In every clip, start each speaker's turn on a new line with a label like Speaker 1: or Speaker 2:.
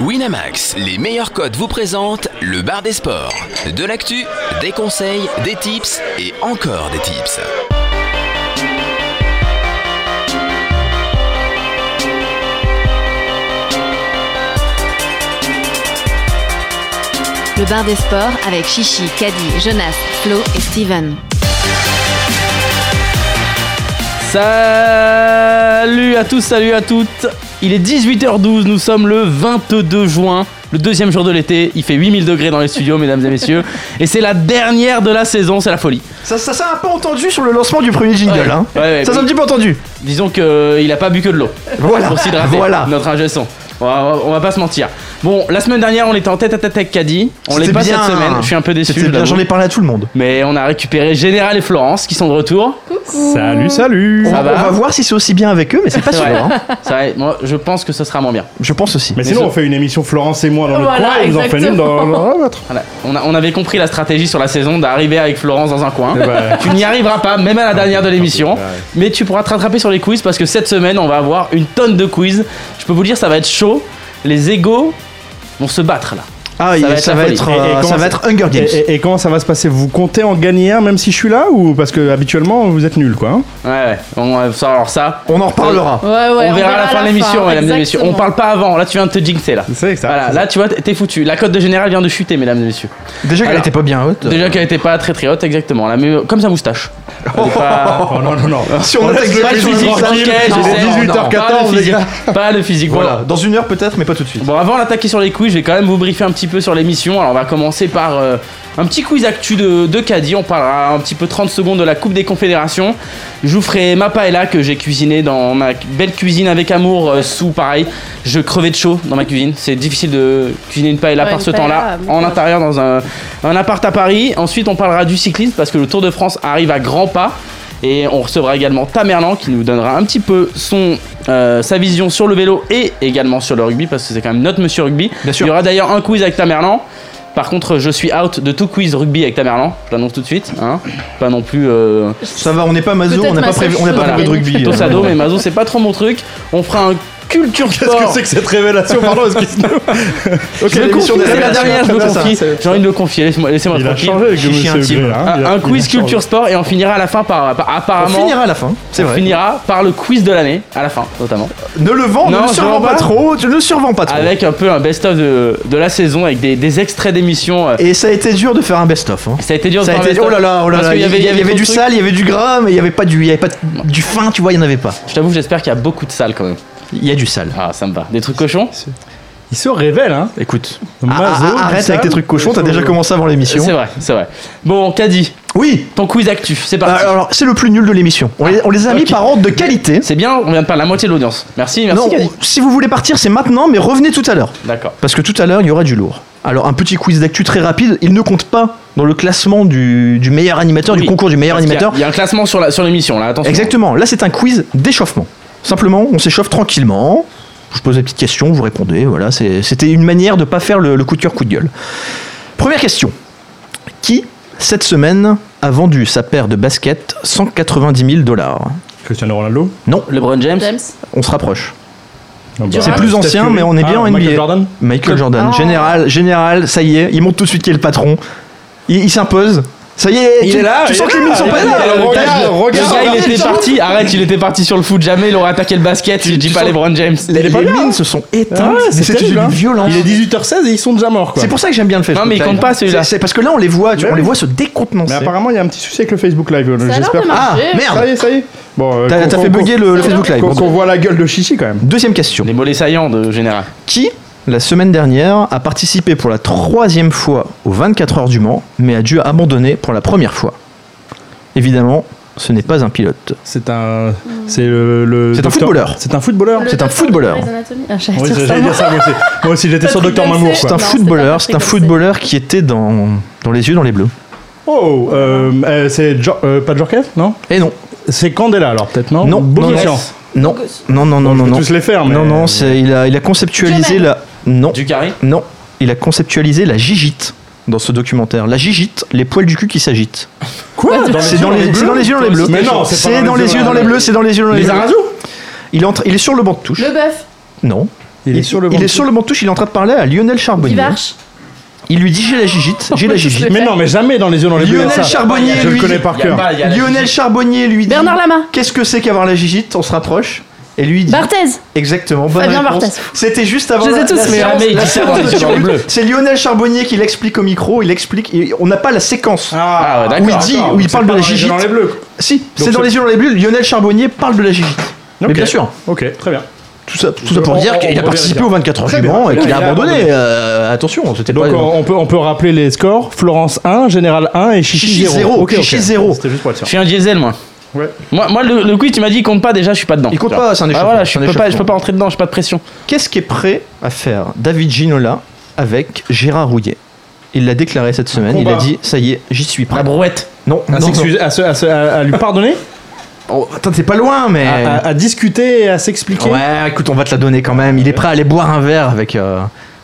Speaker 1: Winamax, les meilleurs codes vous présentent le bar des sports. De l'actu, des conseils, des tips et encore des tips.
Speaker 2: Le bar des sports avec Chichi, Caddy, Jonas, Flo et Steven.
Speaker 3: Salut à tous, salut à toutes. Il est 18h12, nous sommes le 22 juin, le deuxième jour de l'été. Il fait 8000 degrés dans les studios, mesdames et messieurs. Et c'est la dernière de la saison, c'est la folie.
Speaker 4: Ça, ça, ça a un peu entendu sur le lancement du premier jingle,
Speaker 3: Ouais.
Speaker 4: hein.
Speaker 3: Ouais, ouais,
Speaker 4: ça, c'est
Speaker 3: mais-
Speaker 4: un petit peu entendu.
Speaker 3: Disons qu'il a pas bu que de l'eau.
Speaker 4: Voilà.
Speaker 3: Pour s'hydrater,
Speaker 4: Voilà.
Speaker 3: notre ingé son. On va, on va pas se mentir. Bon, la semaine dernière, on était en tête à tête avec Caddy. On l'est
Speaker 4: C'était
Speaker 3: pas
Speaker 4: bien.
Speaker 3: cette semaine. Je suis un peu déçu.
Speaker 4: C'était
Speaker 3: je
Speaker 4: bien,
Speaker 3: l'avoue.
Speaker 4: j'en ai parlé à tout le monde.
Speaker 3: Mais on a récupéré Général et Florence qui sont de retour.
Speaker 5: Salut, salut
Speaker 4: On,
Speaker 3: Ça
Speaker 4: on
Speaker 3: va
Speaker 4: va voir si c'est aussi bien avec eux, mais c'est pas
Speaker 3: C'est
Speaker 4: sûr.
Speaker 3: vrai.
Speaker 4: hein.
Speaker 3: C'est vrai, moi je pense que ce sera moins bien.
Speaker 4: Je pense aussi.
Speaker 5: Mais sinon, on fait une émission Florence et moi dans notre
Speaker 6: Voilà,
Speaker 5: coin et vous en faites une dans dans la vôtre.
Speaker 3: Voilà. On, a- on avait compris la stratégie sur la saison d'arriver avec Florence dans un coin.
Speaker 5: Eh ben,
Speaker 3: Tu n'y arriveras pas, même à la dernière de l'émission.
Speaker 5: ouais.
Speaker 3: Mais tu pourras te rattraper sur les quiz parce que cette semaine, on va avoir une tonne de quiz. Je peux vous dire, ça va être chaud. Les égaux vont se battre là.
Speaker 4: Ah, oui,
Speaker 3: va être
Speaker 4: ça,
Speaker 3: la
Speaker 4: va
Speaker 3: folie.
Speaker 4: être,
Speaker 5: Et- et
Speaker 4: euh,
Speaker 5: comment
Speaker 4: ça va
Speaker 5: ça-
Speaker 4: être Hunger
Speaker 5: et,
Speaker 4: Games.
Speaker 5: et- et comment ça va se passer Vous comptez en gagner un même si je suis là ou parce que habituellement vous êtes nuls quoi hein
Speaker 3: Ouais, ouais. On, va savoir ça,
Speaker 4: On en reparlera.
Speaker 6: Ouais, ouais, on,
Speaker 3: Ah on, verra à la fin de l'émission, mesdames et messieurs. On
Speaker 6: exactement.
Speaker 3: parle pas avant. Là, tu viens de te jinxer là.
Speaker 5: C'est ça.
Speaker 3: Voilà,
Speaker 5: c'est
Speaker 3: là tu vois, t'es foutu. La cote de général vient de chuter, mesdames et messieurs.
Speaker 4: Déjà qu'elle
Speaker 3: Alors.
Speaker 4: était pas bien haute.
Speaker 3: Déjà qu'elle était pas très très haute, exactement. La même- Comme sa moustache. Elle est
Speaker 5: ça.
Speaker 3: pas-
Speaker 5: Oh non, non, non.
Speaker 4: Si on attaque
Speaker 3: Pas
Speaker 4: le
Speaker 3: le
Speaker 4: physique,
Speaker 3: physique,
Speaker 4: ça,
Speaker 3: tranquille,
Speaker 4: il
Speaker 3: je
Speaker 4: est
Speaker 3: sais.
Speaker 4: 18h14,
Speaker 3: Pas le
Speaker 4: les gars.
Speaker 3: physique, Pas le physique, voilà.
Speaker 4: Voilà, dans une heure peut-être, mais pas tout de suite.
Speaker 3: Bon, avant d'attaquer sur les quiz, je vais quand même vous briefer un petit peu sur l'émission. Alors, on va commencer par euh, un petit quiz actu de, de Caddy. On parlera un petit peu 30 secondes de la Coupe des Confédérations. Je vous ferai ma paella que j'ai cuisinée dans ma belle cuisine avec amour euh, sous pareil. Je crevais de chaud dans ma cuisine. C'est difficile de cuisiner une paella
Speaker 6: Ouais,
Speaker 3: par
Speaker 6: une
Speaker 3: ce temps-là
Speaker 6: paella,
Speaker 3: en
Speaker 6: bon.
Speaker 3: intérieur dans un, un appart à Paris. Ensuite, on parlera du cyclisme parce que le Tour de France arrive à grands pas. Et on recevra également Tamerlan qui nous donnera un petit peu son, euh, sa vision sur le vélo et également sur le rugby parce que c'est quand même notre monsieur rugby.
Speaker 4: Bien sûr.
Speaker 3: Il y aura d'ailleurs un quiz avec Tamerlan. Par contre, je suis out de tout quiz rugby avec Tamerlan. Je l'annonce tout de suite. Hein. Pas non plus. euh,
Speaker 4: Ça va, on n'est pas Mazo,
Speaker 6: Peut-être
Speaker 4: on n'a pas
Speaker 6: ma
Speaker 4: prévu
Speaker 6: seule
Speaker 4: on n'a pas
Speaker 6: chose
Speaker 4: prévu de
Speaker 6: à
Speaker 4: rugby.
Speaker 3: Dos à dos,
Speaker 5: hein.
Speaker 4: euh,
Speaker 3: mais Mazo, c'est pas trop mon truc. On fera un culture sport.
Speaker 5: Qu'est-ce que c'est que cette révélation Pardon, excuse-nous. Ok,
Speaker 3: Je le
Speaker 5: l'émission
Speaker 3: confie,
Speaker 5: des
Speaker 3: c'est la
Speaker 5: révélations.
Speaker 3: dernière, je le
Speaker 5: Très bien,
Speaker 3: confie.
Speaker 5: ça, c'est-
Speaker 3: J'ai envie de le confier. Laissez-moi laissez-moi
Speaker 5: Il a
Speaker 3: tranquille.
Speaker 5: changé avec le
Speaker 4: Chichi
Speaker 5: monsieur
Speaker 4: intime.
Speaker 5: Grey, là, hein.
Speaker 3: Un,
Speaker 5: Il a-
Speaker 3: un
Speaker 5: il a
Speaker 3: quiz
Speaker 5: changé.
Speaker 3: culture sport et on finira à la fin par, par-
Speaker 4: On
Speaker 3: apparemment.
Speaker 4: finira à la fin, c'est
Speaker 3: on
Speaker 4: vrai.
Speaker 3: finira par le quiz de l'année, à la fin notamment,
Speaker 4: Ne le vends,
Speaker 3: Non,
Speaker 4: ne le
Speaker 3: je
Speaker 4: survends
Speaker 3: vends
Speaker 4: pas
Speaker 3: pas.
Speaker 4: trop, tu ne le survends pas trop.
Speaker 3: avec un peu un best-of de, de la saison, avec des, des extraits d'émissions. euh.
Speaker 4: Et ça a été dur de faire un best-of. hein.
Speaker 3: Ça a été dur. de
Speaker 4: Ça a
Speaker 3: faire un
Speaker 4: été,
Speaker 3: best-of.
Speaker 4: oh là là, oh là
Speaker 3: Parce
Speaker 4: là,
Speaker 3: qu'il
Speaker 4: il y avait, il y avait
Speaker 3: trop de
Speaker 4: du
Speaker 3: trucs.
Speaker 4: sale, il y avait du gras, mais il y avait pas du, il y avait pas de- du fin, tu vois, il y en avait pas.
Speaker 3: Je t'avoue, j'espère qu'il y a beaucoup de salles quand même.
Speaker 4: Il y a du sale.
Speaker 3: Ah, ça me va. Des trucs cochons.
Speaker 5: Il se révèle, hein
Speaker 4: Écoute,
Speaker 5: Mazo, Euh,
Speaker 4: Ah, ah, ah, arrête
Speaker 5: Bissam,
Speaker 4: avec tes trucs cochons, t'as déjà commencé avant l'émission.
Speaker 3: C'est vrai, c'est vrai. Bon, Caddy,
Speaker 4: Oui.
Speaker 3: ton quiz actu, c'est
Speaker 4: Bah,
Speaker 3: parti. Ah.
Speaker 4: Alors c'est le plus nul de l'émission. On, les- on les a mis
Speaker 3: ok.
Speaker 4: par ordre de qualité.
Speaker 3: C'est bien, on vient de perdre la moitié de l'audience. Merci, merci
Speaker 4: non,
Speaker 3: Caddy.
Speaker 4: si vous voulez partir, c'est maintenant, mais revenez tout à l'heure.
Speaker 3: D'accord.
Speaker 4: Parce que tout à l'heure, il y aura du lourd. Alors un petit quiz d'actu très rapide. Il ne compte pas dans le classement du, du meilleur animateur,
Speaker 3: Oui,
Speaker 4: du concours du meilleur
Speaker 3: Parce qu'il y a-
Speaker 4: animateur.
Speaker 3: Il y, a un classement sur la- sur l'émission là, attention.
Speaker 4: Exactement. Là, c'est un quiz d'échauffement. Simplement, on s'échauffe tranquillement. Je pose des petites questions, vous répondez. Voilà, c'est- c'était une manière de ne pas faire le, le coup de cœur, coup de gueule. Première question. Qui, cette semaine, a vendu sa paire de baskets 190 000 dollars
Speaker 5: Cristiano Ronaldo
Speaker 4: Non,
Speaker 3: LeBron James.
Speaker 6: James,
Speaker 4: on se rapproche.
Speaker 5: Ah, bah,
Speaker 4: C'est plus
Speaker 5: Steph
Speaker 4: ancien,
Speaker 5: Curry.
Speaker 4: mais on est bien
Speaker 5: Ah,
Speaker 4: en NBA.
Speaker 5: Michael Jordan
Speaker 4: Michael
Speaker 3: Ah.
Speaker 4: Jordan, général, général, ça y est, il montre tout de suite qui est le patron. Il, il s'impose. Ça y est,
Speaker 3: Il
Speaker 4: tu,
Speaker 3: est là,
Speaker 4: tu
Speaker 3: il
Speaker 4: sens
Speaker 3: est
Speaker 4: que les mines sont
Speaker 3: il
Speaker 4: pas
Speaker 3: est là,
Speaker 4: là.
Speaker 3: le
Speaker 5: Regarde,
Speaker 3: gars,
Speaker 5: regarde,
Speaker 3: le gars, il
Speaker 5: regarde,
Speaker 3: était parti, arrête, il était parti sur le foot, jamais il aurait attaqué le basket, je dis
Speaker 4: tu
Speaker 3: pas
Speaker 4: sens-
Speaker 3: LeBron James.
Speaker 4: Les,
Speaker 5: pas
Speaker 4: les
Speaker 5: bien.
Speaker 4: mines se sont éteintes,
Speaker 3: Ah,
Speaker 5: Ouais,
Speaker 4: Ah, mais c'est
Speaker 5: terrible,
Speaker 4: une
Speaker 5: hein.
Speaker 4: violence.
Speaker 5: Il est 18h16 et ils sont déjà morts quoi.
Speaker 4: C'est pour ça que j'aime bien le Facebook.
Speaker 3: Non, mais il
Speaker 4: Live.
Speaker 3: compte pas, celui-là.
Speaker 4: C'est c'est parce que là on les voit, tu vois,
Speaker 5: Mais
Speaker 4: on les
Speaker 5: oui.
Speaker 4: voit se décontenancer.
Speaker 5: Mais apparemment, il y a un petit souci avec le Facebook Live. euh,
Speaker 6: ça a l'air
Speaker 5: J'espère
Speaker 6: de
Speaker 5: que-
Speaker 4: Ah
Speaker 6: marcher.
Speaker 4: merde,
Speaker 5: Ça y est, ça y est. Bon, euh,
Speaker 4: t'as
Speaker 5: qu'on-
Speaker 4: t'as
Speaker 5: qu'on-
Speaker 4: fait bugger le, le
Speaker 6: qu'on-
Speaker 4: Facebook Live. hein.
Speaker 5: Qu'on qu'on
Speaker 4: Bon.
Speaker 5: voit la gueule de Chichi quand même.
Speaker 4: Deuxième question.
Speaker 3: Les mollets saillants de général.
Speaker 4: Qui, la semaine dernière, a participé pour la troisième fois aux 24 heures du Mans, mais a dû abandonner pour la première fois Évidemment, ce n'est pas un pilote.
Speaker 5: C'est un. C'est le. le
Speaker 4: C'est un
Speaker 5: docteur-
Speaker 4: footballeur.
Speaker 5: C'est un footballeur.
Speaker 4: C'est un footballeur.
Speaker 5: Oui, j'allais dire ça moi aussi. Moi aussi, j'étais sur
Speaker 6: Patrick
Speaker 5: Docteur Mamour
Speaker 6: Dempsey.
Speaker 4: C'est
Speaker 5: quoi.
Speaker 4: un
Speaker 6: Non,
Speaker 4: footballeur,
Speaker 6: c'est
Speaker 4: c'est
Speaker 6: pas
Speaker 4: un
Speaker 6: Patrick
Speaker 4: footballeur qui était dans, dans les yeux, dans les bleus.
Speaker 5: Oh, euh, euh, c'est. Jo- euh, Pas Jorquez Non
Speaker 4: Et non,
Speaker 5: C'est Candela alors, peut-être, non
Speaker 4: non, non,
Speaker 5: Bogossian.
Speaker 4: non, non, non, non, non,
Speaker 5: On
Speaker 4: non,
Speaker 5: peut
Speaker 4: non,
Speaker 5: tous les faire, mais.
Speaker 4: non, non, c'est- il a, il a conceptualisé
Speaker 6: Jamel.
Speaker 4: la, non,
Speaker 3: Du carré
Speaker 4: non, il a conceptualisé la gigite dans ce documentaire. La gigite, les poils du cul qui s'agitent.
Speaker 5: Quoi Dans
Speaker 4: C'est dans, les- c'est dans les yeux dans les bleus.
Speaker 5: Mais non, c'est pas
Speaker 4: c'est dans les yeux dans les bleus, c'est dans les yeux dans les
Speaker 5: Les
Speaker 4: bleus.
Speaker 5: Arazo
Speaker 4: Il entre, il est sur le banc de touche.
Speaker 6: Le bœuf,
Speaker 4: Non,
Speaker 5: Il, est sur le banc.
Speaker 4: il est sur le banc de touche, il est en train de parler à Lionel Charbonnier.
Speaker 2: Divarche
Speaker 4: Il lui dit J'ai la gigite, j'ai la gigite.
Speaker 5: Mais non, mais jamais dans les yeux, dans les
Speaker 4: Lionel
Speaker 5: bulles, ça.
Speaker 4: Charbonnier,
Speaker 5: Je
Speaker 4: lui- bah,
Speaker 5: le connais par
Speaker 3: Y a
Speaker 5: cœur.
Speaker 3: pas- y a la-
Speaker 4: Lionel Charbonnier lui dit
Speaker 2: Bernard Lama
Speaker 4: Qu'est-ce que c'est qu'avoir la gigite On se rapproche. Et lui dit
Speaker 2: Barthez
Speaker 4: Exactement, bonne
Speaker 2: Fabien
Speaker 4: réponse.
Speaker 2: Barthez.
Speaker 4: C'était juste avant
Speaker 2: Je les ai
Speaker 4: la,
Speaker 2: tous, hein.
Speaker 4: la
Speaker 2: mais
Speaker 4: séance-
Speaker 3: jamais il
Speaker 4: la
Speaker 3: dit ça
Speaker 4: séance
Speaker 3: dans
Speaker 4: de
Speaker 3: les yeux, dans le
Speaker 4: Turbulences.
Speaker 3: bleu.
Speaker 4: C'est Lionel Charbonnier qui l'explique au micro, il explique, il- on n'a pas la séquence.
Speaker 3: Ah ouais,
Speaker 4: où il
Speaker 3: d'accord.
Speaker 4: dit,
Speaker 5: d'accord,
Speaker 4: où il
Speaker 5: donc
Speaker 4: parle
Speaker 5: c'est
Speaker 4: de
Speaker 5: pas
Speaker 4: la
Speaker 5: dans les yeux,
Speaker 4: gigite.
Speaker 5: dans les bleus.
Speaker 4: Si, c'est
Speaker 5: Donc
Speaker 4: dans
Speaker 5: c'est-
Speaker 4: les yeux dans les bulles, Lionel Charbonnier parle de la gigite. Mais
Speaker 5: Ok.
Speaker 4: bien sûr, Euh,
Speaker 5: Ok, très bien.
Speaker 4: tout ça, tout ça pour
Speaker 5: On-
Speaker 4: dire
Speaker 5: on-
Speaker 4: qu'il a
Speaker 5: on
Speaker 4: participé
Speaker 5: revérifie.
Speaker 4: aux 24 heures
Speaker 5: Très
Speaker 4: du
Speaker 5: bien.
Speaker 4: Mans et
Speaker 5: Oui,
Speaker 4: qu'il a
Speaker 5: il a
Speaker 4: abandonné.
Speaker 5: abandonné.
Speaker 4: Euh, attention, c'était pas.
Speaker 5: Donc on on peut, on peut rappeler les scores. Florence 1, Général 1 et
Speaker 4: Chichi
Speaker 5: Chichi 0.
Speaker 4: zéro,
Speaker 5: Ok, ok.
Speaker 4: Chichi zéro.
Speaker 5: C'était juste pour être
Speaker 3: Je
Speaker 5: sûr.
Speaker 3: suis un diesel, moi.
Speaker 5: Ouais.
Speaker 3: Moi, moi, le, le quiz, tu m'as dit, il compte pas déjà, je suis pas dedans.
Speaker 4: Il compte pas, c'est un
Speaker 3: Ah
Speaker 4: échauffement,
Speaker 3: voilà,
Speaker 4: c'est
Speaker 3: je
Speaker 4: un
Speaker 3: peux, pas, je
Speaker 4: échauffement.
Speaker 3: peux pas rentrer dedans, j'ai pas de pression.
Speaker 4: Qu'est-ce qu'est prêt à faire David Ginola avec Gérard Rouillet Il l'a déclaré cette semaine, il a
Speaker 5: combat.
Speaker 4: dit ça y est, j'y suis prêt.
Speaker 3: La brouette.
Speaker 4: Non,
Speaker 5: À,
Speaker 4: non, non.
Speaker 5: s'excuser- à se- à se- à- à lui pardonner,
Speaker 4: Oh, attends, t'es pas loin, mais.
Speaker 5: à, à- à discuter et à s'expliquer.
Speaker 4: Ouais, écoute, on va te la donner quand même. Il est prêt à aller boire un verre avec, euh,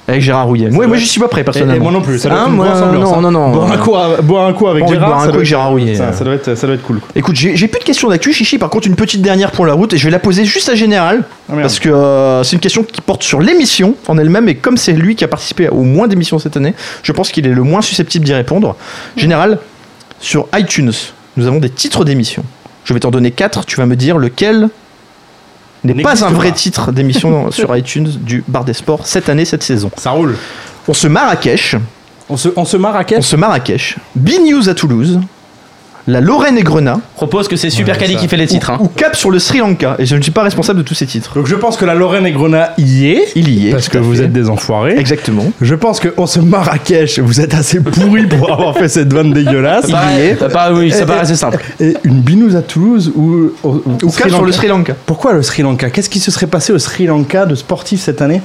Speaker 4: avec Gérard Rouillet. Moi,
Speaker 5: vrai.
Speaker 4: moi j'y suis pas prêt
Speaker 5: Et- et
Speaker 4: personnellement.
Speaker 5: moi non plus, ça doit
Speaker 4: Hein,
Speaker 5: être une
Speaker 4: moi,
Speaker 5: grosse ambiance,
Speaker 4: Non,
Speaker 5: hein.
Speaker 4: non, non.
Speaker 5: Boire un coup, à- boire un coup avec
Speaker 4: Envie de
Speaker 5: Gérard,
Speaker 4: boire un
Speaker 5: ça
Speaker 4: coup
Speaker 5: doit
Speaker 4: avec
Speaker 5: être-
Speaker 4: Gérard Rouillet.
Speaker 5: Ça, ça doit être, ça doit être cool.
Speaker 4: Écoute, j'ai j'ai plus de questions d'actu, Chichi. Par contre, une petite dernière pour la route et je vais la poser juste à Général.
Speaker 5: Ah, merde.
Speaker 4: parce que euh, c'est une question qui porte sur l'émission en elle-même. Et comme c'est lui qui a participé au moins d'émissions cette année, je pense qu'il est le moins susceptible d'y répondre. Général, sur iTunes, nous avons des titres d'émissions. Je vais t'en donner quatre. Tu vas me dire lequel n'est pas
Speaker 5: N'existe
Speaker 4: un vrai
Speaker 5: pas.
Speaker 4: titre d'émission sur iTunes du Bar des Sports cette année, cette saison.
Speaker 5: Ça roule.
Speaker 4: On se Marrakech.
Speaker 5: On se, on se marre à
Speaker 4: On
Speaker 5: caisse.
Speaker 4: se Marrakech. B-News à Toulouse. La Lorraine et Grenat.
Speaker 3: Propose que c'est Super
Speaker 5: Ouais,
Speaker 3: Caddy
Speaker 5: ça.
Speaker 3: qui fait les titres. hein.
Speaker 4: Ou Cap sur le Sri Lanka. Et je ne suis pas responsable de tous ces titres.
Speaker 5: Donc je pense que la Lorraine et Grenat y est.
Speaker 4: Il y est.
Speaker 5: Parce
Speaker 4: tout
Speaker 5: que
Speaker 4: à
Speaker 5: vous
Speaker 4: fait.
Speaker 5: êtes des enfoirés.
Speaker 4: Exactement.
Speaker 5: Je pense que on se Marrakech, vous êtes assez pourri pour avoir fait cette vanne dégueulasse.
Speaker 3: Ça
Speaker 4: y est.
Speaker 3: paraît- ça paraît- oui, ça
Speaker 5: Et-
Speaker 3: paraît assez simple.
Speaker 5: Et une binouse à Toulouse ou au- au
Speaker 4: Ou
Speaker 5: Sri
Speaker 4: Cap sur le
Speaker 5: Lanka.
Speaker 4: Sri Lanka.
Speaker 5: Pourquoi le Sri Lanka Qu'est-ce qui se serait passé au Sri Lanka de sportif cette année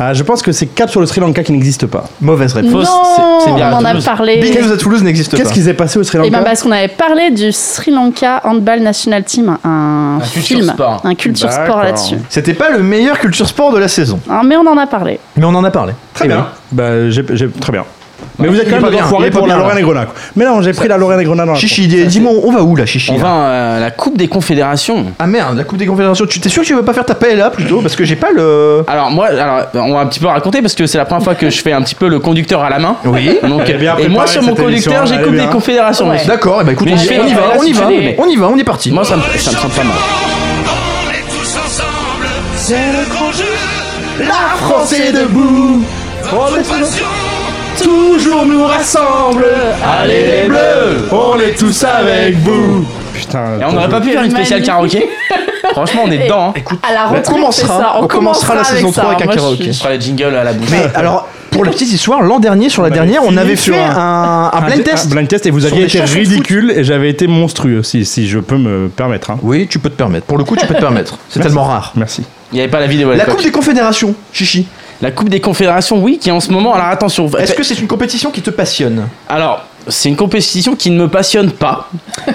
Speaker 5: Ah, Je pense que c'est Cap sur le Sri Lanka qui n'existe pas.
Speaker 4: Mauvaise réponse.
Speaker 3: Fausse,
Speaker 6: non,
Speaker 3: c'est- c'est bien,
Speaker 6: on en a
Speaker 3: Toulouse.
Speaker 6: parlé.
Speaker 4: Big News à Toulouse n'existe pas.
Speaker 5: Qu'est-ce qui s'est passé au Sri
Speaker 6: Et
Speaker 5: Lanka
Speaker 6: ben parce qu'on avait parlé du Sri Lanka Handball National Team, un,
Speaker 3: Un culture
Speaker 6: film,
Speaker 3: sport.
Speaker 6: un culture sport
Speaker 5: D'accord.
Speaker 6: là-dessus.
Speaker 4: C'était pas le meilleur culture sport de la saison.
Speaker 6: Hein, mais on en a parlé.
Speaker 4: Mais on en a parlé.
Speaker 5: Très
Speaker 4: Eh
Speaker 5: bien. Bah, j'ai- j'ai- très bien. Mais vous êtes
Speaker 4: Il est
Speaker 5: quand
Speaker 4: pas
Speaker 5: même des
Speaker 4: bien, il est
Speaker 5: enfoirés
Speaker 4: pas
Speaker 5: pour la
Speaker 4: bien, là.
Speaker 5: Lorraine et Grenat. quoi. Mais non, j'ai pris la Lorraine et Grenat dans
Speaker 4: oui.
Speaker 5: la
Speaker 4: Chichi, dis- dis-moi, on va où là, Chichi
Speaker 3: On
Speaker 4: là
Speaker 3: va à la Coupe des Confédérations.
Speaker 4: Ah merde, la Coupe des Confédérations. Tu t'es sûr que tu veux pas faire ta PLA plutôt Parce que j'ai pas le.
Speaker 3: Alors moi, alors, on va un petit peu raconter parce que c'est la première fois que je fais un petit peu le conducteur à la main.
Speaker 4: Oui.
Speaker 3: Donc,
Speaker 5: Elle est bien
Speaker 3: et moi
Speaker 5: préparée,
Speaker 3: sur mon
Speaker 5: cette
Speaker 3: conducteur,
Speaker 5: émission,
Speaker 3: j'ai
Speaker 5: elle est
Speaker 3: Coupe
Speaker 5: bien.
Speaker 3: des Confédérations.
Speaker 6: Ouais.
Speaker 3: aussi.
Speaker 4: D'accord, et bah écoute,
Speaker 3: Mais
Speaker 4: on,
Speaker 3: je
Speaker 4: y-
Speaker 3: fais
Speaker 4: on y
Speaker 3: la
Speaker 4: va,
Speaker 3: PLA,
Speaker 4: on y
Speaker 3: si tu
Speaker 4: va,
Speaker 3: veux, mais-
Speaker 4: on y va, on est parti.
Speaker 3: Moi ça me, ça me semble pas mal.
Speaker 7: On est tous ensemble, c'est le grand jeu,
Speaker 5: La France est debout
Speaker 7: notre passion.
Speaker 5: Toujours nous rassemble
Speaker 3: Allez les bleus
Speaker 5: On est tous avec vous Putain,
Speaker 3: Et on n'aurait pas pu faire une spéciale
Speaker 6: Magnifique.
Speaker 3: karaoké Franchement on est dedans. Hein.
Speaker 6: À la rentrée,
Speaker 4: on commencera-
Speaker 6: fait ça.
Speaker 4: on commencera la saison 3 avec un
Speaker 6: Moi, je
Speaker 4: karaoké.
Speaker 6: suis-
Speaker 3: Je ferai les jingles à la bouche.
Speaker 4: Mais alors, pour la petite histoire, l'an dernier, sur la
Speaker 5: On avait
Speaker 4: dernière, on
Speaker 5: fini
Speaker 4: avait
Speaker 5: sur
Speaker 4: fait
Speaker 5: un-
Speaker 4: un, un blind test.
Speaker 5: blind test et vous
Speaker 4: Sur
Speaker 5: aviez
Speaker 4: des
Speaker 5: été
Speaker 4: chansons de foot.
Speaker 5: ridicule et j'avais été monstrueux si, si je peux me permettre. hein.
Speaker 4: Oui, tu peux te permettre. Pour le coup, tu peux te permettre. C'est
Speaker 5: Merci.
Speaker 4: tellement rare. Eh
Speaker 5: Merci.
Speaker 3: Il n'y avait pas la vidéo à
Speaker 4: La
Speaker 3: l'époque.
Speaker 4: Coupe des Confédérations, Chichi.
Speaker 3: La Coupe des Confédérations, oui, qui en ce moment. Alors attention,
Speaker 4: Est-ce que c'est une compétition qui te passionne
Speaker 3: alors c'est une compétition qui ne me passionne pas.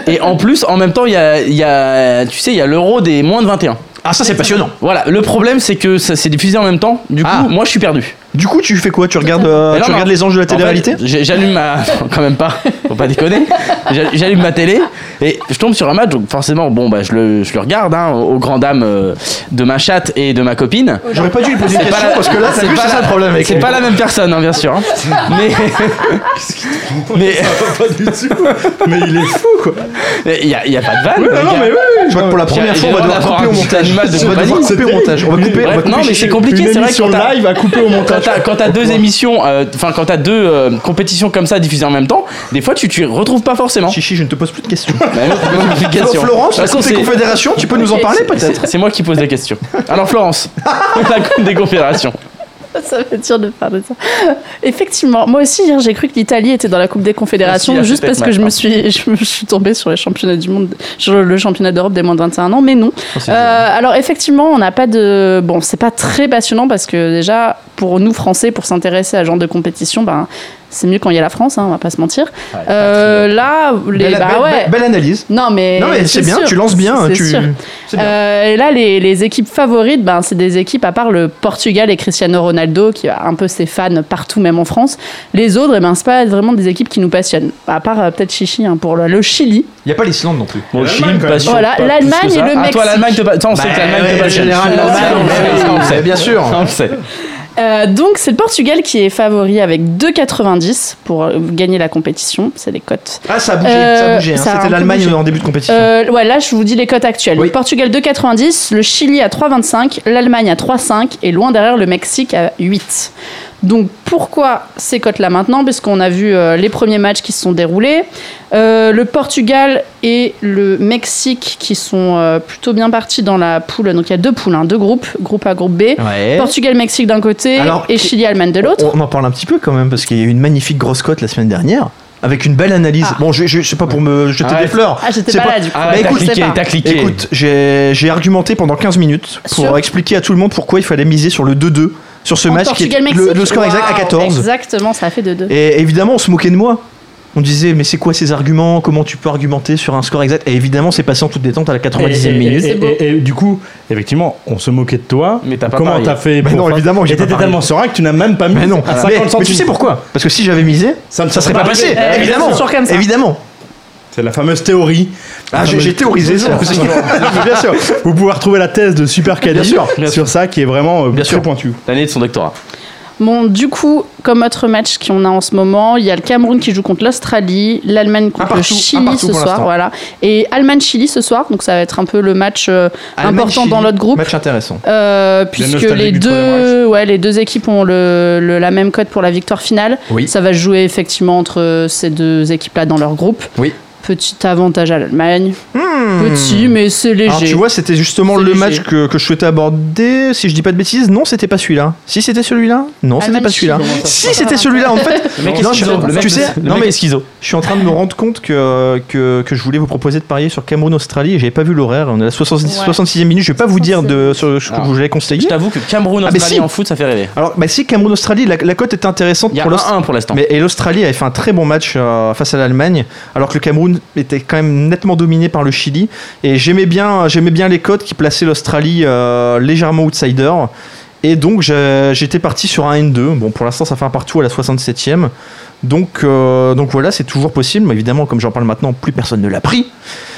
Speaker 3: Et en plus, en même temps, il y a, il y a, tu sais, il y a l'euro des moins de 21.
Speaker 4: Ah, ça, c'est passionnant.
Speaker 3: Voilà, le problème c'est que ça s'est diffusé en même temps. Du coup,
Speaker 4: Ah.
Speaker 3: moi je suis perdu.
Speaker 4: Du coup, tu fais quoi Tu regardes, euh,
Speaker 3: Mais non,
Speaker 4: tu
Speaker 3: mais
Speaker 4: regardes
Speaker 3: en-
Speaker 4: les anges de la
Speaker 3: en
Speaker 4: télé-réalité
Speaker 3: fait, j'ai- J'allume ma. Non, quand même pas, faut pas déconner. J'a- J'allume ma télé et je tombe sur un match, donc forcément, bon, bah, je, le, je le regarde, hein, aux grandes dames euh, de ma chatte et de ma copine.
Speaker 4: J'aurais pas dû lui poser une
Speaker 3: C'est pas
Speaker 4: question
Speaker 3: la-
Speaker 4: parce que là,
Speaker 3: c'est
Speaker 4: c'est
Speaker 3: pas
Speaker 4: ça
Speaker 3: la-
Speaker 4: le problème avec
Speaker 3: C'est
Speaker 4: lui.
Speaker 3: pas la même personne, hein, bien sûr. hein. Mais. mais
Speaker 5: Pas du tout Mais il est fou quoi
Speaker 3: il n'y a, y a pas de vanne.
Speaker 5: Non,
Speaker 3: le
Speaker 5: non
Speaker 3: gars.
Speaker 5: mais oui
Speaker 4: Je vois que pour la
Speaker 3: J'ai-
Speaker 4: première
Speaker 3: j'ai
Speaker 4: fois, on va
Speaker 3: le droit
Speaker 4: devoir
Speaker 3: d'avoir
Speaker 4: couper au
Speaker 3: un petit
Speaker 4: montage.
Speaker 3: animal de
Speaker 4: On va devoir
Speaker 3: compagnie.
Speaker 4: couper au montage. On va couper. on va
Speaker 3: Bref,
Speaker 4: couper
Speaker 3: non, mais
Speaker 4: chez-
Speaker 3: c'est compliqué, c'est vrai que
Speaker 5: Sur
Speaker 3: quand t'as-
Speaker 5: live à couper au
Speaker 3: quand
Speaker 5: montage.
Speaker 3: t'as quand t'as deux émissions, euh, enfin quand t'as deux euh, compétitions comme ça diffusées en même temps, des fois tu tu retrouves pas forcément.
Speaker 4: Chichi, je ne te pose plus de questions.
Speaker 3: Bah, non, c'est pas une
Speaker 4: Alors,
Speaker 3: complication.
Speaker 4: Florence,
Speaker 3: De
Speaker 4: la
Speaker 3: toute façon,
Speaker 4: Coupe des
Speaker 3: c'est-
Speaker 4: Confédérations, tu peux nous en parler peut-être
Speaker 3: c'est- C'est moi qui pose la question. Alors Florence, la Coupe des Confédérations.
Speaker 6: Ça va être dur de parler de ça. Effectivement, moi aussi hier j'ai cru que l'Italie était dans la Coupe des Confédérations
Speaker 3: Aussi, à
Speaker 6: juste
Speaker 3: cette
Speaker 6: parce que je me
Speaker 3: époque,
Speaker 6: suis je me suis tombée sur les championnats du monde, sur le championnat d'Europe des moins de 21 ans, mais non.
Speaker 4: Oh,
Speaker 3: c'est
Speaker 6: Euh, alors effectivement, on n'a pas de bon, c'est pas très passionnant parce que déjà pour nous Français, pour s'intéresser à ce genre de compétition, ben, c'est mieux quand il y a la France, hein, on va pas se mentir. Euh, là, les,
Speaker 4: belle,
Speaker 6: bah
Speaker 4: belle-
Speaker 6: ouais.
Speaker 4: belle- belle analyse.
Speaker 6: Non mais,
Speaker 4: non, mais c'est bien,
Speaker 6: sûr,
Speaker 4: tu lances bien.
Speaker 6: c'est
Speaker 4: hein, tu-
Speaker 6: sûr.
Speaker 4: c'est bien.
Speaker 6: Euh, et là, les, les équipes favorites, ben, c'est des équipes à part le Portugal et Cristiano Ronaldo, qui a un peu ses fans partout, même en France. Les autres, eh ben, c'est pas vraiment des équipes qui nous passionnent. À part euh, peut-être Chichi hein, pour le, le Chili.
Speaker 4: Il n'y a pas l'Islande non plus.
Speaker 3: Bon, le Chili,
Speaker 5: quand
Speaker 3: pas
Speaker 5: même.
Speaker 3: sûr,
Speaker 6: Voilà,
Speaker 3: pas plus
Speaker 6: l'Allemagne
Speaker 3: que
Speaker 6: et
Speaker 3: ça.
Speaker 6: le
Speaker 3: Ah, toi,
Speaker 6: Mexique.
Speaker 3: l'Allemagne te pas. Attends, on sait que l'Allemagne te
Speaker 4: Bah, ouais,
Speaker 3: pas.
Speaker 4: en général, l'Allemagne,
Speaker 3: Ça, on le sait.
Speaker 4: ouais, bien sûr.
Speaker 3: Ça, on le sait.
Speaker 6: Euh, donc, c'est le Portugal qui est favori avec 2,90 pour euh, gagner la compétition. C'est les cotes.
Speaker 4: Ah, ça a bougé, ça a
Speaker 6: Euh,
Speaker 4: bougé. hein.
Speaker 6: ça a un
Speaker 4: C'était
Speaker 6: peu
Speaker 4: l'Allemagne
Speaker 6: bougé.
Speaker 4: en début de compétition.
Speaker 6: Euh, ouais, là, je vous dis les cotes actuelles.
Speaker 4: Oui.
Speaker 6: Le Portugal 2,90, le Chili à 3,25, l'Allemagne à 3,5 et loin derrière le Mexique à 8. Donc pourquoi ces cotes-là maintenant Parce qu'on a vu euh, les premiers matchs qui se sont déroulés. Euh, le Portugal et le Mexique qui sont euh, plutôt bien partis dans la poule. Donc il y a deux poules, hein, deux groupes, groupe A, groupe B.
Speaker 4: Ah Ouais.
Speaker 6: Portugal-Mexique d'un côté
Speaker 4: Alors,
Speaker 6: et
Speaker 4: qui-
Speaker 6: Chili-Allemagne de l'autre.
Speaker 4: On en parle un petit peu quand même parce qu'il y a eu une magnifique grosse cote la semaine dernière avec une belle analyse.
Speaker 6: Ah.
Speaker 4: Bon, je, je, c'est pas pour me jeter
Speaker 3: Arrête.
Speaker 4: des fleurs.
Speaker 6: Ah, j'étais
Speaker 4: C'est
Speaker 6: pas là, du coup.
Speaker 3: Ah,
Speaker 4: Bah,
Speaker 3: ouais, t'as
Speaker 4: écoute,
Speaker 6: je sais
Speaker 3: cliqué,
Speaker 6: pas.
Speaker 3: t'as cliqué.
Speaker 4: Écoute, j'ai j'ai argumenté pendant 15 minutes pour
Speaker 6: Sur-
Speaker 4: expliquer à tout le monde pourquoi il fallait miser sur le 2-2 sur ce
Speaker 6: En
Speaker 4: match qui est
Speaker 6: Portugal-Mexique,
Speaker 4: le, le score exact à
Speaker 6: waouh,
Speaker 4: 14.
Speaker 6: Exactement, ça a fait 2-2.
Speaker 4: Et évidemment, on se moquait de moi. On disait, mais c'est quoi ces arguments Comment tu peux argumenter sur un score exact Et évidemment, c'est passé en toute détente à la 90e
Speaker 5: et-
Speaker 4: minute.
Speaker 5: et-
Speaker 6: C'est beau.
Speaker 5: et- et du coup, effectivement, on se moquait de toi.
Speaker 3: Mais t'as pas
Speaker 5: Comment
Speaker 3: parié.
Speaker 5: t'as fait
Speaker 4: Mais
Speaker 5: pour
Speaker 4: non,
Speaker 5: faire-
Speaker 4: évidemment, j'ai
Speaker 5: Et
Speaker 4: pas
Speaker 5: t'étais
Speaker 4: parié.
Speaker 5: tellement serein que tu n'as même pas mis.
Speaker 4: Mais non,
Speaker 5: à
Speaker 4: mais,
Speaker 5: 50
Speaker 4: mais tu sais
Speaker 5: centimes.
Speaker 4: pourquoi Parce que si j'avais misé,
Speaker 5: Ça ne
Speaker 4: ça serait pas
Speaker 5: bah,
Speaker 4: passé.
Speaker 6: Eh,
Speaker 4: évidemment,
Speaker 6: bien sûr, comme ça.
Speaker 4: évidemment.
Speaker 5: C'est la fameuse théorie.
Speaker 4: Ah, j'ai j'ai théorisé ça aussi.
Speaker 5: Bien sûr. Vous pouvez retrouver la thèse de Super Caddy
Speaker 4: sûr,
Speaker 3: bien
Speaker 5: sur ça qui est vraiment euh,
Speaker 4: Bien
Speaker 5: très
Speaker 4: sûr.
Speaker 5: pointue.
Speaker 3: L'année de son doctorat.
Speaker 6: Bon, du coup, comme autre match qu'on a en ce moment, il y a le Cameroun qui joue contre l'Australie, l'Allemagne contre
Speaker 4: partout,
Speaker 6: le
Speaker 4: un
Speaker 6: Chili
Speaker 4: partout
Speaker 6: ce
Speaker 4: pour
Speaker 6: soir,
Speaker 4: l'instant.
Speaker 6: voilà, et Allemagne-Chili ce soir, donc ça va être un peu le match euh, important
Speaker 4: Allemagne-Chili,
Speaker 6: dans l'autre groupe.
Speaker 4: Match intéressant.
Speaker 6: euh, puisque
Speaker 5: nostalgie
Speaker 6: les
Speaker 5: du premier
Speaker 6: deux, ouais, les deux équipes ont le, le- la même cote pour la victoire finale.
Speaker 4: Oui.
Speaker 6: Ça va se jouer effectivement entre ces deux équipes-là dans leur groupe.
Speaker 4: Oui. Hmm.
Speaker 6: Petit avantage à l'Allemagne. Petit, mais c'est léger.
Speaker 4: Alors tu vois, c'était justement
Speaker 6: C'est
Speaker 4: le
Speaker 6: léger.
Speaker 4: match que, que je souhaitais aborder. Si je dis pas de bêtises, non, c'était pas celui-là. Si c'était celui-là, non,
Speaker 3: Ah
Speaker 4: c'était
Speaker 3: bah
Speaker 4: pas celui-là.
Speaker 6: Allemagne-Chili.
Speaker 4: Si c'était celui-là, en fait,
Speaker 3: Le mec
Speaker 4: Non, je- le mec-
Speaker 3: Tu sais,
Speaker 4: le mec est
Speaker 3: schizo.
Speaker 4: je suis en train de me rendre compte que, que, que je voulais vous proposer de parier sur Cameroun Australie et j'avais pas vu l'horaire. On est à la 66
Speaker 6: Ouais.
Speaker 4: 66e minute. Je vais pas vous dire de sur ce que
Speaker 3: Alors.
Speaker 4: je vous avais conseillé.
Speaker 3: Je t'avoue que Cameroun
Speaker 4: Ah, mais
Speaker 3: Australie
Speaker 4: si.
Speaker 3: en foot, ça fait rêver.
Speaker 4: Alors, bah, si Cameroun Australie, la, la cote est intéressante
Speaker 3: Il y a
Speaker 4: pour l'Australie.
Speaker 3: 1-1 pour l'instant.
Speaker 4: Mais et l'Australie avait fait un très bon match euh, face à l'Allemagne, alors que le Cameroun était quand même nettement dominé par le Chili. Et j'aimais bien, j'aimais bien les codes qui plaçaient l'Australie euh, légèrement outsider. Et donc j'ai- j'étais parti sur un N2. Bon, pour l'instant, ça fait un partout à la 67e. Donc, euh, donc voilà, c'est toujours possible. Mais évidemment, comme j'en parle maintenant, plus personne ne l'a pris.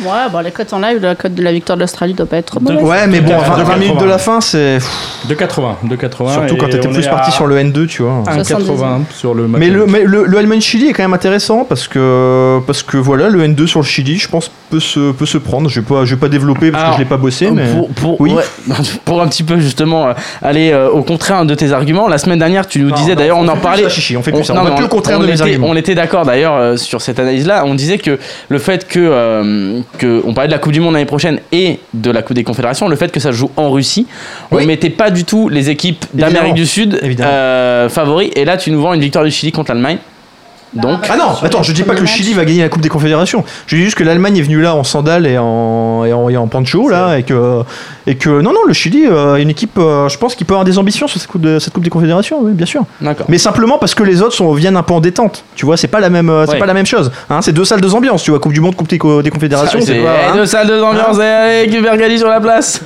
Speaker 6: Ouais, bon, les cotes en live, la cote de la victoire de l'Australie doit pas être trop mauvaise.
Speaker 4: Ouais, mais bon, à 20, 20 minutes de la fin, c'est pff,
Speaker 5: De 80. De 80
Speaker 4: surtout quand t'étais plus parti sur le N2, tu vois.
Speaker 5: 80 sur le
Speaker 4: Mais le, mais le, le Allemagne-Chili est quand même intéressant parce que, parce que voilà, le N2 sur le Chili, je pense, peut se, peut se prendre. Je vais pas, je vais pas développer parce
Speaker 3: Alors, euh,
Speaker 4: que je l'ai pas bossé, mais.
Speaker 3: Pour, pour,
Speaker 4: Oui.
Speaker 3: ouais, pour un petit peu justement euh, aller euh, au contraire de tes arguments, la semaine dernière tu nous
Speaker 4: Non,
Speaker 3: disais
Speaker 4: non,
Speaker 3: d'ailleurs on,
Speaker 4: on
Speaker 3: en
Speaker 4: fait plus
Speaker 3: parlait.
Speaker 4: ça, chichi, on fait plus ça. On va
Speaker 3: mais
Speaker 4: plus au contraire
Speaker 3: on
Speaker 4: de mes
Speaker 3: était-
Speaker 4: arguments.
Speaker 3: On était d'accord d'ailleurs euh, sur cette analyse là. On disait que le fait que, euh, que on parlait de la Coupe du Monde l'année prochaine et de la Coupe des Confédérations, le fait que ça se joue en Russie, on
Speaker 4: Oui.
Speaker 3: mettait pas du tout les équipes
Speaker 4: Évidemment.
Speaker 3: d'Amérique du Sud
Speaker 4: Évidemment.
Speaker 3: euh, favoris. Et là tu nous vends une victoire du Chili contre l'Allemagne. Donc
Speaker 4: Ah non, attends, je dis pas que le Chili va gagner la Coupe des Confédérations. Je dis juste que l'Allemagne est venue là en sandales et en, et en, et en pancho, là, et que, et que. Non, non, le Chili euh, est une équipe, euh, je pense, qui peut avoir des ambitions sur cette Coupe, de- cette coupe des Confédérations, oui, bien sûr.
Speaker 3: d'accord.
Speaker 4: Mais simplement parce que les autres sont, viennent un peu en détente. Tu vois, c'est pas la même, euh, c'est
Speaker 3: Ouais.
Speaker 4: pas la même chose. Hein, c'est deux salles, deux ambiances, tu vois, Coupe du Monde, Coupe des, Co- des Confédérations.
Speaker 3: C'est
Speaker 4: c'est pas, hein.
Speaker 3: Eh, deux salles, deux ambiances, et allez, Kubergali sur la place.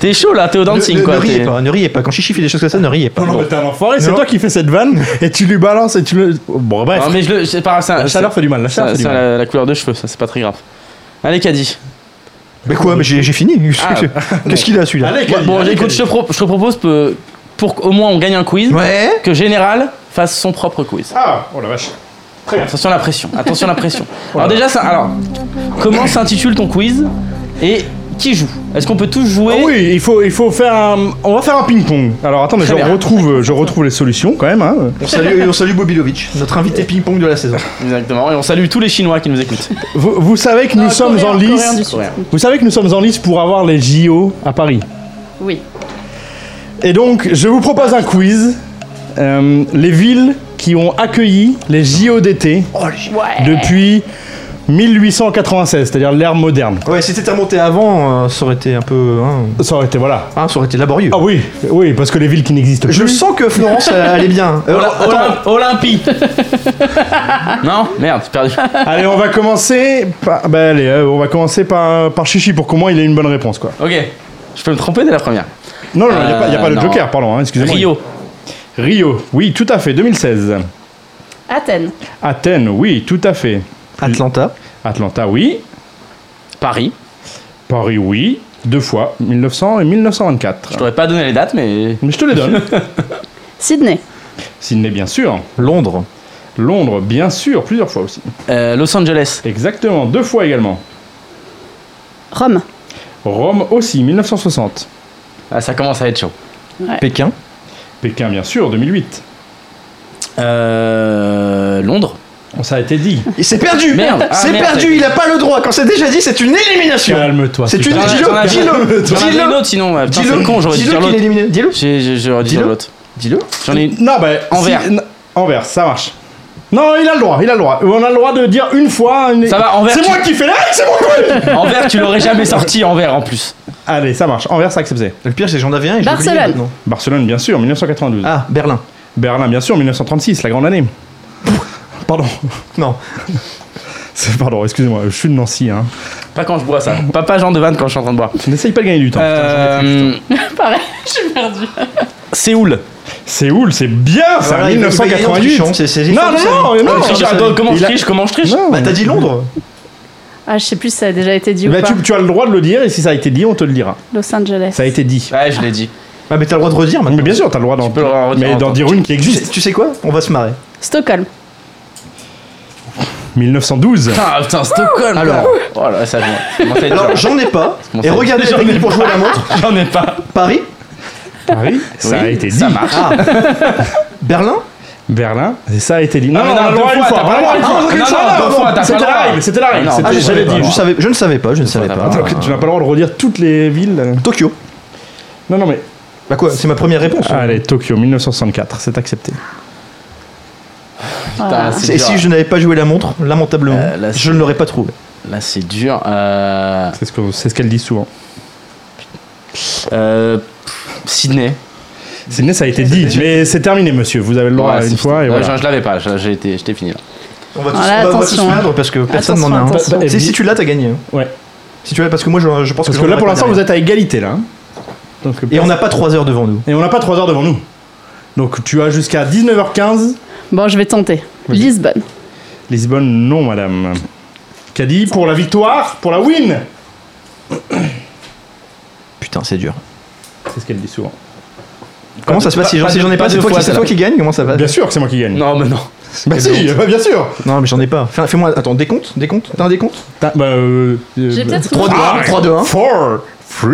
Speaker 3: T'es chaud là, t'es au dancing
Speaker 4: ne, ne-
Speaker 3: quoi.
Speaker 4: ne riez
Speaker 3: t'es-
Speaker 4: pas, ne riez pas. Quand Chichi fait des choses comme ça, ne riez pas.
Speaker 5: Non, non, mais t'es un enfoiré, c'est
Speaker 4: Non.
Speaker 5: toi qui fais cette vanne et tu lui balances et tu le. Bon, bref.
Speaker 3: Non, Ah, mais je le. C'est pas grave, ça.
Speaker 5: La chaleur
Speaker 3: c'est-
Speaker 5: fait du mal, la chaleur
Speaker 3: ça-
Speaker 5: fait du
Speaker 3: ça,
Speaker 5: mal.
Speaker 3: la, la couleur de cheveux, ça c'est pas très grave. Allez, Caddy.
Speaker 4: Mais quoi, mais j'ai j'ai fini.
Speaker 3: Ah.
Speaker 4: Qu'est-ce qu'il a celui-là
Speaker 5: Allez, Khalid,
Speaker 3: Bon,
Speaker 5: allez,
Speaker 3: écoute,
Speaker 5: Khalid.
Speaker 3: je te, pro- je te propose peu- pour qu'au moins on gagne un quiz,
Speaker 4: Ouais.
Speaker 3: que Général fasse son propre quiz.
Speaker 5: Ah, oh la vache.
Speaker 3: Attention à la pression, attention à la pression. Alors, déjà, ça. Alors, comment s'intitule ton quiz et qui joue Est-ce qu'on peut tous
Speaker 5: Ah
Speaker 3: jouer
Speaker 5: oui, il faut, il faut faire un. On va faire un ping-pong. Alors attends, mais je
Speaker 3: Très bien.
Speaker 5: retrouve, je retrouve les solutions quand même. Hein.
Speaker 4: On salue, on salue Bobilovic, notre invité ping-pong de la saison.
Speaker 3: Exactement, et on salue tous les Chinois qui nous écoutent.
Speaker 5: Vous, vous savez que nous sommes en lice. Vous savez que nous sommes en lice pour avoir les JO à Paris.
Speaker 6: Oui.
Speaker 5: Et donc, je vous propose un quiz. Euh, les villes qui ont accueilli les JO d'été
Speaker 6: Ouais.
Speaker 5: depuis 1896, c'est-à-dire l'ère moderne.
Speaker 4: Ouais, si c'était remonté avant, euh, ça aurait été un peu. hein,
Speaker 5: Ça aurait été, voilà.
Speaker 4: hein, ça aurait été laborieux.
Speaker 5: Ah oui, oui, parce que les villes qui n'existent plus.
Speaker 4: Je sens que Florence elle allait bien. Euh,
Speaker 3: Ola- Olymp-
Speaker 4: attends,
Speaker 3: Olympie Non Merde, c'est perdu.
Speaker 5: Allez, on va commencer par, bah, allez, euh, on va commencer par, par Chichi pour qu'au moins il ait une bonne réponse, quoi.
Speaker 3: Ok, je peux me tromper dès la première.
Speaker 5: Non, non, il n'y a, pas- y a
Speaker 3: Euh,
Speaker 5: pas de
Speaker 3: non.
Speaker 5: joker, pardon, hein, excusez-moi.
Speaker 3: Rio.
Speaker 5: Rio, oui, tout à fait, 2016.
Speaker 6: Athènes.
Speaker 5: Athènes, oui, tout à fait.
Speaker 4: Atlanta.
Speaker 5: Atlanta, oui.
Speaker 3: Paris.
Speaker 5: Paris, oui. Deux fois, 1900 et 1924.
Speaker 3: Je t'aurais pas donné les dates, mais.
Speaker 5: Mais je te les donne.
Speaker 6: Sydney.
Speaker 5: Sydney, bien sûr.
Speaker 4: Londres.
Speaker 5: Londres, bien sûr, plusieurs fois aussi.
Speaker 3: Euh, Los Angeles.
Speaker 5: Exactement, deux fois également.
Speaker 6: Rome.
Speaker 5: Rome aussi, 1960.
Speaker 3: Ah, ça commence à être chaud.
Speaker 4: Pékin.
Speaker 5: Pékin, bien sûr, 2008.
Speaker 3: Euh, Londres.
Speaker 5: Ça a été dit.
Speaker 4: Et c'est perdu
Speaker 3: Merde. Ah,
Speaker 4: C'est
Speaker 3: merde,
Speaker 4: perdu,
Speaker 3: c'est-
Speaker 4: il a pas le droit. Quand c'est déjà dit, c'est une élimination.
Speaker 5: Calme-toi.
Speaker 4: C'est une.
Speaker 3: Ah,
Speaker 4: Dis-le,
Speaker 3: j'en avais-
Speaker 4: dis-le,
Speaker 3: J'en avais une
Speaker 4: dis-le.
Speaker 3: autre sinon. ouais. Putain,
Speaker 4: Dis-le.
Speaker 3: c'est con, j'aurais dû
Speaker 4: Dis-le
Speaker 3: dire
Speaker 4: qu'il est
Speaker 3: l'autre.
Speaker 4: éliminé. Dis-le.
Speaker 3: J'ai- j'ai- J'aurais dû dire
Speaker 4: Dis-le.
Speaker 3: l'autre.
Speaker 4: Dis-le.
Speaker 3: J'en ai une.
Speaker 5: Non, bah.
Speaker 3: Anvers.
Speaker 5: n- Anvers, ça marche. Non, il a le droit, il a le droit. On a le droit de dire une fois. une-
Speaker 3: Ça va, Anvers,
Speaker 5: C'est
Speaker 3: tu-
Speaker 5: moi qui fais la règle, c'est mon truc
Speaker 3: Envers, tu l'aurais jamais sorti envers en plus.
Speaker 5: Allez, ça marche. Anvers, accepté.
Speaker 4: Le pire, c'est que j'en avais un et j'ai oublié
Speaker 6: Barcelone.
Speaker 4: maintenant.
Speaker 5: Barcelone, bien sûr, 1992.
Speaker 4: Ah, Berlin.
Speaker 5: Berlin, bien sûr, 1936, la grande année. Pardon.
Speaker 4: Non.
Speaker 5: C'est- Pardon, excusez-moi, je suis de Nancy. Hein.
Speaker 3: Pas quand je bois ça. Pas pas Jean de Vannes quand je suis en train de boire.
Speaker 5: N'essaye pas de gagner du temps.
Speaker 3: Euh,
Speaker 6: Pareil, je suis perdue.
Speaker 3: Séoul.
Speaker 5: C'est oul, c'est bien ça,
Speaker 4: Voilà, il va- il va gagner en
Speaker 5: 1988.
Speaker 4: trichant, c'est- Ah, c'est-
Speaker 5: non,
Speaker 4: c'est-
Speaker 5: non, non, non,
Speaker 4: c'est-
Speaker 3: Je triche,
Speaker 5: non,
Speaker 3: attends, Euh, comment
Speaker 5: il
Speaker 3: je
Speaker 5: a-
Speaker 3: triche Comment je triche
Speaker 5: Non.
Speaker 4: Bah, t'as dit Londres
Speaker 6: Ah, je sais plus si ça a déjà été dit ou
Speaker 5: Bah,
Speaker 6: pas.
Speaker 5: tu, tu as le droit de le dire et si ça a été dit, on te le dira.
Speaker 6: Los Angeles.
Speaker 5: Ça a été dit.
Speaker 3: Ouais, je l'ai dit.
Speaker 4: Ah, mais t'as le droit de redire maintenant.
Speaker 5: Mais bien sûr, t'as le droit d'en
Speaker 3: peux le redire
Speaker 5: mais
Speaker 3: en
Speaker 5: d'en
Speaker 3: temps.
Speaker 5: dire une qui
Speaker 4: Tu sais,
Speaker 5: existe.
Speaker 4: tu sais quoi On va se marrer.
Speaker 6: Stockholm.
Speaker 5: 1912.
Speaker 3: Ah putain, Stockholm.
Speaker 4: Alors.
Speaker 3: Oh là, ça commence à être
Speaker 4: Alors,
Speaker 3: dur.
Speaker 4: j'en ai pas.
Speaker 3: Comment
Speaker 4: Et
Speaker 3: ça
Speaker 4: regardez la technique pour jouer à la montre.
Speaker 3: J'en ai pas.
Speaker 4: Paris, Ah.
Speaker 5: Paris, Ah ça
Speaker 3: Oui,
Speaker 5: a été dit.
Speaker 3: Ça marche.
Speaker 4: Berlin,
Speaker 5: Berlin, et ça a été dit. Non,
Speaker 3: Ah, mais non,
Speaker 5: on a le
Speaker 3: deux
Speaker 5: droit une
Speaker 3: fois,
Speaker 5: fois.
Speaker 3: t'as pas le
Speaker 5: on a
Speaker 3: droit.
Speaker 5: le droit une
Speaker 3: Non, non,
Speaker 5: fois.
Speaker 3: deux fois, t'as pas
Speaker 5: C'était
Speaker 3: le
Speaker 5: la
Speaker 3: droit.
Speaker 5: règle, c'était la règle.
Speaker 3: Ah, non,
Speaker 5: c'était-
Speaker 4: Ah,
Speaker 3: deux
Speaker 4: je,
Speaker 3: fois,
Speaker 4: savais-
Speaker 3: t'as pas le
Speaker 4: je
Speaker 3: droit.
Speaker 4: savais- je ne savais pas, je ne savais
Speaker 3: t'as
Speaker 4: pas.
Speaker 3: pas
Speaker 5: Donc, Tu n'as pas le droit de redire toutes les villes.
Speaker 4: Tokyo.
Speaker 5: Non, non, mais.
Speaker 4: Bah quoi, c'est ma première réponse.
Speaker 3: Ah,
Speaker 5: Allez, Tokyo, 1964, c'est accepté.
Speaker 3: Putain,
Speaker 4: Et
Speaker 3: c'est
Speaker 4: si je
Speaker 3: dur.
Speaker 4: n'avais pas joué la montre, lamentablement,
Speaker 3: Euh, là,
Speaker 4: je
Speaker 3: c'est-
Speaker 4: ne l'aurais pas trouvé.
Speaker 3: Là, c'est dur. Euh,
Speaker 5: C'est ce que- c'est ce qu'elle dit souvent.
Speaker 3: euh, Sydney.
Speaker 5: Sydney, ça a été dit, mais c'est terminé, monsieur. Vous avez le droit
Speaker 3: Ouais,
Speaker 5: une
Speaker 3: c'est-
Speaker 5: fois et
Speaker 3: Ouais,
Speaker 5: voilà.
Speaker 3: Je, je l'avais pas, je- j'ai été- j'étais fini là.
Speaker 4: On va tous,
Speaker 6: Voilà,
Speaker 4: on va- on va tous
Speaker 6: attention. hein.
Speaker 4: se perdre parce que personne n'en a un.
Speaker 6: Attention,
Speaker 5: attention.
Speaker 4: Si, si tu l'as, t'as gagné. hein.
Speaker 5: Ouais.
Speaker 4: Si tu l'as, parce que moi je, je pense
Speaker 5: Parce
Speaker 4: que.
Speaker 5: que là,
Speaker 4: j'en
Speaker 5: pour
Speaker 4: aurais
Speaker 5: l'instant,
Speaker 4: pas euh,
Speaker 5: vous êtes à égalité, là. hein. Donc,
Speaker 4: gagné. Et on n'a pas 3 heures devant nous.
Speaker 5: Et on n'a pas 3 heures devant nous. Donc tu as jusqu'à 19h15.
Speaker 6: Bon, je vais tenter. Lisbonne.
Speaker 5: Lisbonne, non, madame. Caddy, pour la victoire, pour la win
Speaker 4: Putain, c'est dur.
Speaker 5: C'est ce qu'elle dit souvent.
Speaker 4: Comment ça se passe si j'en
Speaker 3: pas
Speaker 4: si
Speaker 3: de-
Speaker 4: j'en ai
Speaker 3: pas
Speaker 4: pas
Speaker 3: de
Speaker 4: C'est toi,
Speaker 3: fois,
Speaker 4: qui- c'est
Speaker 3: celle-là.
Speaker 4: toi qui gagne Comment ça va
Speaker 5: Bien sûr que c'est moi qui gagne.
Speaker 3: Non, mais non.
Speaker 5: Bah si, bah bien sûr
Speaker 4: Non, mais j'en ai pas. Fais- Fais-moi. Attends, décompte Décompte T'as un décompte
Speaker 5: Bah euh...
Speaker 6: J'ai peut-être
Speaker 4: 3, 2, 1. 3, 2, 1.
Speaker 5: 4, 3,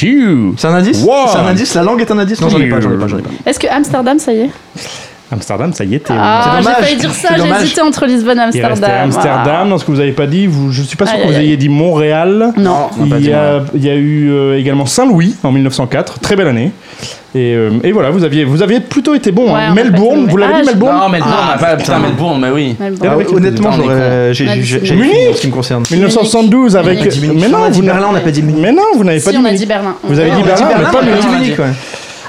Speaker 5: 2...
Speaker 4: C'est un indice
Speaker 5: Wow.
Speaker 4: C'est un indice La langue est un indice Non, j'en ai pas, j'en ai pas, j'en ai pas.
Speaker 6: Est-ce que Amsterdam, ça y est
Speaker 5: Amsterdam, ça y était.
Speaker 6: Ah, j'ai
Speaker 4: dommage.
Speaker 6: failli dire
Speaker 4: C'est
Speaker 6: ça, j'ai
Speaker 4: dommage.
Speaker 6: hésité entre Lisbonne et
Speaker 5: Il restait
Speaker 6: Amsterdam.
Speaker 5: Amsterdam, dans ce que vous avez pas dit, vous, je suis pas sûr
Speaker 6: Aïe,
Speaker 5: que vous
Speaker 6: aïe,
Speaker 5: ayez dit Montréal.
Speaker 6: Ah. Non.
Speaker 3: on n'a pas
Speaker 5: Il
Speaker 3: dit
Speaker 5: y, a, il y a eu euh, également Saint-Louis en 1904, très belle année. Et, euh, et voilà, vous aviez, vous aviez plutôt été bon. hein.
Speaker 6: Ouais, on a pas
Speaker 5: Melbourne,
Speaker 6: trouvé.
Speaker 5: vous l'avez
Speaker 6: Ah,
Speaker 5: dit
Speaker 6: je-
Speaker 5: Melbourne
Speaker 3: Non, mais
Speaker 4: Ah,
Speaker 3: non, mais pas,
Speaker 4: putain.
Speaker 3: putain, mais bon, mais oui.
Speaker 6: Melbourne.
Speaker 5: Ah
Speaker 4: Ah,
Speaker 5: ouais,
Speaker 4: ouais, honnêtement,
Speaker 3: putain, on est
Speaker 4: j'aurais. J'ai
Speaker 6: Munich.
Speaker 4: j'ai- j'ai une
Speaker 5: Munich.
Speaker 4: en ce qui me concerne.
Speaker 5: 1912 avec.
Speaker 4: On a dit Munich.
Speaker 5: Mais
Speaker 4: On
Speaker 5: non,
Speaker 4: a dit
Speaker 5: vous n'avez-
Speaker 4: Berlin, on n'a pas dit Munich.
Speaker 5: Mais non, vous n'avez pas
Speaker 6: Si,
Speaker 5: dit
Speaker 6: on a
Speaker 5: Munich.
Speaker 6: dit Ah, Berlin.
Speaker 5: Vous avez
Speaker 4: On a
Speaker 5: dit
Speaker 4: dit
Speaker 5: Berlin, mais
Speaker 4: Berlin,
Speaker 5: pas
Speaker 4: on a dit
Speaker 5: Munich.
Speaker 4: Munich, ouais.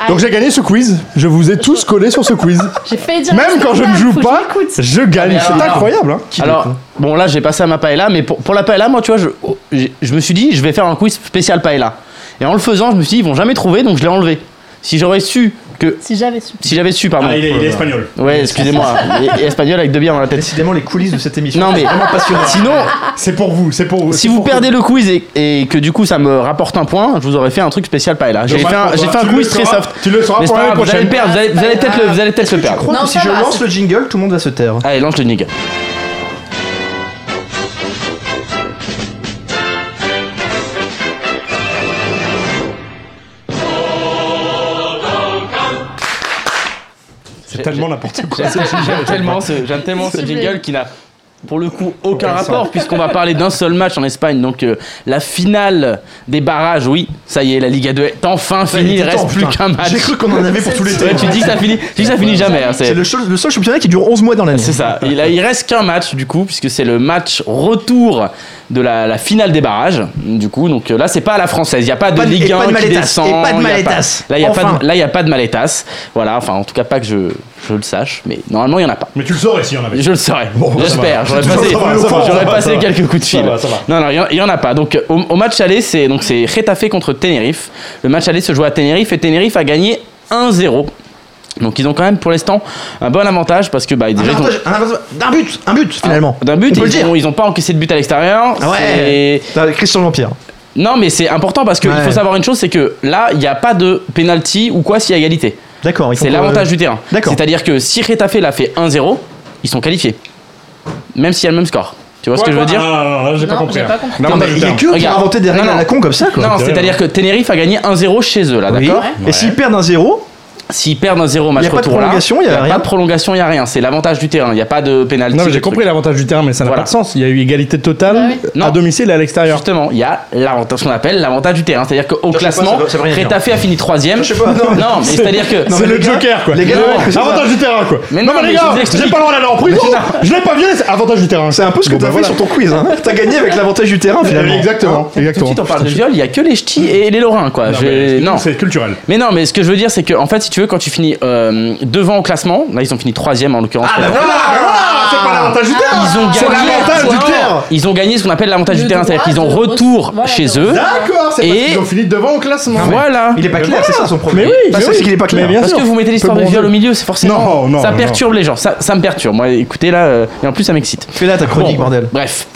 Speaker 5: Donc j'ai gagné ce quiz. Je vous ai tous collé sur ce quiz.
Speaker 6: J'ai failli dire
Speaker 5: Même quand je ne
Speaker 6: Amsterdam,
Speaker 5: joue
Speaker 6: faut que
Speaker 5: pas,
Speaker 6: m'écoute.
Speaker 5: je gagne.
Speaker 3: Ah, mais
Speaker 5: C'est
Speaker 3: alors,
Speaker 5: incroyable. hein.
Speaker 3: Alors, bon, là, j'ai passé à ma paella, mais pour, pour la paella, moi, tu vois, je, oh, j'ai- je me suis dit, je vais faire un quiz spécial paella. Et en le faisant, je me suis dit, ils vont jamais trouver, donc je l'ai enlevé. Si j'aurais su que.
Speaker 6: Si j'avais su.
Speaker 3: Si j'avais su,
Speaker 5: Ah,
Speaker 3: pardon.
Speaker 5: espagnol.
Speaker 3: Ouais, excusez-moi. et, et espagnol avec deux bières dans la tête.
Speaker 4: Décidément, les coulisses de cette émission.
Speaker 3: Non, mais. Sinon,
Speaker 5: C'est pour vous, c'est pour vous.
Speaker 3: si
Speaker 5: c'est
Speaker 3: vous
Speaker 5: pour
Speaker 3: perdez le quiz et, et que du coup ça me rapporte un point, je vous aurais fait un truc spécial paella. J'ai fait
Speaker 5: Dommage
Speaker 3: un,
Speaker 5: pour
Speaker 3: j'ai
Speaker 5: toi.
Speaker 3: fait un
Speaker 5: Tu le
Speaker 3: quiz très
Speaker 5: sauras-
Speaker 3: soft.
Speaker 5: Tu le sauras
Speaker 3: Mais c'est
Speaker 5: pour
Speaker 3: pas
Speaker 5: l'année
Speaker 3: grave, vous allez
Speaker 5: prochaine.
Speaker 3: le perdre, vous allez, vous allez peut-être le, vous allez peut-être le
Speaker 4: Je
Speaker 3: perdre.
Speaker 4: crois
Speaker 6: Non,
Speaker 4: que si
Speaker 6: ça
Speaker 4: je
Speaker 6: va,
Speaker 4: lance
Speaker 6: c'est-
Speaker 4: le jingle, tout le monde va se taire.
Speaker 3: Allez, Ah, lance le nigga.
Speaker 5: C'est tellement n'importe quoi.
Speaker 3: J'aime tellement ce, j'aime tellement ce
Speaker 6: S'il vous plaît.
Speaker 3: jingle qui n'a pour le coup, aucun rapport, puisqu'on va parler d'un seul match en Espagne. Donc, euh, la finale des barrages, oui, ça y est, la Liga 2 est enfin finie, il
Speaker 4: était temps,
Speaker 3: reste plus
Speaker 4: putain.
Speaker 3: qu'un match.
Speaker 4: J'ai cru qu'on en avait pour tout l'été.
Speaker 3: Ouais, tu dis que ça finit, tu dis que ça finit jamais. hein,
Speaker 4: C'est le, seul- le seul championnat qui dure 11 mois dans l'année.
Speaker 3: c'est ça. Il, a- il reste qu'un match du coup, puisque c'est le match retour de la, la finale des barrages. Du coup, donc euh, là, c'est pas à la française. Il y a pas de
Speaker 4: Pas de- et
Speaker 3: Ligue
Speaker 4: pas
Speaker 3: 1
Speaker 4: de
Speaker 3: qui
Speaker 4: Maletas,
Speaker 3: descend.
Speaker 4: et pas
Speaker 3: il
Speaker 4: de
Speaker 3: y a
Speaker 4: Maletas.
Speaker 3: Là, il y a
Speaker 4: Enfin.
Speaker 3: pas. De, là, il y a pas de maletas. Voilà. Enfin, en tout cas, pas que je, je le sache. Mais normalement, il y en a pas.
Speaker 8: Mais tu le saurais si on avait.
Speaker 3: Je le saurais.
Speaker 8: Bon, bah,
Speaker 3: J'espère.
Speaker 8: ça va.
Speaker 3: J'aurais passé,
Speaker 8: Ça va, ça va, ça
Speaker 3: j'aurais
Speaker 8: va,
Speaker 3: passé
Speaker 8: ça va.
Speaker 3: quelques coups de fil.
Speaker 8: Ça va, ça va.
Speaker 3: Non, non, il y en- il y, en a pas. Donc, euh, au, au match aller, c'est donc c'est Retafe contre Tenerife. Le match aller se joue à Tenerife et Tenerife a gagné 1-0. Donc ils ont quand même pour l'instant un bon avantage parce que bah
Speaker 4: Un
Speaker 3: déjà ils ont-
Speaker 4: avantage- un avantage- D'un but, un but finalement.
Speaker 3: Ah, d'un but,
Speaker 4: on peut le
Speaker 3: ils
Speaker 4: dire.
Speaker 3: ont, ils ont pas encaissé de but à l'extérieur.
Speaker 4: Ah ouais. Putain, Christian Jean-Pierre.
Speaker 3: C'est- Non, mais c'est important parce qu'il
Speaker 4: Ouais.
Speaker 3: faut savoir une chose, c'est que là, il n'y a pas de penalty ou quoi s'il y a égalité.
Speaker 4: D'accord. il faut
Speaker 3: C'est
Speaker 4: que-
Speaker 3: l'avantage du terrain.
Speaker 4: D'accord.
Speaker 3: C'est-à-dire que si Retafe l'a fait 1-0, ils sont qualifiés, même s'il y a le même score. Tu vois ce que
Speaker 5: bah,
Speaker 3: je veux dire
Speaker 8: Non, non, non, là, j'ai pas
Speaker 6: Non,
Speaker 8: compris.
Speaker 6: j'ai
Speaker 8: hein.
Speaker 6: pas compris.
Speaker 8: Non,
Speaker 4: Non,
Speaker 8: mais
Speaker 4: mais il y a que qui
Speaker 3: Regarde.
Speaker 4: a inventé des règles
Speaker 3: Non, non.
Speaker 4: à la con comme ça quoi.
Speaker 3: Non, c'est-à-dire que Tenerife a gagné 1-0 chez eux, là,
Speaker 4: Oui.
Speaker 3: d'accord
Speaker 4: Et s'ils perdent un 0,
Speaker 3: S'ils perdent 1-0 match
Speaker 4: Y a pas de
Speaker 3: retour là,
Speaker 4: prolongation, y a
Speaker 3: y
Speaker 4: rien.
Speaker 3: pas de prolongation, il n'y a rien. C'est l'avantage du terrain, il n'y a pas de pénalty.
Speaker 5: Non, mais j'ai compris l'avantage du terrain, mais ça n'a
Speaker 3: Voilà.
Speaker 5: pas de sens. Il y a eu égalité
Speaker 6: Ah
Speaker 5: totale
Speaker 6: oui.
Speaker 3: Non.
Speaker 5: à domicile et à l'extérieur.
Speaker 3: Justement, il y a l'avantage- ce qu'on appelle l'avantage du terrain. C'est-à-dire qu'au
Speaker 4: sais pas, ça
Speaker 3: classement,
Speaker 4: veut- ça veut rien dire.
Speaker 3: Retafe a fini 3
Speaker 4: Je sais pas, non,
Speaker 3: Non, mais
Speaker 4: mais-
Speaker 3: c'est-à-dire que.
Speaker 5: C'est
Speaker 4: mais
Speaker 5: le
Speaker 4: les gars-
Speaker 5: joker, quoi.
Speaker 4: les gars,
Speaker 5: Non.
Speaker 4: c'est ça.
Speaker 8: Avantage du terrain, quoi.
Speaker 3: Mais
Speaker 8: non,
Speaker 3: non,
Speaker 8: mais les
Speaker 3: mais je
Speaker 8: gars,
Speaker 3: vous explique.
Speaker 8: j'ai pas le droit d'aller en prison. Je l'ai pas violé. c'est Avantage du terrain.
Speaker 4: c'est un peu ce que
Speaker 8: Bon,
Speaker 4: t'as
Speaker 8: bah,
Speaker 4: fait
Speaker 8: voilà.
Speaker 4: sur ton quiz. Hein. T'as gagné avec l'avantage du terrain finalement.
Speaker 8: Exactement.
Speaker 3: Tout de
Speaker 8: Exactement.
Speaker 3: suite, on parle de viol, il n'y a que les ch'tis et les lorrains, quoi.
Speaker 8: Non,
Speaker 3: Je-
Speaker 8: mais
Speaker 3: Non.
Speaker 8: C'est culturel.
Speaker 3: Mais non, mais ce que je veux dire, c'est que, en fait, si tu veux, quand tu finis euh, devant au classement, là, ils ont fini 3 en l'occurrence.
Speaker 4: Ah, bah voilà, voilà, c'est pas l'avantage du terrain.
Speaker 3: Ils ont
Speaker 4: C'est
Speaker 3: gagné,
Speaker 4: l'avantage du
Speaker 3: Non,
Speaker 4: terrain.
Speaker 3: ils ont gagné ce qu'on appelle l'avantage du terrain, c'est-à-dire qu'ils ont retour chez eux.
Speaker 8: D'accord, c'est parce
Speaker 3: Et-
Speaker 8: qu'ils ont fini devant au classement.
Speaker 3: Voilà.
Speaker 4: Il est pas clair, c'est ça son problème.
Speaker 5: Mais oui,
Speaker 4: Bah,
Speaker 5: mais
Speaker 4: c'est
Speaker 5: oui.
Speaker 4: c'est qu'il est pas clair.
Speaker 5: Mais bien
Speaker 3: Parce
Speaker 5: sûr,
Speaker 3: que vous mettez l'histoire
Speaker 5: peut
Speaker 3: de viol
Speaker 5: bronzer.
Speaker 3: au milieu, c'est forcément.
Speaker 8: Non, non,
Speaker 3: ça
Speaker 8: non.
Speaker 3: perturbe les gens, ça, ça me perturbe. Moi, écoutez, là, euh, et en plus, ça m'excite.
Speaker 4: Fais là ta chronique,
Speaker 3: Bon,
Speaker 4: bordel.
Speaker 3: Bref.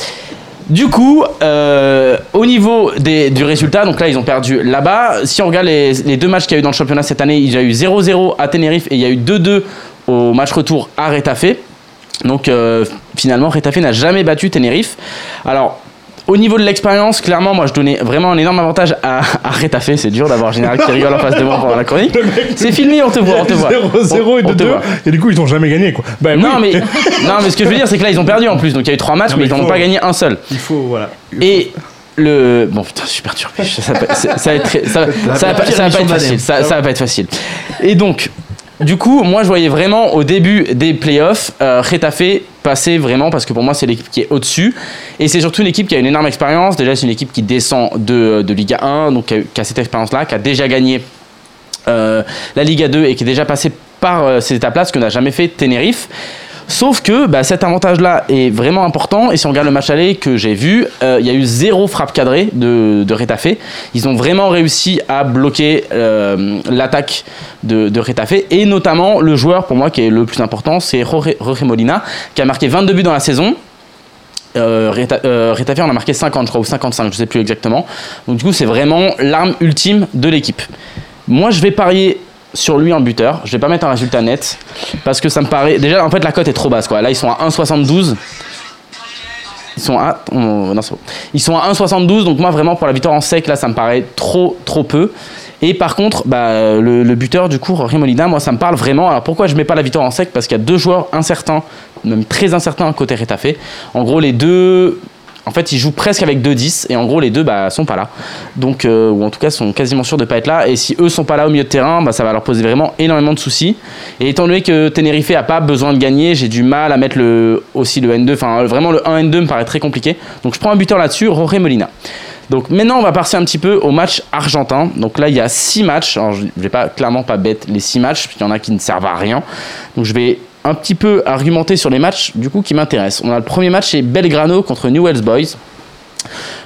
Speaker 3: Du coup, euh, au niveau des- du résultat, donc là ils ont perdu là-bas. Si on regarde les, les deux matchs qu'il y a eu dans le championnat cette année, il y a eu 0-0 à Tenerife et il y a eu 2-2 au match retour à Retafe. Donc euh, finalement, Retafe n'a jamais battu Tenerife. Alors. Au niveau de l'expérience, clairement, moi je donnais vraiment un énorme avantage à, à Retafe. C'est dur d'avoir un général qui rigole en face de moi pendant la chronique. C'est filmé, on te voit, on te voit.
Speaker 8: 0-0 et
Speaker 3: On- on te
Speaker 8: 2-2.
Speaker 3: voit.
Speaker 8: Et du coup, ils ont jamais gagné, quoi. Bah, oui.
Speaker 3: Non, mais, non, mais ce que je veux dire, c'est que là, ils ont perdu en plus. Donc, il y a eu trois matchs,
Speaker 8: Non,
Speaker 3: mais,
Speaker 8: mais
Speaker 3: ils
Speaker 8: il
Speaker 3: n'en ont
Speaker 8: faut-
Speaker 3: pas gagné un seul.
Speaker 8: Il faut, voilà.
Speaker 3: Et le. Bon, putain, je suis perturbé. Ça, va pas- ça- ça va être, très- ça, va- ça va pas- ça va pas être facile.
Speaker 8: Ah
Speaker 3: Ça, ça va pas être facile. Et donc, du coup, moi, je voyais vraiment au début des playoffs, euh, Retafe passer vraiment, parce que pour moi, c'est l'équipe qui est au-dessus. Et c'est surtout une équipe qui a une énorme expérience. Déjà, c'est une équipe qui descend de, de Liga 1, donc qui a, eu- qui a cette expérience-là, qui a déjà gagné euh, la Liga 2 et qui est déjà passé par euh, ces étapes-là, ce que n'a jamais fait Tenerife. Sauf que bah, cet avantage-là est vraiment important. Et si on regarde le match aller que j'ai vu, euh, il y a eu zéro frappe cadrée de, de Retafe. Ils ont vraiment réussi à bloquer euh, l'attaque de, de Retafe. Et notamment le joueur, pour moi, qui est le plus important, c'est Jorge, Jorge Molina, qui a marqué 22 buts dans la saison. Euh, Reta- euh, Retafe en a marqué 50, je crois, ou 55, je sais plus exactement. Donc du coup, c'est vraiment l'arme ultime de l'équipe. Moi, je vais parier sur lui en buteur. Je vais pas mettre un résultat net parce que ça me paraît déjà en fait la cote est trop basse quoi. Là, ils sont à 1,72. Ils sont à on- non, c'est bon. ils sont à 1,72 donc moi vraiment pour la victoire en sec là ça me paraît trop trop peu. Et par contre, bah, le, le buteur du coup Rory Molina, moi ça me parle vraiment. Alors pourquoi je mets pas la victoire en sec Parce qu'il y a deux joueurs incertains, même très incertains côté Retafe. En gros, les deux en fait, ils jouent presque avec 2-10 et en gros, les deux bah, sont pas là. Donc, euh, ou en tout cas, sont quasiment sûrs de pas être là. Et si eux sont pas là au milieu de terrain, bah, ça va leur poser vraiment énormément de soucis. Et étant donné que Tenerife a pas besoin de gagner, j'ai du mal à mettre le, aussi le N2. Enfin, vraiment, le 1-N2 me paraît très compliqué. Donc, je prends un buteur là-dessus, Roré Molina. Donc maintenant, on va passer un petit peu au match argentin. Donc là, il y a 6 matchs. Alors, je ne vais pas, clairement pas bête les 6 matchs, puisqu'il y en a qui ne servent à rien. Donc je vais un petit peu argumenter sur les matchs du coup qui m'intéressent. On a le premier match, c'est Belgrano contre Newell's Boys.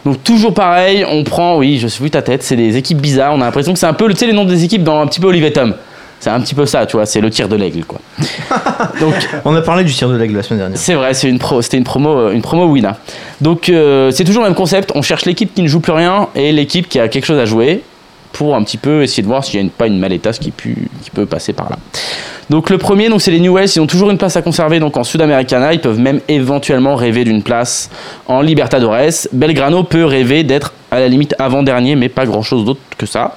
Speaker 3: Donc toujours pareil, on prend, oui, je suis vu ta tête, c'est des équipes bizarres. On a l'impression que c'est un peu, tu sais, les noms des équipes dans un petit peu Olivetum. C'est un petit peu ça, tu vois, c'est le tir de l'aigle, quoi. Donc
Speaker 4: On a parlé du tir de l'aigle la semaine dernière.
Speaker 3: c'est vrai, c'est une pro, c'était une promo, euh, une promo Wina. Donc euh, c'est toujours le même concept. On cherche l'équipe qui ne joue plus rien et l'équipe qui a quelque chose à jouer pour un petit peu essayer de voir s'il n'y a une- pas une maletas qui, pu- qui peut passer par là. Donc le premier, donc c'est les Newells. Ils ont toujours une place à conserver. Donc en Sud-Americana, ils peuvent même éventuellement rêver d'une place en Libertadores. Belgrano peut rêver d'être à la limite avant-dernier, mais pas grand-chose d'autre que ça.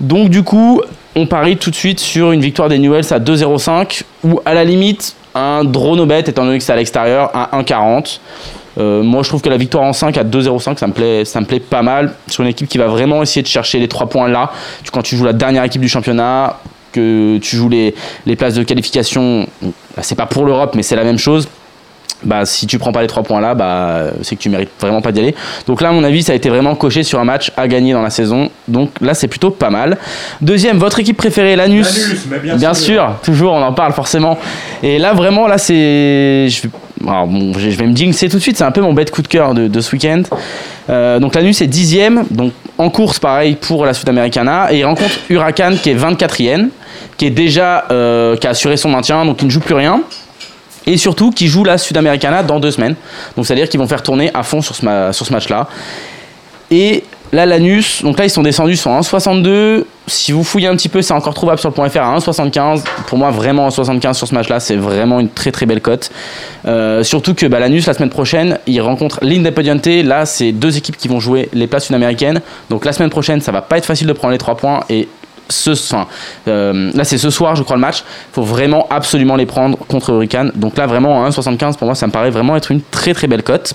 Speaker 3: Donc du coup, on parie tout de suite sur une victoire des Newells à 2-0-5 ou à la limite un Dronobet, étant donné que c'est à l'extérieur, à 1,40. Euh, moi, je trouve que la victoire en 5 à 2,05, ça me plaît, ça me plaît pas mal. Sur une équipe qui va vraiment essayer de chercher les 3 points là. Tu- Quand tu joues la dernière équipe du championnat, que tu joues les, les places de qualification, bah, c'est pas pour l'Europe, mais c'est la même chose. Bah, si tu prends pas les 3 points là, bah, c'est que tu mérites vraiment pas d'y aller. Donc là, à mon avis, ça a été vraiment coché sur un match à gagner dans la saison. Donc là, c'est plutôt pas mal. Deuxième, votre équipe préférée, l'Anus.
Speaker 8: L'Anus, mais bien
Speaker 3: bien
Speaker 8: sûr.
Speaker 3: sûr, toujours, on en parle forcément. Et là, vraiment, là, c'est. Je... vais- alors, bon, je je vais me jinxer tout de suite, c'est un peu mon bête coup de cœur de, de ce week-end. Euh, donc l'Anus est dixième, donc en course pareil pour la Sud-Americana, et il rencontre Huracan qui est 24e, qui est déjà euh, qui a assuré son maintien, donc il ne joue plus rien et surtout qui joue la Sud-Americana dans deux semaines. Donc c'est-à-dire qu'ils vont faire tourner à fond sur ce, ma- sur ce match-là. Et là, l'Anus, donc là, ils sont descendus sur 1,62. Si vous fouillez un petit peu, c'est encore trouvable sur le point .fr à 1,75. Pour moi, vraiment 1,75 sur ce match-là, c'est vraiment une très très belle cote. Euh, surtout que bah, l'Anus, la semaine prochaine, ils rencontrent l'Independiente. Là, c'est deux équipes qui vont jouer les places sud-américaines. Donc la semaine prochaine, ça va pas être facile de prendre les trois points. Et ce, enfin, euh, là, c'est ce soir, je crois, le match. faut vraiment absolument les prendre contre Hurricane. Donc là, vraiment, à 1,75, pour moi, ça me paraît vraiment être une très très belle cote.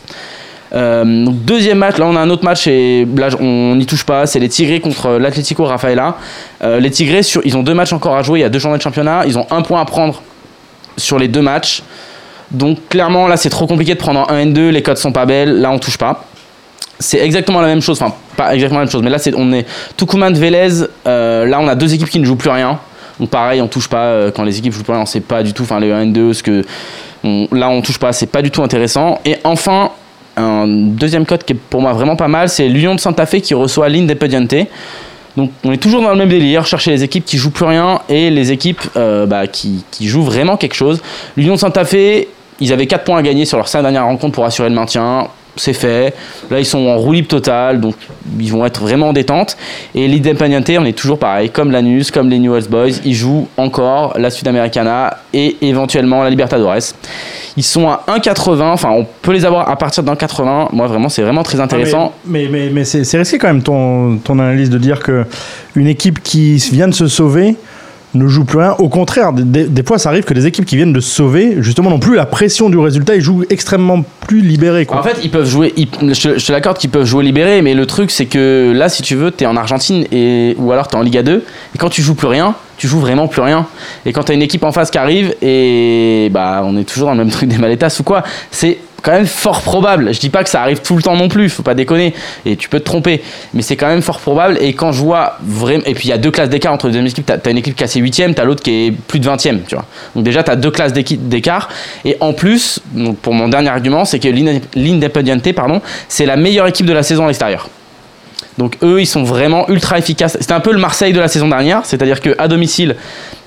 Speaker 3: Euh, donc deuxième match, là on a un autre match et là on n'y touche pas, c'est les Tigrés contre l'Atlético Rafaela. Euh, les Tigrés, sur, ils ont deux matchs encore à jouer, il y a deux journées de championnat, ils ont un point à prendre sur les deux matchs. Donc clairement là c'est trop compliqué de prendre en 1 et 2, les codes sont pas belles, là on touche pas. C'est exactement la même chose, enfin pas exactement la même chose, mais là c'est, on est Tucumán de Vélez, euh, là on a deux équipes qui ne jouent plus rien. Donc pareil, on touche pas euh, quand les équipes jouent plus rien, on sait pas du tout, enfin les 1 et 2, ce que... on- là on touche pas, c'est pas du tout intéressant. Et enfin, un deuxième code qui est pour moi vraiment pas mal, c'est Lyon de Santa Fe qui reçoit l'Independiente. Donc on est toujours dans le même délire, chercher les équipes qui jouent plus rien et les équipes euh, bah, qui, qui jouent vraiment quelque chose. L'Union de Santa Fe, ils avaient 4 points à gagner sur leurs 5 dernières rencontres pour assurer le maintien. C'est fait. Là, ils sont en roue libre totale, donc ils vont être vraiment en détente. Et l'Independiente, on est toujours pareil, comme l'Anus, comme les Newell's Boys, ils jouent encore la Sud-Americana et éventuellement la Libertadores. Ils sont à 1,80, enfin, on peut les avoir à partir d'un 80. Moi, vraiment, c'est vraiment très intéressant.
Speaker 5: Ah, Mais, mais, mais, mais c'est c'est risqué quand même ton, ton analyse de dire que une équipe qui vient de se sauver ne joue plus rien. Au contraire, des- des, des fois ça arrive que des équipes qui viennent de se sauver, justement, non plus la pression du résultat, ils jouent extrêmement plus libérés. Quoi.
Speaker 3: En fait, ils peuvent jouer. ils- je, te- je te l'accorde qu'ils peuvent jouer libéré, mais le truc, c'est que là, si tu veux, t'es en Argentine et ou alors t'es en Liga 2. Et quand tu joues plus rien, tu joues vraiment plus rien. Et quand t'as une équipe en face qui arrive, et bah, on est toujours dans le même truc des maletas ou quoi. C'est quand même fort probable. Je dis pas que ça arrive tout le temps non plus, faut pas déconner. Et tu peux te tromper, mais c'est quand même fort probable. Et quand je vois vraiment, et puis il y a deux classes d'écart entre les deux équipes. T'as t'as une équipe qui a ses huitièmes, t'as l'autre qui est plus de 20e, tu vois. Donc déjà t'as deux classes d'équi- d'écart. Et en plus, donc pour mon dernier argument, c'est que l'Inde- l'Independiente, pardon, c'est la meilleure équipe de la saison à l'extérieur. Donc eux, ils sont vraiment ultra efficaces. C'était un peu le Marseille de la saison dernière, c'est-à-dire que à domicile,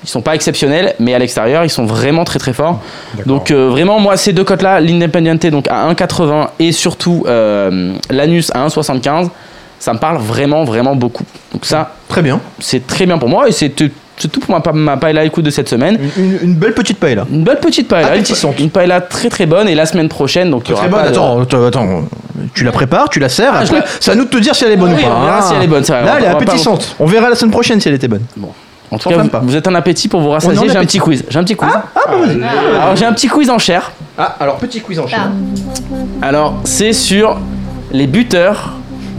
Speaker 3: ils sont pas exceptionnels, mais à l'extérieur, ils sont vraiment très très forts. Donc euh, vraiment, moi, ces deux cotes-là, l'Independiente donc à 1,80 et surtout euh, l'Anus à 1,75, ça me parle vraiment vraiment beaucoup. Donc ça,
Speaker 4: Très bien.
Speaker 3: c'est très bien pour moi et c'est c'est tout pour ma, pa- ma paella écoute de cette semaine.
Speaker 4: Une, une- une belle petite paille là.
Speaker 3: Une belle petite paella, une,
Speaker 4: Ah, Appétissante.
Speaker 3: une paella très très bonne et la semaine prochaine donc il y aura
Speaker 4: Très bonne.
Speaker 3: pas de-
Speaker 4: Attends, attends, attends. Tu la prépares, tu la sers.
Speaker 3: euh, Ah, je
Speaker 4: après,
Speaker 3: la-
Speaker 4: C'est à nous de te dire si elle est bonne
Speaker 3: Oui,
Speaker 4: ou pas.
Speaker 3: on verra
Speaker 4: hein.
Speaker 3: si elle est bonne, c'est vrai.
Speaker 4: Là,
Speaker 3: On
Speaker 4: elle est
Speaker 3: va pas
Speaker 4: appétissante. On verra la semaine prochaine si elle était bonne.
Speaker 3: En tout cas,
Speaker 4: On ferme
Speaker 3: vous,
Speaker 4: pas.
Speaker 3: vous êtes un appétit pour vous
Speaker 4: On est
Speaker 3: rassasier.
Speaker 4: en
Speaker 3: J'ai un
Speaker 4: appétit. bah,
Speaker 3: petit quiz. J'ai un petit quiz. Ah. Alors j'ai un petit quiz en chair.
Speaker 4: Ah, alors petit quiz en chaîne.
Speaker 3: Alors c'est sur les buteurs,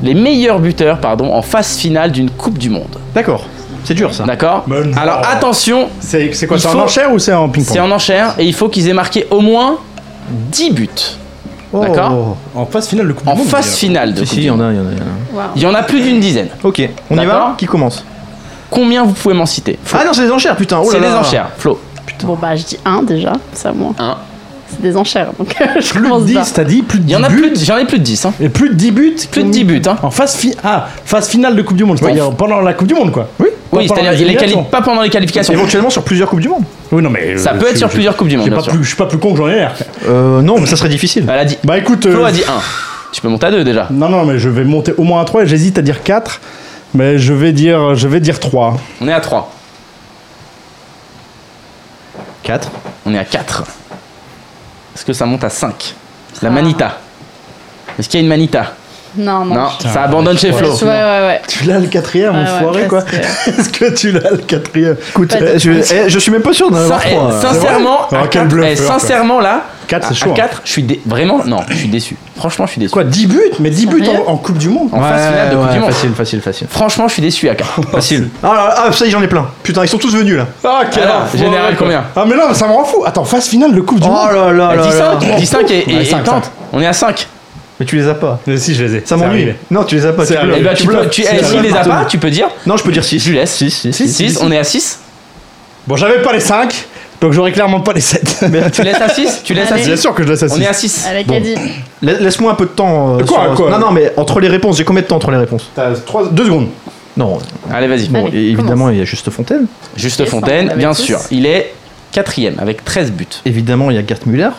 Speaker 3: les meilleurs buteurs, pardon, en phase finale d'une Coupe du Monde.
Speaker 4: D'accord. C'est dur ça.
Speaker 3: D'accord.
Speaker 8: Mais non.
Speaker 3: Alors attention,
Speaker 5: C'est c'est quoi
Speaker 3: Il
Speaker 5: C'est en
Speaker 3: faut-
Speaker 5: enchère ou c'est en ping-pong
Speaker 3: c'est en enchère et il faut qu'ils aient marqué au moins 10 buts. D'accord.
Speaker 5: Oh. En phase finale, le coup
Speaker 3: En phase finale de
Speaker 4: Si,
Speaker 3: Coupe
Speaker 4: si,
Speaker 3: du
Speaker 4: il y en
Speaker 3: Monde.
Speaker 4: a, il y en a. il y en a.
Speaker 3: Il y en a plus d'une dizaine.
Speaker 4: Ok, on y
Speaker 3: D'accord.
Speaker 4: va Qui commence
Speaker 3: Combien vous pouvez m'en citer Flo.
Speaker 4: Ah non, c'est des enchères, putain. oh là
Speaker 3: C'est les
Speaker 4: là.
Speaker 3: enchères. Flo.
Speaker 6: Bon, bah, je dis 1 déjà, ça moi.
Speaker 3: Un.
Speaker 6: C'est des enchères, donc je
Speaker 5: Plus de
Speaker 6: commence pas.
Speaker 5: 10, t'as dit Plus de 10
Speaker 3: Il y en a
Speaker 5: buts
Speaker 3: plus. de- J'en ai plus de 10. hein.
Speaker 5: Et plus de 10 buts
Speaker 3: Plus de
Speaker 4: Mmh.
Speaker 3: 10 buts. hein.
Speaker 5: En phase, fi- ah, phase finale de Coupe du Monde, c'est-à-dire pendant la Coupe du Monde, quoi. Oui,
Speaker 3: Oui, c'est-à-dire les quali- pas pendant les qualifications.
Speaker 4: Éventuellement sur plusieurs Coupes du Monde.
Speaker 5: Oui, non, mais.
Speaker 3: Ça
Speaker 5: euh,
Speaker 3: peut
Speaker 5: je-
Speaker 3: être sur
Speaker 5: je-
Speaker 3: plusieurs coupes du
Speaker 5: je
Speaker 3: monde.
Speaker 5: suis
Speaker 3: bien
Speaker 5: pas
Speaker 3: sûr.
Speaker 5: plus- Je suis pas plus con que j'en ai l'air.
Speaker 4: Euh, non, mais ça serait difficile.
Speaker 3: Elle a dit.
Speaker 5: Bah écoute. euh,
Speaker 3: Flo a dit 1. Tu peux monter à 2 déjà.
Speaker 5: Non, non, mais je vais monter au moins à 3 et j'hésite à dire 4. Mais je vais dire, je vais dire 3.
Speaker 3: On est à 3.
Speaker 4: 4.
Speaker 3: On est à 4.
Speaker 5: Ah.
Speaker 3: Est-ce que ça monte à 5 La manita. Est-ce qu'il y a une manita
Speaker 6: Non, non.
Speaker 3: Non, ça abandonne chez Flo.
Speaker 6: Ouais, ouais, ouais.
Speaker 5: Tu l'as le quatrième,
Speaker 6: Ouais, ouais,
Speaker 5: enfoiré, quoi.
Speaker 6: presque.
Speaker 5: Est-ce que tu l'as le quatrième
Speaker 4: Écoute,
Speaker 3: euh,
Speaker 6: Pas de-
Speaker 4: eh, je, eh, je suis même pas sûr d'en
Speaker 3: Sin-
Speaker 4: avoir
Speaker 3: eh,
Speaker 4: trois. hein.
Speaker 3: sincèrement,
Speaker 5: Ah,
Speaker 3: à
Speaker 5: quel
Speaker 3: quatre-
Speaker 5: bluffeur,
Speaker 3: eh,
Speaker 5: quoi.
Speaker 3: sincèrement là,
Speaker 5: Quatre,
Speaker 3: à-
Speaker 5: c'est chaud,
Speaker 3: à
Speaker 5: hein.
Speaker 3: 4, je suis dé- vraiment non, je suis déçu. Franchement, je suis déçu.
Speaker 5: Quoi, 10 buts Mais 10 buts en, en Coupe du Monde
Speaker 3: En phase finale de Coupe du Monde.
Speaker 4: facile, facile, facile.
Speaker 3: Franchement, je suis déçu à 4.
Speaker 4: Facile. Ah, là, ah, ça y est, j'en ai plein. Putain, ils sont tous venus là.
Speaker 5: Ah, quel
Speaker 3: Alors,
Speaker 5: enfoiré,
Speaker 3: général,
Speaker 5: quoi.
Speaker 3: combien Oh
Speaker 5: Ah, mais non, mais ça me rend fou Attends, phase finale de Coupe du Monde
Speaker 4: Oh là là
Speaker 3: Eh, 15, 15 et, et,
Speaker 5: Oh Ouais,
Speaker 3: et
Speaker 5: cinq,
Speaker 3: tente.
Speaker 5: cinq.
Speaker 3: On est à 5.
Speaker 4: Mais tu les as pas.
Speaker 5: Si, je les ai.
Speaker 4: Ça
Speaker 5: C'est
Speaker 4: m'ennuie.
Speaker 5: arrivé.
Speaker 4: Non, tu les as pas.
Speaker 5: C'est
Speaker 4: tu
Speaker 5: arrivé. ben,
Speaker 4: peux-
Speaker 3: Et bah,
Speaker 5: tu
Speaker 3: tu peux,
Speaker 5: bluffes.
Speaker 3: tu,
Speaker 5: Ah, C'est
Speaker 3: eh, s'il
Speaker 5: vrai.
Speaker 3: les a pas,
Speaker 4: Pardon.
Speaker 3: tu peux dire.
Speaker 4: Non, je peux dire 6.
Speaker 3: Je lui laisse.
Speaker 4: 6, 6,
Speaker 3: 6, on est à 6.
Speaker 5: Bon, j'avais pas les 5, donc j'aurais clairement pas les 7.
Speaker 3: Tu laisses à 6 Tu laisses à
Speaker 6: Allez.
Speaker 3: 6
Speaker 5: Bien sûr que je laisse à
Speaker 3: On est à
Speaker 5: six.
Speaker 3: 6.
Speaker 6: Avec Caddy.
Speaker 4: La- Laisse-moi un peu de temps. euh,
Speaker 5: Quoi,
Speaker 4: sur-
Speaker 5: quoi
Speaker 4: non, non, mais entre les réponses, j'ai combien de temps entre les réponses
Speaker 5: T'as 3, 2 secondes.
Speaker 4: Non,
Speaker 3: Allez, vas-y.
Speaker 4: bon,
Speaker 6: Allez,
Speaker 4: et évidemment, il y a Juste Fontaine.
Speaker 3: Juste
Speaker 6: Yes, on
Speaker 3: Fontaine,
Speaker 6: avait
Speaker 3: bien
Speaker 6: tous.
Speaker 3: sûr. Il est 4ème avec 13 buts.
Speaker 4: Évidemment, il y a Gert Müller.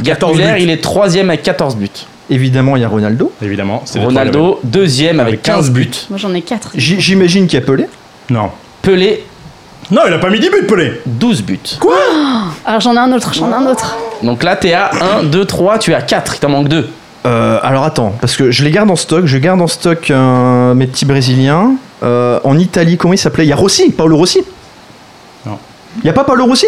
Speaker 3: Gert
Speaker 5: 14
Speaker 3: Müller,
Speaker 5: buts.
Speaker 3: il est 3ème avec 14 buts.
Speaker 4: Évidemment, il y a Ronaldo.
Speaker 5: Évidemment, c'est les trois
Speaker 3: Ronaldo, 2ème avec
Speaker 5: Avec 15
Speaker 3: 15 buts.
Speaker 6: Moi j'en ai 4.
Speaker 4: J- J'imagine qu'il y a Pelé.
Speaker 5: Non.
Speaker 3: Pelé,
Speaker 5: Non, il a pas mis 10 buts, Pelé
Speaker 3: 12 buts.
Speaker 6: Alors j'en ai un autre, j'en ai un autre.
Speaker 3: Donc là, t'es à 1, 2, 3, tu es à 4. Il t'en manque 2.
Speaker 4: Euh, alors attends, parce que je les garde en stock. Je garde en stock euh, mes petits Brésiliens. Euh, en Italie, comment il s'appelait Il y a Rossi, Paolo Rossi.
Speaker 5: Non.
Speaker 4: Il n'y a pas Paolo Rossi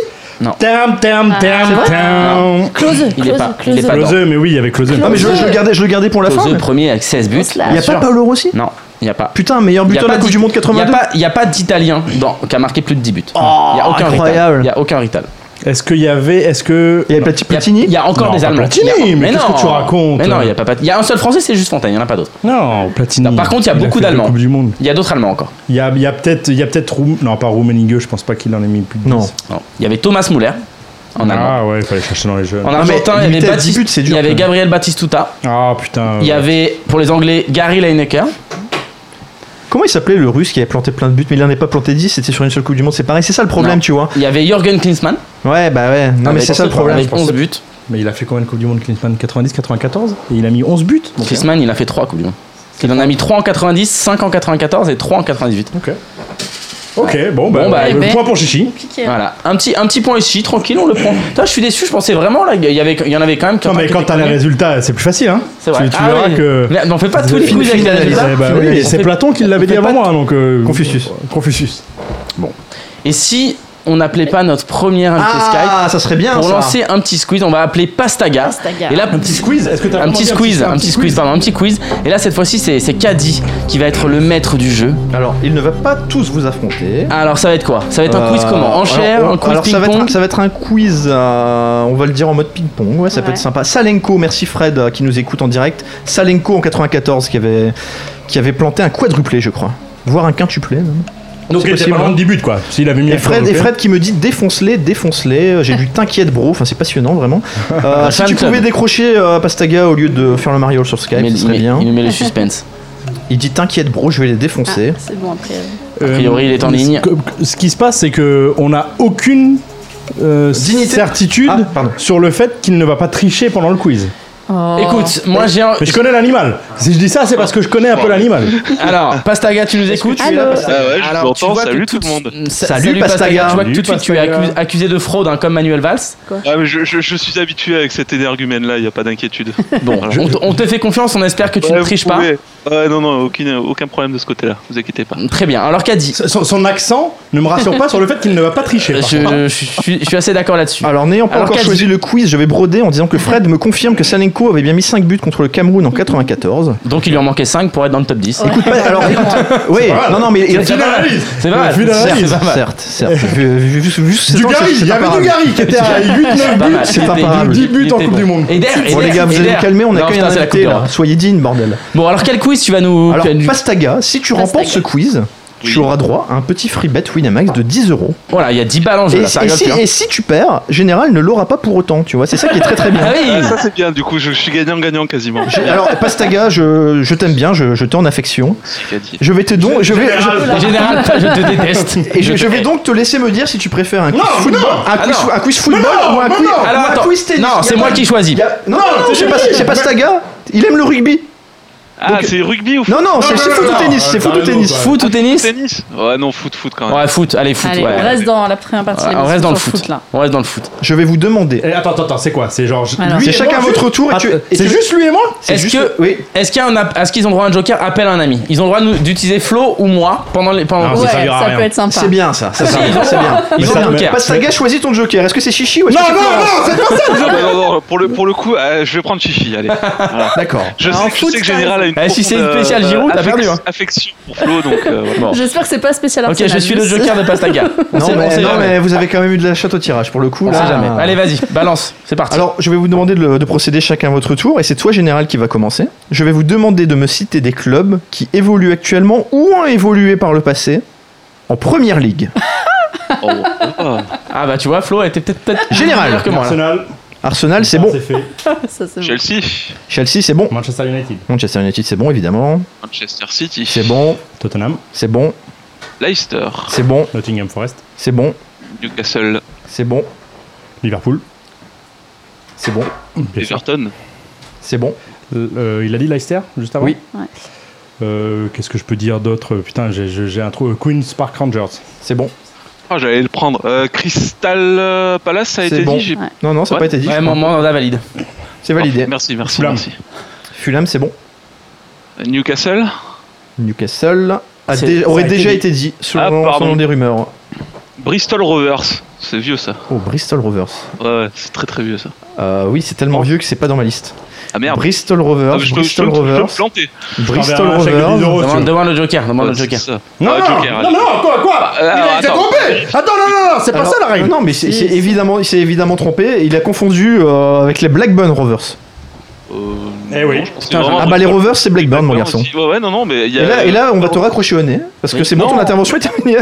Speaker 5: Tam, tam,
Speaker 6: Ah, c'est
Speaker 5: tam,
Speaker 6: vrai
Speaker 5: tam
Speaker 6: Close,
Speaker 3: Il est
Speaker 6: close,
Speaker 3: pas- il est
Speaker 6: close.
Speaker 3: pas-
Speaker 5: Close, mais oui, il y avait Close.
Speaker 4: Ah, mais je, je le gardais, je le gardais pour la fin.
Speaker 3: Klose,
Speaker 4: mais-
Speaker 3: premier avec 16 buts.
Speaker 6: Klose, là.
Speaker 4: Il n'y a
Speaker 3: Bien
Speaker 4: pas
Speaker 3: sûr.
Speaker 4: Paolo Rossi
Speaker 3: Non, il n'y a pas.
Speaker 4: Putain, meilleur
Speaker 3: Il y a
Speaker 4: buteur de
Speaker 3: pas
Speaker 4: la Coupe
Speaker 3: d'i-
Speaker 4: du Monde 82.
Speaker 3: Il n'y a pas d'Italien dans- qui a marqué plus de 10 buts. Oh, Il n'y a aucun
Speaker 4: Oh, incroyable.
Speaker 3: rital. Il y a aucun rital.
Speaker 5: Est-ce qu'il y avait. Est-ce que.
Speaker 4: Il y a Plati-
Speaker 3: Il y a- Il
Speaker 4: Platini.
Speaker 3: y a encore
Speaker 5: Non,
Speaker 3: des
Speaker 5: pas
Speaker 3: Allemands.
Speaker 5: Platini,
Speaker 3: Il y a-
Speaker 5: mais qu'est-ce
Speaker 3: non.
Speaker 5: que tu racontes
Speaker 3: Mais non, il y a pas Pat- Il y a un seul Français, c'est juste Fontaine, il n'y en a pas d'autres.
Speaker 5: Non, Platini.
Speaker 3: Non, par contre, il y a
Speaker 5: Il
Speaker 3: beaucoup
Speaker 5: fait deux
Speaker 3: d'Allemands.
Speaker 5: Coupes du Monde.
Speaker 3: Il y a d'autres Allemands encore.
Speaker 5: Il y a, il y a peut-être. Il y a peut-être. Roum- Non, pas Rummenigge, je pense pas qu'il en ait mis plus de 10.
Speaker 4: Non.
Speaker 3: Non. Il y avait Thomas Muller en allemand.
Speaker 5: Ah ouais, il fallait chercher dans les jeux.
Speaker 3: En
Speaker 4: mais
Speaker 3: argentin, il y
Speaker 4: limité
Speaker 3: avait
Speaker 4: à
Speaker 3: Batist-
Speaker 4: 10 buts, c'est dur,
Speaker 3: il y
Speaker 4: quand
Speaker 3: avait
Speaker 4: même.
Speaker 3: Gabriel Batistuta.
Speaker 5: Ah putain.
Speaker 3: Il y
Speaker 5: ouais.
Speaker 3: avait, pour les Anglais, Gary Lineker.
Speaker 4: Comment il s'appelait le russe qui avait planté plein de buts, mais il en avait pas planté 10, c'était sur une seule Coupe du Monde, c'est pareil, c'est ça le problème,
Speaker 3: Non. Ah,
Speaker 4: tu vois.
Speaker 3: Il y avait Jürgen Klinsmann.
Speaker 4: Ouais, bah ouais, non mais
Speaker 3: avec-
Speaker 4: c'est ça le problème.
Speaker 3: Avec 11 buts.
Speaker 5: Mais il a fait combien de Coupe du Monde Klinsmann 90, 94 Et il a mis 11 buts mon frère.
Speaker 3: Klinsmann, il a fait 3 Coupes du Monde. Il en a mis 3 en 90, 5 en 94 et 3 en 98.
Speaker 5: Ok. Ok, bon, bah,
Speaker 3: Bon, bah,
Speaker 5: le
Speaker 6: eh ben.
Speaker 5: point pour Chichi.
Speaker 6: Piqué.
Speaker 3: Voilà, un petit, un petit point ici, tranquille, on le prend. Putain, je suis déçu, je pensais vraiment, là, il y, avait, il y en avait quand même. qui
Speaker 5: Non,
Speaker 3: ont
Speaker 5: mais
Speaker 3: pas
Speaker 5: quand
Speaker 3: été
Speaker 5: t'as les
Speaker 3: connus.
Speaker 5: résultats, c'est plus facile, hein.
Speaker 3: C'est vrai.
Speaker 5: Tu, tu
Speaker 3: Ah
Speaker 5: verras
Speaker 3: oui.
Speaker 5: que.
Speaker 3: Mais on fait pas tous les
Speaker 4: Fini,
Speaker 3: coups avec les
Speaker 4: fini,
Speaker 3: résultats.
Speaker 5: Eh bah oui,
Speaker 4: Finaliste.
Speaker 5: c'est Platon qui l'avait dit
Speaker 4: fait
Speaker 5: avant
Speaker 4: pas
Speaker 5: moi, hein, donc. euh,
Speaker 4: Confucius.
Speaker 5: Confucius.
Speaker 3: Et si on n'appelait pas notre premier invité
Speaker 4: Ah, ça serait bien
Speaker 3: Skype pour
Speaker 4: ça.
Speaker 3: lancer un petit squeeze, on va appeler Pastaga.
Speaker 6: Pastaga.
Speaker 3: Et là,
Speaker 5: Un petit squeeze Est-ce que t'as
Speaker 3: un petit squeeze, un petit squeeze, pardon, un petit quiz. Et là, cette fois-ci, c'est c'est Caddy qui va être le maître du jeu.
Speaker 4: Alors, il ne va pas tous vous affronter.
Speaker 3: Alors, ça va être quoi Ça va être Ah, un quiz
Speaker 4: Euh,
Speaker 3: comment En
Speaker 4: alors,
Speaker 3: chair,
Speaker 4: on-
Speaker 3: un quiz
Speaker 4: alors, ça va, être,
Speaker 3: ping-pong
Speaker 4: ça va être un quiz, euh, on va le dire en mode ping-pong, ouais, ça peut
Speaker 6: Ouais.
Speaker 4: être sympa. Salenko, merci Fred euh, qui nous écoute en direct. Salenko en 94 qui avait, qui avait planté un quadruplé, je crois. Voire un quintuplé même.
Speaker 5: Donc
Speaker 4: C'est
Speaker 5: il était
Speaker 4: possible,
Speaker 5: pas loin
Speaker 4: hein.
Speaker 5: de 10 buts, quoi. S'il avait mis
Speaker 4: Et
Speaker 5: un
Speaker 4: Fred,
Speaker 5: quadruplé.
Speaker 4: et Fred qui me dit défonce-les, défonce-les. J'ai du t'inquiète, bro. Enfin, c'est passionnant, vraiment. Euh, si tu
Speaker 3: Fan club.
Speaker 4: pouvais décrocher euh, Pastaga au lieu de faire le Mario sur Skype,
Speaker 3: Il met-
Speaker 4: ce
Speaker 3: il
Speaker 4: serait
Speaker 3: met-
Speaker 4: bien.
Speaker 3: il met le suspense.
Speaker 4: Il dit t'inquiète, bro, je vais les
Speaker 6: Ah,
Speaker 4: défoncer.
Speaker 6: c'est bon après.
Speaker 5: Euh,
Speaker 3: priori, il est en
Speaker 5: ce
Speaker 3: ligne.
Speaker 5: que- Ce qui se passe, c'est que on n'a aucune euh,
Speaker 4: Dignité.
Speaker 5: certitude
Speaker 4: Ah, pardon.
Speaker 5: sur le fait qu'il ne va pas tricher pendant le quiz.
Speaker 6: Oh.
Speaker 3: Écoute, moi j'ai un.
Speaker 5: Mais je connais l'animal. Si je dis ça, c'est parce que je connais un peu l'animal.
Speaker 3: Alors, Pastaga, tu nous écoutes
Speaker 4: tu es là,
Speaker 6: Allô
Speaker 4: Pastaga
Speaker 9: Ah ouais, je vous
Speaker 3: Alors, tu
Speaker 9: entends,
Speaker 3: vois
Speaker 9: salut
Speaker 3: que
Speaker 9: tout le monde.
Speaker 3: Sa-
Speaker 4: Salut, Pastaga.
Speaker 3: Tu vois que
Speaker 5: Salut,
Speaker 3: tout de suite tu es
Speaker 5: Pastaga.
Speaker 3: accusé, accusé de fraude, hein, comme Manuel Valls.
Speaker 9: Ah, mais je, je- je suis habitué avec cet énergumène-là, il n'y a pas d'inquiétude.
Speaker 3: Bon,
Speaker 9: Voilà.
Speaker 3: on, te- on te fait confiance, on espère que tu
Speaker 9: Ouais,
Speaker 3: ne
Speaker 9: vous
Speaker 3: triches pas.
Speaker 9: pouvez. Ouais, non, non, aucun, aucun problème de ce côté-là, vous inquiétez pas.
Speaker 3: Très bien. Alors, Caddy,
Speaker 5: Son, son accent ne me rassure pas sur le fait qu'il ne va pas tricher.
Speaker 3: je,
Speaker 5: par contre.
Speaker 3: je suis, je suis assez d'accord là-dessus.
Speaker 4: Alors, n'ayant pas
Speaker 3: Alors,
Speaker 4: encore
Speaker 3: quasi-
Speaker 4: choisi le quiz, je vais broder en disant que Fred me confirme que Salenko avait bien mis 5 buts contre le Cameroun en 94.
Speaker 3: Donc, il lui en manquait 5 pour être dans le top 10.
Speaker 4: Écoute, pas- alors, écoute, oui,
Speaker 5: mal.
Speaker 4: non, non, mais il
Speaker 5: Vu l'analyse.
Speaker 3: C'est pas mal.
Speaker 5: Vu
Speaker 4: Certes,
Speaker 5: l'analyse.
Speaker 3: C'est pas mal.
Speaker 4: certes, certes. Vu- vu- vu- vu- c'est-
Speaker 5: Du
Speaker 4: non,
Speaker 5: Gary,
Speaker 4: c'est- c'est
Speaker 5: il y
Speaker 4: pas
Speaker 5: avait du
Speaker 4: parable.
Speaker 5: Gary qui était à 8-9 buts.
Speaker 4: c'est
Speaker 3: Il
Speaker 4: pas
Speaker 3: était-
Speaker 4: parable.
Speaker 5: 10 buts
Speaker 3: il
Speaker 5: en
Speaker 3: était
Speaker 5: Coupe
Speaker 3: bon.
Speaker 5: du Monde.
Speaker 3: Eder,
Speaker 4: Bon, les
Speaker 3: Eder,
Speaker 4: gars, vous allez
Speaker 3: Eder.
Speaker 4: vous calmer, on
Speaker 3: Non,
Speaker 4: a qu'un
Speaker 3: putain, c'est la
Speaker 4: invité
Speaker 3: Coupe
Speaker 4: là.
Speaker 3: d'Europe.
Speaker 4: Soyez digne, bordel.
Speaker 3: Bon, alors quel quiz tu vas nous.
Speaker 4: Alors,
Speaker 3: tu vas nous-
Speaker 4: Pastaga, si tu remportes ce
Speaker 6: Pastaga.
Speaker 4: quiz, tu
Speaker 9: Oui.
Speaker 4: auras droit à un petit free bet Winamax de 10 euros.
Speaker 3: Voilà, il y a 10 balles en jeu
Speaker 4: Et,
Speaker 3: là, ça
Speaker 4: et
Speaker 3: rigole
Speaker 4: si,
Speaker 3: plus. hein.
Speaker 4: et si tu perds, Général ne l'aura pas pour autant, tu vois. C'est ça qui est très très
Speaker 3: Ah
Speaker 4: bien.
Speaker 9: Ah,
Speaker 3: oui
Speaker 9: ça, c'est bien, du coup, je, je suis gagnant-gagnant quasiment.
Speaker 4: J'ai- Alors, Pastaga, je, je t'aime bien, je, je t'ai en affection.
Speaker 9: C'est qu'a dit.
Speaker 4: Je vais te donc, je vais,
Speaker 3: En général, je te déteste.
Speaker 4: je- et je, je vais donc te laisser me dire si tu préfères un quiz football, un quiz,
Speaker 3: Ah non.
Speaker 4: un quiz football ou un quiz, ou
Speaker 3: Alors
Speaker 4: un
Speaker 3: attends,
Speaker 4: quiz tennis.
Speaker 3: non,
Speaker 4: Y a
Speaker 3: c'est
Speaker 4: pas
Speaker 3: moi
Speaker 4: de-
Speaker 3: qui choisis.
Speaker 4: y a- Non, non, non, c'est pas- c'est Pastaga. Il aime le rugby.
Speaker 9: Ah,
Speaker 4: Donc-
Speaker 9: c'est rugby ou foot
Speaker 4: Non, non, c'est
Speaker 5: non,
Speaker 4: c'est
Speaker 5: non,
Speaker 4: foot
Speaker 5: non,
Speaker 4: ou tennis,
Speaker 5: non,
Speaker 4: c'est foot ou
Speaker 5: carrément
Speaker 4: tennis.
Speaker 5: pas.
Speaker 3: Foot ou tennis
Speaker 9: Tennis Ouais, non, foot, foot quand même.
Speaker 3: Ouais, foot, allez, foot.
Speaker 6: Allez,
Speaker 3: ouais.
Speaker 6: on reste dans la première partie. de
Speaker 3: Ouais, on
Speaker 6: l'émission
Speaker 3: reste dans le
Speaker 6: sur
Speaker 3: foot.
Speaker 6: là.
Speaker 3: On reste dans le foot.
Speaker 4: Je vais vous demander.
Speaker 5: Eh, attends, attends, attends, c'est quoi C'est genre. je-
Speaker 6: Alors.
Speaker 5: lui
Speaker 4: C'est
Speaker 5: et
Speaker 4: chacun
Speaker 5: moi,
Speaker 4: votre tour et
Speaker 5: Ah,
Speaker 4: tu. et
Speaker 5: C'est
Speaker 4: tu-
Speaker 5: juste lui et moi
Speaker 4: c'est
Speaker 3: Est-ce
Speaker 4: juste-
Speaker 3: que-
Speaker 4: Oui.
Speaker 3: Est-ce qu'il y a un app- est-ce qu'ils ont droit à un joker Appelle un ami. Ils ont le droit de nous- d'utiliser Flo ou moi pendant les pendant.
Speaker 5: Ah,
Speaker 6: Ouais,
Speaker 5: ça servira à
Speaker 6: ça
Speaker 5: rien.
Speaker 6: peut être sympa.
Speaker 4: C'est bien ça, ça, ça,
Speaker 3: ils ont
Speaker 4: c'est bien.
Speaker 3: Ils
Speaker 4: Mais
Speaker 3: ont
Speaker 4: ça-
Speaker 3: le joker.
Speaker 4: Pastaga, choisis ton joker. Est-ce que c'est chichi ou est-ce
Speaker 5: Non,
Speaker 4: que c'est
Speaker 5: non,
Speaker 4: Florence
Speaker 5: non, c'est pas ça
Speaker 9: Non, non, non, pour le, pour le coup, euh, je vais prendre Chichi, allez. Voilà.
Speaker 4: D'accord.
Speaker 9: Je
Speaker 6: Alors,
Speaker 9: sais, que- je
Speaker 6: foot,
Speaker 9: sais que
Speaker 6: t'as
Speaker 9: Général a une
Speaker 3: Eh, si c'est une
Speaker 9: profonde,
Speaker 3: spéciale
Speaker 9: euh,
Speaker 3: Giroud, t'as
Speaker 9: affec-
Speaker 3: perdu, hein.
Speaker 9: affection pour Flo, donc euh, voilà.
Speaker 6: J'espère que c'est pas spécial
Speaker 3: Ok, je
Speaker 6: Arsenal,
Speaker 3: suis le
Speaker 6: mais
Speaker 3: joker de Pastaga. On
Speaker 4: Non,
Speaker 3: sait- on
Speaker 4: mais,
Speaker 3: sait
Speaker 4: non,
Speaker 3: jamais.
Speaker 4: mais vous avez quand même eu de la chatte au tirage pour le coup.
Speaker 3: On
Speaker 4: là.
Speaker 3: sait jamais. Allez, vas-y, balance. C'est parti.
Speaker 4: Alors, je vais vous demander de, le- de procéder chacun à votre tour, et c'est toi, Général, qui va commencer. Je vais vous demander de me citer des clubs qui évoluent actuellement ou ont évolué par le passé en première ligue.
Speaker 9: Oh, oh.
Speaker 3: Ah bah tu vois, Flo était peut-être peut-être
Speaker 4: Général.
Speaker 3: meilleur que moi. là.
Speaker 5: Arsenal,
Speaker 4: Arsenal, c'est
Speaker 5: ça,
Speaker 4: bon.
Speaker 5: C'est fait.
Speaker 6: c'est- ça, c'est bon.
Speaker 9: Chelsea,
Speaker 4: Chelsea, c'est bon.
Speaker 5: Manchester United,
Speaker 4: Manchester United, c'est bon, évidemment.
Speaker 9: Manchester City,
Speaker 4: C'est bon,
Speaker 5: Tottenham,
Speaker 4: c'est bon,
Speaker 9: Leicester,
Speaker 4: c'est bon,
Speaker 5: Nottingham Forest,
Speaker 4: c'est bon,
Speaker 9: Newcastle,
Speaker 4: c'est bon,
Speaker 5: Liverpool.
Speaker 4: c'est bon,
Speaker 5: bien sûr.
Speaker 9: Everton,
Speaker 4: c'est bon.
Speaker 5: Euh, euh, il a dit Leicester juste avant
Speaker 4: Oui.
Speaker 6: Ouais.
Speaker 5: Euh, Qu'est-ce que je peux dire d'autre Putain, j'ai- j'ai j'ai un trou. euh, Queen's Park Rangers.
Speaker 4: C'est bon.
Speaker 9: Ah, j'allais le prendre. Euh, Crystal euh, Palace, ça a
Speaker 4: C'est
Speaker 9: été
Speaker 4: bon.
Speaker 9: dit. j'ai-
Speaker 6: Ouais.
Speaker 4: Non, non, ça n'a
Speaker 9: Ouais.
Speaker 4: pas été dit. je
Speaker 3: Ouais,
Speaker 4: crois.
Speaker 3: mon mandat valide.
Speaker 4: C'est validé.
Speaker 9: Merci, merci,
Speaker 5: Fulham.
Speaker 9: merci.
Speaker 4: Fulham, c'est bon.
Speaker 9: Euh, Newcastle,
Speaker 4: Newcastle a
Speaker 3: C'est-
Speaker 4: dé-
Speaker 3: ça a
Speaker 4: aurait
Speaker 3: été
Speaker 4: déjà été dit, selon,
Speaker 9: Ah,
Speaker 4: selon
Speaker 9: pardon.
Speaker 4: des rumeurs.
Speaker 9: Bristol Rovers, c'est vieux ça.
Speaker 4: Oh, Bristol Rovers.
Speaker 9: Ouais, ouais, c'est très très vieux ça.
Speaker 4: Euh, oui, c'est tellement vieux que c'est pas dans ma liste.
Speaker 9: Ah merde.
Speaker 4: Bristol
Speaker 9: Ah,
Speaker 4: Rovers,
Speaker 9: je peux- je peux
Speaker 4: Bristol
Speaker 9: je peux
Speaker 4: Rovers,
Speaker 9: me planter.
Speaker 4: Bristol
Speaker 5: T'enverras un chèque de 10
Speaker 4: Rovers.
Speaker 5: euros, tu
Speaker 3: Demande,
Speaker 5: veux.
Speaker 3: demande le joker, demande
Speaker 9: Ouais,
Speaker 3: le
Speaker 9: c'est
Speaker 3: joker.
Speaker 9: ça.
Speaker 5: Non,
Speaker 9: Ah,
Speaker 5: non,
Speaker 9: Joker,
Speaker 5: non,
Speaker 9: allez.
Speaker 5: non, quoi, quoi
Speaker 9: Ah, alors,
Speaker 5: Il est
Speaker 9: attends.
Speaker 5: tombé Attends, non, non, non, c'est pas
Speaker 4: Alors,
Speaker 5: ça la règle
Speaker 4: Non, mais c'est c'est évidemment, il s'est évidemment trompé. Il a confondu euh, avec les Blackburn Rovers.
Speaker 9: Euh,
Speaker 5: Eh
Speaker 9: non,
Speaker 5: oui.
Speaker 9: je pense que
Speaker 3: Putain,
Speaker 9: vraiment-
Speaker 4: Ah bah les Rovers, c'est Blackburn, mon
Speaker 9: Non,
Speaker 4: garçon.
Speaker 9: aussi. Euh, Ouais, ouais, non, non, mais il y
Speaker 4: Et
Speaker 9: a.
Speaker 4: là, et là, on va te raccrocher au nez parce que
Speaker 3: Mais
Speaker 4: c'est bon, ton
Speaker 3: non.
Speaker 4: intervention est terminée.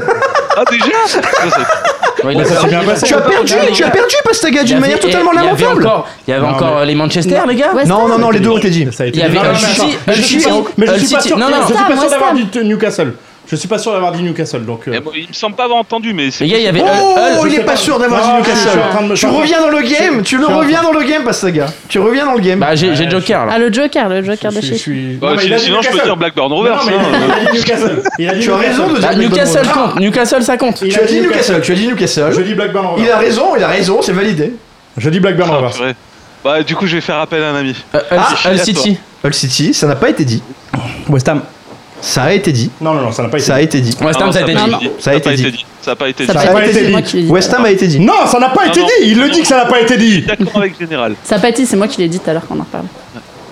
Speaker 9: Ah, déjà Ça, c'est-
Speaker 3: Ouais, il a-
Speaker 5: Ça s'est bien passé.
Speaker 4: tu as perdu, tu as perdu, Pastaga,
Speaker 3: il y
Speaker 4: d'une
Speaker 3: avait-
Speaker 4: manière
Speaker 3: eh,
Speaker 4: totalement
Speaker 3: il y avait
Speaker 4: lamentable.
Speaker 3: encore- Il y avait
Speaker 5: Non,
Speaker 3: encore
Speaker 5: mais-
Speaker 3: euh, les Manchester, les gars.
Speaker 6: West
Speaker 4: Non,
Speaker 6: Ham
Speaker 4: non, non, les deux ont été dit.
Speaker 5: Ça a été
Speaker 3: Il y
Speaker 5: dit.
Speaker 3: avait
Speaker 5: Non,
Speaker 3: un
Speaker 5: mais je suis
Speaker 3: City-
Speaker 5: pas- je
Speaker 3: un
Speaker 5: suis
Speaker 3: City-
Speaker 5: pas- Mais
Speaker 3: un
Speaker 5: je suis pas
Speaker 3: City-
Speaker 5: sûr.
Speaker 3: Euh, non, non.
Speaker 5: Je suis pas
Speaker 6: West
Speaker 5: sûr
Speaker 6: Ham,
Speaker 5: d'avoir dit
Speaker 6: West
Speaker 5: Newcastle. Je suis pas sûr d'avoir dit Newcastle, donc. euh,
Speaker 9: Eh, bon, Il me semble pas avoir entendu, mais c'est.
Speaker 3: Les gars, il y avait Hull-
Speaker 4: Oh,
Speaker 3: euh, Hull-
Speaker 4: il est pas sûr d'avoir dit
Speaker 5: Non, je suis en train de
Speaker 4: Newcastle.
Speaker 5: me-
Speaker 4: Tu reviens dans le game, tu le
Speaker 5: suis en
Speaker 4: reviens dans le game, Pastaga. Tu reviens dans le game.
Speaker 3: Bah j'ai j'ai le joker là.
Speaker 6: Ah, le joker, le joker de
Speaker 5: je suis- je
Speaker 6: chez
Speaker 5: suis-
Speaker 9: Ouais,
Speaker 5: Non, mais il a dit
Speaker 9: Bah, sinon, je peux
Speaker 5: Newcastle.
Speaker 9: dire Blackburn
Speaker 5: Mais non,
Speaker 9: Rovers.
Speaker 5: mais
Speaker 9: hein.
Speaker 5: il a dit Newcastle. Il a dit
Speaker 4: Tu as raison de dire
Speaker 5: Newcastle.
Speaker 3: Bah,
Speaker 4: Blackburn
Speaker 3: Newcastle
Speaker 4: Rovers.
Speaker 3: compte, Newcastle ça compte.
Speaker 5: Il
Speaker 4: Tu
Speaker 5: a
Speaker 4: as
Speaker 5: dit
Speaker 4: dit Newcastle, tu as dit
Speaker 5: Je
Speaker 4: Newcastle.
Speaker 5: dis Blackburn
Speaker 4: Il
Speaker 5: Rovers.
Speaker 4: a raison, il a raison, c'est validé.
Speaker 5: Je dis Blackburn
Speaker 9: Ah,
Speaker 5: Rovers.
Speaker 9: purée. Bah, du coup, je vais faire appel à un ami.
Speaker 3: Euh, Hull-
Speaker 9: Ah,
Speaker 3: Hull
Speaker 9: je suis
Speaker 3: City.
Speaker 4: Hull City, ça n'a pas été dit.
Speaker 5: West Ham.
Speaker 4: Ça a été dit.
Speaker 5: Non, non, non, ça n'a pas été
Speaker 4: Ça a été dit.
Speaker 3: West
Speaker 9: Ah,
Speaker 3: Ham Ah, ça a été dit.
Speaker 9: dit.
Speaker 4: Ça a été dit.
Speaker 9: Ça a pas été
Speaker 6: Ça
Speaker 9: dit.
Speaker 6: a
Speaker 5: Ça a
Speaker 6: pas
Speaker 5: pas
Speaker 6: été,
Speaker 5: été
Speaker 6: c'est moi
Speaker 5: dit.
Speaker 6: qui l'ai dit.
Speaker 4: West Ham a été dit.
Speaker 5: Non, ça n'a pas
Speaker 9: Non,
Speaker 5: été
Speaker 9: non.
Speaker 5: dit. Il le dit que ça n'a pas été dit.
Speaker 9: D'accord avec Général.
Speaker 6: Ça a pas été, c'est moi qui l'ai dit tout à l'heure quand on en reparle.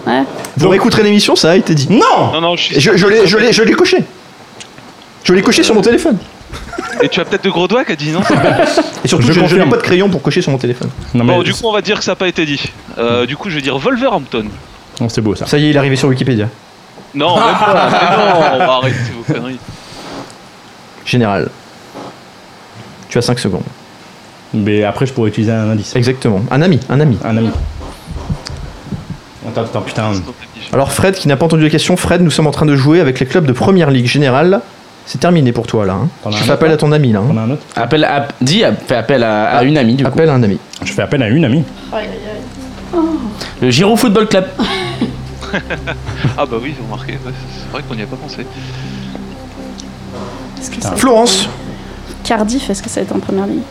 Speaker 6: Ouais.
Speaker 4: Vous réécouterez l'émission, ça a été dit.
Speaker 5: Non.
Speaker 9: Non, non, je suis.
Speaker 4: Je, je l'ai- je l'ai je l'ai coché. Je l'ai coché sur mon téléphone.
Speaker 9: Et tu as peut-être de gros doigts qui a dit non c'est
Speaker 4: Et surtout,
Speaker 5: Je
Speaker 4: je, je n'ai
Speaker 5: confirme.
Speaker 4: pas de crayon pour cocher sur mon téléphone.
Speaker 5: Non,
Speaker 9: Bon, du coup, on va dire que ça n'a pas été dit. Euh, du coup, je vais dire Wolverhampton.
Speaker 5: Non, c'est beau ça.
Speaker 4: Ça y est, il est arrivé sur Wikipédia.
Speaker 9: Non, même pas. Mais non, on va arrêter vos conneries.
Speaker 4: Général. Tu as 5 secondes.
Speaker 5: Mais après, je pourrais utiliser un indice.
Speaker 4: Exactement. Un ami, un ami.
Speaker 5: Un ami. Attends, attends, putain.
Speaker 4: Alors Fred, qui n'a pas entendu la question, Fred, nous sommes en train de jouer avec les clubs de première ligue générale. C'est terminé pour toi là. hein.
Speaker 5: T'en as
Speaker 4: Tu
Speaker 5: un
Speaker 4: fais appel
Speaker 5: autre,
Speaker 4: à ton ami là. hein.
Speaker 5: On a un autre
Speaker 3: Appel à dis à- fais appel à, à une amie du coup.
Speaker 4: Appel à un ami.
Speaker 5: Je fais appel à une amie.
Speaker 3: Le Giro Football Club.
Speaker 9: Ah, bah oui, j'ai remarqué. Ouais, c'est vrai qu'on n'y a pas pensé.
Speaker 6: Est-ce
Speaker 3: Ah.
Speaker 6: que ça-
Speaker 4: Florence,
Speaker 6: Cardiff, est-ce que ça a été en première ligne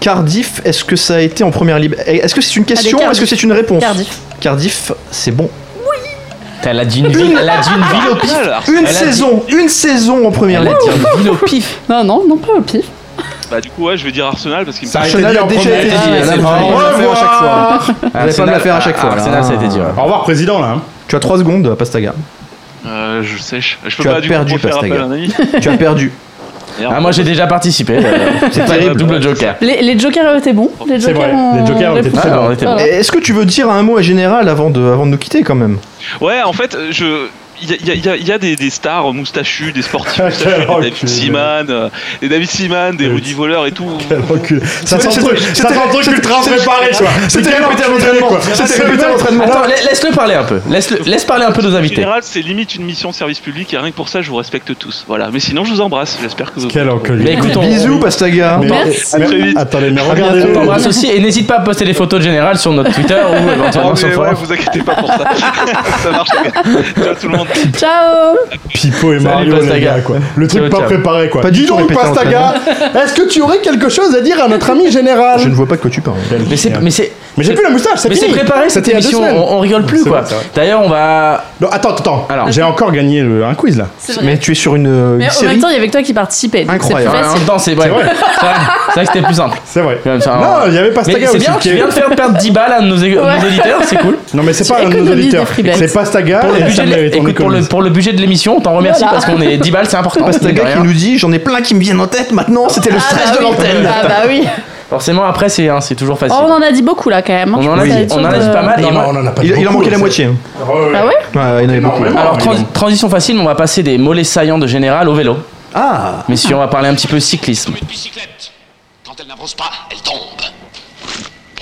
Speaker 4: Cardiff, est-ce que ça a été en première ligue Eh, Est-ce que c'est une question
Speaker 6: Allez,
Speaker 4: Est-ce que c'est une réponse
Speaker 6: Ah, Cardiff.
Speaker 4: Cardiff, c'est bon.
Speaker 3: Putain, Elle a dit une ville, elle a dit une ville au pif.
Speaker 9: Ah, alors,
Speaker 4: Une
Speaker 3: Elle a
Speaker 4: saison, une saison en première
Speaker 3: Elle
Speaker 4: ligue.
Speaker 3: a dit une ville au pif.
Speaker 6: Non, non, non, pas au pif.
Speaker 9: Bah, du coup, ouais, je vais dire Arsenal parce qu'il me
Speaker 5: Ça a été
Speaker 4: Arsenal
Speaker 5: dit
Speaker 4: a
Speaker 5: en
Speaker 4: déjà
Speaker 5: premier.
Speaker 4: été
Speaker 3: Ah,
Speaker 4: dit.
Speaker 3: ouais,
Speaker 4: Là,
Speaker 3: c'est
Speaker 4: vous
Speaker 3: vrai.
Speaker 4: allez me la faire à chaque fois. Vous allez pas me la faire à chaque fois. là.
Speaker 3: Arsenal ça a été dit. ouais.
Speaker 5: Au revoir, président, là. hein.
Speaker 4: Tu as 3 secondes, Pastaga.
Speaker 9: Euh, je sèche. Je peux
Speaker 4: Tu as
Speaker 9: pas du coup
Speaker 4: perdu,
Speaker 9: refaire appel
Speaker 4: Pastaga.
Speaker 9: à un ami.
Speaker 4: Tu as perdu.
Speaker 9: Merde.
Speaker 3: Ah, moi j'ai déjà participé. euh,
Speaker 4: C'est terrible.
Speaker 3: Double joker.
Speaker 6: Les, les jokers étaient bons. Les
Speaker 5: C'est
Speaker 6: jokers
Speaker 5: vrai,
Speaker 6: ont
Speaker 5: les jokers étaient
Speaker 6: répondu.
Speaker 5: très
Speaker 3: bons.
Speaker 4: Eh,
Speaker 6: Voilà.
Speaker 4: Est-ce que tu veux dire un mot à Général avant de, avant de nous quitter quand même
Speaker 9: Ouais, en fait, je. Il y a, il y a- il y a- il y a des, des stars moustachus, des sportifs moustachus,
Speaker 10: Quel
Speaker 9: des David
Speaker 10: enculé.
Speaker 9: Seaman, euh, des Oh, David Seaman, des Rudy Voleur et tout.
Speaker 5: Ça sent le truc, ça sent le truc ultra préparé, tu vois. C'était répété à l'entraînement. C'était répété à l'entraînement.
Speaker 3: Attends, la- laisse-le parler un peu. Laisse, laisse parler un peu nos
Speaker 9: En
Speaker 3: invités.
Speaker 9: général, c'est limite une mission de service public et rien que pour ça, je vous respecte tous. Voilà. Mais sinon, je vous embrasse. J'espère que vous.
Speaker 10: Quel enculé.
Speaker 3: Mais écoute, on,
Speaker 4: Bisous, Pastaga.
Speaker 10: Mais-
Speaker 6: Merci.
Speaker 10: mais-
Speaker 9: Très vite.
Speaker 10: Attendez, mais
Speaker 3: on
Speaker 10: regardez-le.
Speaker 3: t'embrasse aussi et n'hésite pas à poster les photos de général sur notre Twitter ou
Speaker 9: Oh,
Speaker 5: Ah
Speaker 3: éventuellement sur
Speaker 9: mais
Speaker 3: Fora.
Speaker 9: ouais, vous inquiétez pas pour ça. ça marche. les gars. Ciao tout le monde.
Speaker 6: Ciao
Speaker 10: Pipo et Mario, les
Speaker 3: Pastaga.
Speaker 10: gars, quoi. Le
Speaker 3: Ciao,
Speaker 10: truc pas
Speaker 3: ciao.
Speaker 10: préparé, quoi.
Speaker 4: Pas du tout répété à l'entraînement.
Speaker 3: hein.
Speaker 5: est-ce que tu aurais quelque chose à dire à notre ami général
Speaker 4: Je ne vois pas de quoi tu parles.
Speaker 3: Mais c'est mais c'est
Speaker 5: Mais j'ai plus la moustache, c'est
Speaker 3: mais c'est
Speaker 5: fini.
Speaker 3: préparé cette
Speaker 5: C'était il y a deux
Speaker 3: émission,
Speaker 5: semaines.
Speaker 3: on, on rigole plus
Speaker 5: C'est
Speaker 3: quoi.
Speaker 5: vrai, c'est vrai.
Speaker 3: D'ailleurs, on va
Speaker 5: Non, attends, attends.
Speaker 3: Alors.
Speaker 5: J'ai encore gagné le- un quiz là.
Speaker 6: C'est vrai.
Speaker 4: Mais
Speaker 6: Mais,
Speaker 4: tu es sur une, euh, une
Speaker 6: en même
Speaker 4: série.
Speaker 6: temps, il y avait que toi qui participais. donc c'est plus
Speaker 4: Incroyable.
Speaker 3: en
Speaker 6: facile.
Speaker 3: même temps, c'est ouais.
Speaker 5: vrai.
Speaker 3: C'est vrai c'est vrai que c'était plus simple.
Speaker 5: C'est vrai.
Speaker 3: Quand même, ça,
Speaker 5: Non, il y avait pas
Speaker 3: Mais
Speaker 5: Staga
Speaker 3: c'est
Speaker 5: aussi.
Speaker 3: bien,
Speaker 5: qui
Speaker 3: tu viens de
Speaker 5: est-
Speaker 3: faire perdre 10 balles à nos, é-
Speaker 6: Ouais.
Speaker 3: nos auditeurs, c'est cool.
Speaker 5: Non, mais c'est
Speaker 6: Tu
Speaker 5: pas un de nos
Speaker 6: économises
Speaker 5: auditeurs.
Speaker 6: des free bets.
Speaker 5: C'est Pastaga
Speaker 3: Pour le,
Speaker 5: et
Speaker 3: budget
Speaker 5: Ah, ça
Speaker 3: de-
Speaker 5: mérite, on
Speaker 3: écoute, pour, le,
Speaker 5: économise.
Speaker 3: pour le budget de l'émission, on t'en remercie
Speaker 6: Voilà.
Speaker 3: parce qu'on est 10 balles, c'est
Speaker 5: Ah,
Speaker 3: important.
Speaker 4: Pastaga
Speaker 3: mine de
Speaker 4: qui
Speaker 3: rien.
Speaker 4: nous dit j'en ai plein qui me viennent en tête maintenant, c'était le
Speaker 6: Ah
Speaker 4: stress
Speaker 6: bah
Speaker 4: de
Speaker 6: oui.
Speaker 4: l'antenne.
Speaker 6: Ah bah oui.
Speaker 3: Forcément, après, c'est hein, c'est toujours
Speaker 6: Oh,
Speaker 3: facile.
Speaker 6: on en a dit beaucoup là quand même. hein.
Speaker 3: on en a,
Speaker 6: Je
Speaker 3: dit,
Speaker 6: pense
Speaker 3: on en a
Speaker 6: que-
Speaker 3: dit pas
Speaker 11: Ah,
Speaker 3: mal.
Speaker 5: Il
Speaker 3: dans
Speaker 5: en-
Speaker 3: le-
Speaker 5: on en a pas
Speaker 4: Il, il en
Speaker 5: beaucoup,
Speaker 4: manquait la
Speaker 5: ça.
Speaker 4: moitié. hein.
Speaker 11: Euh,
Speaker 6: Ah ouais
Speaker 4: Ouais, il en avait beaucoup.
Speaker 5: Énormément.
Speaker 3: Alors,
Speaker 5: Ah,
Speaker 3: trans-
Speaker 5: évidemment.
Speaker 3: transition facile, mais on va passer des mollets saillants de général au vélo.
Speaker 4: Ah
Speaker 3: Mais si on va parler un petit peu cyclisme.
Speaker 7: Une bicyclette. Quand elle n'avance pas, elle tombe.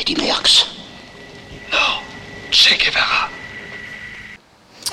Speaker 7: Eddy Merckx. Non, Che Guevara.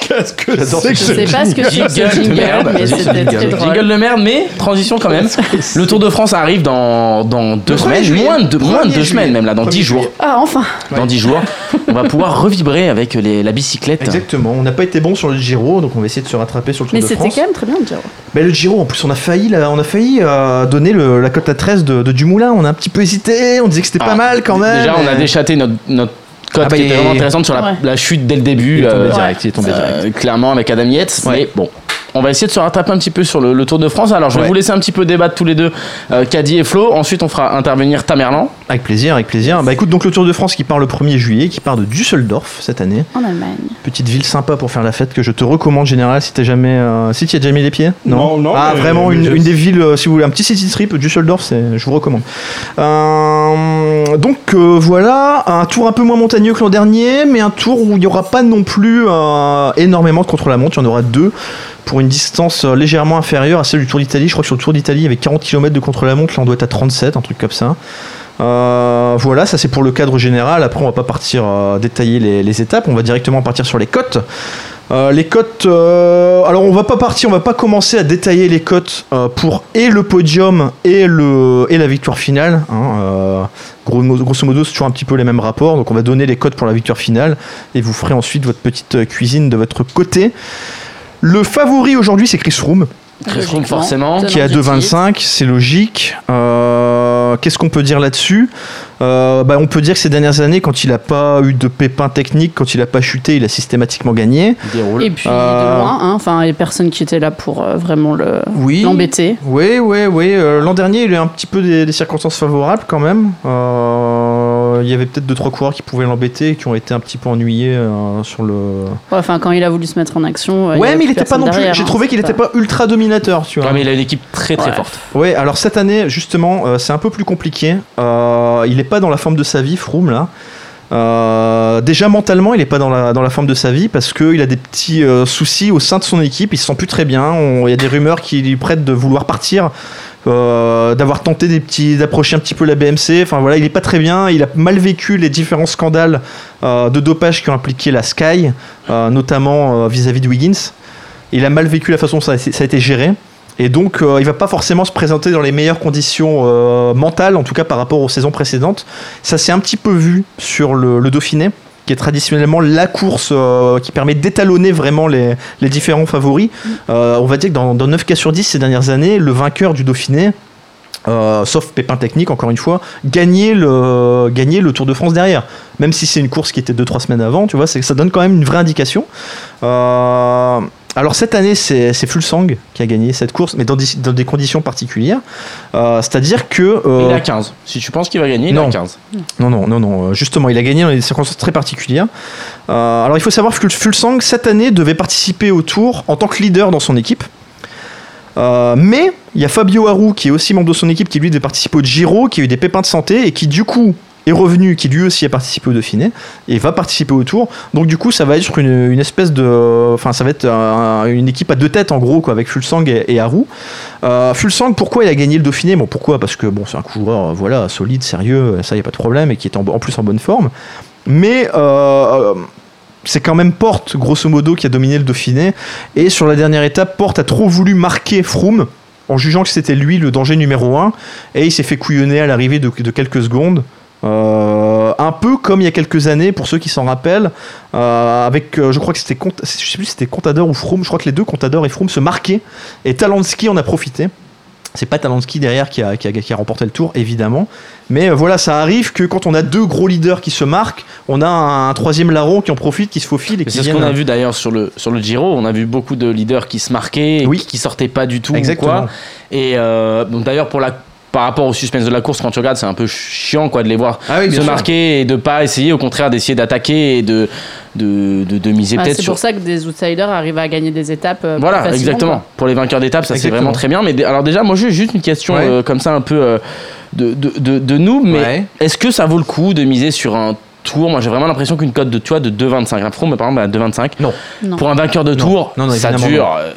Speaker 5: Qu'est-ce que c'est que
Speaker 6: Je sais pas ce que c'est que ce
Speaker 3: Jingle de merde.
Speaker 6: jingle, mais c'était très
Speaker 3: Jingle
Speaker 6: drôle.
Speaker 3: de merde, mais transition quand même. Le Tour de France arrive dans, dans deux
Speaker 4: premier
Speaker 3: semaines,
Speaker 4: juillet.
Speaker 3: moins de, moins de
Speaker 4: Premier
Speaker 3: deux
Speaker 4: juillet.
Speaker 3: semaines même, là, dans
Speaker 4: Premier
Speaker 3: dix jours.
Speaker 4: juillet.
Speaker 6: Ah, enfin
Speaker 3: Dans dix jours, on va pouvoir revibrer avec euh, les- la bicyclette.
Speaker 4: Exactement, on n'a pas été bon sur le Giro, donc on va essayer de se rattraper sur le Tour
Speaker 6: Mais
Speaker 4: de
Speaker 6: c'était
Speaker 4: France.
Speaker 6: quand même très bien de dire.
Speaker 4: Mais le Giro, en plus, on a failli, là, on a failli euh, donner le- la cote à 13 de, de Dumoulin, on a un petit peu hésité, on disait que c'était
Speaker 3: Ah,
Speaker 4: pas mal quand même.
Speaker 3: Déjà, on a
Speaker 4: mais-
Speaker 3: déchaté notre, notre cote
Speaker 4: Ah bah,
Speaker 3: qui
Speaker 4: il-
Speaker 3: était vraiment intéressante sur la,
Speaker 6: Ouais.
Speaker 3: la chute dès le début.
Speaker 4: Il est tombé
Speaker 3: euh,
Speaker 4: direct, il est tombé
Speaker 3: euh,
Speaker 4: direct.
Speaker 3: clairement avec Adam Yates.
Speaker 4: Ouais.
Speaker 3: Mais bon, on va essayer de se rattraper un petit peu sur le, le Tour de France. Alors, je vais
Speaker 4: Ouais.
Speaker 3: vous laisser un petit peu débattre tous les deux, euh, Caddy et Flo. Ensuite, on fera intervenir Tamerlan.
Speaker 4: Avec plaisir, avec plaisir. Bah écoute, donc le Tour de France qui part le 1er juillet, qui part de Düsseldorf cette année.
Speaker 6: En Allemagne.
Speaker 4: Petite ville sympa pour faire la fête que je te recommande général si t'es jamais euh, si t'y as déjà mis les pieds
Speaker 10: Non, non,
Speaker 4: ah
Speaker 10: mais-
Speaker 4: vraiment
Speaker 10: mais
Speaker 4: une,
Speaker 10: je-
Speaker 4: une des villes euh, si vous voulez un petit city trip Düsseldorf c'est je vous recommande Euh, donc euh, voilà un tour un peu moins montagneux que l'an dernier mais un tour où il n'y aura pas non plus euh, énormément de contre la montre il y en aura deux pour une distance euh, légèrement inférieure à celle du Tour d'Italie je crois que sur le Tour d'Italie il y avait 40 km de contre la montre là on doit être à 37 un truc comme ça euh, voilà, ça c'est pour le cadre général. Après, on va pas partir euh, détailler les, les étapes. On va directement partir sur les cotes. Euh, les cotes. euh, alors, on va pas partir. On va pas commencer à détailler les cotes euh, pour et le podium et le et la victoire finale. hein. Euh, gros- grosso modo, c'est toujours un petit peu les mêmes rapports. Donc, on va donner les cotes pour la victoire finale et vous ferez ensuite votre petite euh, cuisine de votre côté. Le favori aujourd'hui, c'est Chris Room
Speaker 3: Chris Froome,
Speaker 6: Logiquement.
Speaker 3: forcément.
Speaker 6: Tenant
Speaker 4: qui est à
Speaker 6: du titre.
Speaker 4: 2,25, c'est logique. Euh, Qu'est-ce qu'on peut dire là-dessus Euh, bah, On peut dire que ces dernières années, quand il n'a pas eu de pépin technique, quand il n'a pas chuté, il a systématiquement gagné.
Speaker 3: Déroule.
Speaker 6: Et puis
Speaker 4: Euh,
Speaker 6: de loin, hein, enfin les personnes qui étaient là pour euh, vraiment le
Speaker 4: Oui.
Speaker 6: l'embêter.
Speaker 4: Oui, oui, oui. Euh, L'an dernier, il a eu un petit peu des, des circonstances favorables quand même. Euh, il y avait peut-être deux trois coureurs qui pouvaient l'embêter et qui ont été un petit peu ennuyés euh, sur le.
Speaker 6: Ouais, Enfin quand il a voulu se mettre en action. euh, il y
Speaker 4: ouais,
Speaker 6: avait
Speaker 4: mais il
Speaker 6: plus
Speaker 4: était pas
Speaker 6: personne
Speaker 4: non plus.
Speaker 6: derrière,
Speaker 4: J'ai
Speaker 6: hein,
Speaker 4: trouvé
Speaker 6: c'est
Speaker 4: qu'il n'était pas ultra dominateur, tu vois.
Speaker 3: Ouais, mais il a une équipe très très
Speaker 6: Ouais.
Speaker 3: forte.
Speaker 4: Ouais, alors cette année, justement, euh, c'est un peu plus compliqué. Euh, il n'est pas dans la forme de sa vie, Froome, là. Euh, déjà mentalement, il n'est pas dans la, dans la forme de sa vie parce qu'il a des petits euh, soucis au sein de son équipe. Il se sent plus très bien. On- Il y a des rumeurs qui lui prêtent de vouloir partir, euh, d'avoir tenté des petits, d'approcher un petit peu la BMC. Enfin voilà, il n'est pas très bien. Il a mal vécu les différents scandales euh, de dopage qui ont impliqué la Sky, euh, notamment euh, vis-à-vis de Wiggins. Il a mal vécu la façon dont ça a, ça a été géré. Et donc, euh, il va pas forcément se présenter dans les meilleures conditions euh, mentales, en tout cas par rapport aux saisons précédentes. Ça s'est un petit peu vu sur le, le Dauphiné, qui est traditionnellement la course euh, qui permet d'étalonner vraiment les, les différents favoris. Euh, on va dire que dans, dans 9 cas sur 10 ces dernières années, le vainqueur du Dauphiné, euh, sauf pépin technique, encore une fois, gagnait le, gagnait le Tour de France derrière. Même si c'est une course qui était 2-3 semaines avant, tu vois, c'est- ça donne quand même une vraie indication. Euh, alors cette année, c'est c'est Fulsang qui a gagné cette course, mais dans des, dans des conditions particulières. Euh, C'est-à-dire que... euh,
Speaker 3: Il est à 15. Si tu penses qu'il va gagner, il est
Speaker 4: Non.
Speaker 3: à 15.
Speaker 4: non, non, non, non. euh, Justement, il a gagné dans des circonstances très particulières. Euh, alors, il faut savoir que Fulsang, cette année, devait participer au tour en tant que leader dans son équipe. Euh, mais il y a Fabio Haru, qui est aussi membre de son équipe, qui lui devait participer au Giro, qui a eu des pépins de santé et qui, du coup, est revenu, qui lui aussi a participé au Dauphiné, et va participer au Tour. Donc du coup, ça va être une, une espèce de... Enfin, ça va être un- une équipe à deux têtes, en gros, quoi, avec Fulsang et, et Haru. Euh, Fulsang, pourquoi il a gagné le Dauphiné Bon, pourquoi Parce que bon, c'est un coureur, euh, voilà, solide, sérieux, euh, ça, il n'y a pas de problème, et qui est en, en plus en bonne forme. Mais... euh, c'est quand même Porte, grosso modo, qui a dominé le Dauphiné. Et sur la dernière étape, Porte a trop voulu marquer Froome en jugeant que c'était lui le danger numéro un. Et il s'est fait couillonner à l'arrivée de, de quelques secondes. Euh, un peu comme il y a quelques années, pour ceux qui s'en rappellent, euh, avec, euh, je crois que c'était, Cont- je sais plus si c'était Contador ou Froome, je crois que les deux, Contador et Froome, se marquaient. Et Talansky en a profité. C'est pas Talansky derrière qui a, qui, a, qui a remporté le tour, évidemment. Mais euh, voilà, ça arrive que quand on a deux gros leaders qui se marquent, on a un, un troisième larron qui en profite, qui se faufile et
Speaker 3: Mais
Speaker 4: qui
Speaker 3: C'est ce
Speaker 4: vient-
Speaker 3: qu'on a vu d'ailleurs sur le, sur le Giro. On a vu beaucoup de leaders qui se marquaient, et
Speaker 4: Oui.
Speaker 3: qui, qui sortaient pas du tout. ou
Speaker 4: Exactement.
Speaker 3: Quoi. Et euh, donc d'ailleurs, pour la. Par rapport au suspense de la course, quand tu regardes, c'est un peu chiant quoi de les voir
Speaker 4: Ah oui, bien
Speaker 3: se
Speaker 4: sûr.
Speaker 3: marquer et de pas essayer, au contraire d'essayer d'attaquer et de de, de, de miser
Speaker 6: Ah,
Speaker 3: peut-être
Speaker 6: c'est
Speaker 3: sur.
Speaker 6: pour ça que des outsiders arrivent à gagner des étapes. euh, plus
Speaker 3: Voilà,
Speaker 6: facilement,
Speaker 3: exactement.
Speaker 6: quoi.
Speaker 3: Pour les vainqueurs d'étape, ça c'est
Speaker 4: Exactement.
Speaker 3: vraiment très bien. Mais dé- alors déjà, moi j'ai juste une question
Speaker 4: Ouais.
Speaker 3: euh, comme ça un peu euh, de, de, de, de noob, mais
Speaker 4: Ouais.
Speaker 3: est-ce que ça vaut le coup de miser sur un tour Moi j'ai vraiment l'impression qu'une cote de tu vois, de 2,25, un Froome par exemple à 2,25,
Speaker 4: Non.
Speaker 6: Non.
Speaker 3: pour un vainqueur de tour,
Speaker 4: Non, non,
Speaker 3: ça
Speaker 4: évidemment,
Speaker 3: dure. euh,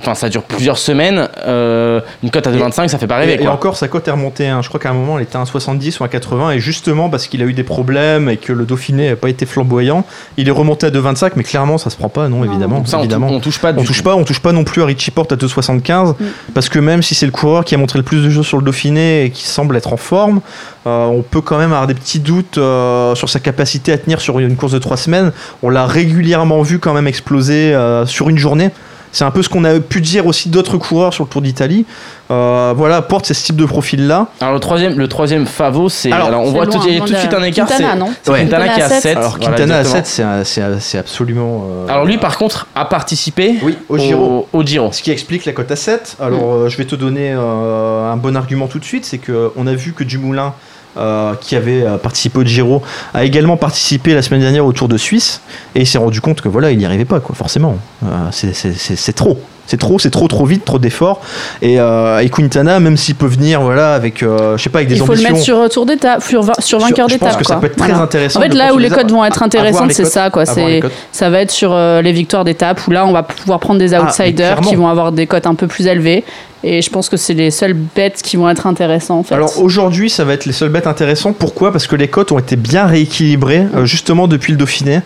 Speaker 3: Enfin, ça dure plusieurs semaines. euh, une cote à 2,25, ça fait pas rêver.
Speaker 4: Et, et
Speaker 3: quoi.
Speaker 4: encore, sa cote est remontée. hein. Je crois qu'à un moment, elle était à 1,70 ou à 80. Et justement, parce qu'il a eu des problèmes et que le Dauphiné n'a pas été flamboyant, il est remonté à 2,25. Mais clairement, ça se prend pas, non, évidemment.
Speaker 3: Donc ça, on,
Speaker 4: évidemment.
Speaker 3: tou- on touche pas.
Speaker 4: On
Speaker 3: du
Speaker 4: touche
Speaker 3: tout.
Speaker 4: pas, on touche pas non plus à Richie Porte à 2,75 parce que même si c'est le coureur qui a montré le plus de jeux sur le Dauphiné et qui semble être en forme, euh, on peut quand même avoir des petits doutes euh, sur sa capacité à tenir sur une course de 3 semaines. On l'a régulièrement vu quand même exploser euh, sur une journée. C'est un peu ce qu'on a pu dire aussi d'autres coureurs sur le Tour d'Italie. Euh, voilà, Porte, c'est ce type de profil-là.
Speaker 3: Alors le troisième, le troisième favo, c'est.
Speaker 4: Alors,
Speaker 3: Alors, on
Speaker 6: c'est
Speaker 3: voit
Speaker 6: loin,
Speaker 3: tout, il y a tout de
Speaker 6: loin
Speaker 3: suite un
Speaker 6: derrière.
Speaker 3: écart.
Speaker 6: Quintana,
Speaker 3: c'est-
Speaker 6: non
Speaker 3: c'est
Speaker 4: Ouais.
Speaker 3: Quintana qui est à
Speaker 6: Quintana à
Speaker 3: 7.
Speaker 6: sept.
Speaker 4: Alors
Speaker 3: voilà,
Speaker 4: Quintana à
Speaker 3: exactement.
Speaker 4: 7, c'est un- c'est un- c'est absolument. euh,
Speaker 3: Alors lui, par contre, a participé
Speaker 4: Oui, au Giro.
Speaker 3: Au, au Giro.
Speaker 4: Ce qui explique la cote à 7. Alors, euh, je vais te donner euh, un bon argument tout de suite c'est qu'on a vu que Dumoulin, euh, qui avait euh, participé au Giro, a également participé la semaine dernière au Tour de Suisse et il s'est rendu compte que voilà, il n'y arrivait pas, quoi, forcément. Euh, c'est- c'est c'est- c'est trop. C'est trop, c'est trop, trop vite, trop d'efforts. Et, euh, et Quintana, même s'il peut venir, voilà, avec, euh, je sais pas, avec des
Speaker 6: Il faut
Speaker 4: ambitions.
Speaker 6: le mettre sur euh, tour d'étape, sur, va- sur vainqueur
Speaker 4: je
Speaker 6: d'étape.
Speaker 4: pense que ça
Speaker 6: quoi.
Speaker 4: peut être très
Speaker 6: Voilà.
Speaker 4: intéressant.
Speaker 6: En fait,
Speaker 4: de
Speaker 6: là où
Speaker 4: continuer
Speaker 6: les
Speaker 4: ça.
Speaker 6: codes vont être
Speaker 4: À- à voir
Speaker 6: intéressantes,
Speaker 4: les
Speaker 6: c'est
Speaker 4: cotes.
Speaker 6: ça, quoi.
Speaker 4: À voir les
Speaker 6: C'est-
Speaker 4: cotes.
Speaker 6: Ça va être sur euh, les victoires d'étape où là, on va pouvoir prendre des
Speaker 4: Ah,
Speaker 6: outsiders
Speaker 4: mais
Speaker 6: qui
Speaker 4: clairement.
Speaker 6: vont avoir des cotes un peu plus élevées. Et je pense que c'est les seules bêtes qui vont être intéressantes, en fait.
Speaker 4: Alors aujourd'hui, ça va être les seules bêtes intéressantes. Pourquoi Parce que les cotes ont été bien rééquilibrées, euh, justement depuis le Dauphiné.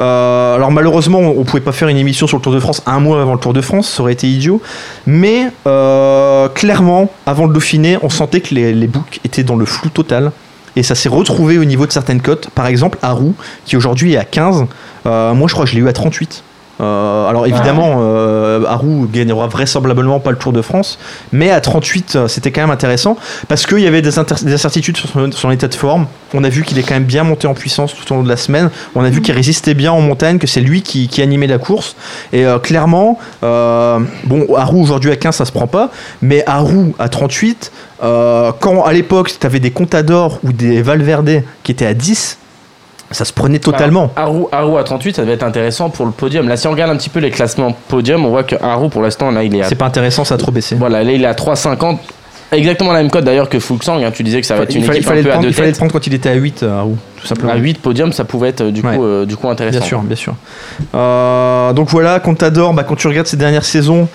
Speaker 4: Euh, alors malheureusement, on on pouvait pas faire une émission sur le Tour de France un mois avant le Tour de France, ça aurait été idiot. Mais euh, clairement, avant le Dauphiné, on sentait que les, les books étaient dans le flou total. Et ça s'est retrouvé au niveau de certaines cotes. Par exemple, Haru, qui aujourd'hui est à 15. euh, moi, je crois que je l'ai eu à 38. Euh, alors évidemment, euh, Haru gagnera vraisemblablement pas le Tour de France, mais à 38, euh, c'était quand même intéressant parce qu'il y avait des, inter- des incertitudes sur son, son état de forme. On a vu qu'il est quand même bien monté en puissance tout au long de la semaine. On a vu qu'il résistait bien en montagne, que c'est lui qui, qui animait la course. Et euh, clairement, euh, bon, Haru aujourd'hui à 15, ça se prend pas, mais Haru à 38, euh, quand à l'époque, tu avais des Contador ou des Valverde qui étaient à 10, ça se prenait totalement.
Speaker 3: Haru, Haru à 38, ça devait être intéressant pour le podium. Là, si on regarde un petit peu les classements podium, on voit que Haru, pour l'instant, là, il est à,
Speaker 4: C'est pas intéressant, ça a trop baissé.
Speaker 3: voilà, là, il est à 3,50. Exactement la même cote d'ailleurs que Fulksang. hein. Tu disais que ça va être
Speaker 4: Il
Speaker 3: une
Speaker 4: fallait, il
Speaker 3: équipe
Speaker 4: fallait
Speaker 3: un
Speaker 4: le
Speaker 3: peu à
Speaker 4: prendre,
Speaker 3: deux
Speaker 4: il fallait le
Speaker 3: têtes.
Speaker 4: prendre quand il était à 8, euh, Haru, tout simplement.
Speaker 3: À 8 podiums, ça pouvait être euh, du coup,
Speaker 4: Ouais.
Speaker 3: euh, du coup intéressant.
Speaker 4: Bien sûr, bien sûr. Euh, donc voilà, Contador, bah, quand tu regardes ces dernières saisons,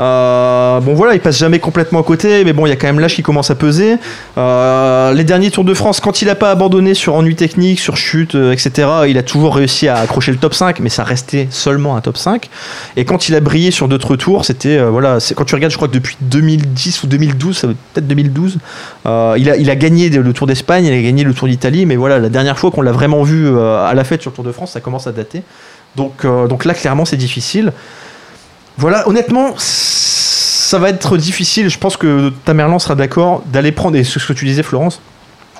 Speaker 4: euh, bon voilà, il passe jamais complètement à côté, mais bon, il y a quand même l'âge qui commence à peser. Euh, les derniers Tours de France, quand il a pas abandonné sur ennui technique, sur chute, euh, etc., il a toujours réussi à accrocher le top 5, mais ça restait seulement un top 5. Et quand il a brillé sur d'autres tours, c'était euh, voilà, c'est- quand tu regardes, je crois que depuis 2010 ou 2012, ça va être peut-être 2012, euh, il, a, il a gagné le Tour d'Espagne, il a gagné le Tour d'Italie, mais voilà, la dernière fois qu'on l'a vraiment vu euh, à la fête sur le Tour de France, ça commence à dater. Donc, euh, donc là, clairement, c'est difficile. Voilà, honnêtement, ça va être difficile. Je pense que Tamerlan sera d'accord d'aller prendre, et c'est ce que tu disais, Florence,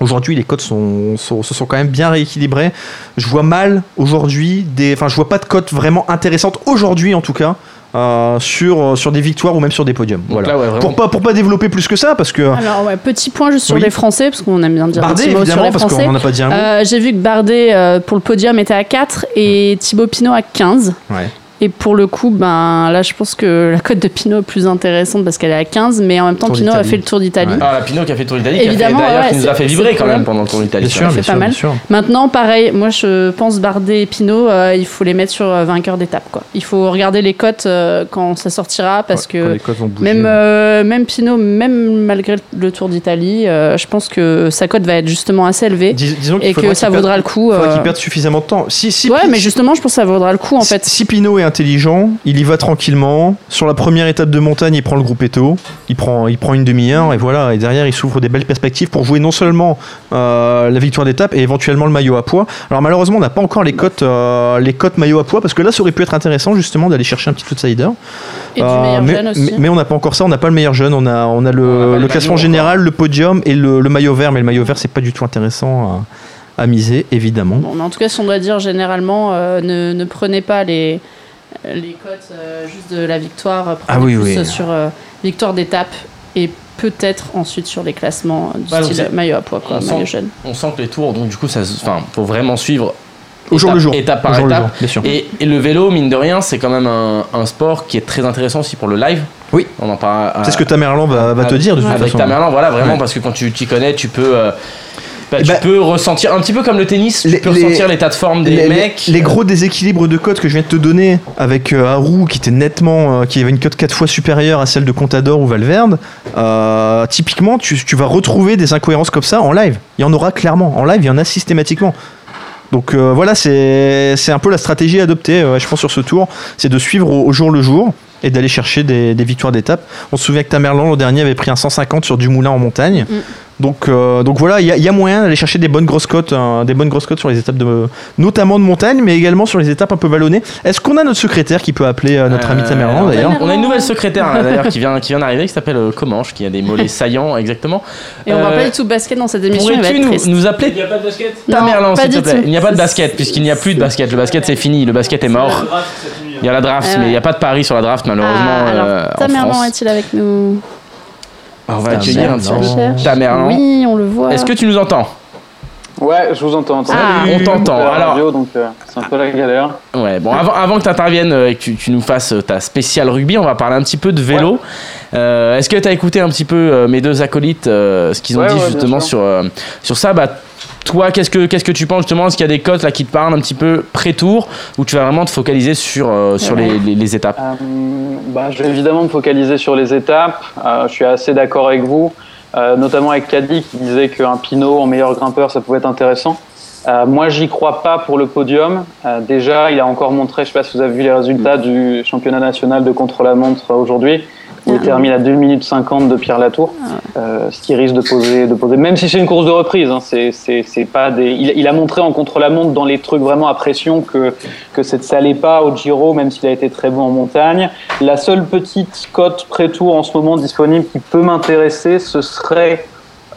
Speaker 4: aujourd'hui, les cotes sont, sont- se sont quand même bien rééquilibrées. Je vois mal aujourd'hui, des, enfin, je vois pas de cotes vraiment intéressantes, aujourd'hui en tout cas, euh, sur, sur des victoires ou même sur des podiums.
Speaker 3: Donc
Speaker 4: Voilà.
Speaker 3: là, ouais, vraiment.
Speaker 4: pour, pas, pour pas développer plus que ça, parce que.
Speaker 6: Alors, ouais, petit point juste sur
Speaker 4: Oui.
Speaker 6: les Français, parce qu'on aime bien dire un
Speaker 4: Bardet,
Speaker 6: petit mot sur
Speaker 4: évidemment,
Speaker 6: les
Speaker 4: parce qu'on
Speaker 6: Français.
Speaker 4: n'en a pas dit un mot.
Speaker 6: Euh, J'ai vu que Bardet, euh, pour le podium, était à 4 et Thibaut Pinot à 15.
Speaker 4: Ouais.
Speaker 6: Et pour le coup, ben, là, je pense que la cote de Pinot est plus intéressante parce qu'elle est à 15, mais en même temps,
Speaker 4: Tour
Speaker 6: Pinot a
Speaker 4: d'Italie.
Speaker 6: fait le tour d'Italie.
Speaker 4: Ouais.
Speaker 3: Ah, la Pinot qui a fait le Tour d'Italie, qui a fait-
Speaker 6: Évidemment,
Speaker 3: d'ailleurs,
Speaker 6: ouais,
Speaker 3: qui nous a
Speaker 6: c'est-
Speaker 3: fait
Speaker 6: c'est
Speaker 3: vibrer
Speaker 6: le
Speaker 3: quand même
Speaker 6: problème.
Speaker 3: pendant le Tour d'Italie.
Speaker 4: Bien sûr,
Speaker 6: fait
Speaker 4: bien
Speaker 6: pas
Speaker 4: sûr,
Speaker 6: mal.
Speaker 4: bien sûr.
Speaker 6: Maintenant, pareil, moi, je pense Bardet et Pinot, euh, il faut les mettre sur euh, vainqueur d'étape. quoi. Il faut regarder les cotes euh, quand ça sortira parce
Speaker 4: Ouais, quand
Speaker 6: que
Speaker 4: les codes vont bouger.
Speaker 6: même, euh, même Pinot, même malgré le tour d'Italie, euh, je pense que sa cote va être justement assez élevée
Speaker 4: Dis- disons qu'il
Speaker 6: et
Speaker 4: faudra
Speaker 6: que ça
Speaker 4: qu'il perde-
Speaker 6: vaudra le coup.
Speaker 4: faudra
Speaker 6: euh,
Speaker 4: qu'il perde suffisamment de temps. Si, si,
Speaker 6: Ouais,
Speaker 4: si-
Speaker 6: mais justement, je pense que ça vaudra le coup en
Speaker 4: si-
Speaker 6: fait.
Speaker 4: Si Pinot est intelligent, il y va tranquillement. Sur la première étape de montagne, il prend le groupe Eto. Il prend, il prend une demi-heure et voilà. Et derrière, il s'ouvre des belles perspectives pour jouer non seulement euh, la victoire d'étape et éventuellement le maillot à poids. Alors malheureusement, on n'a pas encore les cotes, euh, les cotes maillot à poids parce que là, ça aurait pu être intéressant justement d'aller chercher un petit outsider.
Speaker 6: Et du
Speaker 4: Euh,
Speaker 6: meilleur
Speaker 4: mais,
Speaker 6: jeune aussi.
Speaker 4: mais- mais on n'a pas encore ça, on n'a pas le meilleur jeune, on a, on a
Speaker 3: On n'a pas
Speaker 4: le,
Speaker 3: le
Speaker 4: le
Speaker 3: maillot
Speaker 4: classement
Speaker 3: encore.
Speaker 4: général, le podium et le, le maillot vert, mais le maillot vert c'est pas du tout intéressant à, à miser, évidemment.
Speaker 6: Bon, mais en tout cas, si on doit dire généralement, euh, ne, ne prenez pas les, les cotes euh, juste de la victoire. euh, Prenez
Speaker 4: Ah oui,
Speaker 6: plus
Speaker 4: oui.
Speaker 6: sur euh, victoire d'étape et peut-être ensuite sur les classements euh, du
Speaker 3: Bah, donc
Speaker 6: style
Speaker 3: c'est-
Speaker 6: maillot à poids, quoi,
Speaker 3: on
Speaker 6: maillot
Speaker 3: sent-
Speaker 6: jeune.
Speaker 3: On sent que les tours, donc du coup, ça, se- enfin, faut vraiment suivre
Speaker 4: Au jour
Speaker 3: étape-
Speaker 4: le jour.
Speaker 3: étape par
Speaker 4: Au jour le
Speaker 3: étape.
Speaker 4: jour, bien sûr.
Speaker 3: Et, et le vélo, mine de rien, c'est quand même un, un sport qui est très intéressant aussi pour le live.
Speaker 4: Oui.
Speaker 3: On en parle. à-
Speaker 4: C'est ce que Tamerlan va, va te dire de toute
Speaker 3: Ah, avec
Speaker 4: façon.
Speaker 3: Tamerlan, voilà, vraiment,
Speaker 4: Ouais.
Speaker 3: parce que quand tu t'y connais, tu peux. euh, bah,
Speaker 4: Eh
Speaker 3: tu
Speaker 4: ben,
Speaker 3: peux ressentir un petit peu comme le tennis, tu
Speaker 4: les-
Speaker 3: peux
Speaker 4: les-
Speaker 3: ressentir l'état de forme des
Speaker 4: les,
Speaker 3: mecs.
Speaker 4: les- les gros déséquilibres de cotes que je viens de te donner avec euh, Haru qui était nettement euh, qui avait une cote 4 fois supérieure à celle de Contador ou Valverde euh, typiquement tu, tu vas retrouver des incohérences comme ça en live il y en aura clairement en live il y en a systématiquement donc euh, voilà c'est c'est un peu la stratégie adoptée euh, je pense sur ce tour c'est de suivre au, au jour le jour et d'aller chercher des, des victoires d'étape on se souvient que Tamerlan l'an dernier avait pris un 150 sur Dumoulin en montagne donc, euh, donc voilà, il y, a- il y a moyen d'aller chercher des bonnes grosses cotes, hein, des bonnes grosses cotes sur les étapes de, notamment de montagne, mais également sur les étapes un peu vallonnées. Est-ce qu'on a notre secrétaire qui peut appeler euh, notre ami
Speaker 3: Euh,
Speaker 4: Tamerlan
Speaker 3: on a-
Speaker 4: d'ailleurs
Speaker 3: On a une nouvelle secrétaire là, d'ailleurs qui vient, qui vient d'arriver qui s'appelle euh, Comanche, qui a des mollets saillants exactement.
Speaker 6: Et on va
Speaker 3: Euh,
Speaker 6: pas du tout basket dans cette émission, il va
Speaker 3: Pourrais-tu
Speaker 6: être
Speaker 3: nous,
Speaker 6: triste.
Speaker 3: nous appeler
Speaker 10: a pas de basket
Speaker 6: Non,
Speaker 3: Tamerlan,
Speaker 6: pas
Speaker 3: s'il te
Speaker 6: du
Speaker 3: plaît.
Speaker 6: tout. Ah,
Speaker 3: Il n'y a pas de basket, puisqu'il n'y a plus de basket. Le basket, c'est fini. Le basket est mort.
Speaker 10: hein.
Speaker 3: Il y a la draft,
Speaker 6: Ah ouais.
Speaker 3: mais il n'y a pas de pari sur la draft, malheureusement.
Speaker 6: Ah, alors,
Speaker 3: euh, en
Speaker 6: Tamerlan
Speaker 3: France.
Speaker 6: est-il avec nous
Speaker 3: On va accueillir un petit
Speaker 6: On
Speaker 4: Tamerlan.
Speaker 3: peu.
Speaker 6: cherche.
Speaker 3: Tamerlan.
Speaker 6: Oui, on le voit.
Speaker 3: Est-ce que tu nous entends
Speaker 11: Ouais, je vous entends. entendez
Speaker 6: Ah,
Speaker 3: On t'entend.
Speaker 11: la
Speaker 3: Alors,
Speaker 11: radio, donc euh, c'est un peu la galère.
Speaker 3: ouais, bon, avant, avant que tu interviennes et que tu, tu nous fasses euh, ta spéciale rugby, on va parler un petit peu de vélo. Euh, Est-ce que tu as écouté un petit peu euh, mes deux acolytes, euh, ce qu'ils ont
Speaker 11: Ouais,
Speaker 3: dit
Speaker 11: ouais, bien
Speaker 3: justement sur,
Speaker 11: sûr.
Speaker 3: euh, sur ça bah, toi, qu'est-ce que qu'est-ce que tu penses justement Est-ce qu'il y a des cotes là qui te parlent un petit peu pré-tour ou tu vas vraiment te focaliser sur euh, sur
Speaker 6: Ouais.
Speaker 3: les, les- les étapes
Speaker 11: Euh, bah, je vais évidemment me focaliser sur les étapes. Euh, je suis assez d'accord avec vous, euh, notamment avec Caddy qui disait qu'un Pinot en meilleur grimpeur, ça pouvait être intéressant. Euh, moi, j'y crois pas pour le podium. Euh, déjà, il a encore montré, je sais pas si vous avez vu les résultats du championnat national de contre-la-montre euh, aujourd'hui, où il
Speaker 6: Ah.
Speaker 11: termine à 2 minutes 50 de Pierre Latour, euh, ce qui risque de poser, de poser, même si c'est une course de reprise, hein, c'est, c'est, c'est pas des, il, il a montré en contre-la-montre dans les trucs vraiment à pression que, que c'est- ça allait pas au Giro, même s'il a été très bon en montagne. La seule petite cote pré-tour en ce moment disponible qui peut m'intéresser, ce serait,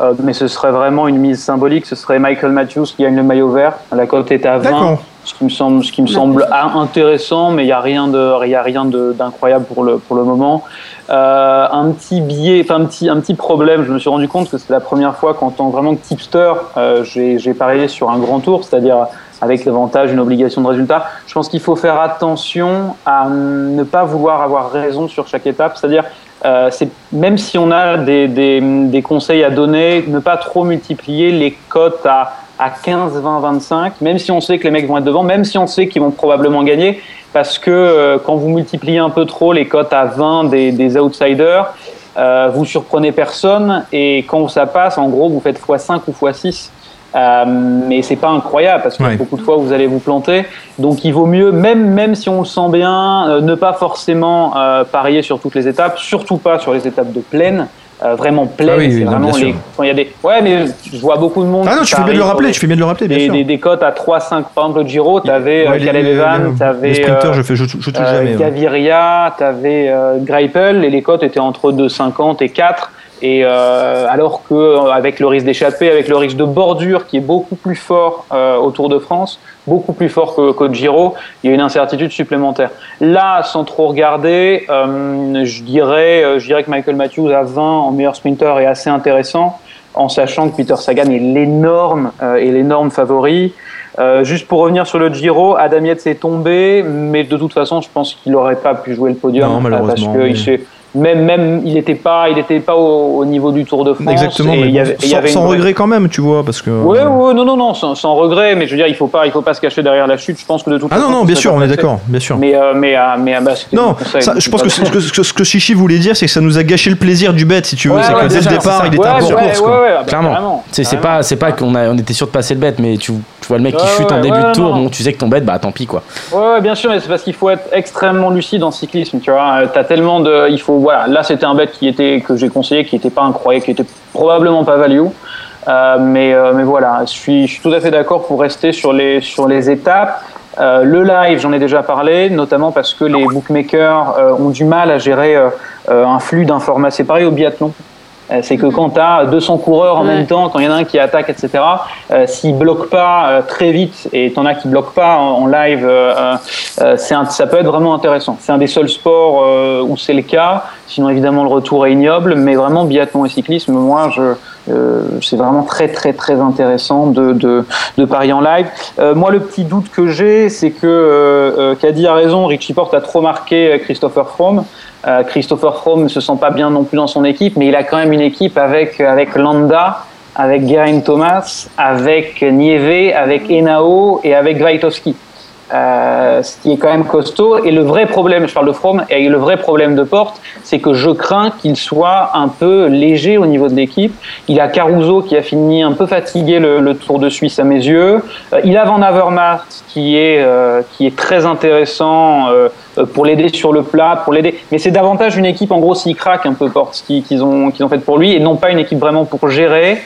Speaker 11: euh, mais ce serait vraiment une mise symbolique, ce serait Michael Matthews qui gagne le maillot vert. La cote est à 20
Speaker 4: D'accord.
Speaker 11: ce qui me semble, ce qui me semble ah, intéressant, mais il n'y a rien de, il y a rien de- d'incroyable pour le, pour le moment. Euh, un petit biais, enfin un petit, un petit problème. Je me suis rendu compte que c'est la première fois qu'en tant que vraiment que tipster, euh, j'ai j'ai parié sur un grand tour, c'est-à-dire avec l'avantage, une obligation de résultat. Je pense qu'il faut faire attention à hum, ne pas vouloir avoir raison sur chaque étape, c'est-à-dire euh, c'est- même si on a des, des, des conseils à donner, ne pas trop multiplier les cotes à, à 15, 20, 25, même si on sait que les mecs vont être devant, même si on sait qu'ils vont probablement gagner, parce que euh, quand vous multipliez un peu trop les cotes à 20 des, des outsiders, euh, vous surprenez personne, et quand ça passe, en gros, vous faites x5 ou x6. Euh, mais c'est pas incroyable parce que
Speaker 4: Ouais.
Speaker 11: beaucoup de fois vous allez vous planter. Donc il vaut mieux, même, même si on le sent bien, euh, ne pas forcément euh, parier sur toutes les étapes, surtout pas sur les étapes de plaine. euh, vraiment plaine,
Speaker 4: Ah oui,
Speaker 11: c'est
Speaker 4: oui, non,
Speaker 11: vraiment
Speaker 4: bien sûr.
Speaker 11: les. Quand il y a des. Ouais, mais je vois beaucoup de monde.
Speaker 4: Ah non,
Speaker 11: qui
Speaker 4: tu fais bien
Speaker 11: parie
Speaker 4: de le
Speaker 11: sur
Speaker 4: rappeler,
Speaker 11: les-
Speaker 4: tu fais bien de le rappeler, bien
Speaker 11: des,
Speaker 4: sûr.
Speaker 11: des, des cotes à 3-5. Par exemple, le Giro, t'avais
Speaker 4: Ouais,
Speaker 11: avais
Speaker 4: les-
Speaker 11: Caleb
Speaker 4: les-
Speaker 11: Evan,
Speaker 4: les-
Speaker 11: t'avais.
Speaker 4: les sprinteurs,
Speaker 11: euh,
Speaker 4: je fais, je, je touche
Speaker 11: euh,
Speaker 4: jamais. ouais.
Speaker 11: Gaviria, t'avais euh, Greipel, et les cotes étaient entre 2,50 et 4. Et euh, alors que euh, avec le risque d'échapper, avec le risque de bordure qui est beaucoup plus fort euh, au Tour de France, beaucoup plus fort que qu'au Giro, il y a une incertitude supplémentaire. Là, sans trop regarder, euh, je dirais, euh, je dirais que Michael Matthews à 20 en meilleur sprinter est assez intéressant, en sachant que Peter Sagan est l'énorme euh, est l'énorme favori. Euh, juste pour revenir sur le Giro, Adam Yates est tombé, mais de toute façon, je pense qu'il n'aurait pas pu jouer le podium.
Speaker 4: Non,
Speaker 11: euh,
Speaker 4: malheureusement,
Speaker 11: Parce que
Speaker 4: oui.
Speaker 11: il s'est- même, même, il n'était pas, il était pas au, au niveau du Tour de France.
Speaker 4: Exactement,
Speaker 11: et
Speaker 4: mais
Speaker 11: il y
Speaker 4: bon,
Speaker 11: avait- il y
Speaker 4: sans,
Speaker 11: avait une
Speaker 4: sans
Speaker 11: vraie-
Speaker 4: regret quand même, tu vois, parce que.
Speaker 11: Ouais, ouais, non, non, non, sans, sans regret, mais je veux dire, il faut pas, il faut pas se cacher derrière la chute. Je pense que de toute
Speaker 4: Ah
Speaker 11: façon,
Speaker 4: non, non,
Speaker 11: ça
Speaker 4: bien
Speaker 11: s'est
Speaker 4: sûr,
Speaker 11: pas
Speaker 4: on est
Speaker 11: passé.
Speaker 4: d'accord, bien sûr.
Speaker 11: Mais, euh, mais, ah, mais, ah, bah, c'était
Speaker 4: Non,
Speaker 11: mon conseil,
Speaker 4: ça,
Speaker 11: donc
Speaker 4: je
Speaker 11: c'est
Speaker 4: pense
Speaker 11: pas-
Speaker 4: que ce, que- ce que- ce que Chichi voulait dire, c'est que ça nous a gâché le plaisir du bet, si tu veux.
Speaker 11: Ouais,
Speaker 4: c'est
Speaker 11: ouais,
Speaker 4: que dès
Speaker 11: c'est
Speaker 4: le
Speaker 11: ça,
Speaker 4: départ,
Speaker 11: c'est
Speaker 4: il
Speaker 11: ça.
Speaker 4: était à
Speaker 11: Ouais,
Speaker 4: bord
Speaker 11: ouais,
Speaker 4: course, quoi.
Speaker 11: ouais, ouais, ah bah,
Speaker 3: Clairement.
Speaker 11: carrément,
Speaker 3: C'est c'est
Speaker 11: carrément.
Speaker 3: pas, c'est pas qu'on a, on était sûr de passer le bet, mais tu, tu vois le mec qui
Speaker 11: Ouais,
Speaker 3: chute en
Speaker 11: ouais,
Speaker 3: début
Speaker 11: ouais,
Speaker 3: de
Speaker 11: non,
Speaker 3: tour,
Speaker 11: non.
Speaker 3: bon, tu sais que ton bet, bah tant pis quoi.
Speaker 11: Ouais, ouais, bien sûr, mais c'est parce qu'il faut être extrêmement lucide en cyclisme, tu vois. Euh, T'as tellement de, il faut, voilà. Là, c'était un bet qui était que j'ai conseillé, qui était pas incroyable, qui était probablement pas value. Euh, mais, euh, mais voilà, je suis, je suis tout à fait d'accord pour rester sur les, sur les étapes. Euh, le live, j'en ai déjà parlé, notamment parce que les bookmakers euh, ont du mal à gérer euh, euh, un flux d'informations. C'est pareil au biathlon. Euh, C'est que quand tu as 200 coureurs en
Speaker 6: Ouais.
Speaker 11: même temps, quand il y en a un qui attaque, etc., euh, s'ils bloquent pas euh, très vite et t'en as qui bloquent pas en, en live, euh, euh, euh, c'est un- ça peut être vraiment intéressant. C'est un des seuls sports euh, où c'est le cas. Sinon, évidemment, le retour est ignoble, mais vraiment biathlon et cyclisme, moi, je, euh, c'est vraiment très très très intéressant de, de, de parier en live. Euh, moi, le petit doute que j'ai, c'est que euh, euh, Caddy a raison, Richie Porte a trop marqué euh, Christopher Froome. Euh, Christopher Froome ne se sent pas bien non plus dans son équipe, mais il a quand même une équipe avec avec Landa, avec Geraint Thomas, avec Nieve, avec Enao et avec Grajtowski. Euh, ce qui est quand même costaud. Et le vrai problème, je parle de From, et le vrai problème de Porte, c'est que je crains qu'il soit un peu léger au niveau de l'équipe. Il a Caruso qui a fini un peu fatigué le, le Tour de Suisse à mes yeux. Euh, il a Van Avermaet qui est euh, qui est très intéressant euh, euh, pour l'aider sur le plat, pour l'aider. Mais c'est davantage une équipe en gros s'il craque un peu Porte ce qui- qu'ils ont qu'ils ont fait pour lui et non pas une équipe vraiment pour gérer.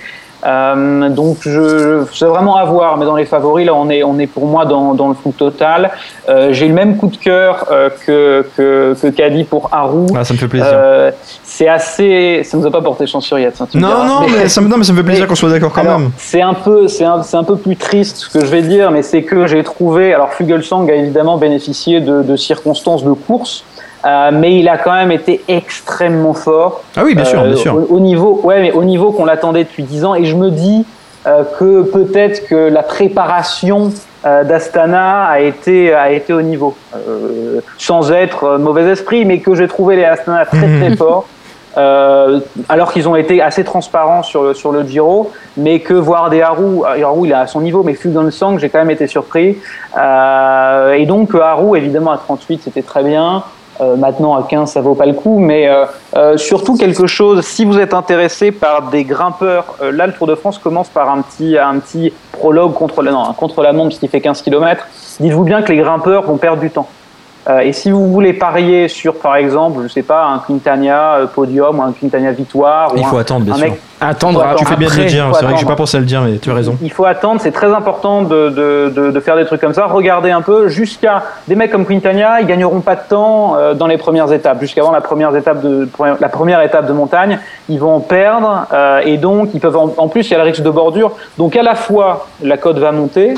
Speaker 11: Euh, donc je, je- c'est vraiment à voir, mais dans les favoris, là on est, on est pour moi dans, dans le flou total. Euh, J'ai eu le même coup de cœur euh, que, que, que Caddy pour Haru.
Speaker 4: Ah, ça me fait plaisir.
Speaker 11: Euh, c'est assez. Ça nous a pas porté chance sur Yates. hein, tu me
Speaker 4: Non,
Speaker 11: diras.
Speaker 4: non, mais ça me, non, mais ça me fait plaisir
Speaker 11: mais-
Speaker 4: qu'on soit d'accord quand
Speaker 11: alors,
Speaker 4: même.
Speaker 11: C'est un peu, c'est un, c'est un peu plus triste ce que je vais dire, mais c'est que j'ai trouvé. Alors Fugelsang a évidemment bénéficié de, de circonstances de course, euh, mais il a quand même été extrêmement fort.
Speaker 4: Ah oui, bien sûr,
Speaker 11: Euh,
Speaker 4: bien sûr.
Speaker 11: Au, au niveau, ouais, mais au niveau qu'on l'attendait depuis 10 ans, et je me dis euh, que peut-être que la préparation euh, d'Astana a été a été au niveau, Euh, sans être euh, mauvais esprit, mais que j'ai trouvé les Astana très très forts. Euh, alors qu'ils ont été assez transparents sur le, sur le Giro, mais que voir des Haru, euh, Haru il est à son niveau, mais Fuglsang, j'ai quand même été surpris. Euh, et donc Haru, évidemment à 38, c'était très bien. Euh, maintenant à 15, ça vaut pas le coup, mais euh, euh, surtout quelque chose. Si vous êtes intéressé par des grimpeurs, euh, là le Tour de France commence par un petit un petit prologue contre la non, un contre la montre, ce qui fait 15 km. Dites-vous bien que les grimpeurs vont perdre du temps. Euh, et si vous voulez parier sur, par exemple, je sais pas, un Quintana euh, podium ou un Quintana victoire, ou
Speaker 4: Il faut
Speaker 11: un-
Speaker 4: attendre, bien
Speaker 11: un
Speaker 4: sûr.
Speaker 11: mec-
Speaker 3: Attendre, hein,
Speaker 11: Faut
Speaker 3: à-
Speaker 11: attendre.
Speaker 4: Tu fais bien de le
Speaker 3: après,
Speaker 4: dire,
Speaker 11: faut
Speaker 4: c'est vrai que j'ai pas
Speaker 11: attendre.
Speaker 4: pensé à le dire, mais tu as raison.
Speaker 11: il faut attendre, c'est très important de, de, de, de faire des trucs comme ça. Regardez un peu jusqu'à des mecs comme Quintana, ils gagneront pas de temps euh, dans les premières étapes, jusqu'avant la première étape de première- la première étape de montagne, ils vont en perdre euh, et donc ils peuvent en, en plus il y a le risque de bordure. Donc à la fois la cote va monter.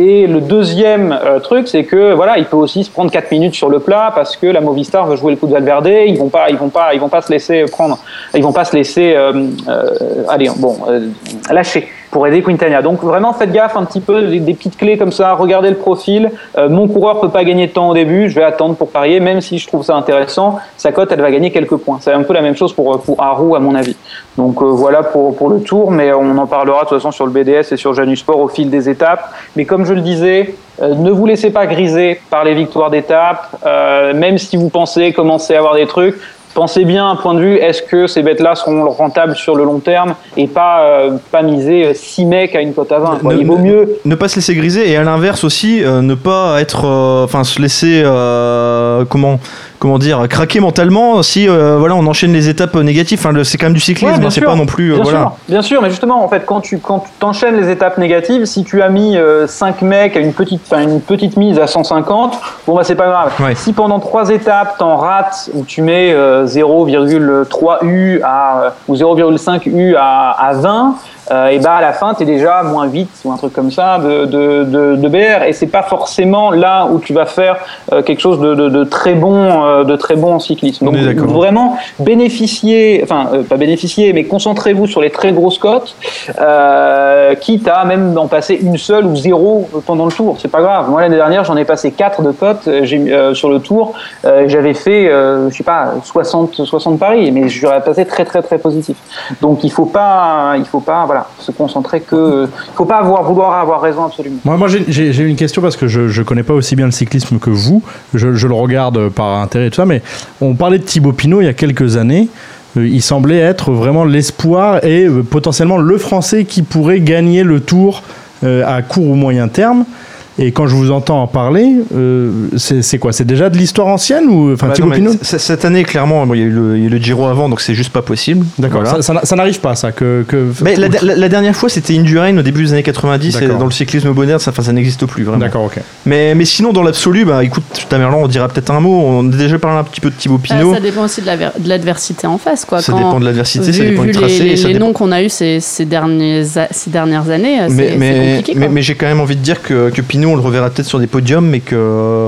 Speaker 11: Et le deuxième euh, truc, c'est que voilà, il peut aussi se prendre 4 minutes sur le plat parce que la Movistar veut jouer le coup de Valverde. Ils vont pas, ils vont pas, ils vont pas se laisser prendre. Ils vont pas se laisser, euh, euh, allez, bon, euh, lâcher pour aider Quintana. Donc vraiment faites gaffe un petit peu des, des petites clés comme ça, regardez le profil. Euh, mon coureur peut pas gagner de temps au début, je vais attendre pour parier, même si je trouve ça intéressant, sa cote elle va gagner quelques points. C'est un peu la même chose pour pour Haru à mon avis. Donc euh, voilà pour pour le tour, mais on en parlera de toute façon sur le BDS et sur Janus Sport au fil des étapes. Mais comme je le disais, euh, ne vous laissez pas griser par les victoires d'étape, euh, même si vous pensez commencer à avoir des trucs. Pensez bien un point de vue, est-ce que ces bêtes-là seront rentables sur le long terme et pas, euh, pas miser 6 mecs à une cote à 20 quoi.
Speaker 4: Ne-
Speaker 11: Il vaut
Speaker 4: ne-
Speaker 11: mieux.
Speaker 4: Ne pas se laisser griser et à l'inverse aussi, euh, ne pas être. euh, Enfin, se laisser. euh, comment comment dire craquer mentalement si euh, voilà on enchaîne les étapes négatives Enfin, le- c'est quand même du cyclisme
Speaker 11: Ouais,
Speaker 4: hein,
Speaker 11: bien
Speaker 4: c'est
Speaker 11: sûr.
Speaker 4: pas non plus euh,
Speaker 11: bien,
Speaker 4: voilà
Speaker 11: sûr, bien sûr, mais justement, en fait, quand tu quand tu t'enchaînes les étapes négatives, si tu as mis 5 mecs à une petite, enfin, une petite mise à 150, bon, bah, c'est pas grave.
Speaker 4: Ouais.
Speaker 11: Si pendant 3 étapes, t'en rates ou tu mets euh, 0,3 U à, ou 0,5 U à, à 20, euh, et bah à la fin t'es déjà moins 8 ou un truc comme ça de, de, de, de BR et c'est pas forcément là où tu vas faire euh, quelque chose de, de, de très bon euh, de très bon en cyclisme donc
Speaker 5: On est d'accord.
Speaker 11: vraiment bénéficier enfin euh, pas bénéficier mais concentrez-vous sur les très grosses cotes euh, quitte à même en passer une seule ou zéro pendant le tour c'est pas grave moi l'année dernière j'en ai passé quatre de cotes euh, j'ai, euh, sur le tour Euh, j'avais fait euh, je sais pas 60 60 paris mais j'aurais passé très très très positif donc il faut pas il faut pas voilà se concentrer que il faut pas avoir vouloir avoir raison absolument
Speaker 10: Moi, moi j'ai- j'ai j'ai une question parce que je ne connais pas aussi bien le cyclisme que vous. Je, je le regarde par intérêt et tout ça, mais on parlait de Thibaut Pinot il y a quelques années. Euh, Il semblait être vraiment l'espoir et euh, potentiellement le Français qui pourrait gagner le tour euh, à court ou moyen terme. Et quand je vous entends en parler, euh, c'est c'est quoi C'est déjà de l'histoire ancienne ou enfin
Speaker 4: Bah
Speaker 10: Thibaut
Speaker 4: non, mais
Speaker 10: Pinot
Speaker 4: c- Cette année, clairement, bon, il y, a eu le- il y a eu le Giro avant, donc c'est juste pas possible.
Speaker 10: D'accord.
Speaker 4: Voilà.
Speaker 10: Ça, ça n'a- ça n'arrive pas, ça. Que, que-
Speaker 4: Mais la, la- la dernière fois, c'était Indurain au début des années 90, et
Speaker 10: D'accord.
Speaker 4: dans le cyclisme moderne, ça, enfin, ça n'existe plus vraiment.
Speaker 10: D'accord, ok.
Speaker 4: Mais, mais sinon, dans l'absolu, bah, écoute, Tamerlan, on dira peut-être un mot. On a déjà parlé un petit peu de Thibaut Pinot.
Speaker 6: Euh, ça dépend aussi de la ver- de l'adversité en face. Quoi.
Speaker 4: Ça
Speaker 6: Quand-
Speaker 4: dépend de l'adversité, ça
Speaker 6: vu-
Speaker 4: dépend du
Speaker 6: vu les-
Speaker 4: tracé,
Speaker 6: Les,
Speaker 4: ça
Speaker 6: les
Speaker 4: dépend-
Speaker 6: noms qu'on a eu ces, ces, derniers a- ces dernières années, euh, c'est
Speaker 4: mais,
Speaker 6: c'est
Speaker 4: mais-
Speaker 6: compliqué.
Speaker 4: mais-
Speaker 6: quoi.
Speaker 4: mais j'ai quand même envie de dire que, que Pinot, on le reverra peut-être sur des podiums, mais que,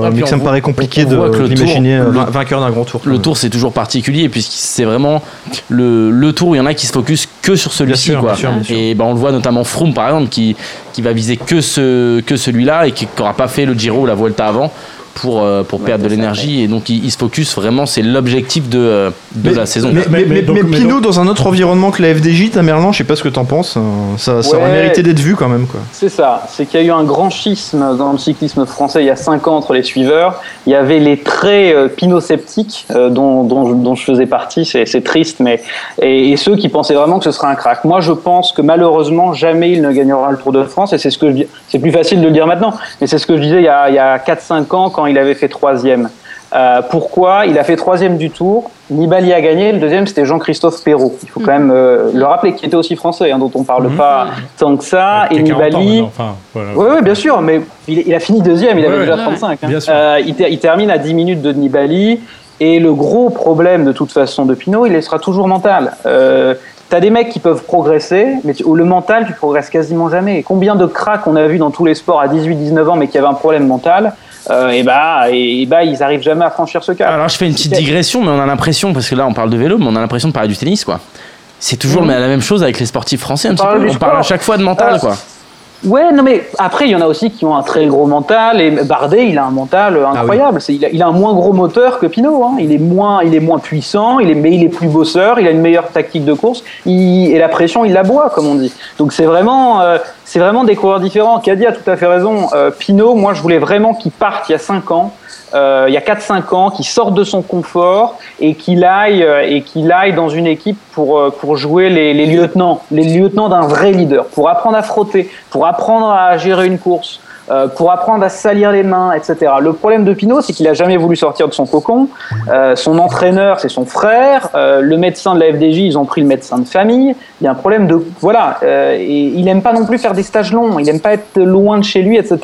Speaker 3: Ah,
Speaker 4: mais
Speaker 3: puis
Speaker 4: que ça
Speaker 3: on
Speaker 4: me paraît
Speaker 3: voit-
Speaker 4: compliqué
Speaker 3: on
Speaker 4: de
Speaker 3: voit que le
Speaker 4: l'imaginer
Speaker 3: tour-
Speaker 4: euh,
Speaker 3: le-
Speaker 4: vain- vainqueur d'un grand tour.
Speaker 3: Le tour, c'est toujours particulier, puisque c'est vraiment le, le tour où il y en a qui se focus que sur celui-ci.
Speaker 4: sûr,
Speaker 3: quoi.
Speaker 4: bien sûr, bien sûr.
Speaker 3: Et ben, on le voit notamment Froome, par exemple, qui, qui va viser que, ce, que celui-là et qui n'aura pas fait le Giro ou la Vuelta avant pour, euh, pour perdre de l'énergie. Et donc, il, il se focus vraiment, c'est l'objectif de, euh, de
Speaker 4: Mais-
Speaker 3: la saison.
Speaker 4: Mais,
Speaker 3: quoi.
Speaker 4: mais-
Speaker 10: mais
Speaker 4: mais-
Speaker 10: donc-
Speaker 4: mais
Speaker 10: mais
Speaker 4: Pinot,
Speaker 10: donc-
Speaker 4: dans un autre environnement que la FDJ, Tamerlan, je sais pas ce que t'en penses, euh, ça, ça aurait
Speaker 11: Ouais.
Speaker 4: mérité d'être vu quand même. Quoi.
Speaker 11: C'est ça, c'est qu'il y a eu un grand schisme dans le cyclisme français il y a cinq ans entre les suiveurs. Il y avait les très euh, pinoceptiques euh, dont, dont, je- dont je faisais partie, c'est c'est triste, mais et, et ceux qui pensaient vraiment que ce serait un crack. Moi, je pense que malheureusement, jamais il ne gagnera le Tour de France, et c'est ce que je dis. C'est plus facile de le dire maintenant, mais c'est ce que je disais il y a, il y a 4-5 ans quand il avait fait troisième. Euh, pourquoi Il a fait troisième du tour. Nibali a gagné. Le deuxième, c'était Jean-Christophe Perrault. Il faut quand même euh, le rappeler, qui était aussi français, hein, dont on parle pas tant que ça.
Speaker 10: Il
Speaker 11: Et
Speaker 10: y Mhm. a 40 ans
Speaker 11: Nibali,
Speaker 10: maintenant, enfin, voilà.
Speaker 11: oui, oui, bien sûr, mais il, il a fini deuxième, il avait
Speaker 10: Ouais,
Speaker 11: déjà
Speaker 10: ouais.
Speaker 11: 35. hein.
Speaker 10: Bien sûr.
Speaker 11: Euh, il, ter- il termine à 10 minutes de Nibali, et le gros problème de toute façon de Pinot, il sera toujours mental. Euh, T'as des mecs qui peuvent progresser, mais tu- où le mental, tu progresses quasiment jamais. Et combien de cracks on a vu dans tous les sports à 18-19 ans, mais qui avaient un problème mental, euh, et bah, et, bah, ils arrivent jamais à franchir ce cap.
Speaker 3: Alors, je fais une petite digression, mais on a l'impression, parce que là, on parle de vélo, mais on a l'impression de parler du tennis, quoi. C'est toujours
Speaker 11: Mhm.
Speaker 3: mais la même chose avec les sportifs français, un
Speaker 11: On
Speaker 3: petit
Speaker 11: parle
Speaker 3: peu.
Speaker 11: du
Speaker 3: On parle à
Speaker 11: sport.
Speaker 3: chaque fois de mental,
Speaker 11: Euh,
Speaker 3: quoi.
Speaker 11: Ouais, non, mais après, il y en a aussi qui ont un très gros mental. Et Bardet, il a un mental incroyable. C'est- Il, a, il a un moins gros moteur que Pinot. hein. Il, est moins, il est moins puissant, il est, mais il est plus bosseur, il a une meilleure tactique de course. il- et la pression, il la boit, comme on dit. Donc, c'est vraiment, euh, c'est vraiment des coureurs différents. Caddy a tout à fait raison. Euh, Pinot, moi, je voulais vraiment qu'il parte il y a 5 ans. euh, il y a 4-5 ans, qu'il sorte de son confort et qu'il aille, euh, et qu'il aille dans une équipe pour, euh, pour jouer les, les lieutenants, les lieutenants d'un vrai leader, pour apprendre à frotter, pour apprendre à gérer une course, euh, pour apprendre à salir les mains, etc. Le problème de Pinot, c'est qu'il a jamais voulu sortir de son cocon. Euh, son entraîneur, c'est son frère. Euh, le médecin de la FDJ, ils ont pris le médecin de famille. Il y a un problème de voilà. Euh, et il aime pas non plus faire des stages longs. Il aime pas être loin de chez lui, etc.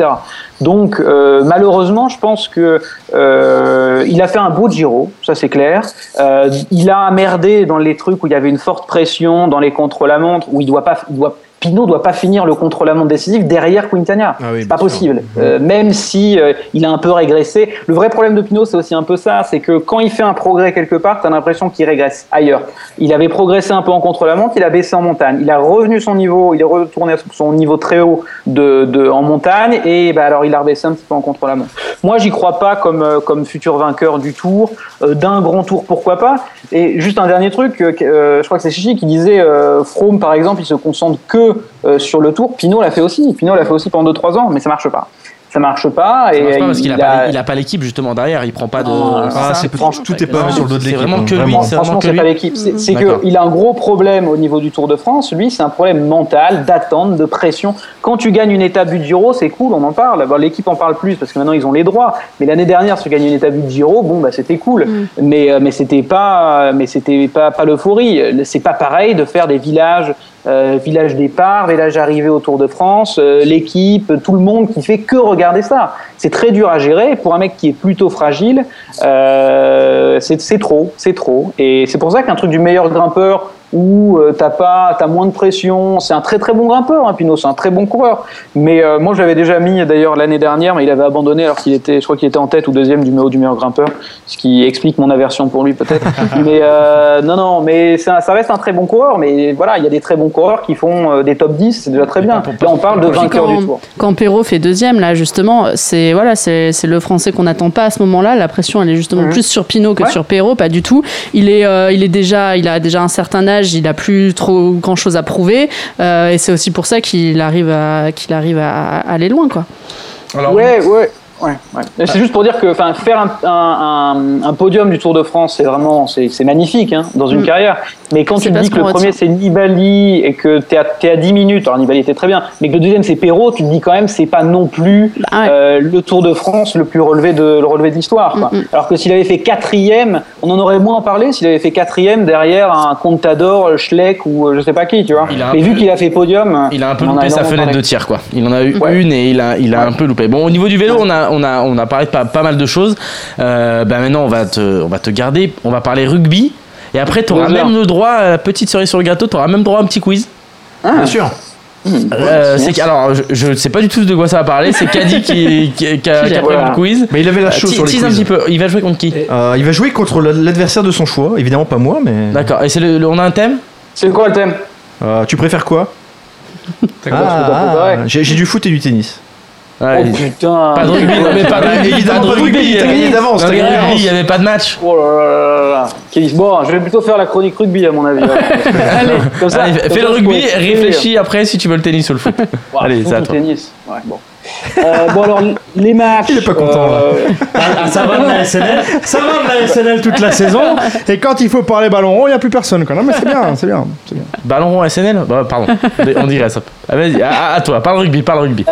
Speaker 11: Donc euh, malheureusement, je pense que euh, il a fait un beau Giro, ça c'est clair. Euh, il a merdé dans les trucs où il y avait une forte pression, dans les contre-la-montre où il doit pas, il doit, Pinot doit pas finir le contre-la-montre décisif derrière Quintana.
Speaker 4: Ah oui,
Speaker 11: c'est
Speaker 4: bien
Speaker 11: pas
Speaker 4: sûr.
Speaker 11: possible. Euh, même si euh, il a un peu régressé, le vrai problème de Pinot, c'est aussi un peu ça, c'est que quand il fait un progrès quelque part, t'as l'impression qu'il régresse ailleurs. Il avait progressé un peu en contre-la-montre, il a baissé en montagne, il a revenu son niveau, il est retourné à son niveau très haut de, de- en montagne et bah, alors il a rebaissé un petit peu en contre-la-montre. Moi, j'y crois pas comme, euh, comme futur vainqueur du Tour, euh, d'un grand Tour, pourquoi pas. Et juste un dernier truc, euh, que- euh, je crois que c'est Chichi qui disait, euh, Froome par exemple, il se concentre que euh, sur le Tour. Pinot l'a fait aussi. Pinot l'a fait aussi pendant 2-3 ans, mais ça marche pas. Ça marche pas.
Speaker 3: Ça
Speaker 11: et
Speaker 3: marche pas parce
Speaker 11: il
Speaker 3: qu'il a,
Speaker 11: a-
Speaker 3: pas- il a pas l'équipe justement derrière, il prend pas de.
Speaker 11: Ah,
Speaker 3: ça.
Speaker 4: c'est- tout est pas
Speaker 3: Non,
Speaker 4: mis sur le dos de
Speaker 3: C'est
Speaker 4: l'équipe,
Speaker 3: vraiment
Speaker 4: hein,
Speaker 3: que lui,
Speaker 4: vraiment.
Speaker 3: c'est vraiment
Speaker 11: Franchement,
Speaker 3: que
Speaker 11: c'est
Speaker 3: lui.
Speaker 11: pas l'équipe. C'est- C'est
Speaker 3: D'accord.
Speaker 11: qu'il a un gros problème au niveau du Tour de France. Lui, c'est un problème mental, d'attente, de pression. Quand tu gagnes une étape du Giro, c'est cool, on en parle. Bon, L'équipe en parle plus parce que maintenant ils ont les droits. Mais l'année dernière, se gagner une étape du Giro, bon, bah, c'était cool. Mais, euh, mais c'était pas, mais c'était pas, pas l'euphorie. C'est pas pareil de faire des villages. euh, village départ, village arrivée au Tour de France, euh, l'équipe, tout le monde qui fait que regarder ça. C'est très dur à gérer. Pour un mec qui est plutôt fragile, euh, c'est c'est trop, c'est trop. Et c'est pour ça qu'un truc du meilleur grimpeur où euh, t'as pas, t'as moins de pression. C'est un très très bon grimpeur, hein, Pinot, c'est un très bon coureur. Mais euh, moi, je l'avais déjà mis d'ailleurs l'année dernière, mais il avait abandonné alors qu'il était, je crois qu'il était en tête ou deuxième du meilleur, du meilleur grimpeur, ce qui explique mon aversion pour lui peut-être. mais euh, non, non, mais ça, ça reste un très bon coureur. Mais voilà, il y a des très bons coureurs qui font euh, des top 10, c'est déjà très bien. Là, on parle de
Speaker 6: Puis
Speaker 11: vainqueur
Speaker 6: quand,
Speaker 11: du tour.
Speaker 6: quand Perrault fait deuxième, là, justement, c'est voilà, c'est c'est le français qu'on n'attend pas à ce moment-là. La pression, elle est justement
Speaker 11: Mhm.
Speaker 6: plus sur Pinot que
Speaker 11: Ouais.
Speaker 6: sur Perrault, pas du tout. Il est, euh, il est déjà, il a déjà un certain âge, il a plus trop grand-chose à prouver, euh, et c'est aussi pour ça qu'il arrive à, qu'il arrive à, à aller loin, quoi.
Speaker 11: ouais, ouais. Ouais, ouais. Mais C'est juste pour dire que enfin, faire un, un- un- un podium du Tour de France, c'est vraiment c'est c'est magnifique hein, dans une
Speaker 6: Mm.
Speaker 11: carrière. Mais quand
Speaker 6: C'est
Speaker 11: tu te
Speaker 6: pas
Speaker 11: dis
Speaker 6: ce
Speaker 11: que le
Speaker 6: qu'on
Speaker 11: premier
Speaker 6: retient.
Speaker 11: c'est Nibali et que t'es à, t'es à 10 minutes, alors Nibali était très bien, mais que le deuxième c'est Perrault, tu te dis quand même c'est pas non plus
Speaker 6: Ah ouais.
Speaker 11: euh, le Tour de France le plus relevé de le relevé de l'histoire. quoi. Alors que s'il avait fait quatrième, on en aurait moins parlé s'il avait fait quatrième derrière un Contador, Schleck ou euh, je sais pas qui, tu vois.
Speaker 3: Il a un
Speaker 11: Mais
Speaker 3: peu-
Speaker 11: vu qu'il a fait podium,
Speaker 3: Il a un peu
Speaker 11: on en
Speaker 3: loupé sa
Speaker 11: énormément
Speaker 3: fenêtre
Speaker 11: parlé.
Speaker 3: de tir, quoi. Il en a eu
Speaker 11: Ouais.
Speaker 3: une et il a, il a un peu loupé. Bon, au niveau du vélo, on a, on a, on a parlé de pas, pas mal de choses. Euh, ben maintenant, on va, te, on va te garder. On va parler rugby. Et après, tu auras
Speaker 11: Deux heures.
Speaker 3: même le droit à la petite cerise sur le gâteau. Tu auras même droit à un petit quiz.
Speaker 11: Ah,
Speaker 4: sûr.
Speaker 11: mm,
Speaker 3: Euh,
Speaker 11: merci.
Speaker 3: c'est que- alors, je- je ne sais pas du tout de quoi ça va parler. C'est Caddy qui, qui, qui a,
Speaker 11: Qui
Speaker 3: qui a
Speaker 11: l'a-
Speaker 3: prévu
Speaker 11: voilà.
Speaker 3: le quiz.
Speaker 4: Mais il avait la
Speaker 3: Euh,
Speaker 4: chose
Speaker 3: tease
Speaker 4: sur les
Speaker 3: tease un
Speaker 4: quiz.
Speaker 3: petit peu. Il va jouer contre qui
Speaker 4: Euh, il va jouer contre l- l'adversaire de son choix, évidemment pas moi, mais.
Speaker 3: D'accord. Et c'est le- le- on a un thème
Speaker 11: C'est quoi le thème
Speaker 4: Euh, tu préfères quoi Ah,
Speaker 11: quoi, je peux pas préparer.
Speaker 4: J'ai j'ai du foot et du tennis.
Speaker 3: Ouais,
Speaker 11: Oh putain
Speaker 3: Pas de rugby, non mais pas de rugby, euh,
Speaker 4: Évidemment,
Speaker 3: pas de
Speaker 4: pas de rugby, t'as gagné d'avance,
Speaker 3: Non,
Speaker 4: t'as
Speaker 3: mais
Speaker 4: gagné
Speaker 3: rugby,
Speaker 4: d'avance.
Speaker 3: Il n'y avait pas de match.
Speaker 11: Oh là là là là là. Quel- Bon, je vais plutôt faire la chronique rugby à mon avis. Allez, comme ça.
Speaker 3: Allez, fais
Speaker 11: comme ça,
Speaker 3: le
Speaker 11: je
Speaker 3: rugby,
Speaker 11: pourrais-
Speaker 3: réfléchis après si tu veux le tennis ou le foot.
Speaker 11: Ouah,
Speaker 3: Allez,
Speaker 11: surtout
Speaker 3: c'est à toi.
Speaker 11: tennis. Ouais, bon. Euh, bon alors les matchs. euh, Il est
Speaker 4: pas content, là.
Speaker 10: ça va de la SNL, ça va de la SNL toute la saison.
Speaker 5: Et quand il faut parler ballon rond, il n'y a plus personne. Quoi. Non, mais c'est bien, c'est bien. c'est bien.
Speaker 3: Ballon rond SNL Bah, Pardon, on dirait ça. Ah, Vas-y, à, à- à toi, parle rugby, parle rugby.
Speaker 11: Euh,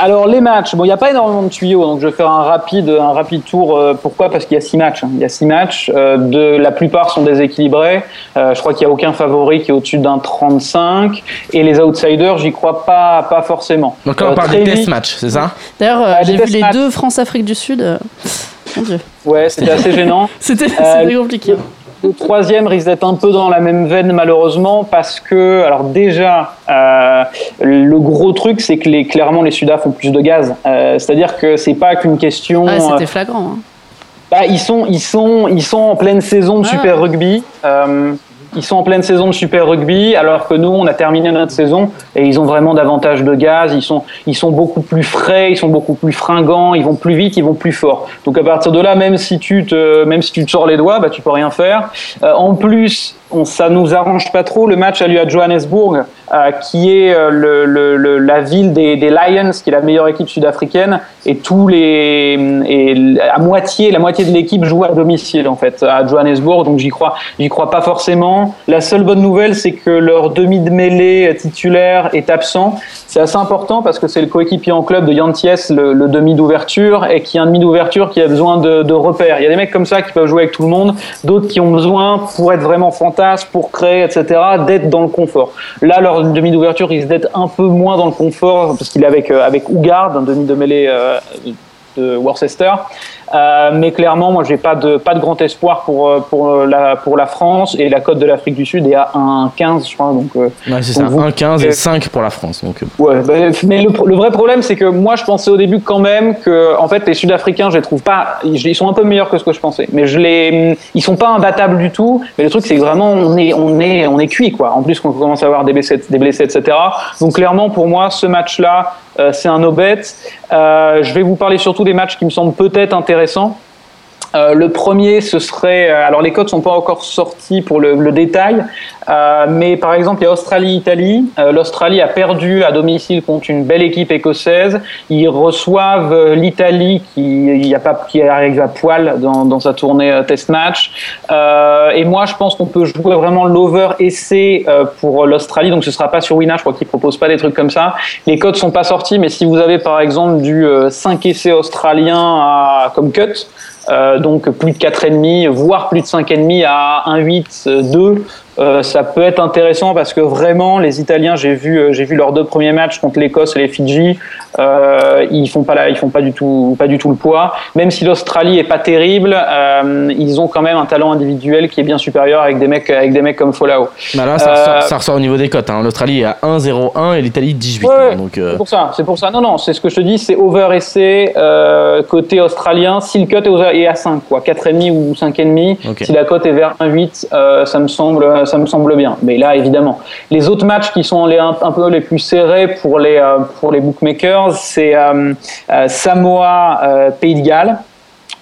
Speaker 11: alors les matchs, bon il n'y a pas énormément de tuyaux, donc je vais faire un rapide, un rapide tour. euh, pourquoi Parce qu'il y a six matchs. hein. Il y a six matchs. euh, de, la plupart sont déséquilibrés. Euh, je crois qu'il n'y a aucun favori qui est au-dessus d'un 35. Et les outsiders, j'y crois pas, pas forcément.
Speaker 3: Donc là, on
Speaker 11: Euh,
Speaker 3: parle
Speaker 11: très
Speaker 3: des test
Speaker 11: vite-
Speaker 3: matchs, c'est ça
Speaker 6: D'ailleurs, euh,
Speaker 11: Ah,
Speaker 6: j'ai
Speaker 11: des Euh,
Speaker 6: vu
Speaker 11: tests
Speaker 6: les
Speaker 11: matchs.
Speaker 6: deux France-Afrique du Sud. euh, Mon Dieu,
Speaker 11: Ouais, c'était assez gênant.
Speaker 6: c'était
Speaker 11: Euh,
Speaker 6: c'était compliqué.
Speaker 11: Le troisième risque d'être un peu dans la même veine malheureusement parce que alors déjà euh, le gros truc c'est que les, clairement les Sudaf font plus de gaz Euh, c'est-à-dire que c'est pas qu'une question
Speaker 6: Ah,
Speaker 11: euh,
Speaker 6: c'était flagrant. hein.
Speaker 11: bah, ils sont ils sont ils sont en pleine saison de
Speaker 6: Ah.
Speaker 11: Super Rugby Euh, ils sont en pleine saison de Super Rugby, alors que nous, on a terminé notre saison et ils ont vraiment davantage de gaz. Ils sont, ils sont beaucoup plus frais, ils sont beaucoup plus fringants, ils vont plus vite, ils vont plus fort. Donc à partir de là, même si tu te, même si tu te sors les doigts, bah tu peux rien faire. Euh, en plus, on, ça nous arrange pas trop. Le match a lieu à Johannesburg, euh, qui est euh, le, le- le- la ville des, des Lions, qui est la meilleure équipe sud-africaine, et tous les, et à moitié, la moitié de l'équipe joue à domicile en fait à Johannesburg. Donc j'y crois, j'y crois pas forcément. La seule bonne nouvelle, c'est que leur demi de mêlée titulaire est absent. C'est assez important parce que c'est le coéquipier en club de Yanties, le, le demi d'ouverture, et qui est un demi d'ouverture qui a besoin de, de repères. Il y a des mecs comme ça qui peuvent jouer avec tout le monde, d'autres qui ont besoin pour être vraiment fantasmes, pour créer, etc., d'être dans le confort. Là, leur demi d'ouverture risque d'être un peu moins dans le confort parce qu'il est avec, euh, avec Ougard, un demi de mêlée euh, de Worcester. Euh, mais clairement, moi, j'ai pas de pas de grand espoir pour euh, pour euh, la pour la France et la côte de l'Afrique du Sud est à 1,15, je crois. Donc euh,
Speaker 3: Ouais, c'est ça,
Speaker 11: Donc, vous-
Speaker 3: 1-15 et 5 pour la France. Donc, euh,
Speaker 11: Ouais, bah, mais le, pro- le vrai problème, c'est que moi, je pensais au début quand même que, en fait, les Sud-Africains, je les trouve pas, ils ils sont un peu meilleurs que ce que je pensais. Mais je les, ils sont pas imbattables du tout. Mais le truc, c'est que vraiment, on est, on est, on est cuit, quoi. En plus, qu'on commence à avoir des blessés, des blessés, etc. Donc, clairement, pour moi, ce match-là, euh, c'est un no-bet. Euh, je vais vous parler surtout des matchs qui me semblent peut-être intéressants. Euh, le premier, ce serait. euh, alors, les codes sont pas encore sortis pour le, le détail, euh, mais par exemple, il y a Australie-Italie. Euh, L'Australie a perdu à domicile contre une belle équipe écossaise. Ils reçoivent euh, l'Italie qui, il y a pas, qui arrive à poil dans, dans sa tournée euh, test match. Euh, et moi, je pense qu'on peut jouer vraiment l'over essai euh, pour l'Australie. Donc, ce sera pas sur Wina. Je crois qu'ils proposent pas des trucs comme ça. Les codes sont pas sortis, mais si vous avez par exemple du 5 essais australien à- comme cut. euh, donc plus de 4,5, voire plus de 5,5 à 1,8, euh, 2, Euh, ça peut être intéressant parce que vraiment les Italiens, j'ai vu, euh, j'ai vu leurs deux premiers matchs contre l'Écosse et les Fidji, euh, ils font pas la, ils font pas du tout, pas du tout le poids. Même si l'Australie est pas terrible, euh, ils ont quand même un talent individuel qui est bien supérieur avec des mecs, avec des mecs comme Folao.
Speaker 3: Bah là, ça, ressort, ça ressort au niveau des cotes. Hein. L'Australie est à 1-0-1 et l'Italie 18.
Speaker 11: Ouais,
Speaker 3: hein,
Speaker 11: ouais,
Speaker 3: donc,
Speaker 11: C'est pour ça, c'est pour ça. Non, non, c'est ce que je te dis, c'est over essai côté australien. Si le cut est, over- est à 5, quoi, 4,5 ou 5,5,
Speaker 3: Ok.
Speaker 11: si la cote est vers 1,8, euh, ça me semble, ça me semble bien. Mais là, évidemment, les autres matchs qui sont les un, un peu les plus serrés pour les euh, pour les bookmakers, c'est euh, euh, Samoa, euh, Pays de Galles.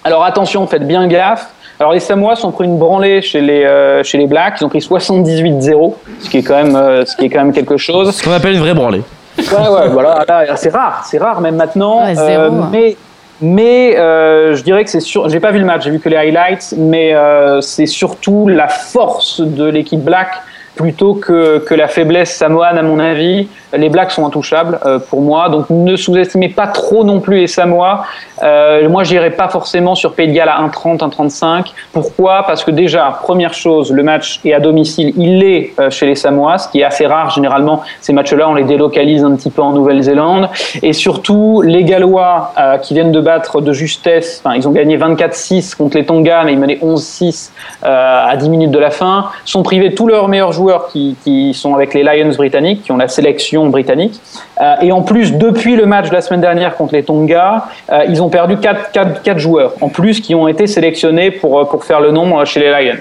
Speaker 11: Alors attention, faites bien gaffe. Alors les Samoa sont pris une branlée chez les euh, chez les Blacks. Ils ont pris 78-0, ce qui est quand même euh, ce qui est quand même quelque chose.
Speaker 3: Ce qu'on appelle une vraie branlée.
Speaker 11: Ouais, ouais, voilà, là, c'est rare, c'est rare même maintenant. euh,
Speaker 2: Ouais, zéro, hein.
Speaker 11: mais mais euh, je dirais que c'est sûr. J'ai pas vu le match, j'ai vu que les highlights, mais euh, c'est surtout la force de l'équipe black plutôt que, que la faiblesse samoane à mon avis. Les blacks sont intouchables euh, pour moi, donc ne sous-estimez pas trop non plus les Samoa. Euh, moi, j'irai pas forcément sur Pays de Galles à 1,30, 1,35. Pourquoi Parce que déjà, première chose, le match est à domicile, il est euh, chez les Samoa, ce qui est assez rare généralement. Ces matchs-là, on les délocalise un petit peu en Nouvelle-Zélande. Et surtout, les Gallois euh, qui viennent de battre de justesse, enfin, ils ont gagné 24-6 contre les Tonga, mais ils menaient 11-6 euh, à 10 minutes de la fin, sont privés de tous leurs meilleurs joueurs qui, qui sont avec les Lions britanniques, qui ont la sélection britannique. Euh, et en plus, depuis le match de la semaine dernière contre les Tonga, euh, ils ont perdu 4, joueurs en plus qui ont été sélectionnés pour, euh, pour faire le nombre euh, chez les Lions.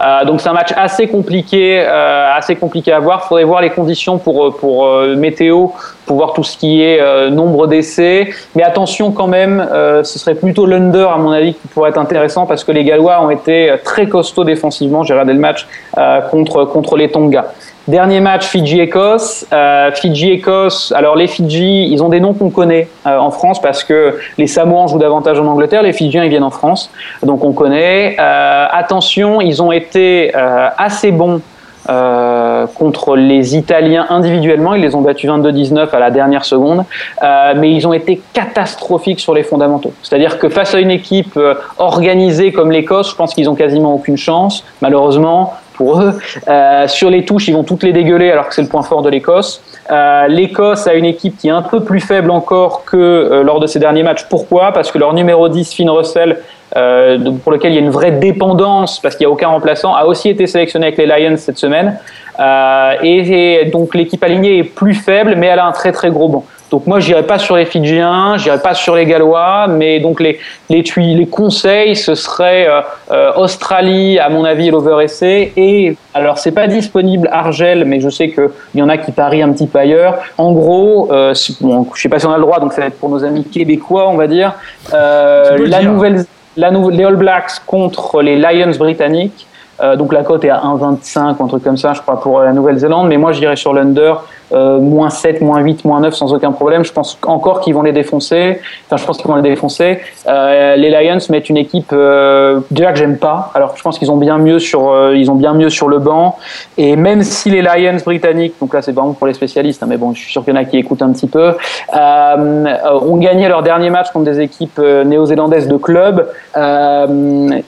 Speaker 11: Euh, donc c'est un match assez compliqué, euh, assez compliqué à voir. Il faudrait voir les conditions pour, euh, pour euh, météo, pour voir tout ce qui est euh, nombre d'essais. Mais attention quand même, euh, ce serait plutôt l'under à mon avis qui pourrait être intéressant parce que les Gallois ont été euh, très costauds défensivement. J'ai regardé le match euh, contre, contre les Tonga. Dernier match Fidji-Écosse. Euh, Fidji-Écosse, alors les Fidji, ils ont des noms qu'on connaît euh, en France parce que les Samoans jouent davantage en Angleterre, les Fidjiens, ils viennent en France, donc on connaît. Euh, attention, ils ont été euh, assez bons euh, contre les Italiens individuellement. Ils les ont battus 22-19 à la dernière seconde, Euh, mais ils ont été catastrophiques sur les fondamentaux. C'est-à-dire que face à une équipe euh, organisée comme l'Écosse, je pense qu'ils ont quasiment aucune chance, malheureusement pour eux. Euh, sur les touches, ils vont toutes les dégueuler alors que c'est le point fort de l'Écosse. Euh, L'Écosse a une équipe qui est un peu plus faible encore que euh, lors de ces derniers matchs. Pourquoi Parce que leur numéro 10, Finn Russell, euh, de- pour lequel il y a une vraie dépendance parce qu'il n'y a aucun remplaçant, a aussi été sélectionné avec les Lions cette semaine. Euh, et, et donc l'équipe alignée est plus faible, mais elle a un très très gros banc. Donc moi, j'irai pas sur les Fidjiens, j'irai pas sur les Gallois, mais donc les les, tui- les conseils, ce serait euh, euh, Australie à mon avis et l'over essai et alors c'est pas disponible Argel, mais je sais que il y en a qui parient un petit peu ailleurs. En gros, euh, si- bon, je sais pas si on a le droit, donc ça va être pour nos amis québécois, on va dire. Euh,
Speaker 5: Tu peux le
Speaker 11: la
Speaker 5: dire.
Speaker 11: nouvelle, la nouvelle, les All Blacks contre les Lions britanniques. Euh, donc la cote est à 1,25 ou un truc comme ça, je crois, pour euh, la Nouvelle-Zélande. Mais moi, je dirais sur l'under, euh, moins 7, moins 8, moins 9, sans aucun problème. Je pense encore qu'ils vont les défoncer. Enfin, je pense qu'ils vont les défoncer. Euh, les Lions mettent une équipe euh, déjà que j'aime pas. Alors, je pense qu'ils ont bien mieux sur, euh, ils ont bien mieux sur le banc. Et même si les Lions britanniques, donc là, c'est vraiment pour les spécialistes, hein, mais bon, je suis sûr qu'il y en a qui écoutent un petit peu, euh, euh, ont gagné leur dernier match contre des équipes euh, néo-zélandaises de club. Euh,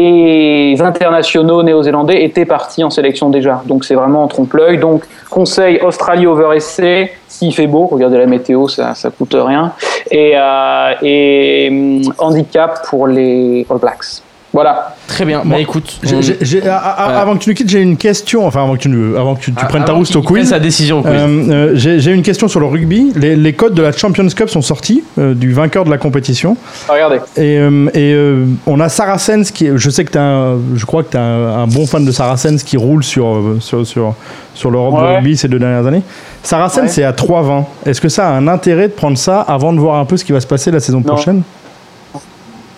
Speaker 11: les internationaux néo-zélandais étaient partis en sélection déjà. Donc c'est vraiment en trompe-l'œil. Donc conseil Australie over essai, s'il fait beau, regardez la météo, ça, ça coûte rien. Et, euh, et hum, handicap pour les All Blacks. Voilà.
Speaker 3: Très bien. Bah écoute,
Speaker 5: J'ai- j'ai- j'ai- a- a-
Speaker 3: Voilà.
Speaker 5: Avant que tu nous quittes, j'ai une question. Enfin, avant que tu, nous- avant que tu, tu
Speaker 3: Ah,
Speaker 5: prennes ta
Speaker 3: avant
Speaker 5: rousse au
Speaker 3: qu'il prenne
Speaker 5: quiz.
Speaker 3: sa décision au quiz.
Speaker 5: Euh, euh, j'ai j'ai une question sur le rugby. Les, les codes de la Champions Cup sont sortis euh, du vainqueur de la compétition.
Speaker 11: Ah, Regardez.
Speaker 5: Et, euh, et, euh, on a Saracens qui, est- je sais que t'es un, je crois que t'es un, un bon fan de Saracens qui roule sur euh, sur sur, sur l'Europe de
Speaker 11: Ouais.
Speaker 5: rugby ces deux dernières années. Saracens
Speaker 11: Ouais.
Speaker 5: c'est à 3,20. Est-ce que ça a un intérêt de prendre ça avant de voir un peu ce qui va se passer la saison
Speaker 11: Non.
Speaker 5: prochaine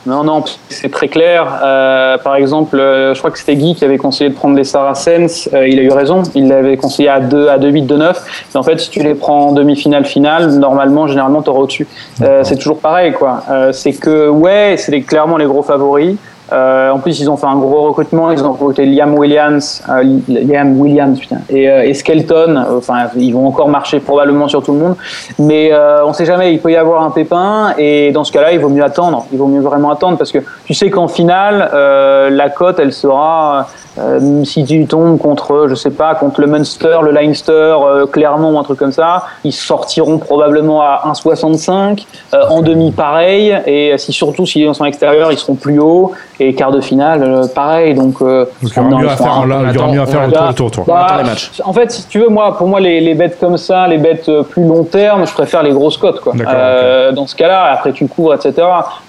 Speaker 11: Non, non, c'est très clair. Euh, par exemple, euh, je crois que c'était Guy qui avait conseillé de prendre les Saracens. Euh, il a eu raison. Il l'avait conseillé à 2, à 2, 8, 2, 9. Mais en fait, si tu les prends en demi-finale, finale, normalement, généralement, t'auras au-dessus. Euh, c'est toujours pareil, quoi. Euh, c'est que, ouais, c'est les- clairement les gros favoris. Euh, Euh, en plus, ils ont fait un gros recrutement. Ils ont recruté Liam Williams, euh, Liam Williams putain, et, euh, et Skelton. Enfin, ils vont encore marcher probablement sur tout le monde. Mais euh, on ne sait jamais. Il peut y avoir un pépin. Et dans ce cas-là, il vaut mieux attendre. Il vaut mieux vraiment attendre parce que tu sais qu'en finale, euh, la cote, elle sera. euh, si tu tombes contre, je sais pas, contre le Munster, le Leinster, euh, Clermont, un truc comme ça, ils sortiront probablement à 1,65 en demi pareil. Et si surtout si on sont extérieur, ils seront plus hauts et quart de finale euh, pareil donc euh,
Speaker 10: il y aura mieux à faire, là, il y aura mieux à faire
Speaker 11: voilà.
Speaker 10: autour, autour, autour. On
Speaker 11: Bah,
Speaker 10: attend les matchs.
Speaker 11: en fait si tu veux moi pour moi les, les bêtes comme ça les bêtes euh, plus long terme je préfère les grosses cotes quoi
Speaker 10: D'accord,
Speaker 11: Euh, dans ce cas là après tu cours etc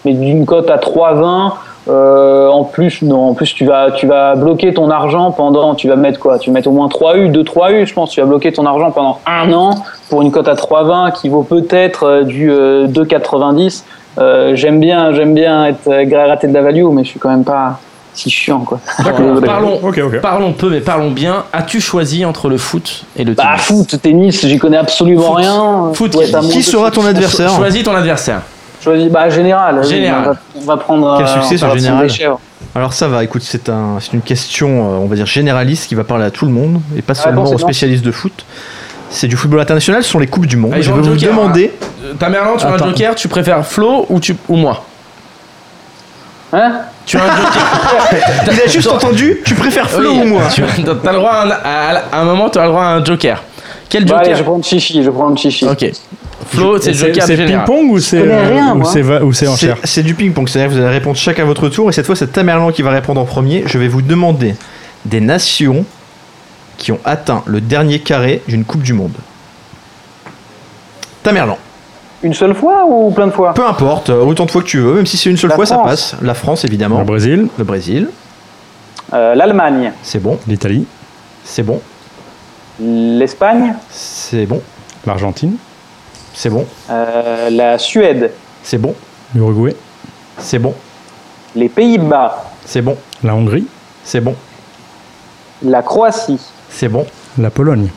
Speaker 11: mais d'une cote à 3,20 euh, en plus non en plus tu vas tu vas bloquer ton argent pendant tu vas mettre quoi tu vas mettre au moins 3 U 2 3 U je pense tu vas bloquer ton argent pendant un an pour une cote à 3,20 qui vaut peut-être euh, du euh, 2,90 euh, j'aime bien j'aime bien être euh, gratter de la value mais je suis quand même pas si chiant quoi
Speaker 3: D'accord, parlons, parlons peu mais parlons bien. As-tu choisi entre le foot et le tennis
Speaker 11: Bah, foot, tennis, j'y connais absolument rien.
Speaker 3: Foot,
Speaker 11: Ouais,
Speaker 3: qui-
Speaker 11: t'as
Speaker 3: qui
Speaker 11: mon-
Speaker 3: sera ton
Speaker 11: Cho-
Speaker 3: adversaire
Speaker 11: Choisis,
Speaker 3: Choisis ton adversaire.
Speaker 11: choisis, bah, général. oui,
Speaker 3: Général.
Speaker 11: On va, on va prendre.
Speaker 4: Quel
Speaker 11: euh,
Speaker 4: succès
Speaker 11: on va
Speaker 4: sur
Speaker 11: prendre
Speaker 4: Général
Speaker 11: des chèvres.
Speaker 4: Alors ça va, écoute, c'est un, c'est une question, euh, on va dire, généraliste qui va parler à tout le monde, et pas
Speaker 11: Ah,
Speaker 4: seulement
Speaker 11: bon, c'est
Speaker 4: aux
Speaker 11: bon.
Speaker 4: spécialistes de foot. C'est du football international, ce sont les Coupes du Monde.
Speaker 3: Allez,
Speaker 4: je
Speaker 3: joue
Speaker 4: vais
Speaker 3: un
Speaker 4: vous
Speaker 3: joker,
Speaker 4: demander...
Speaker 3: hein. Euh, Ta mère tu as un
Speaker 4: Attends.
Speaker 3: joker, tu préfères Flo ou, tu, ou moi
Speaker 11: Hein
Speaker 3: Tu as un joker.
Speaker 4: Il a juste entendu, tu préfères Flo
Speaker 3: Oui,
Speaker 4: ou moi
Speaker 3: tu- T'as le droit à un, à- à un moment, tu as le droit à un joker. Quel
Speaker 11: Bah,
Speaker 3: joker
Speaker 11: allez, je prends Chichi, je prends Chichi.
Speaker 3: Ok. Flo, c'est le joker
Speaker 10: C'est
Speaker 3: du général.
Speaker 10: ping-pong ou c'est euh,
Speaker 11: connais rien,
Speaker 10: ou
Speaker 11: moi.
Speaker 10: c'est va- ou c'est
Speaker 4: C'est-
Speaker 10: enchère
Speaker 4: C'est du ping-pong, c'est-à-dire que vous allez répondre chacun à votre tour, et cette fois c'est Tamerlan qui va répondre en premier. Je vais vous demander des nations qui ont atteint le dernier carré d'une Coupe du Monde. Tamerlan.
Speaker 11: Une seule fois ou plein de fois
Speaker 4: Peu importe, euh, autant de fois que tu veux, même si c'est une seule
Speaker 11: La
Speaker 4: fois, ça
Speaker 11: France.
Speaker 4: passe. La France, évidemment.
Speaker 10: Le Brésil,
Speaker 4: Le Brésil,
Speaker 11: Euh, L'Allemagne,
Speaker 4: c'est bon,
Speaker 10: l'Italie,
Speaker 4: c'est bon,
Speaker 11: l'Espagne,
Speaker 4: c'est bon,
Speaker 10: l'Argentine,
Speaker 4: c'est bon,
Speaker 11: euh, la Suède,
Speaker 4: c'est bon,
Speaker 10: l'Uruguay,
Speaker 4: c'est bon,
Speaker 11: les Pays-Bas,
Speaker 4: c'est bon,
Speaker 10: la Hongrie,
Speaker 4: c'est bon,
Speaker 11: la Croatie,
Speaker 4: c'est bon.
Speaker 10: la Pologne.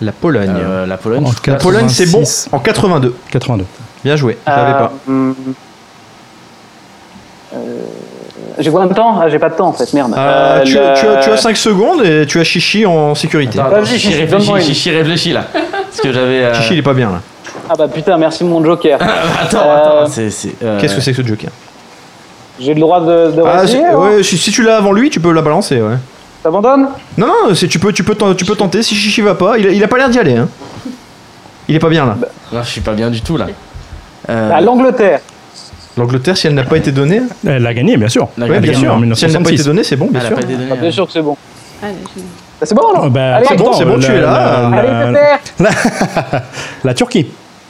Speaker 4: La Pologne.
Speaker 3: Euh, la Pologne.
Speaker 10: En
Speaker 5: Oh,
Speaker 3: je-
Speaker 4: La Pologne, c'est bon
Speaker 10: 86.
Speaker 4: en 82.
Speaker 10: 82.
Speaker 4: Bien joué, je l'avais
Speaker 11: Euh,
Speaker 4: pas.
Speaker 11: hum, euh, J'ai combien de temps Ah, J'ai pas de temps en fait, merde.
Speaker 4: Euh,
Speaker 11: Euh,
Speaker 4: tu,
Speaker 11: la-
Speaker 4: tu as, tu as 5 secondes et tu as Chichi en sécurité.
Speaker 3: Attends,
Speaker 11: Vas-y,
Speaker 3: attends, Chichi
Speaker 11: Chichi,
Speaker 3: réfléchit,
Speaker 11: donne-moi une.
Speaker 3: Chichi réfléchit là. Parce que j'avais. euh,
Speaker 4: Chichi, il est pas bien là.
Speaker 11: Ah bah putain, merci mon joker.
Speaker 3: Attends,
Speaker 11: Euh,
Speaker 3: attends. c'est- c'est, euh,
Speaker 4: Qu'est-ce que c'est que ce joker
Speaker 11: J'ai le droit de, de
Speaker 4: Ah,
Speaker 11: retirer,
Speaker 4: c'est-
Speaker 11: alors
Speaker 4: ouais, si, si tu l'as avant lui, tu peux la balancer, ouais.
Speaker 11: T'abandonnes
Speaker 4: Non, non, c'est- tu peux, tu, peux, ten- tu peux tenter. Si Chichi va pas, il, a- il a pas l'air d'y aller. hein. Il est pas bien là.
Speaker 3: Non, je suis pas bien du tout là. Euh,
Speaker 11: À Ah, l'Angleterre.
Speaker 4: L'Angleterre, si elle n'a pas été donnée,
Speaker 5: Ah,
Speaker 10: Elle a gagné, bien sûr.
Speaker 3: la
Speaker 4: ouais,
Speaker 3: gamme-
Speaker 4: bien
Speaker 10: gagne
Speaker 4: sûr.
Speaker 10: en
Speaker 4: Si elle n'a pas été
Speaker 10: 1966.
Speaker 4: donnée, c'est bon, bien
Speaker 3: elle a
Speaker 4: sûr.
Speaker 3: pas été donnée,
Speaker 11: Ah, bien
Speaker 3: euh.
Speaker 11: sûr que c'est bon.
Speaker 2: Allez, je-
Speaker 11: Bah, c'est bon alors
Speaker 10: Oh, bah,
Speaker 11: Allez,
Speaker 4: Ah, C'est bon,
Speaker 10: attends,
Speaker 4: c'est bon, Euh, tu
Speaker 10: la-
Speaker 4: es là.
Speaker 10: la-
Speaker 11: Allez,
Speaker 10: la-
Speaker 11: Pépère
Speaker 10: La Turquie.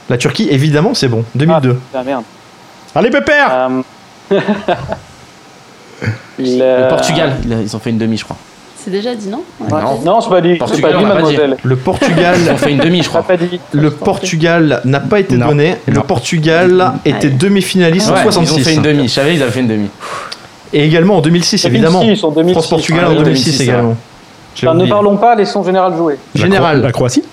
Speaker 4: La Turquie, évidemment, c'est bon. 2002.
Speaker 11: Ah merde.
Speaker 10: Allez, Pépère
Speaker 11: Euh,
Speaker 3: Le Portugal, il a- ils ont fait une demi, je crois.
Speaker 2: C'est déjà dit, non Ouais.
Speaker 3: Non.
Speaker 11: Non, c'est pas dit. C'est
Speaker 3: Portugal,
Speaker 11: pas dit,
Speaker 3: on l'a pas
Speaker 11: mademoiselle.
Speaker 4: Le Portugal.
Speaker 3: Ils ont fait une demi, je
Speaker 11: T'as
Speaker 3: crois.
Speaker 11: pas dit.
Speaker 4: Le Portugal n'a pas été
Speaker 10: Non.
Speaker 4: donné. Le
Speaker 10: Non.
Speaker 3: Ah
Speaker 4: Portugal était demi-finaliste en
Speaker 3: Ouais, ils ont
Speaker 4: 66.
Speaker 3: fait une demi. Je savais, ils avaient fait une demi.
Speaker 4: Et également en 2006, évidemment.
Speaker 11: 2006, en 2006.
Speaker 4: France-Portugal
Speaker 3: Ah
Speaker 4: en
Speaker 3: oui,
Speaker 4: 2006,
Speaker 3: 2006,
Speaker 4: également. J'ai
Speaker 11: Enfin, ne
Speaker 4: oublié.
Speaker 11: parlons pas, laissons Général jouer.
Speaker 10: La
Speaker 4: Général.
Speaker 10: Cro- La Croatie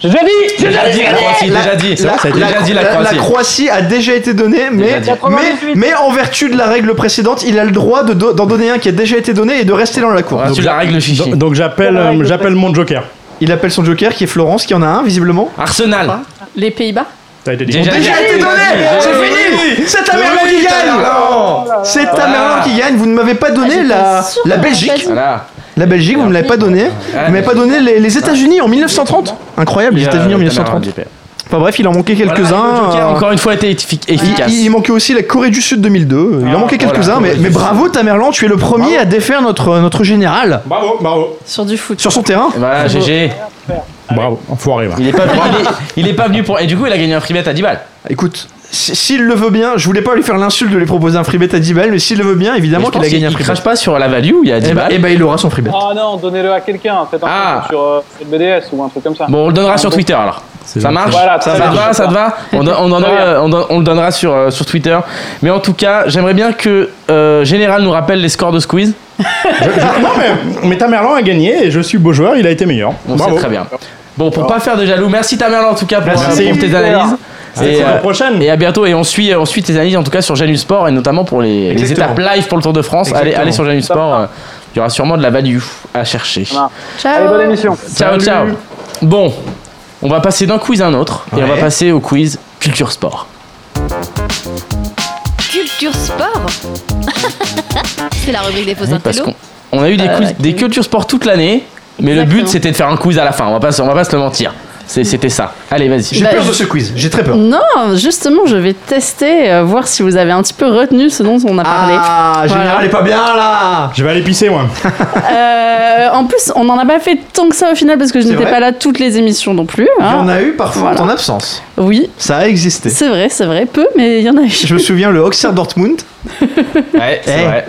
Speaker 11: J'ai déjà dit
Speaker 4: Ah,
Speaker 11: J'ai
Speaker 3: Déjà dit la Croatie, déjà dit.
Speaker 4: La,
Speaker 3: Ça a été
Speaker 4: la-
Speaker 3: déjà dit la
Speaker 4: la- la
Speaker 3: Croatie.
Speaker 4: Croatie a déjà été donnée, mais,
Speaker 3: dit.
Speaker 4: mais, mais en vertu de la règle précédente, il a le droit de do- d'en donner un qui a déjà été donné et de rester dans la cour.
Speaker 3: Ah,
Speaker 4: Donc,
Speaker 3: Tu la règles, Chichi.
Speaker 10: Donc, donc j'appelle
Speaker 11: La règle
Speaker 10: euh, j'appelle mon joker.
Speaker 4: il appelle son joker qui est Florence, qui en a un visiblement.
Speaker 3: Arsenal.
Speaker 6: Les Pays-Bas
Speaker 10: T'as été dit.
Speaker 3: Hein Déjà dit.
Speaker 4: Déjà été donné C'est
Speaker 3: Oui,
Speaker 4: fini C'est ta mère
Speaker 3: oui,
Speaker 4: qui
Speaker 3: Tamerlan.
Speaker 4: gagne C'est ta mère qui gagne, vous ne m'avez pas donné
Speaker 2: Ah, j'étais
Speaker 4: la,
Speaker 2: sûre
Speaker 4: la
Speaker 2: qu'on l'avait
Speaker 4: Belgique.
Speaker 2: pas dit.
Speaker 3: Voilà.
Speaker 4: La Belgique, vous ne me l'avez pas donné. Vous m'avez pas donné les, les États-Unis en 1930. Incroyable, les
Speaker 3: Il y a
Speaker 4: États-Unis en
Speaker 3: Tamerlan
Speaker 4: 1930.
Speaker 3: Jeppe.
Speaker 4: Enfin bref, il en manquait
Speaker 3: Voilà,
Speaker 4: quelques-uns.
Speaker 3: le Joker a
Speaker 4: euh,
Speaker 3: encore une fois été effi- efficace.
Speaker 4: Il, il manquait aussi la Corée du Sud 2002. Il en manquait
Speaker 3: Ah, voilà,
Speaker 4: quelques-uns, mais,
Speaker 3: Corée du
Speaker 4: mais
Speaker 3: Sud.
Speaker 4: bravo Tamerlan, tu es le premier à défaire notre, notre général
Speaker 10: Bravo, bravo.
Speaker 2: Sur du foot.
Speaker 4: sur son terrain.
Speaker 3: Voilà, GG.
Speaker 10: Bravo, enfoiré va.
Speaker 3: Il est, pas venu, il, est, il est pas venu pour. Et du coup, il a gagné un free bet à 10 balles.
Speaker 4: Écoute, si- s'il le veut bien, je voulais pas lui faire l'insulte de lui proposer un freebet à 10 balles, mais s'il le veut bien,
Speaker 3: Mais
Speaker 4: évidemment
Speaker 3: je
Speaker 4: qu'il
Speaker 3: pense
Speaker 4: a gagné un
Speaker 3: qu'il
Speaker 4: freebet.
Speaker 3: crache pas sur la value, il y a 10
Speaker 4: Et bah,
Speaker 3: balles.
Speaker 4: eh ben, il aura son freebet.
Speaker 11: Ah non, donnez-le à quelqu'un. Faites un
Speaker 3: Ah.
Speaker 11: truc sur euh, sur le BDS ou un truc comme ça.
Speaker 3: Bon, on le donnera sur Twitter alors.
Speaker 10: Ah, C'est
Speaker 3: Ça
Speaker 10: gentil.
Speaker 3: marche
Speaker 11: Voilà,
Speaker 3: Ça
Speaker 11: très
Speaker 3: te
Speaker 11: bien.
Speaker 3: va Ça te va on, don- on donnera,
Speaker 11: Très bien.
Speaker 3: euh, on don- on le donnera sur, euh, sur Twitter. Mais en tout cas, j'aimerais bien que euh, Général nous rappelle les scores de squeeze.
Speaker 10: Non mais, mais Tamerlan a gagné et je suis beau joueur, il a été meilleur.
Speaker 3: On
Speaker 10: Bravo. Ah.
Speaker 3: sait très bien. Bon, pour pas faire de jaloux, merci Tamerlan en tout cas pour,
Speaker 10: Merci.
Speaker 3: euh, pour tes analyses. Et,
Speaker 10: la
Speaker 3: euh,
Speaker 10: prochaine.
Speaker 3: et à bientôt. Et on suit, on suit tes analyses en tout cas sur Janus Sport et notamment pour les, les
Speaker 10: Exactement.
Speaker 3: étapes live pour le Tour de France. Allez,
Speaker 10: Exactement.
Speaker 3: allez sur Janus Sport. euh, Il y aura sûrement de la value à chercher.
Speaker 6: Ciao.
Speaker 3: Ciao, ciao. Bon, on va passer d'un quiz à un autre et on va passer au quiz culture sport.
Speaker 2: Culture sport C'est la rubrique des fausses
Speaker 3: Oui, parce
Speaker 2: intellos.
Speaker 3: qu'on on a eu des,
Speaker 6: Euh,
Speaker 3: quiz- des cultures sport toute l'année, mais le
Speaker 6: Exactement.
Speaker 3: but c'était de faire un quiz à la fin. On va pas, se- on va pas se le mentir. C'est- C'était ça. Allez, vas-y.
Speaker 4: J'ai
Speaker 6: Bah,
Speaker 4: peur de
Speaker 6: je-
Speaker 4: ce quiz, j'ai très peur.
Speaker 6: Non, justement, je vais tester, euh, voir si vous avez un petit peu retenu ce dont on a parlé.
Speaker 4: Ah,
Speaker 6: Voilà.
Speaker 4: général est pas bien là
Speaker 10: Je vais aller pisser, moi.
Speaker 6: Euh, en plus, on n'en a pas fait tant que ça au final parce que je
Speaker 4: C'est
Speaker 6: n'étais
Speaker 4: vrai
Speaker 6: pas là toutes les émissions non plus.
Speaker 4: Il y
Speaker 6: hein.
Speaker 4: en a eu parfois
Speaker 6: Voilà.
Speaker 4: en ton absence.
Speaker 6: Oui,
Speaker 4: Ça a existé.
Speaker 6: c'est vrai, c'est vrai, peu, mais il y en a eu.
Speaker 4: Je me souviens le Auxerre Dortmund.
Speaker 3: Ouais,
Speaker 4: Eh,
Speaker 10: Eh.
Speaker 3: c'est vrai.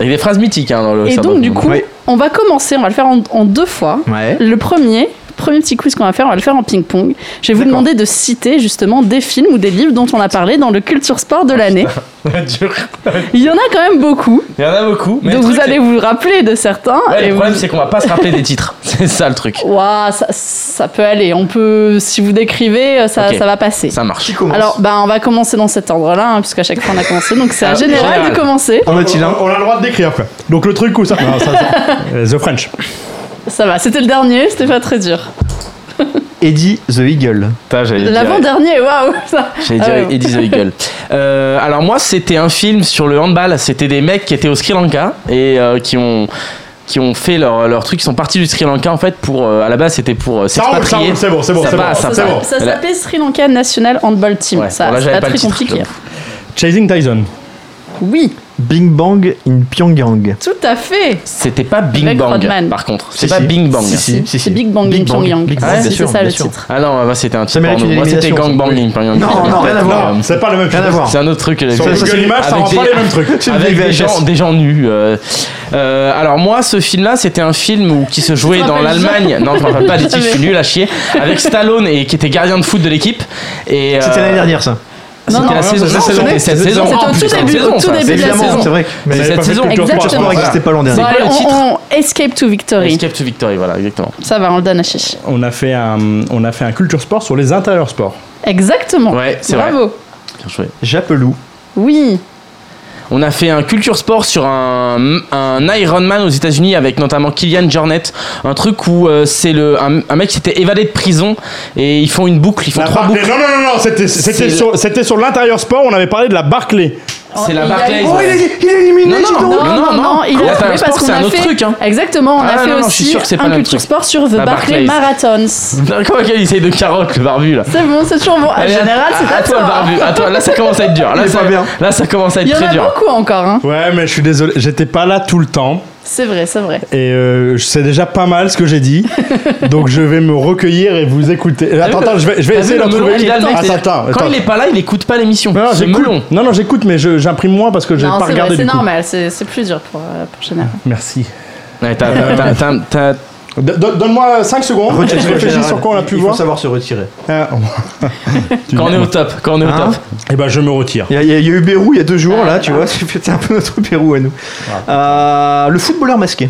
Speaker 3: Il y a des phrases mythiques hein, dans le
Speaker 6: Et
Speaker 3: Sabre
Speaker 6: donc, du
Speaker 3: Monde.
Speaker 6: coup,
Speaker 4: Oui.
Speaker 6: on va commencer, on va le faire en, en deux fois.
Speaker 4: Ouais.
Speaker 6: Le premier, premier petit quiz qu'on va faire, on va le faire en ping-pong. Je vais vous
Speaker 4: D'accord.
Speaker 6: demander de citer justement des films ou des livres dont on a parlé dans le culture sport
Speaker 4: Oh,
Speaker 6: de l'année. Il y en a quand même beaucoup,
Speaker 3: Il y en a beaucoup. mais
Speaker 6: donc
Speaker 3: le
Speaker 6: vous
Speaker 3: truc,
Speaker 6: allez vous rappeler de certains.
Speaker 3: c'est- Ouais,
Speaker 6: et
Speaker 3: le problème
Speaker 6: vous-
Speaker 3: c'est qu'on va pas se rappeler des titres. C'est ça le truc.
Speaker 6: Ouah, ça, ça peut aller. On peut, si vous décrivez, ça,
Speaker 3: Ok.
Speaker 6: ça va passer.
Speaker 3: Ça marche.
Speaker 4: Qui commence
Speaker 6: Alors, ben, on va commencer dans cet ordre-là, hein, puisqu'à chaque fois on a commencé. Donc, c'est à
Speaker 3: Ah,
Speaker 6: général,
Speaker 3: général.
Speaker 6: de commencer.
Speaker 4: En a-t-il un
Speaker 10: On a le droit de décrire, quoi. Donc le truc où ça. Non, ça, ça- Euh, The French.
Speaker 6: Ça va, c'était le dernier, c'était pas très dur.
Speaker 4: Eddie the Eagle.
Speaker 3: Putain, j'allais dire-
Speaker 6: L'avant-dernier, waouh! ça-
Speaker 3: J'allais
Speaker 6: Ah
Speaker 3: dire
Speaker 6: ouais.
Speaker 3: Eddie the Eagle. Euh, alors moi, c'était un film sur le handball. C'était des mecs qui étaient au Sri Lanka et euh, qui ont qui ont fait leur, leur truc, qui sont partis du Sri Lanka en fait pour euh, à la base c'était pour euh,
Speaker 10: Ça roule, ça
Speaker 3: s'expatrier.
Speaker 10: roule, c'est bon, c'est bon,
Speaker 3: Ça
Speaker 10: c'est
Speaker 3: va,
Speaker 10: bon.
Speaker 3: ça
Speaker 10: c'est
Speaker 3: va.
Speaker 10: bon.
Speaker 6: Ça
Speaker 3: Elle a-
Speaker 6: s'appelait Sri Lanka National Handball Team.
Speaker 3: Ouais,
Speaker 6: ça,
Speaker 3: bon, là,
Speaker 6: c'est
Speaker 3: j'avais
Speaker 6: pas,
Speaker 3: pas le
Speaker 6: très
Speaker 3: titre,
Speaker 6: compliqué.
Speaker 3: j'avoue.
Speaker 10: Chasing Tyson.
Speaker 6: Oui,
Speaker 4: Bing Bang in Pyongyang.
Speaker 6: tout à fait.
Speaker 3: C'était pas Bing
Speaker 6: Avec
Speaker 3: Bang
Speaker 6: Rodman.
Speaker 3: par contre.
Speaker 4: Si,
Speaker 3: C'est pas
Speaker 4: si.
Speaker 3: Bing Bang.
Speaker 4: Si, si, si, si.
Speaker 6: C'est Big Bang in Pyongyang.
Speaker 4: Big Bang,
Speaker 6: Ah,
Speaker 4: bien
Speaker 6: c'est
Speaker 4: sûr,
Speaker 6: ça
Speaker 4: bien
Speaker 6: le
Speaker 4: sûr.
Speaker 6: titre.
Speaker 3: Ah non, bah, c'était un titre.
Speaker 4: mérite
Speaker 3: porno.
Speaker 4: une
Speaker 3: Moi, c'était
Speaker 4: élimination,
Speaker 3: Gang
Speaker 4: ça.
Speaker 3: Bang Ling Pyongyang.
Speaker 4: Non, non, rien à voir.
Speaker 10: C'est pas le même
Speaker 4: Rien à
Speaker 10: truc.
Speaker 4: voir.
Speaker 3: C'est un autre truc.
Speaker 10: Sur
Speaker 4: Ça, ça,
Speaker 10: Google
Speaker 4: c'est-
Speaker 10: Images, ça
Speaker 3: avec
Speaker 10: rend pas
Speaker 3: des-
Speaker 10: les mêmes trucs.
Speaker 4: une
Speaker 3: avec des
Speaker 4: VHS.
Speaker 3: gens, des gens nus. euh. Euh, alors moi, ce film-là, c'était un film où, qui se jouait
Speaker 6: te
Speaker 3: dans
Speaker 6: rappelles ça
Speaker 3: l'Allemagne. Non, je me rappelle pas des titres, je suis
Speaker 6: Jamais.
Speaker 3: nul à chier. Avec Stallone et qui était gardien de foot de l'équipe. Et, euh,
Speaker 4: C'était l'année dernière ça.
Speaker 3: C'était
Speaker 6: Non, non,
Speaker 3: la
Speaker 6: non,
Speaker 3: saison,
Speaker 4: c'est
Speaker 3: la
Speaker 4: cette
Speaker 3: saison,
Speaker 4: année.
Speaker 3: c'est cette
Speaker 4: C'est
Speaker 3: saison.
Speaker 6: au
Speaker 3: Ah,
Speaker 6: tout
Speaker 3: putain,
Speaker 6: début,
Speaker 3: saison,
Speaker 6: au tout
Speaker 3: ça,
Speaker 6: début
Speaker 3: c'est
Speaker 6: de la
Speaker 3: évidemment,
Speaker 6: saison.
Speaker 4: c'est vrai. Mais
Speaker 3: C'est
Speaker 10: Vous avez
Speaker 3: cette
Speaker 10: pas fait
Speaker 3: saison.
Speaker 10: de culture
Speaker 6: Exactement.
Speaker 10: sport,
Speaker 4: on
Speaker 10: voilà.
Speaker 4: existait pas l'an
Speaker 6: Bon,
Speaker 4: dernier.
Speaker 3: pas
Speaker 6: allez,
Speaker 3: le
Speaker 6: on-
Speaker 3: titre.
Speaker 6: on- Escape to Victory.
Speaker 3: Escape to Victory, voilà, exactement.
Speaker 6: Ça va, on le donne à Chichi.
Speaker 10: On a fait un, on a fait un culture sport sur les intérieurs sports.
Speaker 6: Exactement.
Speaker 3: Ouais, c'est vrai.
Speaker 6: Bravo.
Speaker 3: Bien joué.
Speaker 4: Japelou.
Speaker 6: Oui.
Speaker 3: On a fait un culture sport sur un, un Ironman aux États-Unis avec notamment Kylian Jornet. Un truc où euh, c'est le un, un mec qui s'était évadé de prison et ils font une boucle, ils font
Speaker 10: La
Speaker 3: trois
Speaker 10: Barclay-
Speaker 3: boucles.
Speaker 10: Non, non, non, non, c'était
Speaker 3: C'est-
Speaker 10: c'était sur, c'était sur l'intérieur sport, on avait parlé de la Barclay.
Speaker 3: C'est la
Speaker 6: Il a-
Speaker 3: Barclays.
Speaker 6: Oh,
Speaker 3: ouais.
Speaker 4: éliminé,
Speaker 3: Non, non, Oh, non,
Speaker 6: Non, non, non, il a
Speaker 3: Attends,
Speaker 6: trouvé
Speaker 3: le sport,
Speaker 6: parce qu'on
Speaker 3: c'est
Speaker 6: a
Speaker 3: un autre
Speaker 6: fait-
Speaker 3: truc, hein.
Speaker 6: Exactement, on
Speaker 3: Ah,
Speaker 6: a fait
Speaker 3: non, non, je suis
Speaker 6: aussi
Speaker 3: sûr que c'est pas
Speaker 6: un
Speaker 3: le même
Speaker 6: culture
Speaker 3: truc.
Speaker 6: sport sur The
Speaker 3: La
Speaker 6: Barclay
Speaker 3: Barclays.
Speaker 6: Marathons.
Speaker 3: Comment il essaye de carotte le barbu là
Speaker 6: C'est bon, c'est toujours bon. Ah, En
Speaker 3: Allez,
Speaker 6: général, c'est hein.
Speaker 3: à, à toi le barbu, à toi, là ça commence à être dur. Là,
Speaker 4: est
Speaker 3: ça,
Speaker 4: pas bien.
Speaker 3: là ça commence à
Speaker 6: Il
Speaker 3: être
Speaker 6: y en
Speaker 3: très
Speaker 6: a
Speaker 3: dur.
Speaker 6: beaucoup encore, hein.
Speaker 10: Ouais, mais je suis désolé, j'étais pas là tout le temps.
Speaker 6: C'est vrai, c'est vrai.
Speaker 10: Et euh, c'est déjà pas mal ce que j'ai dit. donc je vais me recueillir et vous écouter. Attends, attends, je vais, je vais
Speaker 3: T'as vu
Speaker 10: essayer
Speaker 3: le
Speaker 10: d'en
Speaker 3: melon
Speaker 10: trouver.
Speaker 3: qu'il a, le mec,
Speaker 10: Attends,
Speaker 3: c'est-
Speaker 10: attends,
Speaker 3: Quand
Speaker 10: attends.
Speaker 3: il est pas là, il écoute pas l'émission.
Speaker 10: Non, non,
Speaker 3: C'est
Speaker 10: j'écoute.
Speaker 3: melon.
Speaker 10: Non, non, j'écoute, mais je- j'imprime moins parce que j'ai
Speaker 6: Non,
Speaker 10: pas
Speaker 6: c'est vrai,
Speaker 10: regardé
Speaker 6: c'est
Speaker 10: du coup.
Speaker 6: normal, c'est c'est plus dur pour, euh, pour général.
Speaker 3: Ah.
Speaker 10: Merci.
Speaker 3: Ouais, t'as-
Speaker 10: Euh,
Speaker 3: t'as- t'as- t'as-
Speaker 10: Do- do- Donne-moi 5 secondes.
Speaker 4: Retirez-le,
Speaker 10: je réfléchis
Speaker 4: général.
Speaker 10: sur quoi on a pu
Speaker 4: Il
Speaker 10: voir.
Speaker 4: faut savoir se retirer.
Speaker 10: Ah,
Speaker 3: Quand on est au top, quand on est au
Speaker 4: Hein
Speaker 3: top.
Speaker 10: Eh ben, je me retire.
Speaker 4: Il y, a- il y a eu Pérou il y a deux jours là, tu
Speaker 3: Ah.
Speaker 4: vois. C'était un peu notre Pérou à nous. Euh, le footballeur masqué.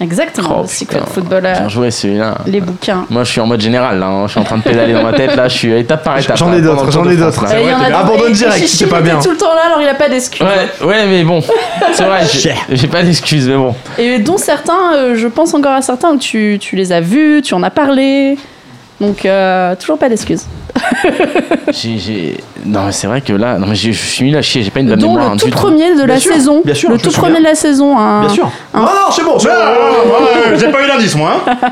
Speaker 6: Exactement,
Speaker 3: Oh,
Speaker 6: le cycle de
Speaker 3: putain.
Speaker 6: footballeur,
Speaker 3: Bien joué celui-là.
Speaker 6: les bouquins.
Speaker 3: Moi, je suis en mode général, là. hein. Je suis en train de pédaler dans ma tête, là. Je suis étape par étape.
Speaker 4: J'en ai
Speaker 3: là, pendant
Speaker 4: d'autres,
Speaker 3: le Tour
Speaker 4: j'en
Speaker 3: de
Speaker 4: ai
Speaker 3: France,
Speaker 4: d'autres.
Speaker 3: là.
Speaker 6: Et Euh, il y en a
Speaker 4: Abandonne
Speaker 6: d'autres- et- et
Speaker 4: direct,
Speaker 6: Chichi,
Speaker 4: c'est pas
Speaker 6: il était
Speaker 4: bien.
Speaker 6: tout le temps là, alors il a pas hein. d'excuse.
Speaker 3: Ouais, ouais, mais bon. C'est vrai, j'ai j'ai pas d'excuses, mais bon.
Speaker 6: Et dont certains, euh, je pense encore à certains où tu, tu les as vus, tu en as parlé. Donc, euh, toujours pas d'excuses.
Speaker 3: J'ai- j'ai- Non, mais c'est vrai que là, non, mais j'ai- je suis nul à chier. J'ai pas une bonne
Speaker 6: Dont
Speaker 3: mémoire. hein,
Speaker 6: le tout
Speaker 3: du tout.
Speaker 6: premier de la
Speaker 4: sûr,
Speaker 6: saison.
Speaker 4: bien sûr,
Speaker 6: Le
Speaker 4: je me
Speaker 6: tout premier de
Speaker 4: souviens.
Speaker 6: la saison. un-
Speaker 4: Bien sûr. Non, non, c'est bon. c'est
Speaker 10: Ah,
Speaker 4: bon.
Speaker 10: ouais, ouais, j'ai pas eu d'indice, moi. hein.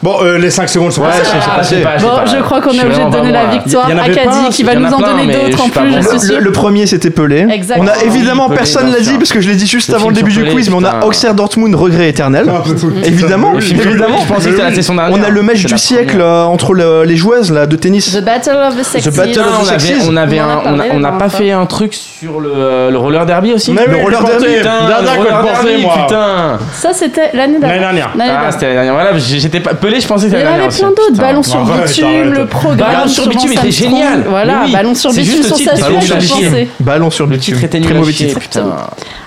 Speaker 10: Bon, euh, les 5 secondes sont
Speaker 3: Ouais,
Speaker 10: passées.
Speaker 3: je sais
Speaker 4: Ah,
Speaker 3: pas, je sais
Speaker 4: c'est-
Speaker 3: pas, je sais
Speaker 6: Bon,
Speaker 3: pas.
Speaker 6: je crois qu'on
Speaker 3: suis
Speaker 6: est obligé de
Speaker 3: vraiment
Speaker 6: donner
Speaker 3: pas
Speaker 6: la
Speaker 3: bon, là.
Speaker 6: victoire
Speaker 10: Il y en
Speaker 6: à
Speaker 10: avait pas,
Speaker 6: Caddy qui
Speaker 3: il
Speaker 6: va
Speaker 3: y en
Speaker 6: nous
Speaker 3: a
Speaker 6: en
Speaker 3: plein,
Speaker 6: donner
Speaker 3: mais je
Speaker 6: d'autres en
Speaker 3: suis pas
Speaker 6: plus,
Speaker 3: bon.
Speaker 6: je
Speaker 4: Le,
Speaker 6: suis
Speaker 4: le-
Speaker 6: sûre.
Speaker 4: le premier c'était Pelé.
Speaker 6: Exactement.
Speaker 4: On a évidemment
Speaker 3: Ah, Pelé,
Speaker 4: personne
Speaker 3: bien
Speaker 4: l'a
Speaker 3: sûr.
Speaker 4: dit parce que je l'ai dit juste
Speaker 3: Le
Speaker 4: avant le
Speaker 3: film
Speaker 4: début
Speaker 3: sur
Speaker 4: du
Speaker 3: Pelé,
Speaker 4: quiz, mais on a
Speaker 3: putain.
Speaker 4: Auxerre Dortmund, regret éternel.
Speaker 10: Ah, putain,
Speaker 4: Évidemment,
Speaker 10: mais oui, mais oui,
Speaker 4: évidemment.
Speaker 3: Je pensais que c'était la session dernière.
Speaker 4: On a le match
Speaker 3: C'est
Speaker 4: du
Speaker 3: la
Speaker 4: siècle
Speaker 3: première.
Speaker 4: euh, entre le- les joueuses là de tennis.
Speaker 6: The Battle of the Sexes.
Speaker 4: Battle
Speaker 3: Non,
Speaker 4: of the
Speaker 3: on avait,
Speaker 4: sexisme.
Speaker 3: on avait
Speaker 6: On en a
Speaker 3: un- on a-
Speaker 6: parlé,
Speaker 3: on n'a
Speaker 6: non,
Speaker 3: pas
Speaker 6: ça.
Speaker 3: fait un truc sur le, euh, le roller derby aussi
Speaker 10: Mais oui,
Speaker 4: Le
Speaker 10: j'ai
Speaker 4: roller
Speaker 10: porté.
Speaker 4: derby,
Speaker 3: Putain,
Speaker 10: Dada,
Speaker 3: le
Speaker 10: quoi,
Speaker 3: roller
Speaker 10: je pensais,
Speaker 3: derby,
Speaker 10: moi.
Speaker 3: putain.
Speaker 6: Ça, c'était l'année dernière.
Speaker 10: L'année dernière.
Speaker 3: Ah, c'était la dernière. Voilà, j'étais pas- collé, je pensais que
Speaker 6: Eh ben. Il y
Speaker 3: ça
Speaker 6: en
Speaker 3: allait bien
Speaker 6: avait
Speaker 3: aussi.
Speaker 6: plein d'autres.
Speaker 3: Putain.
Speaker 6: Ballon sur
Speaker 3: Arrête,
Speaker 6: bitume,
Speaker 3: arrête.
Speaker 6: le programme.
Speaker 3: Ballon sur bitume
Speaker 6: Vance
Speaker 3: était
Speaker 6: Armstrong.
Speaker 3: génial.
Speaker 6: Voilà,
Speaker 3: Oui.
Speaker 6: ballon sur
Speaker 3: C'est
Speaker 6: bitume
Speaker 3: juste le
Speaker 6: sur
Speaker 3: titre.
Speaker 6: sa
Speaker 3: Ballon
Speaker 6: suite,
Speaker 3: sur
Speaker 6: je
Speaker 3: bitume.
Speaker 6: pensais.
Speaker 4: Ballon sur
Speaker 3: Le titre était nul
Speaker 4: Très
Speaker 3: à
Speaker 4: mauvais
Speaker 3: chier,
Speaker 4: titre.
Speaker 3: putain.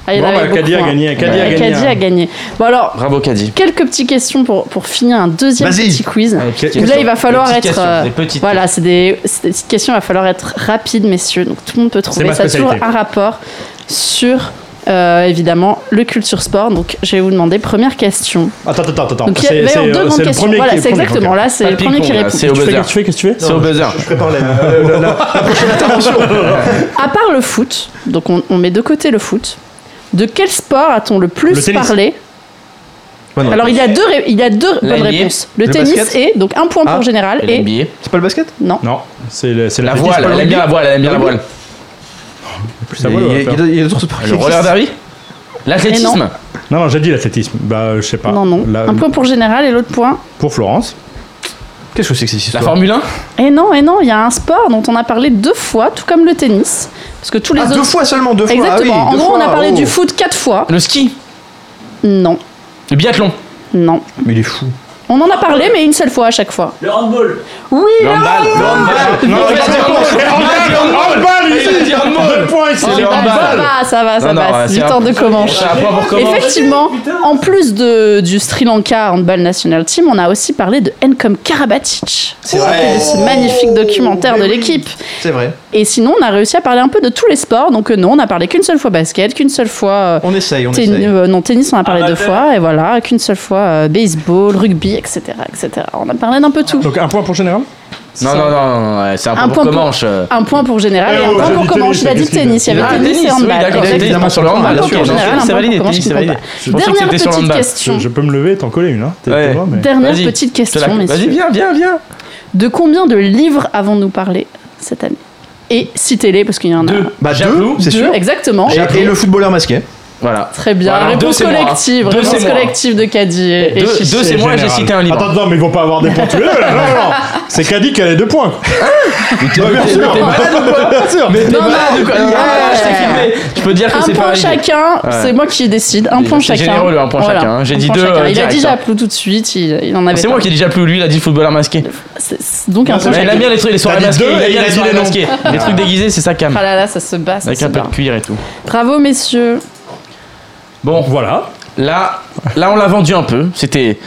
Speaker 6: Ah, il
Speaker 10: Bon,
Speaker 6: avait
Speaker 10: bah, Caddy
Speaker 6: beaucoup,
Speaker 10: a
Speaker 6: hein.
Speaker 10: gagné, Caddy a
Speaker 6: Ouais,
Speaker 10: gagné,
Speaker 6: Caddy
Speaker 10: hein.
Speaker 6: a gagné. Bon, alors,
Speaker 3: Bravo, Caddy.
Speaker 6: Quelques petites questions pour, pour finir un deuxième
Speaker 4: Vas-y.
Speaker 6: petit quiz.
Speaker 3: Allez, petites
Speaker 6: Où là,
Speaker 3: questions.
Speaker 6: il va falloir
Speaker 3: Des petites
Speaker 6: être.
Speaker 3: questions,
Speaker 6: euh,
Speaker 3: des petites
Speaker 6: voilà, c'est des, c'est des petites questions, il va falloir être rapide, messieurs. Donc tout le monde peut trouver.
Speaker 10: ma
Speaker 6: Ça a toujours
Speaker 10: spécialité.
Speaker 6: un rapport sur, euh, évidemment, le culture sport. Donc je vais vous demander, première question.
Speaker 10: Attends, attends, attends. euh,
Speaker 6: Donc il y a- il va y avoir
Speaker 5: euh,
Speaker 6: deux grandes questions. Voilà, c'est exactement. Là, c'est
Speaker 3: Pas
Speaker 6: le
Speaker 3: de
Speaker 6: premier qui
Speaker 3: ping-pong, là,
Speaker 6: répond.
Speaker 3: C'est au buzzer.
Speaker 10: Qu'est-ce que tu fais Qu'est-ce que tu fais
Speaker 3: C'est au buzzer.
Speaker 6: À part le foot, donc on, on met de côté le foot, de quel sport a-t-on le plus
Speaker 10: Le tennis.
Speaker 6: parlé Alors il y a deux, ré- il y a deux
Speaker 3: La
Speaker 6: bonnes
Speaker 3: NBA,
Speaker 6: réponses. Le,
Speaker 4: le
Speaker 6: tennis
Speaker 4: basket.
Speaker 6: et, donc un point
Speaker 4: Ah,
Speaker 6: pour général, et,
Speaker 3: Et
Speaker 4: C'est pas le basket
Speaker 6: non.
Speaker 10: Non, c'est le- c'est
Speaker 3: la
Speaker 10: l'athlétisme
Speaker 3: voile, elle aime bien la voile, elle aime bien la voile.
Speaker 10: plus la
Speaker 4: Il y
Speaker 10: voile,
Speaker 4: a-
Speaker 10: ouais,
Speaker 4: il y a-
Speaker 3: hein,
Speaker 10: faire.
Speaker 4: il y a d'autres sports qui
Speaker 3: Le roller
Speaker 4: existent.
Speaker 3: derby
Speaker 6: Et
Speaker 3: L'athlétisme
Speaker 10: Non, non, j'ai dit l'athlétisme. Bah, euh, je sais pas.
Speaker 6: Non, non.
Speaker 10: La-
Speaker 6: un point pour général et l'autre point.
Speaker 10: Pour Florence.
Speaker 4: Qu'est-ce que c'est que cette
Speaker 3: La
Speaker 4: histoire
Speaker 3: Formule 1
Speaker 6: Et Eh non, et non, il y a un sport dont on a parlé deux fois, tout comme le tennis. Parce que tous les
Speaker 4: Ah,
Speaker 6: autres.
Speaker 4: deux fois seulement, deux fois. ah oui,
Speaker 6: Exactement. en
Speaker 4: deux
Speaker 6: gros,
Speaker 4: fois,
Speaker 6: on a parlé
Speaker 4: oh.
Speaker 6: du foot quatre fois.
Speaker 3: Le ski
Speaker 6: Non,
Speaker 3: Le biathlon
Speaker 6: non.
Speaker 4: Mais il est fou.
Speaker 6: On en a parlé, mais une seule fois à chaque fois. Le handball. Oui, le
Speaker 3: handball, le handball. Non, il a dit Ah, handball. C'est le
Speaker 6: handball. Ça
Speaker 3: handball.
Speaker 6: va, ça va, ça
Speaker 3: Non, non,
Speaker 6: passe.
Speaker 3: c'est
Speaker 6: Du
Speaker 3: un-
Speaker 6: temps de Comanche.
Speaker 3: C'est un point pour Comanche.
Speaker 6: Effectivement, en plus de, du Sri Lanka Handball National Team, on a aussi parlé de Nkom Karabatic. C'est
Speaker 4: vrai.
Speaker 6: Ce magnifique documentaire de l'équipe.
Speaker 4: C'est vrai.
Speaker 6: Et sinon, on a réussi à parler un peu de tous les sports. Donc, euh, non, on a parlé qu'une seule fois basket, qu'une seule fois. euh,
Speaker 4: On essaye, on
Speaker 6: tenni-
Speaker 4: essaye. Ah, bah,
Speaker 6: euh, non, tennis, on a parlé deux fois, et voilà, qu'une seule fois euh, baseball, rugby, etc., etc. On a parlé d'un peu tout.
Speaker 10: Donc, un point pour Général
Speaker 3: Non, non, non, non, ouais, c'est un
Speaker 6: Un
Speaker 3: point pour
Speaker 6: point pour-
Speaker 3: Comanche. euh.
Speaker 6: Un point pour général et
Speaker 10: Eh
Speaker 6: un
Speaker 10: oh,
Speaker 6: point
Speaker 10: j'ai
Speaker 6: pour
Speaker 10: dit
Speaker 6: Comanche. Il a dit
Speaker 10: tennis,
Speaker 6: tennis, il y
Speaker 3: Ah,
Speaker 6: avait tennis et
Speaker 3: oui,
Speaker 6: handball.
Speaker 3: d'accord,
Speaker 6: exactement.
Speaker 3: évidemment sur le handball,
Speaker 6: Un
Speaker 3: bien
Speaker 6: point
Speaker 3: sûr.
Speaker 6: pour général, un
Speaker 3: C'est
Speaker 6: point
Speaker 3: validé,
Speaker 6: pour Comanche,
Speaker 3: tennis, c'est
Speaker 6: je comprends
Speaker 3: validé. Je pensais que
Speaker 6: Dernière
Speaker 3: c'était sur le
Speaker 6: petite
Speaker 3: handball.
Speaker 6: question.
Speaker 10: Je, je peux me lever et t'en coller une. Hein. T'es-
Speaker 3: Ouais.
Speaker 10: t'es loin, mais-
Speaker 6: Dernière
Speaker 3: Vas-y.
Speaker 6: petite
Speaker 3: Je te
Speaker 6: question,
Speaker 3: la- Vas-y,
Speaker 6: messieurs.
Speaker 3: viens, viens, viens.
Speaker 6: De combien de livres avons-nous parlé cette année Et citez-les, parce qu'il y en a. Deux.
Speaker 4: Bah, deux,
Speaker 3: Japlou,
Speaker 4: c'est sûr.
Speaker 6: exactement.
Speaker 4: Et, et le footballeur masqué.
Speaker 3: Voilà.
Speaker 6: Très bien.
Speaker 3: Voilà, deux,
Speaker 6: réponse
Speaker 3: c'est moi.
Speaker 6: collective.
Speaker 3: Deux,
Speaker 6: réponse
Speaker 3: c'est moi.
Speaker 6: collective de Caddy. et- et
Speaker 3: Deux,
Speaker 6: Chichi.
Speaker 3: deux, c'est moi, j'ai
Speaker 10: Général.
Speaker 3: cité un
Speaker 10: Attends,
Speaker 3: livre.
Speaker 10: non, mais ils vont pas avoir des points tous les deux. Non, non, non. C'est qu'a dit qu'elle a deux points. Bah, bien sûr. Bien sûr.
Speaker 3: T'es
Speaker 6: Non, non.
Speaker 3: malade ou quoi
Speaker 6: Ouais.
Speaker 3: Ah, je t'ai filmé. Je peux dire que
Speaker 6: Un
Speaker 3: c'est
Speaker 6: point
Speaker 3: pareil.
Speaker 6: chacun, c'est moi qui décide. Un point
Speaker 3: C'est
Speaker 6: chacun.
Speaker 3: généreux, le un point chacun, hein. J'ai
Speaker 6: Un
Speaker 3: dit
Speaker 6: point
Speaker 3: deux,
Speaker 6: chacun.
Speaker 3: euh,
Speaker 6: Il a
Speaker 3: direct,
Speaker 6: dit
Speaker 3: hein.
Speaker 6: Japlou tout de suite, il, il en avait.
Speaker 3: C'est
Speaker 6: pas.
Speaker 3: moi qui ai déjà plus lui, il a dit le footballeur masqué.
Speaker 6: C'est- c'est- Donc un
Speaker 10: Non,
Speaker 6: point
Speaker 10: c'est
Speaker 3: Il
Speaker 6: chacun.
Speaker 3: aime bien les trucs, les soirées
Speaker 10: dit
Speaker 3: masquées.
Speaker 10: deux
Speaker 3: Il
Speaker 10: et
Speaker 3: aime
Speaker 10: il
Speaker 3: bien
Speaker 10: a
Speaker 3: les
Speaker 10: dit
Speaker 3: soirées
Speaker 10: les noms.
Speaker 3: masquées. Les trucs déguisés, c'est ça cam.
Speaker 6: Ah là là, ça se bat, ça
Speaker 3: Avec
Speaker 6: se
Speaker 3: un peu
Speaker 6: bat.
Speaker 3: de cuir et tout.
Speaker 6: Bravo messieurs.
Speaker 3: Bon,
Speaker 10: Voilà.
Speaker 3: là, là on l'a vendu un peu. C'était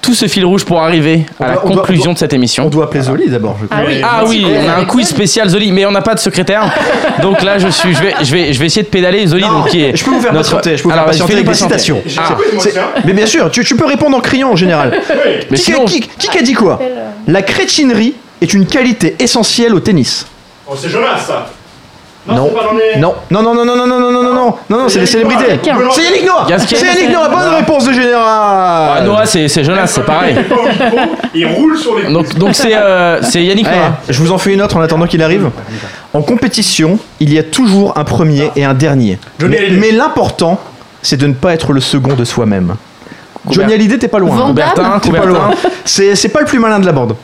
Speaker 3: tout ce fil rouge pour arriver
Speaker 4: On
Speaker 3: à la
Speaker 4: doit- on doit-
Speaker 3: conclusion
Speaker 4: on
Speaker 3: de cette
Speaker 4: On
Speaker 3: émission.
Speaker 4: doit appeler Zoli d'abord, je crois.
Speaker 6: oui,
Speaker 3: Ah oui, on a un quiz spécial Zoli, mais on n'a pas de secrétaire. donc là, je suis, je vais, je vais, je vais essayer de pédaler Zoli, donc qui est.
Speaker 4: Je peux vous faire
Speaker 3: notre-
Speaker 4: patienter, je peux vous faire
Speaker 3: Alors, vas-y,
Speaker 4: patienter
Speaker 3: fais-nous
Speaker 4: avec des
Speaker 3: patienter.
Speaker 4: citations.
Speaker 3: Ah,
Speaker 4: C'est- Mais bien sûr, tu, tu peux répondre en criant en général.
Speaker 3: mais
Speaker 4: qui,
Speaker 3: sinon,
Speaker 4: qui, qui a dit quoi La crétinerie est une qualité essentielle au tennis.
Speaker 10: Oh, c'est Jonas, ça.
Speaker 4: Non. Non, non, non, non, non, non, non, non, non, non, non, non, non, c'est les
Speaker 10: C'est Yannick
Speaker 4: célébrités.
Speaker 6: Noah.
Speaker 4: C'est Yannick Noah
Speaker 3: Gasquet.
Speaker 4: C'est Yannick Noah, bonne réponse de
Speaker 3: ah,
Speaker 4: général
Speaker 3: Noah, c'est, c'est Jonas, c'est pareil.
Speaker 10: Il roule sur les.
Speaker 3: Donc, donc c'est, euh, c'est Yannick
Speaker 4: Ouais,
Speaker 3: Noah.
Speaker 4: je vous en fais une autre en attendant qu'il arrive. En compétition, il y a toujours un premier et un dernier.
Speaker 10: Johnny
Speaker 4: Mais,
Speaker 10: Hallyday.
Speaker 4: mais l'important, c'est de ne pas être le second de soi-même. Johnny Hallyday, t'es pas loin.
Speaker 6: Van
Speaker 4: hein.
Speaker 3: Coubertin,
Speaker 6: Damme
Speaker 4: T'es pas loin.
Speaker 3: Coubertin.
Speaker 4: C'est c'est pas le plus malin de la bande.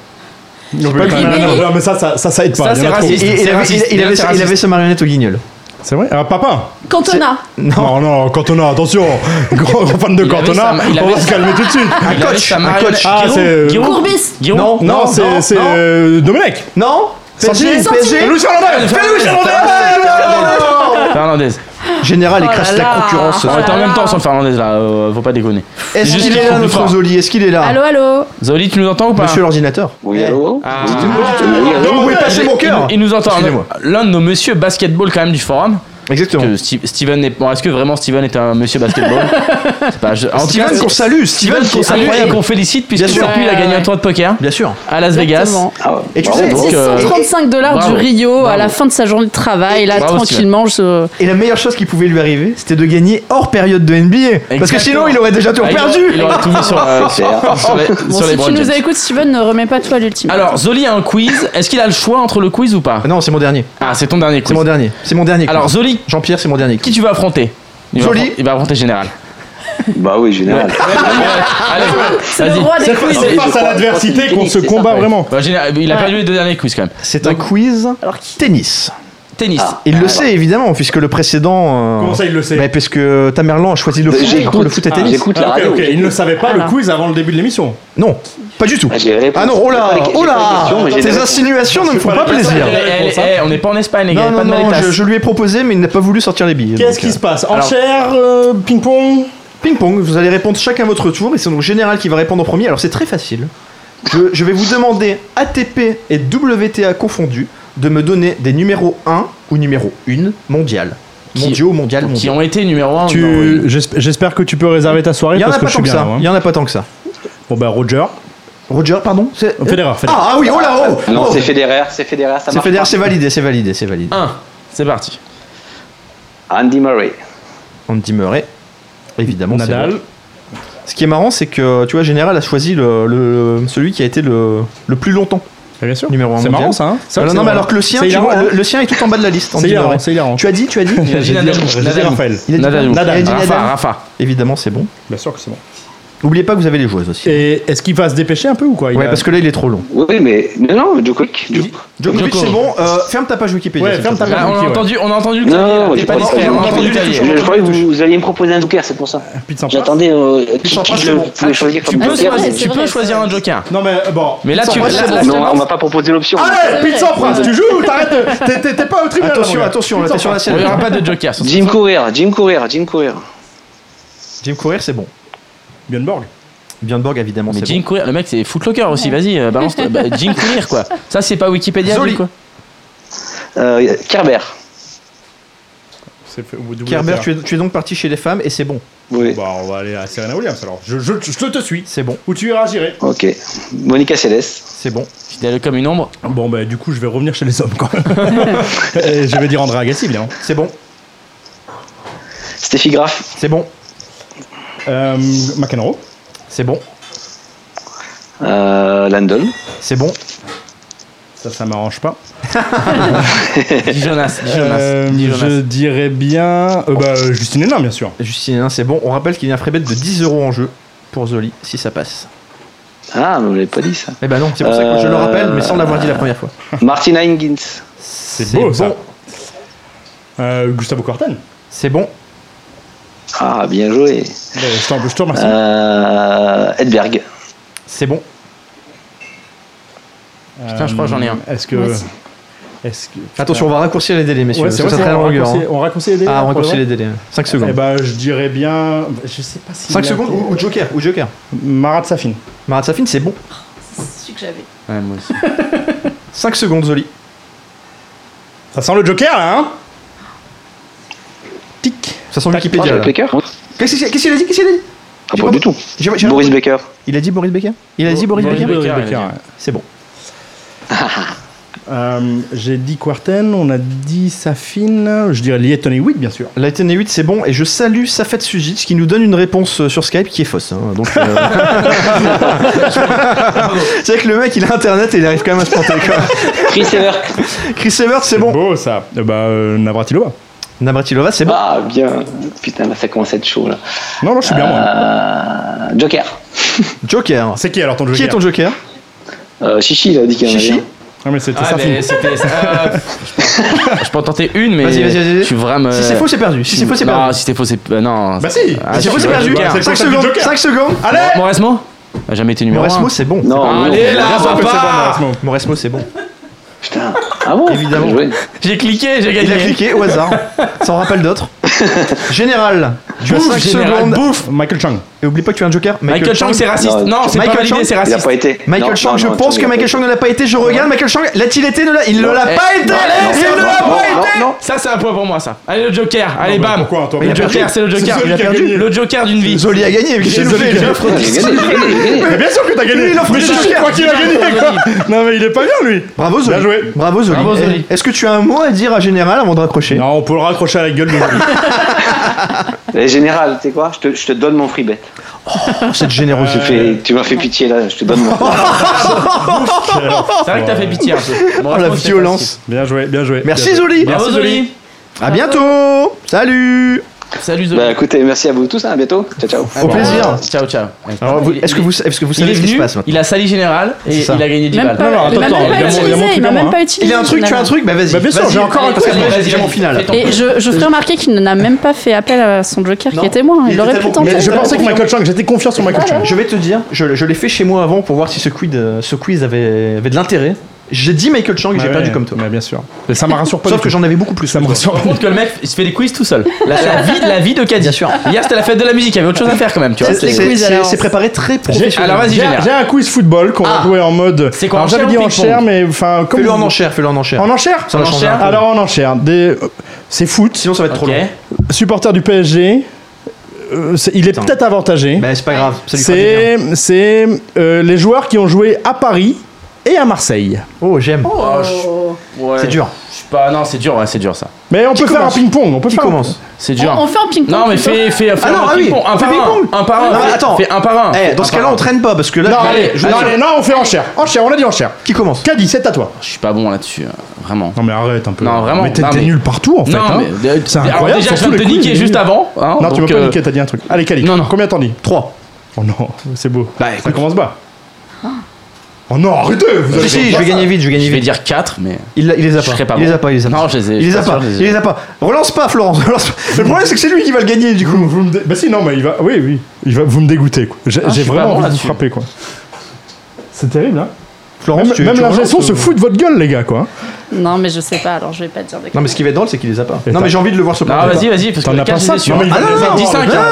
Speaker 10: Non, mais,
Speaker 6: Ribéry.
Speaker 10: non, non, mais ça, ça, ça, ça aide
Speaker 3: Ça,
Speaker 10: pas. Il y en
Speaker 3: c'est
Speaker 10: a trop.
Speaker 4: Et-
Speaker 3: raciste.
Speaker 4: et- il, avait,
Speaker 3: raciste.
Speaker 4: il- il
Speaker 3: Déjà,
Speaker 4: avait-
Speaker 3: c'est
Speaker 4: il avait
Speaker 3: raciste.
Speaker 4: sa marionnette au guignol.
Speaker 10: C'est vrai. Ah, papa.
Speaker 6: Cantona.
Speaker 10: Non, non, Cantona, attention Grand fan de
Speaker 3: Il avait
Speaker 10: Cantona,
Speaker 3: sa- il
Speaker 10: on
Speaker 3: avait
Speaker 10: va se
Speaker 3: sa-
Speaker 10: calmer tout de suite
Speaker 3: Un
Speaker 4: coach, un coach.
Speaker 10: Ah, c'est, euh,
Speaker 6: Courbis.
Speaker 3: Guillaume
Speaker 4: Non,
Speaker 10: Non,
Speaker 4: non,
Speaker 10: c'est- c'est
Speaker 4: non.
Speaker 10: euh, Domenech
Speaker 4: Non PSG, PSG
Speaker 10: Luis Fernandez
Speaker 4: Fais-le, Fernandez
Speaker 3: Fernandez.
Speaker 4: Général, il
Speaker 6: Oh là
Speaker 4: crasse la
Speaker 6: là.
Speaker 4: concurrence.
Speaker 3: On
Speaker 6: Oh
Speaker 3: est en
Speaker 6: là
Speaker 3: même
Speaker 6: là.
Speaker 3: temps sans le Fernandez là, euh, faut pas déconner.
Speaker 4: Est-ce
Speaker 3: Juste
Speaker 4: qu'il est
Speaker 3: pour
Speaker 4: là,
Speaker 3: nous
Speaker 4: notre
Speaker 3: croire.
Speaker 4: Zoli Est-ce qu'il est là
Speaker 6: Allô, allô.
Speaker 3: Zoli, tu nous entends ou pas
Speaker 4: Monsieur l'ordinateur.
Speaker 7: Oui, allô
Speaker 3: Ah.
Speaker 4: Vous pouvez passer mon
Speaker 3: Il-
Speaker 4: cœur
Speaker 3: Il nous entend.
Speaker 4: Excusez-moi.
Speaker 3: L'un de nos monsieur basketball quand même du forum.
Speaker 4: Exactement.
Speaker 3: Que Steve- Steven n'est bon, Est-ce que vraiment Steven est un monsieur basketball C'est pas- je- en tout cas,
Speaker 4: Steven qu'on salue,
Speaker 3: Steven
Speaker 4: Steven qui
Speaker 3: qu'on
Speaker 4: est
Speaker 3: salue et
Speaker 4: incroyable.
Speaker 3: qu'on félicite puisque
Speaker 4: sûr.
Speaker 3: cette nuit il a gagné un tournoi de poker
Speaker 4: Bien sûr.
Speaker 3: à Las Vegas.
Speaker 6: Exactement.
Speaker 4: Et tu
Speaker 7: Bravo,
Speaker 4: sais,
Speaker 3: bravo. Donc, euh,
Speaker 6: 635 dollars du
Speaker 3: Bravo.
Speaker 6: Rio à
Speaker 3: Bravo.
Speaker 6: la fin de sa journée de travail, là
Speaker 3: Bravo,
Speaker 6: tranquillement. Je...
Speaker 4: et la meilleure chose qui pouvait lui arriver, c'était de gagner hors période de NBA. Parce que
Speaker 3: Exactement.
Speaker 4: sinon, il aurait déjà tout
Speaker 3: Ah, il- Il
Speaker 4: perdu.
Speaker 3: aurait tout mis sur, euh, sur- sur les,
Speaker 6: Bon,
Speaker 3: sur les
Speaker 6: si tu
Speaker 3: Brown
Speaker 6: nous
Speaker 3: James.
Speaker 6: écoutes, Steven, ne remets pas toi à l'ultime.
Speaker 3: Alors Zoli a un quiz. Est-ce qu'il a le choix entre le quiz ou pas
Speaker 4: Non, c'est mon dernier.
Speaker 3: Ah, c'est ton dernier
Speaker 4: C'est
Speaker 3: quiz.
Speaker 4: mon dernier. C'est mon dernier.
Speaker 3: Alors Zoli,
Speaker 4: Jean-Pierre, c'est mon dernier.
Speaker 3: qui tu vas affronter Il va
Speaker 4: Zoli.
Speaker 3: affron- Il va affronter Général.
Speaker 7: Bah oui, général.
Speaker 3: Allez,
Speaker 6: c'est le
Speaker 3: vas-y.
Speaker 6: roi des quiz.
Speaker 10: C'est
Speaker 7: Et
Speaker 10: face
Speaker 7: je
Speaker 10: à
Speaker 7: crois-
Speaker 10: l'adversité qu'on se
Speaker 7: c'est
Speaker 10: combat
Speaker 3: Ouais.
Speaker 10: vraiment
Speaker 3: Bah, général- il a perdu les deux derniers quiz quand même.
Speaker 4: C'est un quiz
Speaker 6: Alors, qui-
Speaker 4: tennis.
Speaker 3: Tennis.
Speaker 4: Il le sait évidemment, puisque le précédent. euh,
Speaker 5: Comment ça, il le sait
Speaker 4: bah, Parce que Tamerlan a choisi le
Speaker 5: Bah,
Speaker 4: foot
Speaker 5: j'écoute.
Speaker 4: contre le foot et
Speaker 5: Ah,
Speaker 4: tennis.
Speaker 5: j'écoute la Ah, ok, radio, ok. j'écoute. Il ne savait pas le quiz avant le début de l'émission.
Speaker 4: Non, pas du tout. Ah non, oh là, oh là Ces insinuations ne me font pas plaisir.
Speaker 3: Eh, on n'est pas en Espagne, les gars.
Speaker 4: Non,
Speaker 3: pas
Speaker 4: non,
Speaker 3: de
Speaker 4: non,
Speaker 3: maletas.
Speaker 4: je, je lui ai proposé, mais il n'a pas voulu sortir les billes.
Speaker 3: Qu'est-ce
Speaker 4: donc,
Speaker 3: qui
Speaker 4: euh,
Speaker 3: se passe
Speaker 4: alors-
Speaker 5: Enchère,
Speaker 10: euh,
Speaker 5: ping-pong
Speaker 4: Ping-pong, vous allez répondre chacun à votre tour, et c'est donc Général qui va répondre en premier. Alors c'est très facile. Je, je vais vous demander, ATP et WTA confondus, de me donner des numéros 1 ou numéro 1 mondial. Mondiaux, mondial, mondial.
Speaker 3: Qui ont été numéro 1
Speaker 5: Tu- j'esp- J'espère que tu peux réserver ta soirée
Speaker 4: Oh Il y en
Speaker 5: parce
Speaker 4: a
Speaker 5: que
Speaker 4: pas
Speaker 5: je suis
Speaker 4: tant que
Speaker 5: bien.
Speaker 4: ça.
Speaker 5: là, hein.
Speaker 4: Il y en a pas tant que ça.
Speaker 5: Bon bah Roger.
Speaker 4: Roger, pardon c'est-
Speaker 5: Federer, Federer.
Speaker 4: Ah, ah oui, oh là, oh
Speaker 9: Non,
Speaker 4: oh.
Speaker 9: c'est Federer, c'est Federer, ça
Speaker 4: C'est
Speaker 9: marche.
Speaker 4: Federer,
Speaker 9: pas.
Speaker 4: c'est validé, c'est validé, c'est validé.
Speaker 3: 1. C'est parti.
Speaker 9: Andy Murray.
Speaker 4: On demeurait. Évidemment, c'est
Speaker 5: Nadal.
Speaker 4: bon. Ce qui est marrant, c'est que tu vois, Général a choisi le, le- celui qui a été le, le plus longtemps.
Speaker 5: Bien sûr.
Speaker 4: Numéro un
Speaker 5: C'est
Speaker 4: mondial.
Speaker 5: marrant, ça, hein. C'est vrai
Speaker 4: Voilà,
Speaker 5: que
Speaker 4: non, mais
Speaker 5: c'est marrant.
Speaker 4: alors que le sien,
Speaker 5: C'est
Speaker 4: tu vois,
Speaker 5: hilarant,
Speaker 4: le,
Speaker 5: hein.
Speaker 4: le sien est tout en bas de la liste.
Speaker 5: C'est hilarant,
Speaker 4: Andy Murray.
Speaker 5: c'est hilarant.
Speaker 4: Tu as dit, tu as dit.
Speaker 5: J'ai dit Nadal, j'ai dit Raphaël.
Speaker 4: Il a dit
Speaker 5: Nadal.
Speaker 4: Il a dit
Speaker 5: Nadal.
Speaker 4: Nadal.
Speaker 5: Rafa, Rafa.
Speaker 4: Évidemment, c'est bon.
Speaker 5: Bien sûr que c'est bon.
Speaker 4: N'oubliez pas que vous avez les joueuses aussi.
Speaker 5: Et euh, est-ce qu'il va se dépêcher un peu ou quoi Il
Speaker 4: Ouais,
Speaker 5: a-
Speaker 4: parce que là, il est trop long.
Speaker 9: Oui, mais non, non, Djokovic. Djokovic.
Speaker 4: Djokovic, c'est bon. euh, ferme ta page Wikipédia.
Speaker 5: Ouais,
Speaker 4: s'il
Speaker 5: ferme
Speaker 4: te
Speaker 5: ta
Speaker 4: plaît.
Speaker 5: page
Speaker 3: Ah, on, a
Speaker 5: Wiki, ouais.
Speaker 3: entendu, on a entendu que
Speaker 9: Non, non,
Speaker 3: t'es
Speaker 9: j'ai
Speaker 3: pas
Speaker 9: pas
Speaker 3: discret, on a entendu que t'allais.
Speaker 9: Je, Ah, je croyais que vous, vous alliez me proposer un joker, c'est pour ça. J'attendais. Euh, qui- qui le- vous pouvez choisir
Speaker 3: Ah, Tu
Speaker 9: comme
Speaker 3: peux
Speaker 9: joker,
Speaker 3: choisir-
Speaker 9: vous-
Speaker 3: tu peux choisir un joker.
Speaker 5: Non mais bon.
Speaker 3: Mais là, tu là-
Speaker 4: Pete Sampras,
Speaker 3: là-
Speaker 4: c'est
Speaker 9: Non, on m'a pas proposé l'option.
Speaker 3: Ah,
Speaker 5: Allez, Pete Sampras, tu joues ou t'arrêtes de- t'es- t'es- T'es pas au tribunal.
Speaker 4: Attention,
Speaker 5: mon gars.
Speaker 4: attention,
Speaker 5: Pete
Speaker 4: là, t'es sur la
Speaker 5: Sampras.
Speaker 3: Il
Speaker 4: scène.
Speaker 3: n'y aura pas de joker. sur ce-
Speaker 9: Jim Courier, Jim Courier, Jim Courier.
Speaker 4: Jim Courier, c'est bon.
Speaker 5: Björnborg.
Speaker 4: Björnborg, évidemment,
Speaker 3: Mais
Speaker 4: c'est
Speaker 3: Jim
Speaker 4: bon.
Speaker 3: Courier, le mec c'est Footlocker aussi, vas-y, euh, balance. bah, Jim Courier quoi. Ça c'est pas Wikipédia,
Speaker 4: Zoli.
Speaker 3: Jim, quoi.
Speaker 9: Euh, Kerber.
Speaker 5: C'est fait au bout du
Speaker 4: Kerber,
Speaker 5: WTA.
Speaker 4: tu es, tu es donc parti chez les femmes et c'est bon.
Speaker 9: Oui.
Speaker 5: Bah on va aller à Serena Williams alors. Je, je, je te suis.
Speaker 4: C'est bon,
Speaker 5: Où tu iras, j'irai.
Speaker 9: Ok. Monica Seles.
Speaker 4: c'est bon.
Speaker 3: Fidèle comme une ombre.
Speaker 5: Bon bah du coup je vais revenir chez les hommes quoi. Et je vais dire André Agassi évidemment.
Speaker 4: C'est bon,
Speaker 9: Steffi Graf.
Speaker 4: c'est bon,
Speaker 5: Euh, McEnroe.
Speaker 4: c'est bon,
Speaker 9: Euh, Landon.
Speaker 4: c'est bon.
Speaker 5: Ça ça m'arrange pas.
Speaker 3: Dis Jonas, dis Jonas,
Speaker 5: Euh,
Speaker 3: dis Jonas.
Speaker 5: je dirais bien euh, bah, Justine Hénin bien sûr.
Speaker 4: Justin, hein, c'est bon. On rappelle qu'il y a un free bet de 10 euros en jeu pour Zoli si ça passe.
Speaker 9: Ah, mais vous l'avez pas dit ça.
Speaker 4: Eh ben non, c'est pour ça que je le rappelle, mais sans l'avoir dit la première fois.
Speaker 9: Martina Euh, Hingis.
Speaker 4: C'est
Speaker 5: beau,
Speaker 4: bon.
Speaker 5: ça. Euh, Gustavo Corten.
Speaker 4: C'est bon,
Speaker 9: Ah, bien joué.
Speaker 5: Euh, Je t'en- je te remercie.
Speaker 9: Euh, Edberg.
Speaker 4: c'est bon.
Speaker 3: Putain, je crois que j'en ai un.
Speaker 5: Euh, Est-ce que.
Speaker 12: Moi aussi.
Speaker 5: Est-ce que.
Speaker 4: Attention, on va raccourcir les délais, messieurs.
Speaker 5: Ouais,
Speaker 4: parce
Speaker 5: c'est
Speaker 4: que
Speaker 5: vrai,
Speaker 4: ça
Speaker 5: c'est
Speaker 4: très
Speaker 5: vrai, on
Speaker 4: longueur.
Speaker 5: raccourcit-
Speaker 4: hein.
Speaker 5: on raccourcit les délais.
Speaker 4: Ah, on raccourcit les
Speaker 5: délais.
Speaker 4: délais. 5
Speaker 5: Eh
Speaker 4: secondes.
Speaker 5: ben, je dirais bien. Je sais pas si.
Speaker 4: 5 secondes ou, ou Joker ou Joker.
Speaker 5: Marat Safin.
Speaker 4: Marat Safin, c'est bon.
Speaker 12: C'est que j'avais.
Speaker 3: Ouais, moi aussi.
Speaker 4: 5 secondes, Zoli.
Speaker 5: Ça sent le Joker là, hein Tic.
Speaker 4: Ça sent
Speaker 9: Ah,
Speaker 4: Wikipédia.
Speaker 9: Jack
Speaker 4: là.
Speaker 9: Baker
Speaker 4: Qu'est-ce qu'il qu'est-ce qu'il a dit Qu'est-ce qu'il a dit
Speaker 9: Ah,
Speaker 4: J'ai
Speaker 9: pas
Speaker 4: pas-
Speaker 9: du tout.
Speaker 4: J'ai- j'ai-
Speaker 9: Boris Baker.
Speaker 4: Il a dit Boris Becker Il a dit Boris
Speaker 3: Boris
Speaker 4: Becker
Speaker 3: Becker.
Speaker 5: Boris
Speaker 3: il a
Speaker 5: ouais.
Speaker 4: C'est bon.
Speaker 5: Euh, J'ai dit Quarten, on a dit Safin. Je dirais Lieton et Witt, bien sûr.
Speaker 4: Lighten 8, c'est bon. Et je salue Safet Sujic qui nous donne une réponse euh, sur Skype qui est fausse. hein. Donc, euh, c'est vrai que le mec, il a internet et il arrive quand même à se planter. quoi.
Speaker 9: Chris Evert.
Speaker 4: Chris Evert, c'est bon.
Speaker 5: Beau ça. Eh bah, euh, Navratilova.
Speaker 4: Navratilova, c'est bon.
Speaker 9: Ah, bien. Putain, là, ça commence à être chaud, là.
Speaker 5: Non, non, je suis bien moi.
Speaker 9: Euh, Joker.
Speaker 4: Joker.
Speaker 5: C'est qui alors ton Joker
Speaker 4: Qui est ton Joker
Speaker 9: Euh, Chichi, il a dit qu'il y en
Speaker 4: Chichi
Speaker 9: avait un.
Speaker 5: Ah, mais c'était
Speaker 3: Ah,
Speaker 5: Safin.
Speaker 3: mais c'était. ah, je peux- je peux en tenter une, mais.
Speaker 4: Vas-y, vas-y, vas-y.
Speaker 3: Tu vraiment. euh,
Speaker 4: Si c'est faux, c'est perdu. Si c'est faux, c'est
Speaker 3: Non,
Speaker 4: perdu.
Speaker 3: si c'est faux, c'est. euh, Non.
Speaker 5: Bah si
Speaker 3: Ah,
Speaker 4: Si c'est faux, c'est
Speaker 3: ouais,
Speaker 4: perdu.
Speaker 3: Joker.
Speaker 5: C'est
Speaker 4: 5
Speaker 5: ça, c'est
Speaker 4: secondes.
Speaker 5: Joker.
Speaker 4: 5 secondes.
Speaker 5: Allez
Speaker 3: Mauresmo A Bah, jamais été numéro 1.
Speaker 4: Moresmo, c'est bon.
Speaker 9: Non, non.
Speaker 3: Allez là,
Speaker 5: Bravo, c'est bon,
Speaker 3: papa
Speaker 5: Brasmo.
Speaker 4: Moresmo, c'est bon.
Speaker 9: Putain. Ah bon
Speaker 4: Évidemment.
Speaker 9: Bien joué.
Speaker 3: J'ai cliqué, j'ai
Speaker 4: Il a
Speaker 3: gagné.
Speaker 4: cliqué au hasard. Sans rappel d'autres. Général. Tu as
Speaker 3: Bouffe,
Speaker 4: 5
Speaker 3: Général,
Speaker 4: secondes.
Speaker 3: bouffe.
Speaker 5: Michael Chung.
Speaker 4: Et oublie pas que tu as un Joker.
Speaker 3: Michael Chang, c'est raciste.
Speaker 9: Non,
Speaker 3: Non, c'est pas
Speaker 4: Michael
Speaker 3: validé,
Speaker 4: Chang,
Speaker 3: c'est
Speaker 9: Il a
Speaker 3: raciste.
Speaker 9: pas été.
Speaker 4: Michael
Speaker 9: Non,
Speaker 4: Chang,
Speaker 9: non,
Speaker 4: je
Speaker 9: non,
Speaker 4: pense
Speaker 9: Chung,
Speaker 4: que
Speaker 9: il a
Speaker 4: Michael
Speaker 9: pas
Speaker 4: Chang ne l'a pas été. Je regarde, Michael Chang l'a-t-il été ne l'a- Il ne l'a
Speaker 3: Eh,
Speaker 4: pas été
Speaker 3: non, non,
Speaker 4: Il ne l'a
Speaker 3: non,
Speaker 4: pas
Speaker 3: non,
Speaker 4: été
Speaker 3: non. Ça, c'est un point pour moi, ça. Allez, le Joker. Allez,
Speaker 5: bah,
Speaker 3: bam.
Speaker 5: pourquoi, toi,
Speaker 3: Le
Speaker 5: mais il a
Speaker 3: Joker,
Speaker 5: perdu.
Speaker 3: c'est le Joker.
Speaker 5: C'est celui qui a gagné.
Speaker 3: Le Joker d'une vie.
Speaker 4: Zoli a gagné, mais qu'est-ce qu'il nous fait Il offre
Speaker 9: été. J'ai gagné, j'ai gagné, j'ai gagné.
Speaker 5: Mais bien sûr que t'as gagné
Speaker 4: Lui, il offre
Speaker 5: Mais
Speaker 4: le
Speaker 5: Chichi,
Speaker 4: Joker.
Speaker 5: je crois qu'il a gagné quoi Non, mais il est pas bien lui
Speaker 4: Bravo Zoli.
Speaker 5: Bien joué.
Speaker 4: Bravo Zoli.
Speaker 3: Bravo, Zoli.
Speaker 4: Est-ce que tu as un mot à dire à Général avant de raccrocher
Speaker 5: Non, on peut le raccrocher à la gueule de lui.
Speaker 9: Eh, Général, tu sais quoi je te, je te donne mon free bet.
Speaker 4: Oh, cette générosité.
Speaker 9: Fais- tu m'as fait pitié là, je te donne mon free bet.
Speaker 3: C'est vrai que t'as fait pitié un peu.
Speaker 4: Oh la violence.
Speaker 5: Bien joué, bien joué.
Speaker 4: Merci Zoli.
Speaker 3: Bravo, Zoli.
Speaker 4: À bientôt. Salut.
Speaker 3: Salut Zoé.
Speaker 13: Bah écoutez, merci à vous tous, hein, à bientôt. Ciao, ciao.
Speaker 3: Au plaisir. Ciao, ciao.
Speaker 4: Alors, vous- est-ce que vous, est-ce que vous
Speaker 3: il
Speaker 4: savez
Speaker 3: est
Speaker 4: ce qui se
Speaker 3: venu,
Speaker 4: passe maintenant
Speaker 3: Il a sali général et
Speaker 4: C'est ça.
Speaker 3: il a gagné 10
Speaker 4: Même
Speaker 3: balles.
Speaker 4: pas- Alors, il m'a attends, même pas il y a mon- il y a mon utilisé, truc à il m'a moi, même hein. pas utilisé,
Speaker 3: Il a un truc, tu as un
Speaker 4: finalement.
Speaker 3: truc, bah vas-y.
Speaker 4: Bah, bien sûr,
Speaker 3: vas-y.
Speaker 4: j'ai encore un truc,
Speaker 3: Allez,
Speaker 4: moi, j'ai
Speaker 3: vas-y,
Speaker 4: déjà mon
Speaker 3: vas-y,
Speaker 4: final.
Speaker 3: fais ton
Speaker 6: Et
Speaker 3: truc.
Speaker 6: je, je ferai remarquer qu'il n'a même pas fait appel à son joker qui est témoin. hein. Il, aurait pu tenter.
Speaker 4: Mais
Speaker 6: Il aurait pu
Speaker 5: hein.
Speaker 6: tenter.
Speaker 4: Chang, j'étais confiant sur Michael Chang. Je vais te dire, je, je l'ai fait chez moi avant pour voir si ce quiz, euh, ce quiz avait, avait de l'intérêt. J'ai dit Michael Chang et
Speaker 3: Bah
Speaker 4: j'ai
Speaker 3: ouais,
Speaker 4: perdu comme toi. bien sûr. Mais ça me rassure pas. Sauf que j'en avais beaucoup plus. Ça me
Speaker 3: Je me rends compte que le mec il se fait des quiz tout seul. La, la vie, la vie de Caddy. Hier c'était la fête de la musique, il y avait autre chose à faire quand même, tu vois.
Speaker 4: C'est- c'est- c'est- c'est préparé très professionnel.
Speaker 3: Alors vas-y,
Speaker 4: J'ai-
Speaker 3: général.
Speaker 4: j'ai
Speaker 5: un quiz football qu'on va jouer en mode.
Speaker 4: Ah. C'est quoi,
Speaker 5: Alors
Speaker 4: en
Speaker 5: j'avais
Speaker 4: chair
Speaker 5: dit
Speaker 4: ou
Speaker 5: en
Speaker 4: ping-pong
Speaker 5: chair, mais enfin. comme
Speaker 4: Fais-le en
Speaker 5: vous-
Speaker 4: enchère, fais-le en enchère.
Speaker 5: En enchère Ah,
Speaker 4: Ça va changer un peu.
Speaker 5: Alors en enchère. Des... euh, C'est foot. Sinon
Speaker 4: ça va être trop Ok. long.
Speaker 5: Supporter du PSG. euh, c'est- il est peut-être avantagé.
Speaker 4: Bah, c'est pas grave. ça lui fera du bien.
Speaker 5: C'est c'est, euh, les joueurs qui ont joué à Paris et à Marseille.
Speaker 4: Oh, j'aime.
Speaker 3: C'est dur. Je suis pas. Non, c'est dur, ouais, c'est dur ça.
Speaker 5: Mais on peut faire un
Speaker 4: commence
Speaker 5: ping-pong. On peut
Speaker 4: Qui
Speaker 5: faire un-
Speaker 4: commence
Speaker 3: C'est dur.
Speaker 6: On fait un ping-pong.
Speaker 3: Non, mais
Speaker 6: plutôt.
Speaker 3: fais, fais, fais
Speaker 4: Ah non,
Speaker 3: un
Speaker 4: ah oui,
Speaker 3: ping-pong, un
Speaker 4: on fait
Speaker 3: par un,
Speaker 4: ping-pong.
Speaker 3: un par un.
Speaker 4: Non, mais attends.
Speaker 3: Fais un par un.
Speaker 4: Eh,
Speaker 3: fais
Speaker 4: dans
Speaker 3: un
Speaker 4: ce
Speaker 3: par
Speaker 4: cas-là,
Speaker 3: un.
Speaker 4: on traîne pas parce que là.
Speaker 5: Non,
Speaker 4: je-
Speaker 5: allez,
Speaker 4: je-
Speaker 5: non, allez, non, on fait en chair. En chair, on a dit en chair.
Speaker 4: Qui commence
Speaker 5: Caddy, c'est à toi.
Speaker 3: Je suis pas bon là-dessus, euh, vraiment.
Speaker 5: Non mais arrête un peu.
Speaker 3: Non, vraiment.
Speaker 5: Mais t'es
Speaker 3: non,
Speaker 5: t'es nul partout en fait.
Speaker 3: Non,
Speaker 5: hein.
Speaker 3: mais, euh,
Speaker 5: C'est
Speaker 3: alors
Speaker 5: incroyable.
Speaker 3: déjà,
Speaker 5: sur
Speaker 3: je
Speaker 5: tous
Speaker 3: viens de
Speaker 5: les
Speaker 3: te
Speaker 5: coups, il
Speaker 3: niquer
Speaker 5: est
Speaker 3: juste
Speaker 5: nul.
Speaker 3: avant, hein,
Speaker 5: non, tu
Speaker 3: donc,
Speaker 5: m'as pas
Speaker 3: euh,
Speaker 5: niquer, t'as dit un truc. Allez, Cali. Combien t'en dis 3. Oh non, c'est beau.
Speaker 3: Bah,
Speaker 4: Bah,
Speaker 5: Ça commence bas.
Speaker 4: Ah.
Speaker 5: Oh non, arrêtez vous allez
Speaker 4: Si, si,
Speaker 5: faire
Speaker 4: je vais
Speaker 5: ça.
Speaker 4: gagner vite, je vais gagner
Speaker 3: Je vais
Speaker 4: vite.
Speaker 3: dire 4, mais.
Speaker 4: Il, l'a- il les a
Speaker 3: Je
Speaker 4: pas.
Speaker 3: serais pas
Speaker 4: il les
Speaker 3: bon.
Speaker 4: a pas, il les a pas.
Speaker 3: Non, je les ai-
Speaker 4: Il les a
Speaker 3: je suis pas
Speaker 4: pas.
Speaker 3: sûr, je les ai.
Speaker 4: Il les a pas. Relance pas, Florence. relance pas. Le problème, c'est que c'est lui qui va le gagner du coup.
Speaker 5: Vous- vous me dé- Bah si, non, mais il va. Oui, oui. Il va... Vous me dégoûtez. quoi. J'ai
Speaker 4: Ah, je
Speaker 5: j'ai
Speaker 4: suis pas
Speaker 5: vraiment
Speaker 4: bon
Speaker 5: envie de vous
Speaker 4: là-dessus.
Speaker 5: frapper, quoi. C'est terrible, hein
Speaker 4: Florence,
Speaker 5: Même,
Speaker 4: tu-
Speaker 5: même
Speaker 4: tu
Speaker 5: la
Speaker 4: relances,
Speaker 5: gestion
Speaker 4: euh,
Speaker 5: se fout de votre gueule, les gars, quoi.
Speaker 6: Non, mais je sais pas, alors je vais pas te dire des
Speaker 4: Non, mais ce qui va être drôle, c'est qu'il les a pas.
Speaker 5: Et
Speaker 4: Non,
Speaker 5: t'as-
Speaker 4: mais j'ai envie de le voir se
Speaker 3: Non,
Speaker 4: planter.
Speaker 3: Ah, vas-y, vas-y, parce que
Speaker 5: T'en as
Speaker 3: les
Speaker 5: pas
Speaker 3: quatre, je les ai
Speaker 5: cinq,
Speaker 3: sûrs.
Speaker 5: non, mais il
Speaker 3: Ah
Speaker 5: va
Speaker 3: non,
Speaker 5: les
Speaker 3: non,
Speaker 5: avoir,
Speaker 3: 10, 5,
Speaker 5: mais-
Speaker 3: hein.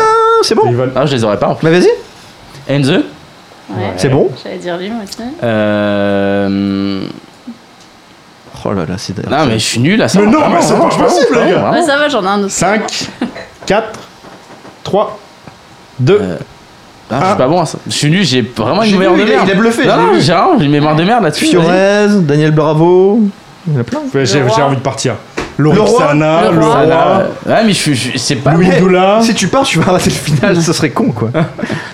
Speaker 4: c'est bon.
Speaker 3: Ah, je les aurais pas en fait.
Speaker 4: Mais vas-y.
Speaker 3: Enzo
Speaker 6: Ouais,
Speaker 4: C'est bon
Speaker 6: J'allais dire lui, moi aussi.
Speaker 3: Euh.
Speaker 4: Oh là là, c'est
Speaker 3: Non, mais je suis nul à ça.
Speaker 5: Mais non,
Speaker 3: Vraiment,
Speaker 5: mais c'est
Speaker 3: vraiment,
Speaker 5: pas
Speaker 3: vraiment,
Speaker 5: possible, les
Speaker 3: vraiment,
Speaker 5: gars.
Speaker 3: vraiment.
Speaker 6: Ouais, ça va, j'en ai un autre.
Speaker 5: 5, 4, 3, 2.
Speaker 3: Ah, je suis pas bon à ça. Je suis nul, j'ai vraiment une
Speaker 4: J'ai
Speaker 3: mémoire
Speaker 4: vu,
Speaker 3: de
Speaker 4: il a-
Speaker 3: merde.
Speaker 4: il a bluffé,
Speaker 3: Non,
Speaker 4: j'ai
Speaker 3: non,
Speaker 4: vu.
Speaker 3: j'ai rien, j'ai une mémoire de merde là-dessus. vas-y.
Speaker 4: Fiorez, Daniel Bravo. Il y en a plein.
Speaker 5: Ouais, J'ai
Speaker 3: Le roi.
Speaker 5: j'ai envie de partir.
Speaker 4: Le roi.
Speaker 5: Lorixana,
Speaker 3: Le
Speaker 5: le
Speaker 3: roi.
Speaker 5: roi.
Speaker 3: Ah, Ouais, mais je suis. je- C'est pas.
Speaker 5: Louis
Speaker 3: bon.
Speaker 5: Doula.
Speaker 4: Si tu pars, tu vas rater le final, ça serait con quoi.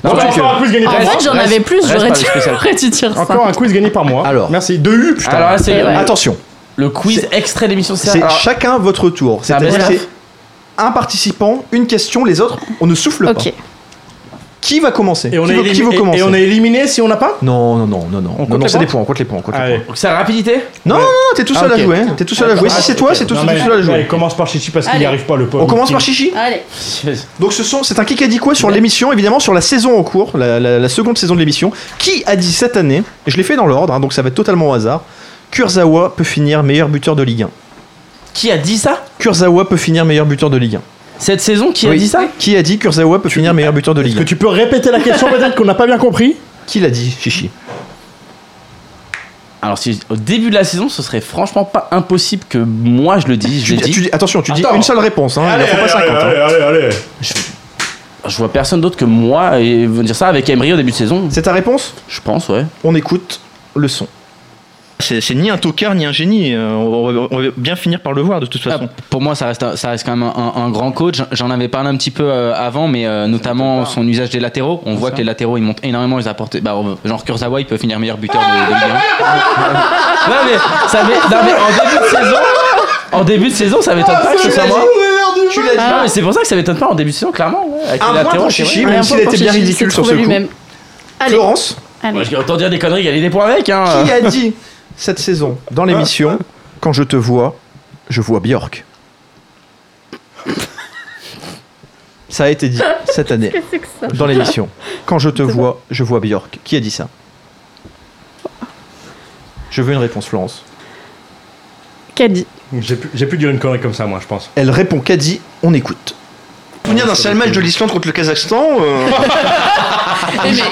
Speaker 3: Non,
Speaker 5: Encore
Speaker 3: mais-
Speaker 5: un quiz gagné
Speaker 6: En
Speaker 5: par moi.
Speaker 6: fait, j'en
Speaker 3: reste-
Speaker 6: avais plus,
Speaker 3: reste
Speaker 6: j'aurais
Speaker 3: pas le
Speaker 6: dû
Speaker 3: spécial.
Speaker 6: j'aurais dû dire ça.
Speaker 5: Encore un quiz gagné par moi.
Speaker 4: Alors.
Speaker 5: Merci. De U, putain.
Speaker 3: Alors là, c'est
Speaker 6: Ouais.
Speaker 4: Attention,
Speaker 3: le quiz extrait d'émission
Speaker 4: c'est
Speaker 3: Alors,
Speaker 4: chacun votre tour.
Speaker 3: un
Speaker 4: C'est-à-dire
Speaker 3: best-of.
Speaker 4: c'est un participant, une question, les autres, on ne souffle pas.
Speaker 6: Ok.
Speaker 4: Qui va commencer
Speaker 5: Et on,
Speaker 4: qui,
Speaker 5: est
Speaker 4: veut- qui veut
Speaker 5: éliminé,
Speaker 4: commencer
Speaker 5: et on est éliminé si on n'a pas
Speaker 4: Non, non, non, non, non.
Speaker 5: compte
Speaker 4: non, non
Speaker 5: les
Speaker 4: c'est
Speaker 5: points
Speaker 4: des points, on compte les points. on compte les
Speaker 5: Allez.
Speaker 4: points.
Speaker 3: Donc c'est la rapidité
Speaker 4: Non, non, non, t'es tout seul
Speaker 3: Ah,
Speaker 4: à
Speaker 3: ok.
Speaker 4: jouer. hein. T'es tout seul à jouer. Si c'est toi, c'est tout,
Speaker 5: Non,
Speaker 4: tout
Speaker 5: mais-
Speaker 4: seul à
Speaker 5: Allez,
Speaker 4: jouer.
Speaker 5: commence par Chichi parce qu'il n'y
Speaker 6: Allez.
Speaker 5: arrive pas le pauvre.
Speaker 4: On commence par Chichi
Speaker 6: Allez.
Speaker 4: Donc ce sont, c'est un qui a dit quoi sur l'émission, évidemment sur la saison en cours, la, la- la seconde saison de l'émission. Qui a dit cette année, et je l'ai fait dans l'ordre, hein, donc ça va être totalement au hasard, Kurzawa peut finir meilleur buteur de Ligue 1.
Speaker 3: Qui a dit ça
Speaker 4: Kurzawa peut finir meilleur buteur de Ligue 1.
Speaker 3: Cette saison, qui a
Speaker 4: Oui.
Speaker 3: dit ça
Speaker 4: Qui a dit Kurzawa peut finir meilleur buteur de
Speaker 5: Est-ce
Speaker 4: Ligue
Speaker 5: que
Speaker 4: 1
Speaker 5: tu peux répéter la question peut-être qu'on n'a pas bien compris
Speaker 4: Qui l'a dit, Chichi
Speaker 3: Alors, si au début de la saison, ce serait franchement pas impossible que moi je le dise. Je
Speaker 4: Tu
Speaker 3: l'ai
Speaker 4: dis-
Speaker 3: dit.
Speaker 4: tu dis- Attention, tu dis
Speaker 5: Attends.
Speaker 4: une seule réponse, hein, il en faut pas 50. hein.
Speaker 5: allez, allez.
Speaker 3: Je vois personne d'autre que moi et vous dire ça avec Emery au début de saison.
Speaker 4: C'est ta réponse
Speaker 3: Je pense, ouais.
Speaker 4: On écoute le son. C'est c'est ni un tocard ni un génie, euh, on va, on va bien finir par le voir de toute façon.
Speaker 3: Ah, pour moi, ça reste, un- ça reste quand même un, un grand coach. J'en- J'en avais parlé un petit peu euh, avant, mais euh, notamment son usage des latéraux. On voit que les latéraux, ils montent énormément. Ils apportent, bah, genre Kurzawa, il peut finir meilleur buteur de, de Ligue 1. non, mais, ça m'é- non, mais en début de saison, en début de saison, ça m'étonne
Speaker 6: Ah.
Speaker 3: pas que
Speaker 4: Ah,
Speaker 3: ce soit moi.
Speaker 4: Tu l'as dit
Speaker 3: Non, mais c'est pour ça que ça m'étonne pas en début de saison, clairement. ouais,
Speaker 6: Ah,
Speaker 3: avec les
Speaker 4: Un point
Speaker 3: latéraux,
Speaker 4: pour
Speaker 3: c'est
Speaker 4: Chichi,
Speaker 3: vrai.
Speaker 4: même
Speaker 6: Un
Speaker 4: s'il
Speaker 6: point
Speaker 4: a
Speaker 6: pour
Speaker 4: été bien
Speaker 6: Chichi, il s'est
Speaker 4: ridicule sur ce
Speaker 6: trouvé
Speaker 4: coup.
Speaker 6: lui-même. Allez,
Speaker 4: Florence
Speaker 6: allez.
Speaker 3: Ouais, je- autant dire des conneries, il y a des points avec. Hein.
Speaker 4: Qui a dit cette saison dans
Speaker 6: Ah.
Speaker 4: l'émission Quand je te vois, je vois Björk Ça a été dit cette année
Speaker 6: Qu'est-ce que c'est que ça
Speaker 4: dans l'émission. Quand je te vois, je vois Björk. Qui a dit ça Je veux une réponse, Florence.
Speaker 6: Qu'a dit
Speaker 5: J'ai pu, j'ai pu dire une connerie comme ça, moi, je pense.
Speaker 4: Elle répond qu'a dit On écoute. Souvenir d'un seul match de l'Islande contre le Kazakhstan euh,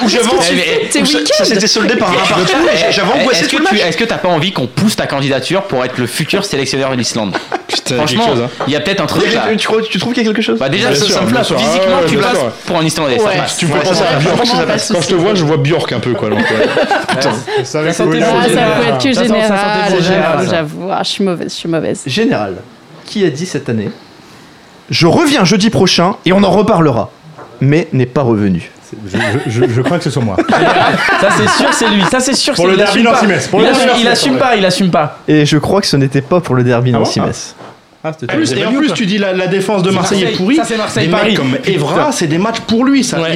Speaker 6: Où T'es week-end
Speaker 4: soldé par un hein, partout et j'avais
Speaker 14: Eh,
Speaker 3: eh,
Speaker 14: Est-ce que, tu, est-ce que t'as pas envie qu'on pousse ta candidature pour être le futur sélectionneur de l'Islande Franchement, il
Speaker 3: hein.
Speaker 14: y a peut-être un truc là.
Speaker 4: tu, crois- tu trouves qu'il y a quelque chose
Speaker 14: Bah déjà,
Speaker 15: Bien
Speaker 14: ça,
Speaker 15: sûr,
Speaker 14: ça me
Speaker 15: bien
Speaker 14: place.
Speaker 15: sûr.
Speaker 14: Physiquement,
Speaker 15: Ah ouais,
Speaker 14: tu
Speaker 15: bien
Speaker 14: passes
Speaker 15: sûr.
Speaker 14: pour un Islandais.
Speaker 6: Ouais.
Speaker 14: Ça passe.
Speaker 15: Tu me fais penser à Björk, ça va. Quand je te vois, je vois Björk un peu quoi. donc, ouais. Putain, ça va
Speaker 3: Ça sentait
Speaker 15: cool.
Speaker 3: bon,
Speaker 6: Ah, ça peut être que
Speaker 3: Ça sent- ça sentait
Speaker 6: général.
Speaker 3: bon, général,
Speaker 6: j'avoue,
Speaker 3: ça.
Speaker 6: J'avoue, Ah, je suis mauvaise, je suis mauvaise.
Speaker 4: Général, qui a dit cette année Je reviens jeudi prochain et on en reparlera. Mais n'est pas revenu.
Speaker 5: Je, je- je- je crois que ce soit moi.
Speaker 3: Ça, c'est sûr, c'est lui. Ça, c'est sûr,
Speaker 5: Pour
Speaker 3: c'est-
Speaker 5: le
Speaker 3: il
Speaker 5: derby
Speaker 3: assume pas.
Speaker 5: Nancy-Metz. Pour le
Speaker 3: Il
Speaker 5: derby
Speaker 3: assume- Il
Speaker 5: Nancy-Metz,
Speaker 3: assume
Speaker 5: ouais.
Speaker 3: pas, il assume pas.
Speaker 4: Ah Et je crois que ce n'était pas pour le derby
Speaker 5: bon
Speaker 4: Nancy-Metz.
Speaker 5: Plus, et en plus, tu dis la, la défense de
Speaker 3: C'est
Speaker 5: Marseille, est
Speaker 3: Marseille.
Speaker 5: pourrie.
Speaker 3: Ça, c'est Marseille.
Speaker 5: Des mecs
Speaker 3: Paris.
Speaker 5: comme Evra,
Speaker 3: Putain.
Speaker 5: c'est des matchs pour lui. Ça. Il a-
Speaker 3: ouais.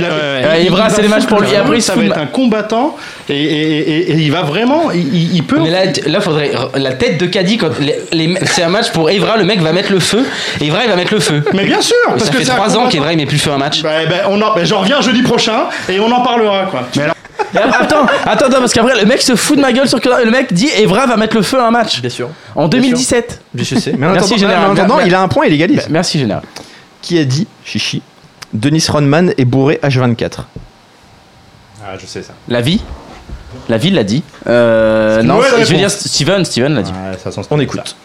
Speaker 5: il-
Speaker 3: Evra,
Speaker 5: il va
Speaker 3: c'est des matchs
Speaker 5: foutre
Speaker 3: pour lui.
Speaker 5: la
Speaker 3: Après, il
Speaker 5: ça
Speaker 3: se
Speaker 5: va
Speaker 3: fout
Speaker 5: être
Speaker 3: de-
Speaker 5: un combattant et, et- et- et il va vraiment. Il, il- il peut.
Speaker 14: Mais là, t- là, faudrait la tête de Caddy quand les- les me- c'est un match pour Evra, le mec va mettre le feu. Evra, il va mettre le feu.
Speaker 5: Mais bien sûr, parce
Speaker 14: ça
Speaker 5: que
Speaker 14: fait
Speaker 5: c'est un
Speaker 14: 3 ans
Speaker 5: combattant.
Speaker 14: qu'Evra il met plus le feu à un match.
Speaker 5: Bah, bah, on en- bah, j'en reviens jeudi prochain et on en parlera. Quoi.
Speaker 3: Et après, Attends, attends, attends, parce qu'après le mec se fout de ma gueule sur que le mec dit Evra va mettre le feu à un match. Bien
Speaker 4: sûr.
Speaker 3: En 2017.
Speaker 4: Je sais. Mais en
Speaker 3: Merci
Speaker 4: attendant,
Speaker 3: général.
Speaker 4: en attendant,
Speaker 3: Mer-
Speaker 4: il a un point, il égalise.
Speaker 3: Bah, Merci général.
Speaker 4: Qui a dit Chichi Denis Ronman est bourré H24.
Speaker 16: Ah, je sais ça.
Speaker 3: La vie La vie l'a dit. Euh,
Speaker 4: C'est une
Speaker 3: non,
Speaker 4: mauvaise
Speaker 3: je veux dire
Speaker 4: réponse.
Speaker 3: Steven, Steven l'a dit.
Speaker 4: Ah, On écoute.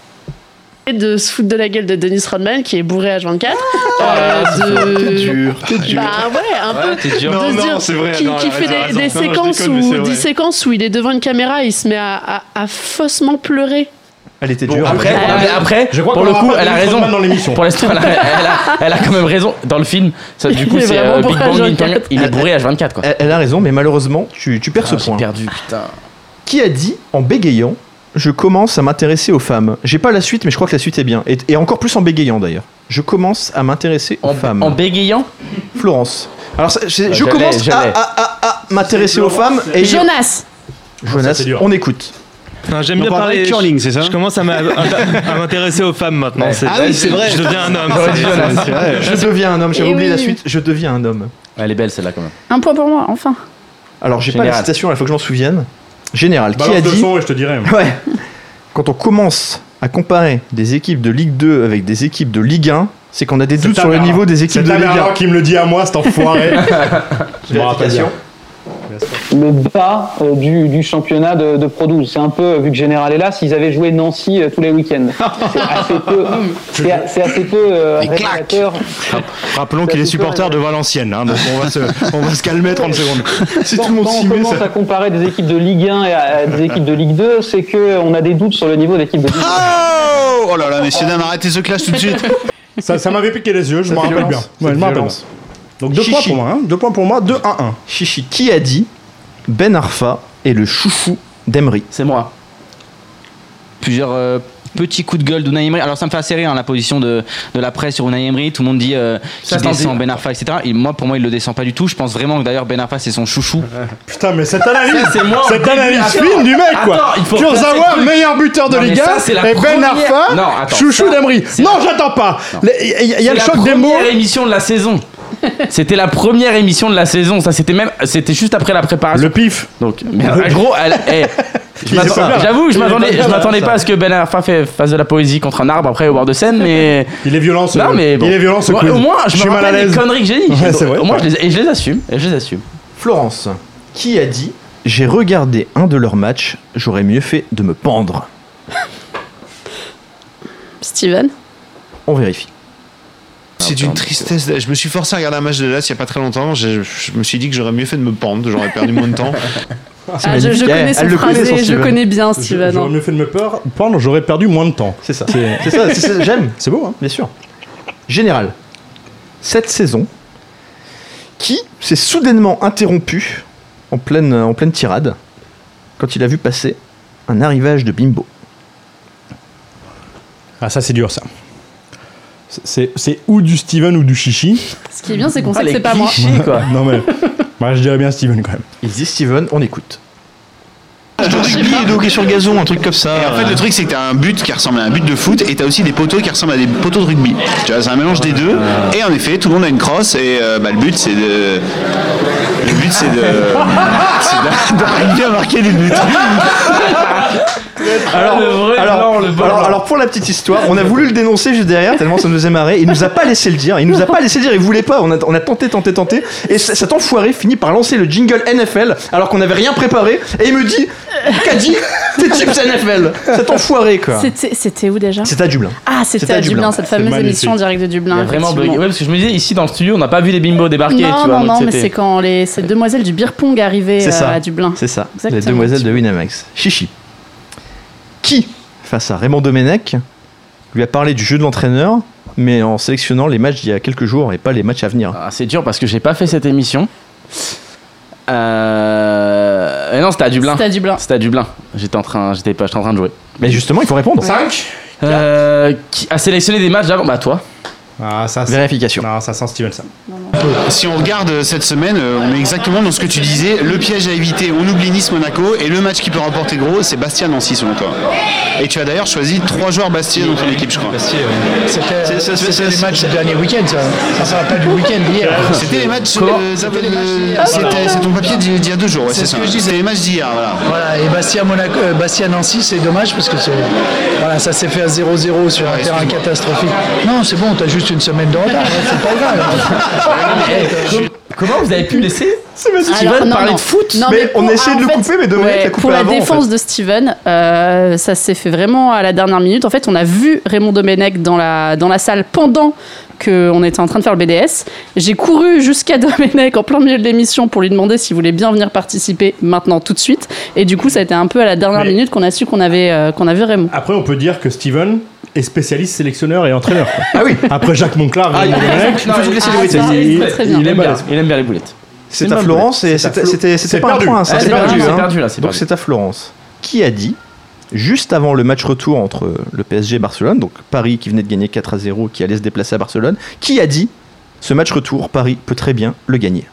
Speaker 17: Et de se foutre de la gueule de Dennis Rodman qui est bourré à 24
Speaker 6: Ah, Euh,
Speaker 17: de...
Speaker 15: Ah, T'es dur, t'es dur.
Speaker 17: Bah ouais, un
Speaker 15: Ouais,
Speaker 17: peu.
Speaker 15: t'es dur.
Speaker 17: de
Speaker 15: Non,
Speaker 17: se
Speaker 15: non,
Speaker 17: dire
Speaker 15: c'est vrai,
Speaker 17: Qui,
Speaker 15: non,
Speaker 17: qui
Speaker 15: elle a
Speaker 17: fait
Speaker 15: raison,
Speaker 17: des, des
Speaker 15: elle a raison. Non, non, je
Speaker 17: séquences,
Speaker 15: déconne, mais c'est
Speaker 17: où,
Speaker 15: vrai.
Speaker 17: des séquences où il est devant une caméra, il se met à, à- à faussement pleurer.
Speaker 4: Elle était
Speaker 3: dure. Après,
Speaker 17: Ouais.
Speaker 3: elle- après,
Speaker 17: Je crois
Speaker 3: pour
Speaker 17: qu'on
Speaker 3: le
Speaker 17: aura
Speaker 3: coup,
Speaker 17: pas
Speaker 3: elle a
Speaker 17: Dennis
Speaker 3: raison.
Speaker 17: Rodman dans l'émission.
Speaker 3: Pour l'instant, elle, a- elle a- elle a quand même raison dans le film. Ça, du coup,
Speaker 4: Il est
Speaker 3: c'est
Speaker 4: vraiment
Speaker 3: euh,
Speaker 4: bourré
Speaker 3: Big Bang
Speaker 4: H24.
Speaker 3: Theory. Il est bourré H24 quoi.
Speaker 4: Elle, elle a raison, mais malheureusement, tu, tu
Speaker 3: Ah,
Speaker 4: perds ce point.
Speaker 3: perdu, putain.
Speaker 4: Qui a dit en bégayant Je commence à m'intéresser aux femmes J'ai pas la suite, mais je crois que la suite est bien. Et, et encore plus en bégayant d'ailleurs. Je commence à m'intéresser aux femmes. En
Speaker 3: bégayant
Speaker 4: Florence. Alors, ça, c'est-
Speaker 3: Bah,
Speaker 4: je
Speaker 3: je l'ai,
Speaker 4: commence
Speaker 3: je
Speaker 4: à,
Speaker 3: l'ai.
Speaker 4: à- à- à m'intéresser aux femmes. Et
Speaker 6: Jonas
Speaker 4: Jonas, on écoute.
Speaker 18: J'aime
Speaker 4: Donc,
Speaker 18: bien
Speaker 4: on va parler
Speaker 18: parler.
Speaker 4: de curling, c'est ça
Speaker 18: Je commence à m'a- à m'intéresser aux femmes maintenant.
Speaker 4: Ouais. Ah oui, c'est vrai.
Speaker 18: Je deviens un homme.
Speaker 4: J'aurais dit
Speaker 18: c'est-
Speaker 4: Jonas.
Speaker 18: c'est vrai.
Speaker 4: Je deviens un homme, j'avais
Speaker 6: Et
Speaker 4: oublié
Speaker 6: oui.
Speaker 4: la suite. Je deviens un homme.
Speaker 3: Elle est belle celle-là quand même.
Speaker 6: Un point pour moi, enfin.
Speaker 4: Alors j'ai pas la
Speaker 3: Général.
Speaker 4: citation, il faut que je m'en souvienne. Général, qui a
Speaker 5: Balance le
Speaker 4: dit
Speaker 5: son et je te dirai.
Speaker 4: Ouais. Quand on commence à comparer des équipes de Ligue 2 avec des équipes de Ligue 1, c'est qu'on a des doutes sur le niveau des équipes de Ligue 1.
Speaker 5: qui me le dit à moi, cet enfoiré.
Speaker 4: Je m'en rappelle bien.
Speaker 11: le bas euh, du, du championnat de, de Pro 12. C'est un peu, euh, vu que Général est là, s'ils avaient joué Nancy euh, tous les week-ends. C'est assez peu, c'est a- c'est assez peu euh, révélateur.
Speaker 16: Rappelons qu'il est supporter de Valenciennes, hein, donc on va, se, on va se calmer 30 secondes. Si
Speaker 11: Quand-
Speaker 16: tout le monde
Speaker 11: quand
Speaker 16: s'y
Speaker 11: on
Speaker 16: met,
Speaker 11: commence
Speaker 16: ça...
Speaker 11: à comparer des équipes de Ligue 1 et à, à des équipes de Ligue 2, c'est qu'on a des doutes sur le niveau d'équipe de Ligue 1.
Speaker 16: Oh, oh là là, messieurs, dames, arrêtez ce clash tout de suite.
Speaker 5: Ça, ça m'avait piqué les yeux, je m'en rappelle bien.
Speaker 4: violence.
Speaker 5: Ouais, je m'en rappelle
Speaker 4: violence.
Speaker 5: bien. Donc deux points pour moi, hein. deux points pour moi, 2 à 1.
Speaker 4: Chichi, qui a dit Ben Arfa est le chouchou d'Emery
Speaker 3: C'est moi.
Speaker 14: plusieurs euh, petits coups de gueule d'Unai Emery. Alors ça me fait assez rire hein, la position de, de la presse sur Unai Emery. Tout le monde dit euh,
Speaker 5: Ça,
Speaker 14: qu'il
Speaker 5: c'est
Speaker 14: descend
Speaker 5: dit.
Speaker 14: Ben Arfa, etc. Et moi, pour moi, il le descend pas du tout. Je pense vraiment que d'ailleurs Ben Arfa c'est son chouchou.
Speaker 5: Putain, mais cette analyse,
Speaker 14: Ça, c'est moi, au
Speaker 5: cette
Speaker 14: début.
Speaker 5: analyse
Speaker 14: Attends,
Speaker 5: fine du mec, quoi.
Speaker 14: attends, il faut replacer
Speaker 5: Kurzawa,
Speaker 14: le truc.
Speaker 5: meilleur buteur de
Speaker 14: Non, mais
Speaker 5: Ligue 1,
Speaker 14: ça, c'est la
Speaker 5: et Ben
Speaker 14: première-
Speaker 5: Arfa,
Speaker 14: Non, attends,
Speaker 5: chouchou
Speaker 14: ça,
Speaker 5: d'Emery. Non, j'attends pas. Les- Il y a- il y a le
Speaker 3: C'est
Speaker 5: choc
Speaker 3: la
Speaker 5: des mots.
Speaker 3: première émission de la saison. C'était la première émission de la saison. Ça, c'était même, c'était juste après la préparation. Le
Speaker 5: pif.
Speaker 3: Donc, mais
Speaker 14: euh,
Speaker 3: en gros, elle- eh, je
Speaker 5: Il est
Speaker 3: m'attends-
Speaker 5: pas bien.
Speaker 3: j'avoue, je
Speaker 5: Il est pas
Speaker 3: m'attendais,
Speaker 5: bien,
Speaker 3: je m'attendais
Speaker 5: ça.
Speaker 3: pas à ce que Ben Arfa fait- fasse de la poésie contre un arbre après au bord de Seine, mais
Speaker 5: il est violent.
Speaker 3: non, mais bon.
Speaker 5: Il est violent, ce
Speaker 3: Au-
Speaker 5: quiz.
Speaker 3: Au moins, je,
Speaker 5: Je suis
Speaker 3: me
Speaker 5: mal à
Speaker 3: rappelle les
Speaker 5: l'aise.
Speaker 3: conneries que j'ai dit.
Speaker 5: Ouais, c'est vrai.
Speaker 3: au moins, je les, et je les assume. Et je les assume.
Speaker 4: Florence, qui a dit J'ai regardé un de leurs matchs, j'aurais mieux fait de me pendre.
Speaker 17: Steven
Speaker 4: On vérifie.
Speaker 6: Ah,
Speaker 16: C'est d'une tristesse. Je me suis forcé à regarder un match de Las il y a pas très longtemps. Je, je me suis dit que j'aurais mieux fait de me pendre, j'aurais perdu moins de temps.
Speaker 6: Ah, je,
Speaker 15: Eh,
Speaker 4: Eh,
Speaker 6: je connais son phrasé, je connais bien
Speaker 5: Je-
Speaker 6: Steven.
Speaker 5: J'aurais
Speaker 6: hein.
Speaker 5: mieux fait de me peur, pendre, j'aurais perdu moins de temps.
Speaker 4: C'est ça. C'est ça, c'est ça, j'aime. C'est beau, hein Bien sûr. Général, cette saison, qui s'est soudainement interrompu en pleine, en pleine tirade quand il a vu passer un arrivage de bimbo.
Speaker 5: Ah, ça, c'est dur, ça. C'est c'est ou du Steven ou du Chichi.
Speaker 6: Ce qui est bien, c'est qu'on
Speaker 5: Ah,
Speaker 6: sait que
Speaker 5: les
Speaker 6: c'est pas moi.
Speaker 5: clichés, quoi. non, mais. Moi, je dirais bien Steven quand même.
Speaker 4: Il dit Steven, on écoute.
Speaker 16: Au rugby et de hockey sur le gazon, un truc comme ça. en fait, le truc, c'est que t'as un but qui ressemble à un but de foot et t'as aussi des poteaux qui ressemblent à des poteaux de rugby. Tu vois, c'est un mélange des deux. Et en effet, tout le monde a une crosse et euh, bah, le but, c'est de. Le but, c'est de. c'est d'a- d'arriver à marquer des buts.
Speaker 4: Alors, alors, alors- alors, pour la petite histoire, on a voulu le dénoncer juste derrière, tellement ça nous faisait marrer. Il nous a pas laissé le dire, il nous a pas laissé le dire, il voulait pas. On a, on a tenté, tenté, tenté. Et c- cet enfoiré finit par lancer le jingle NFL alors qu'on n'avait rien préparé. Et il me dit Qu'a dit T'es tips NFL Cet enfoiré quoi.
Speaker 6: C'était- C'était où déjà
Speaker 4: C'est à Dublin.
Speaker 6: Ah, c'était à Dublin, cette fameuse émission en direct de
Speaker 3: Il
Speaker 6: Dublin.
Speaker 3: y a vraiment bugué.
Speaker 6: effectivement.
Speaker 3: Ouais, parce que je me disais ici dans le studio, on n'a pas vu les bimbos débarquer.
Speaker 6: non,
Speaker 3: tu vois,
Speaker 6: non,
Speaker 3: donc
Speaker 6: non, mais
Speaker 3: c'était-
Speaker 6: c'est quand les, ces demoiselles du beer pong arrivaient
Speaker 4: C'est ça.
Speaker 6: euh, à Dublin.
Speaker 4: C'est ça,
Speaker 6: Exactement.
Speaker 4: les demoiselles de Winamax. Chichi. Qui, face à Raymond Domenech, lui a parlé du jeu de l'entraîneur, mais en sélectionnant les matchs d'il y a quelques jours et pas les matchs à venir
Speaker 3: Ah, c'est dur parce que j'ai pas fait cette émission. Euh... eh Non, c'était à Dublin.
Speaker 6: C'était à Dublin.
Speaker 3: C'était à Dublin. J'étais en train, j'étais pas, j'étais en train de jouer.
Speaker 4: Mais justement, il faut répondre.
Speaker 3: 5 Euh, qui a sélectionné des matchs d'avant Bah toi.
Speaker 5: Ah, ça,
Speaker 4: Vérification.
Speaker 5: Non, ça sent Stevenson.
Speaker 11: Si on regarde euh, cette semaine, euh, on est exactement dans ce que tu disais. Le piège à éviter, on oublie Nice Monaco et le match qui peut remporter gros, c'est Bastia Nancy selon toi. Et tu as d'ailleurs choisi trois joueurs Bastia dans ton équipe, je crois.
Speaker 19: C'était c'était les matchs du dernier week-end, ça. Ça se rappelle du week-end d'hier.
Speaker 11: C'était les matchs. euh, ça s'appelle, euh,
Speaker 19: Ah,
Speaker 11: c'était-
Speaker 19: voilà.
Speaker 11: C'est ton papier d'il d'il y a deux jours, ouais, c'est ça. C'était les matchs d'hier, voilà.
Speaker 19: Voilà, et Bastia-Monaco, euh, Bastia-Nancy, c'est dommage parce que c'est, voilà, ça s'est fait à 0-0 sur un terrain catastrophique. Non, c'est bon, t'as juste une semaine de retard, ouais, c'est pas grave.
Speaker 3: Comment vous avez pu laisser
Speaker 6: Alors, non, non. Non,
Speaker 4: mais on
Speaker 6: pour-
Speaker 4: a essayé de
Speaker 6: ah,
Speaker 4: le
Speaker 6: en fait,
Speaker 4: couper, mais Dominique
Speaker 6: ouais,
Speaker 4: l'a coupé
Speaker 6: Pour la
Speaker 4: avant, en
Speaker 6: défense
Speaker 4: fait.
Speaker 6: de Steven, euh, ça s'est fait vraiment à la dernière minute. En fait, on a vu Raymond Domenech dans la, dans la salle pendant qu'on était en train de faire le BDS. J'ai couru jusqu'à Domenech en plein milieu de l'émission pour lui demander s'il voulait bien venir participer maintenant, tout de suite. Et du coup, ça a été un peu à la dernière minute qu'on a su qu'on avait, euh, qu'on avait Raymond.
Speaker 5: Après, on peut dire que Steven est spécialiste sélectionneur et entraîneur. quoi.
Speaker 11: Ah
Speaker 5: Après Jacques Monclar,
Speaker 3: Ah, il
Speaker 5: Raymond
Speaker 3: aime bien les boulettes.
Speaker 5: Domenech,
Speaker 3: Ah,
Speaker 5: il-
Speaker 3: ça, c'est
Speaker 5: il-
Speaker 3: très bien.
Speaker 5: il
Speaker 3: Il aime
Speaker 5: est
Speaker 3: bien.
Speaker 5: balèze.
Speaker 3: Il aime bien les boulettes.
Speaker 4: C'est à Florence et c'était- c'était c'était pas un point. hein, ça,
Speaker 3: C'est perdu, c'est
Speaker 4: hein.
Speaker 3: perdu là. c'est
Speaker 4: Donc
Speaker 3: perdu.
Speaker 4: c'est à Florence. Qui a dit, juste avant le match retour entre le PSG et Barcelone, donc Paris qui venait de gagner 4 à 0, qui allait se déplacer à Barcelone, qui a dit, ce match retour, Paris peut très bien le gagner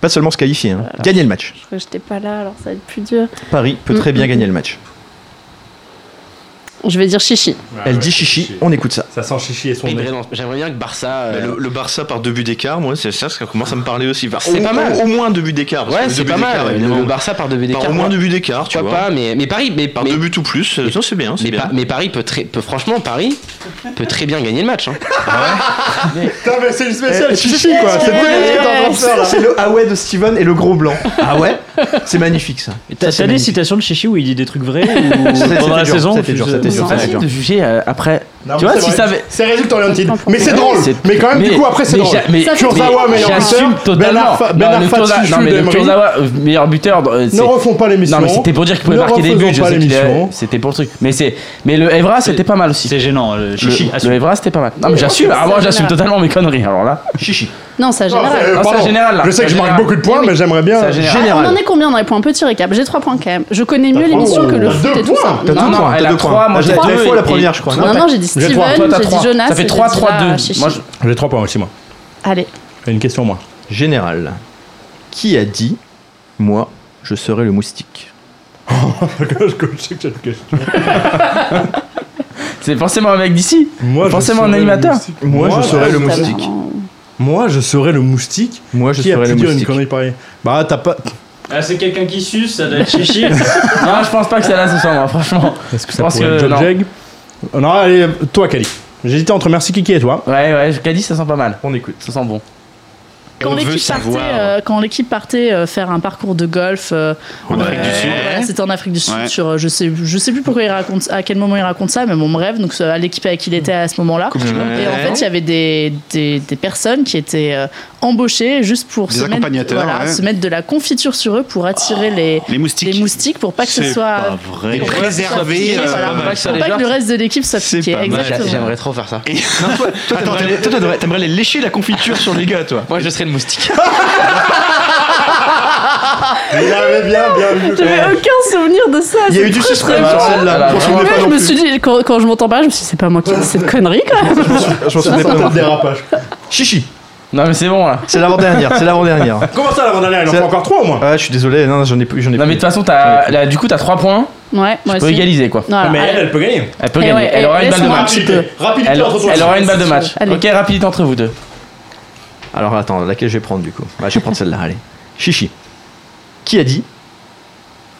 Speaker 4: Pas seulement se qualifier, hein, gagner le match.
Speaker 6: Je crois que j'étais pas là, alors ça va être plus dur.
Speaker 4: Paris peut très bien
Speaker 6: Mm.
Speaker 4: gagner le match.
Speaker 6: Je vais dire chichi.
Speaker 4: Elle dit chichi, on écoute ça.
Speaker 5: Ça sent chichi et son
Speaker 20: nez. J'aimerais bien que Barça. euh,
Speaker 21: le, le Barça par deux buts d'écart, moi, c'est ça, ça commence à me parler aussi. Enfin,
Speaker 20: C'est
Speaker 21: au-
Speaker 20: pas mal.
Speaker 21: Au, au moins deux buts d'écart. parce
Speaker 20: Ouais,
Speaker 21: que
Speaker 20: c'est
Speaker 21: deux buts
Speaker 20: pas mal,
Speaker 21: d'écart,
Speaker 20: le-
Speaker 21: évidemment.
Speaker 20: le Barça par deux buts d'écart.
Speaker 21: Par au moins
Speaker 20: Moi-
Speaker 21: deux buts d'écart, tu
Speaker 20: Pourquoi
Speaker 21: vois.
Speaker 20: pas, mais, mais Paris. Mais,
Speaker 21: Par
Speaker 20: mais-
Speaker 21: deux buts ou plus, euh, non, c'est bien. c'est
Speaker 20: mais,
Speaker 21: bien.
Speaker 20: Pa- mais Paris peut très. Peut, franchement, Paris peut très bien gagner le match. hein.
Speaker 5: Putain, mais c'est une spéciale
Speaker 4: Eh,
Speaker 5: chichi, quoi.
Speaker 4: C'est
Speaker 5: C'est
Speaker 4: vrai,
Speaker 5: vrai.
Speaker 4: c'est en train de faire, là. C'est le ah ouais de Steven et le gros blanc. Ah ouais C'est magnifique ça.
Speaker 9: T'as
Speaker 4: Ça, c'est
Speaker 9: t'as des
Speaker 4: magnifique.
Speaker 9: citations de Chichi où il dit des trucs vrais
Speaker 4: C'était
Speaker 9: ou pendant la
Speaker 4: dur,
Speaker 9: saison
Speaker 4: c'était dur,
Speaker 9: tu-
Speaker 4: c'était dur,
Speaker 9: Ah,
Speaker 4: c'était
Speaker 9: si,
Speaker 4: dur.
Speaker 9: de
Speaker 3: juger euh, après.
Speaker 5: Non,
Speaker 3: tu
Speaker 5: mais
Speaker 3: vois,
Speaker 5: c'est
Speaker 3: si
Speaker 5: vrai.
Speaker 3: ça avait.
Speaker 5: C'est résultat orienté. Mais c'est
Speaker 3: Ouais,
Speaker 5: drôle.
Speaker 3: c'est-
Speaker 5: Mais quand même, du
Speaker 3: mais-
Speaker 5: coup, après, c'est
Speaker 3: mais
Speaker 5: drôle.
Speaker 3: j'a- mais-
Speaker 5: Kurzawa,
Speaker 3: mais
Speaker 5: meilleur
Speaker 3: j'assume
Speaker 5: buteur. Ben
Speaker 3: totalement.
Speaker 5: Arfa, Ben
Speaker 3: Non, le
Speaker 5: Arfa,
Speaker 3: Kurzawa-
Speaker 5: Tsuchu,
Speaker 3: non, mais le
Speaker 5: Dembélé.
Speaker 3: Kurzawa, euh, meilleur buteur. euh, c'est-
Speaker 5: Ne refont pas l'émission.
Speaker 3: Non, mais c'était pour dire qu'il pouvait
Speaker 5: Ne
Speaker 3: marquer des
Speaker 5: refaisons
Speaker 3: buts. je
Speaker 5: pas
Speaker 3: sais qu'il
Speaker 5: l'émission.
Speaker 3: est- C'était pour le truc. Mais c'est. Mais le Evra, c'était pas mal aussi. C'est
Speaker 9: gênant. Le Chichi,
Speaker 3: Le, Evra, c'était pas mal. Non, mais j'assume.
Speaker 6: C'est
Speaker 3: Ah, moi, j'assume
Speaker 6: général.
Speaker 3: totalement mes conneries. Alors là.
Speaker 4: Chichi.
Speaker 6: Non, c'est à général.
Speaker 3: Non, c'est
Speaker 5: Ah, euh, pardon.
Speaker 3: en général, là.
Speaker 5: Je sais que
Speaker 3: C'est
Speaker 5: je
Speaker 3: en
Speaker 5: marque
Speaker 3: général.
Speaker 5: beaucoup de points, mais j'aimerais bien.
Speaker 3: C'est en général.
Speaker 6: Ah, on en est combien dans les points Petit récap. J'ai trois points quand même. Je connais mieux l'émission
Speaker 5: Oh,
Speaker 6: que le
Speaker 5: t'as
Speaker 6: foot
Speaker 5: deux
Speaker 6: et tout
Speaker 5: points.
Speaker 6: ça.
Speaker 5: T'as
Speaker 6: Non,
Speaker 5: deux
Speaker 6: non.
Speaker 5: points.
Speaker 3: Non, elle a
Speaker 5: deux points.
Speaker 3: 3, moi
Speaker 5: Moi,
Speaker 3: j'ai
Speaker 5: j'ai
Speaker 3: deux
Speaker 5: trois fois
Speaker 3: et-
Speaker 5: la première,
Speaker 3: et-
Speaker 5: je crois,
Speaker 6: non Non, non, j'ai dit
Speaker 5: J'ai trois. Toi,
Speaker 6: Steven,
Speaker 5: t'as
Speaker 6: j'ai
Speaker 5: trois.
Speaker 6: dit Jonas.
Speaker 5: Ça fait
Speaker 6: et
Speaker 5: trois,
Speaker 6: j'ai dit
Speaker 5: trois,
Speaker 6: là,
Speaker 5: deux.
Speaker 6: Chichi.
Speaker 5: Moi, je- J'ai 3 points aussi, moi.
Speaker 6: Allez.
Speaker 5: Une question, moi.
Speaker 4: Général. Qui a dit Moi, je serai le moustique
Speaker 5: je sais que t'as une question.
Speaker 3: C'est forcément un mec d'ici.
Speaker 5: Moi, je
Speaker 3: forcément un
Speaker 5: serais le
Speaker 3: animateur.
Speaker 5: moustique. Moi, je serais le moustique. Moi, je serais le moustique.
Speaker 4: Moi, je
Speaker 5: Qui a
Speaker 4: serais
Speaker 5: pu
Speaker 4: le
Speaker 5: dire une
Speaker 4: moustique.
Speaker 5: connerie pareille Bah, t'as pas.
Speaker 9: Ah, c'est quelqu'un qui suce, ça doit être Chichi.
Speaker 3: Non, je pense pas que c'est là ce soir, moi, franchement.
Speaker 5: Est-ce que
Speaker 3: Je
Speaker 5: ça
Speaker 3: pense
Speaker 5: pourrait être
Speaker 3: que-
Speaker 5: John
Speaker 3: non.
Speaker 5: Jeg Non, allez, toi, Kali. J'hésitais entre Merci Kiki et toi.
Speaker 3: Ouais, ouais, Kali, ça sent pas mal. On écoute. Ça sent bon.
Speaker 22: Quand l'équipe partait, euh, quand l'équipe partait euh, faire un parcours de golf euh,
Speaker 3: En
Speaker 22: euh,
Speaker 3: Afrique du Sud.
Speaker 22: voilà, c'était en Afrique du Sud.
Speaker 3: Ouais.
Speaker 22: Sur, euh, je sais, je sais plus pourquoi il raconte, à quel moment il raconte ça, mais bon bref, donc ça, à l'équipe avec qui il était à ce moment-là.
Speaker 11: Coupe du Monde.
Speaker 22: Et en fait, il y avait des, des, des personnes qui étaient euh, embauchées juste pour
Speaker 11: Des
Speaker 22: se mettre,
Speaker 11: accompagnateurs,
Speaker 22: voilà,
Speaker 11: ouais.
Speaker 22: se mettre de la confiture sur eux pour attirer les,
Speaker 11: les moustiques,
Speaker 22: pour pas que ce
Speaker 11: C'est
Speaker 22: soit
Speaker 11: pas vrai.
Speaker 22: pour pas que ce soit
Speaker 11: Préserver,
Speaker 22: piqué,
Speaker 11: euh,
Speaker 22: voilà,
Speaker 11: pas mal, ça,
Speaker 22: pour
Speaker 11: les
Speaker 22: pas que
Speaker 11: gens.
Speaker 22: le reste de l'équipe soit piqué. Exactement.
Speaker 20: J'aimerais trop faire ça.
Speaker 21: Attends, t'aimerais- toi, t'aimerais- t'aimerais les lécher la confiture sur les gars, toi.
Speaker 20: Moi, je serais le moustique.
Speaker 5: Il avait bien, bien vu.
Speaker 6: J'avais aucun souvenir de hein ça.
Speaker 5: Il y a
Speaker 6: c'est
Speaker 5: eu du
Speaker 6: très,
Speaker 5: suspense
Speaker 6: très
Speaker 5: sur
Speaker 6: bizarre.
Speaker 5: celle-là, je m'en souvenais
Speaker 6: Ouais,
Speaker 5: pas
Speaker 6: je
Speaker 5: non
Speaker 6: me
Speaker 5: plus.
Speaker 6: suis dit, quand, quand je m'entends pas, je me suis dit, c'est pas moi qui ai dit cette connerie quand même.
Speaker 5: Je m'en souvenais pas non plus. Dérapage.
Speaker 4: Chichi.
Speaker 3: Non, mais c'est bon là.
Speaker 4: C'est l'avant-dernière, c'est l'avant-dernière.
Speaker 5: Comment ça, l'avant-dernière Il en faut encore 3 au moins.
Speaker 4: Ah, je suis désolé, non, j'en ai plus. J'en ai
Speaker 3: Non, mais de toute façon, t'as- là, du coup, t'as 3 points.
Speaker 6: Ouais, moi
Speaker 3: Tu peux
Speaker 6: aussi.
Speaker 3: égaliser quoi.
Speaker 6: Voilà, Mais elle, allez. elle
Speaker 5: peut gagner.
Speaker 3: Ah, Elle peut
Speaker 6: Eh
Speaker 3: gagner.
Speaker 6: ouais,
Speaker 3: elle aura
Speaker 6: eh,
Speaker 3: une balle de
Speaker 6: laisse-moi un
Speaker 3: match.
Speaker 6: petit peu. Rapidité
Speaker 3: elle,
Speaker 6: entre toi,
Speaker 3: elle aura une
Speaker 6: si
Speaker 3: balle de
Speaker 6: tu veux.
Speaker 3: match.
Speaker 6: Allez.
Speaker 3: Ok, rapidité entre vous deux.
Speaker 4: Alors attends, laquelle je vais prendre du coup Bah, Je vais prendre celle-là, allez. Chichi. Qui a dit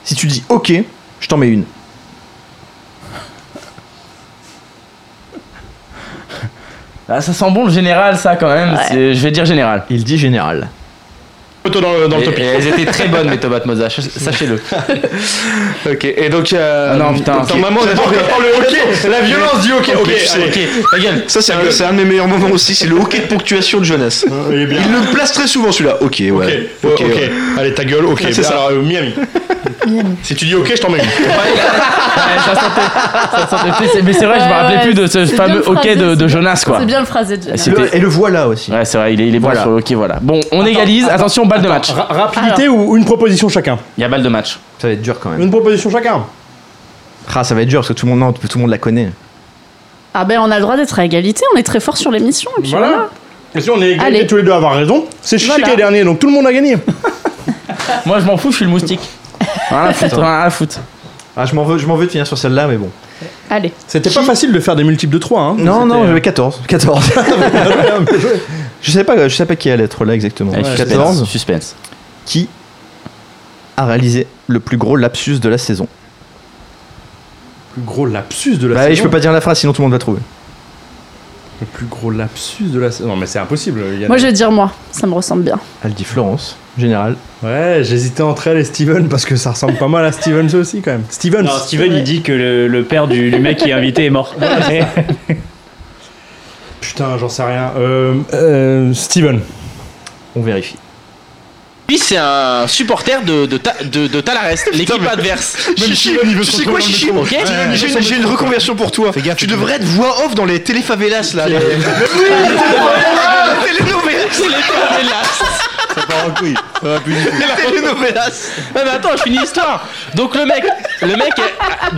Speaker 4: Si tu dis ok, je t'en mets une.
Speaker 3: Ah, ça sent bon le général, ça quand même. C'est- Je vais dire général.
Speaker 4: Il dit général.
Speaker 21: Photo dans le, dans le
Speaker 20: Et-
Speaker 21: topic.
Speaker 20: et elles étaient très bonnes, mes tomates Moza, ch- sachez-le.
Speaker 21: Ok, et donc. Euh,
Speaker 20: Ah non, putain,
Speaker 21: Attends,
Speaker 20: ok.
Speaker 21: maman, on a
Speaker 20: Attends,
Speaker 21: trouvé-
Speaker 20: attends,
Speaker 21: Oh, le hockey La violence du hockey Ok,
Speaker 20: Ok, tu sais,
Speaker 21: allez.
Speaker 20: ok, regarde.
Speaker 21: Ça,
Speaker 4: Ah
Speaker 21: c'est un, c'est un de mes meilleurs moments aussi, c'est le hockey de ponctuation de Jonas.
Speaker 5: Il,
Speaker 21: le place très souvent, celui-là. Ok, ouais.
Speaker 5: Ok,
Speaker 21: ouais,
Speaker 5: ok, Allez, ta gueule, ok.
Speaker 4: Ah,
Speaker 21: C'est
Speaker 5: Bah,
Speaker 21: ça.
Speaker 5: Alors, euh, Miami. Si tu dis ok, je t'en mets
Speaker 3: Mais c'est vrai, je me
Speaker 6: Ouais,
Speaker 3: rappelais
Speaker 6: ouais,
Speaker 3: plus de ce
Speaker 6: c'est
Speaker 3: fameux
Speaker 6: bien
Speaker 3: hockey
Speaker 6: phrasé,
Speaker 3: de,
Speaker 6: c'est
Speaker 3: de
Speaker 6: bien-
Speaker 3: Jonas quoi.
Speaker 6: C'est bien le phrasé de Jonas.
Speaker 3: C'était-
Speaker 4: Et le voilà aussi.
Speaker 3: Ouais, c'est vrai, il est, il est bon
Speaker 4: Voilà.
Speaker 3: sur le hockey, voilà. Bon, on égalise, attention, balle de match.
Speaker 5: Rapidité ou une proposition chacun
Speaker 3: Il y a balle de match.
Speaker 4: Ça va être dur quand même.
Speaker 5: Une proposition chacun.
Speaker 4: Ah, ça va être dur parce que tout le monde, non, tout le monde la connaît.
Speaker 6: Ah ben on a le droit d'être à égalité, on est très fort sur l'émission. Et puis
Speaker 5: Voilà.
Speaker 6: voilà.
Speaker 5: Et si on est égalité
Speaker 6: Allez.
Speaker 5: tous les deux à avoir raison, c'est Chichi
Speaker 6: Voilà.
Speaker 5: qui est dernier, donc tout le monde a gagné.
Speaker 3: Moi, je m'en fous, je suis le moustique. Rien à foutre, rien à foutre.
Speaker 4: Ah, je m'en veux, je m'en veux de finir sur celle-là, mais bon.
Speaker 6: Allez.
Speaker 5: C'était pas facile de faire des multiples de 3. Hein.
Speaker 4: Non, non,
Speaker 5: C'était-
Speaker 4: j'avais 14. 14. je sais pas, je sais pas qui allait être là exactement.
Speaker 14: Ouais,
Speaker 4: 14.
Speaker 14: Suspense.
Speaker 4: Qui a réalisé le plus gros lapsus de la saison
Speaker 5: Le gros lapsus de la
Speaker 4: Bah,
Speaker 5: saison.
Speaker 4: je peux pas dire la phrase, sinon tout le monde va trouver.
Speaker 5: Le plus gros lapsus de la saison. Non, mais c'est impossible. il y en a-
Speaker 6: Moi je vais dire moi, ça me ressemble bien.
Speaker 4: Elle dit Florence, général.
Speaker 5: Ouais, j'hésitais entre elle et Steven parce que ça ressemble pas mal à Stevens aussi quand même. Stevens.
Speaker 23: Non, Steven, il dit que le, le père du, du mec qui est invité est mort.
Speaker 5: Putain, j'en sais rien. Euh, euh, Steven.
Speaker 4: On vérifie.
Speaker 14: Lui, c'est un supporter de, de, Ta- de, de Talares, l'équipe adverse.
Speaker 15: Chichi, tu sais quoi, Chichi
Speaker 14: Ok
Speaker 15: J'ai une- J'ai une, j'ai une reconversion pour toi. tu devrais être voix off dans les téléfavelas là. les- Les télénovelas, les télénovelas.
Speaker 14: Ça
Speaker 5: Bah,
Speaker 14: part en couille. Ça va plus du tout. Non mais attends, je finis l'histoire. Donc le mec, le mec est-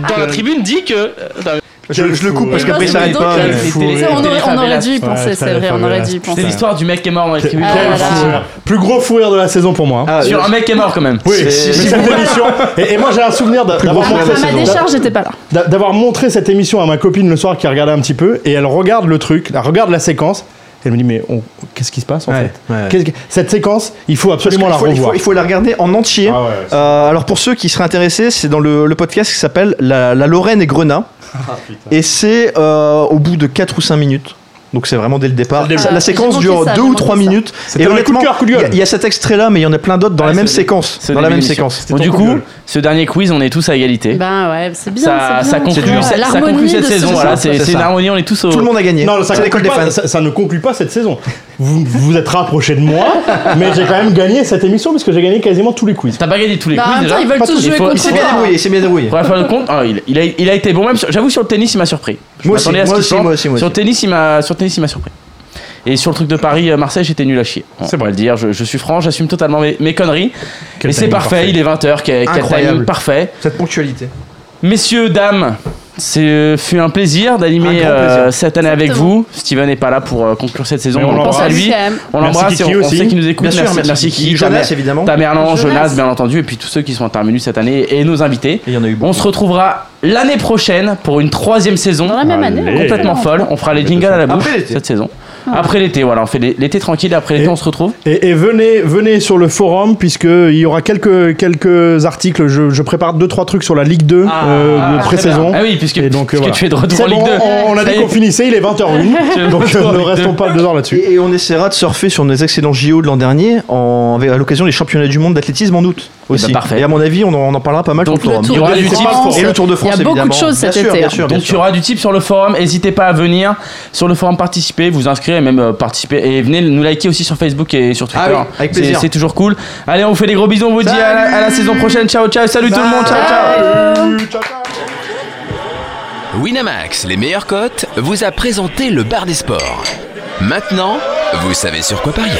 Speaker 3: Euh.
Speaker 14: dans la tribune dit que. Attends.
Speaker 4: Je, je le coupe parce
Speaker 14: Quel
Speaker 4: qu'après ça arrive
Speaker 14: fourré.
Speaker 4: pas.
Speaker 14: Quel
Speaker 4: mais-
Speaker 14: fourré.
Speaker 6: Ça, on aurait- on aurait dû y
Speaker 5: Ouais,
Speaker 6: penser, c'est vrai, on aurait dû y
Speaker 5: Putain.
Speaker 6: penser.
Speaker 3: C'est l'histoire du mec qui est mort dans les tribunes.
Speaker 6: Ah là là.
Speaker 5: Plus gros fou rire de la saison pour moi. hein.
Speaker 3: Sur un mec qui est mort quand même.
Speaker 5: Oui, mais cette émission. Et, et moi j'ai un souvenir d'a- d'avoir
Speaker 6: Enfin,
Speaker 5: montré
Speaker 6: à ma
Speaker 5: cette saison.
Speaker 6: décharge, Ah, j'étais pas là.
Speaker 5: D'a- d'avoir montré cette émission à ma copine le soir qui regardait un petit peu et elle regarde le truc, elle regarde la séquence. Elle me dit mais on- qu'est-ce qui se passe en fait
Speaker 4: ouais.
Speaker 5: Qu'est-ce que- Cette séquence, il faut
Speaker 4: Parce
Speaker 5: absolument
Speaker 4: qu'il
Speaker 5: la
Speaker 4: faut- il faut,
Speaker 5: revoir.
Speaker 4: il faut la regarder en entier.
Speaker 5: Ah ouais, c'est-
Speaker 4: Euh, alors pour ceux qui seraient intéressés, c'est dans le, le podcast qui s'appelle la, La Lorraine et Grenat.
Speaker 5: Ah,
Speaker 4: et c'est euh, au bout de 4 ou 5 minutes. Donc c'est vraiment dès le départ.
Speaker 5: début.
Speaker 4: Ça- la
Speaker 5: Ah,
Speaker 4: séquence
Speaker 5: j'ai
Speaker 4: dure
Speaker 5: manqué ça,
Speaker 4: 2
Speaker 5: j'ai
Speaker 4: ou
Speaker 5: manqué
Speaker 4: 3
Speaker 5: ça.
Speaker 4: minutes.
Speaker 5: C'était
Speaker 4: Et
Speaker 5: dans les coups
Speaker 4: honnêtement,
Speaker 5: de cœur, coup de
Speaker 4: il
Speaker 5: gueule. Ah,
Speaker 4: y a- il y, a cet extrait-là, mais il y en a plein d'autres dans la même séquence. Dans la même séquence.
Speaker 3: Bon, du coup, euh, ce dernier quiz, on est tous à égalité.
Speaker 6: Ben ouais, c'est bien.
Speaker 3: ça,
Speaker 6: c'est
Speaker 3: ça
Speaker 6: bien.
Speaker 3: conclut, ça- ça
Speaker 6: L'harmonie
Speaker 3: conclut
Speaker 6: de
Speaker 3: cette
Speaker 6: ce
Speaker 3: saison.
Speaker 6: jeu.
Speaker 3: Voilà, c'est
Speaker 4: C'est
Speaker 3: c'est une
Speaker 4: ça.
Speaker 3: harmonie, on est tous au.
Speaker 4: Tout le monde a gagné.
Speaker 5: Non, ça,
Speaker 4: euh, C'est l'école
Speaker 5: conclut
Speaker 4: des fans.
Speaker 5: pas- ça- ça ne conclut pas cette saison. Vous vous êtes rapproché de moi, mais j'ai quand même gagné cette émission parce que j'ai gagné quasiment tous les quiz.
Speaker 3: T'as pas gagné tous les
Speaker 6: Bah, en
Speaker 3: quiz
Speaker 6: même
Speaker 3: déjà.
Speaker 6: temps, ils veulent
Speaker 3: Pas
Speaker 6: tous
Speaker 3: tous.
Speaker 6: jouer
Speaker 3: Il faut-
Speaker 6: contre
Speaker 3: il faut-
Speaker 6: toi.
Speaker 5: Ah.
Speaker 4: Il s'est bien débrouillé.
Speaker 3: Faudrait faire le compte. Ah, il, il a, il a été bon, même. sur- J'avoue, sur le tennis, il m'a surpris. Je
Speaker 4: Moi aussi,
Speaker 3: m'attendais à ce
Speaker 4: moi
Speaker 3: qu'il
Speaker 4: aussi,
Speaker 3: plante.
Speaker 4: moi aussi, moi
Speaker 3: Sur le
Speaker 4: aussi.
Speaker 3: tennis, il m'a sur le tennis, il m'a surpris. Et sur le truc de Paris, euh, Marseille, j'étais nul à chier. On va le dire, je, je suis franc, j'assume totalement mes, mes conneries.
Speaker 4: Quel
Speaker 3: et c'est
Speaker 4: timing
Speaker 3: parfait,
Speaker 4: parfait.
Speaker 3: il est 20h, quel, quel
Speaker 4: Incroyable.
Speaker 3: timing parfait.
Speaker 4: Cette ponctualité.
Speaker 3: Messieurs, dames, c'est euh, fut un plaisir d'animer
Speaker 4: Un grand plaisir.
Speaker 3: euh, cette année avec
Speaker 4: Exactement.
Speaker 3: vous. Steven n'est pas là pour euh, conclure cette saison,
Speaker 4: Mais on
Speaker 3: donc on pense
Speaker 4: l'embrasse.
Speaker 3: à lui.
Speaker 4: Merci, Am.
Speaker 3: On
Speaker 4: Merci
Speaker 3: l'embrasse et on,
Speaker 4: Kiki
Speaker 3: on sait
Speaker 4: aussi.
Speaker 3: qu'il nous écoute.
Speaker 4: Bien sûr, merci Kiki,
Speaker 3: ta
Speaker 4: Jonas,
Speaker 3: mère-
Speaker 4: évidemment.
Speaker 3: Ta mère Lange,
Speaker 4: Jonas.
Speaker 3: Jonas, bien entendu, et puis tous ceux qui sont intervenus cette année et nos invités. on se retrouvera l'année prochaine pour une troisième saison.
Speaker 6: Dans la même année, Allez.
Speaker 3: Complètement
Speaker 6: on
Speaker 3: folle.
Speaker 6: fera.
Speaker 3: On fera les jingles à la bouche
Speaker 5: Après l'été.
Speaker 3: cette saison. Après l'été, voilà, on fait les- l'été tranquille, après l'été on se retrouve.
Speaker 5: Et, et venez, venez sur le forum puisque il y aura quelques quelques articles. Je, je prépare deux trois trucs sur la Ligue 2 euh,
Speaker 3: ah,
Speaker 5: de
Speaker 3: très
Speaker 5: pré-saison.
Speaker 3: bien. Ah oui, puisque-
Speaker 5: Et donc,
Speaker 4: euh,
Speaker 5: euh,
Speaker 3: puisque tu es de retour
Speaker 5: C'est
Speaker 3: en Ligue
Speaker 5: bon,
Speaker 3: 2.
Speaker 5: On, on a
Speaker 3: Ça
Speaker 5: dit
Speaker 3: y est.
Speaker 5: qu'on finissait. Il est
Speaker 3: Tu es
Speaker 5: 20h01.
Speaker 3: de
Speaker 5: donc euh,
Speaker 3: retour en
Speaker 5: ne
Speaker 3: Ligue
Speaker 5: restons
Speaker 3: deux.
Speaker 5: pas deux heures là-dessus.
Speaker 4: Et, et on essaiera de surfer sur nos excellents JO de l'an dernier en, avec- à l'occasion des championnats du monde d'athlétisme en août aussi.
Speaker 3: Eh ben, parfait.
Speaker 4: Et à mon avis, on en, on en parlera pas mal
Speaker 3: Donc,
Speaker 4: sur le
Speaker 3: le
Speaker 4: forum.
Speaker 3: Tour Il y aura de du France. tips.
Speaker 4: et le Tour de
Speaker 3: Il y a
Speaker 4: France.
Speaker 3: beaucoup de
Speaker 4: évidemment.
Speaker 3: choses cet
Speaker 4: Bien sûr,
Speaker 3: été,
Speaker 4: Bien
Speaker 3: hein.
Speaker 4: sûr, bien
Speaker 3: Donc il y
Speaker 4: sûr.
Speaker 3: aura du type sur le forum, n'hésitez pas à venir sur le forum participer, vous inscrire et même euh, participer et venez nous liker aussi sur Facebook et sur Twitter.
Speaker 4: Ah oui, avec
Speaker 3: C'est-
Speaker 4: plaisir.
Speaker 3: C'est toujours cool. Allez, on vous fait des gros bisous, on vous dit à la, à la saison prochaine. Ciao ciao, salut tout le monde, ciao ciao.
Speaker 1: Winamax, les meilleures cotes, vous a présenté le bar des sports. Maintenant, vous savez sur quoi parier.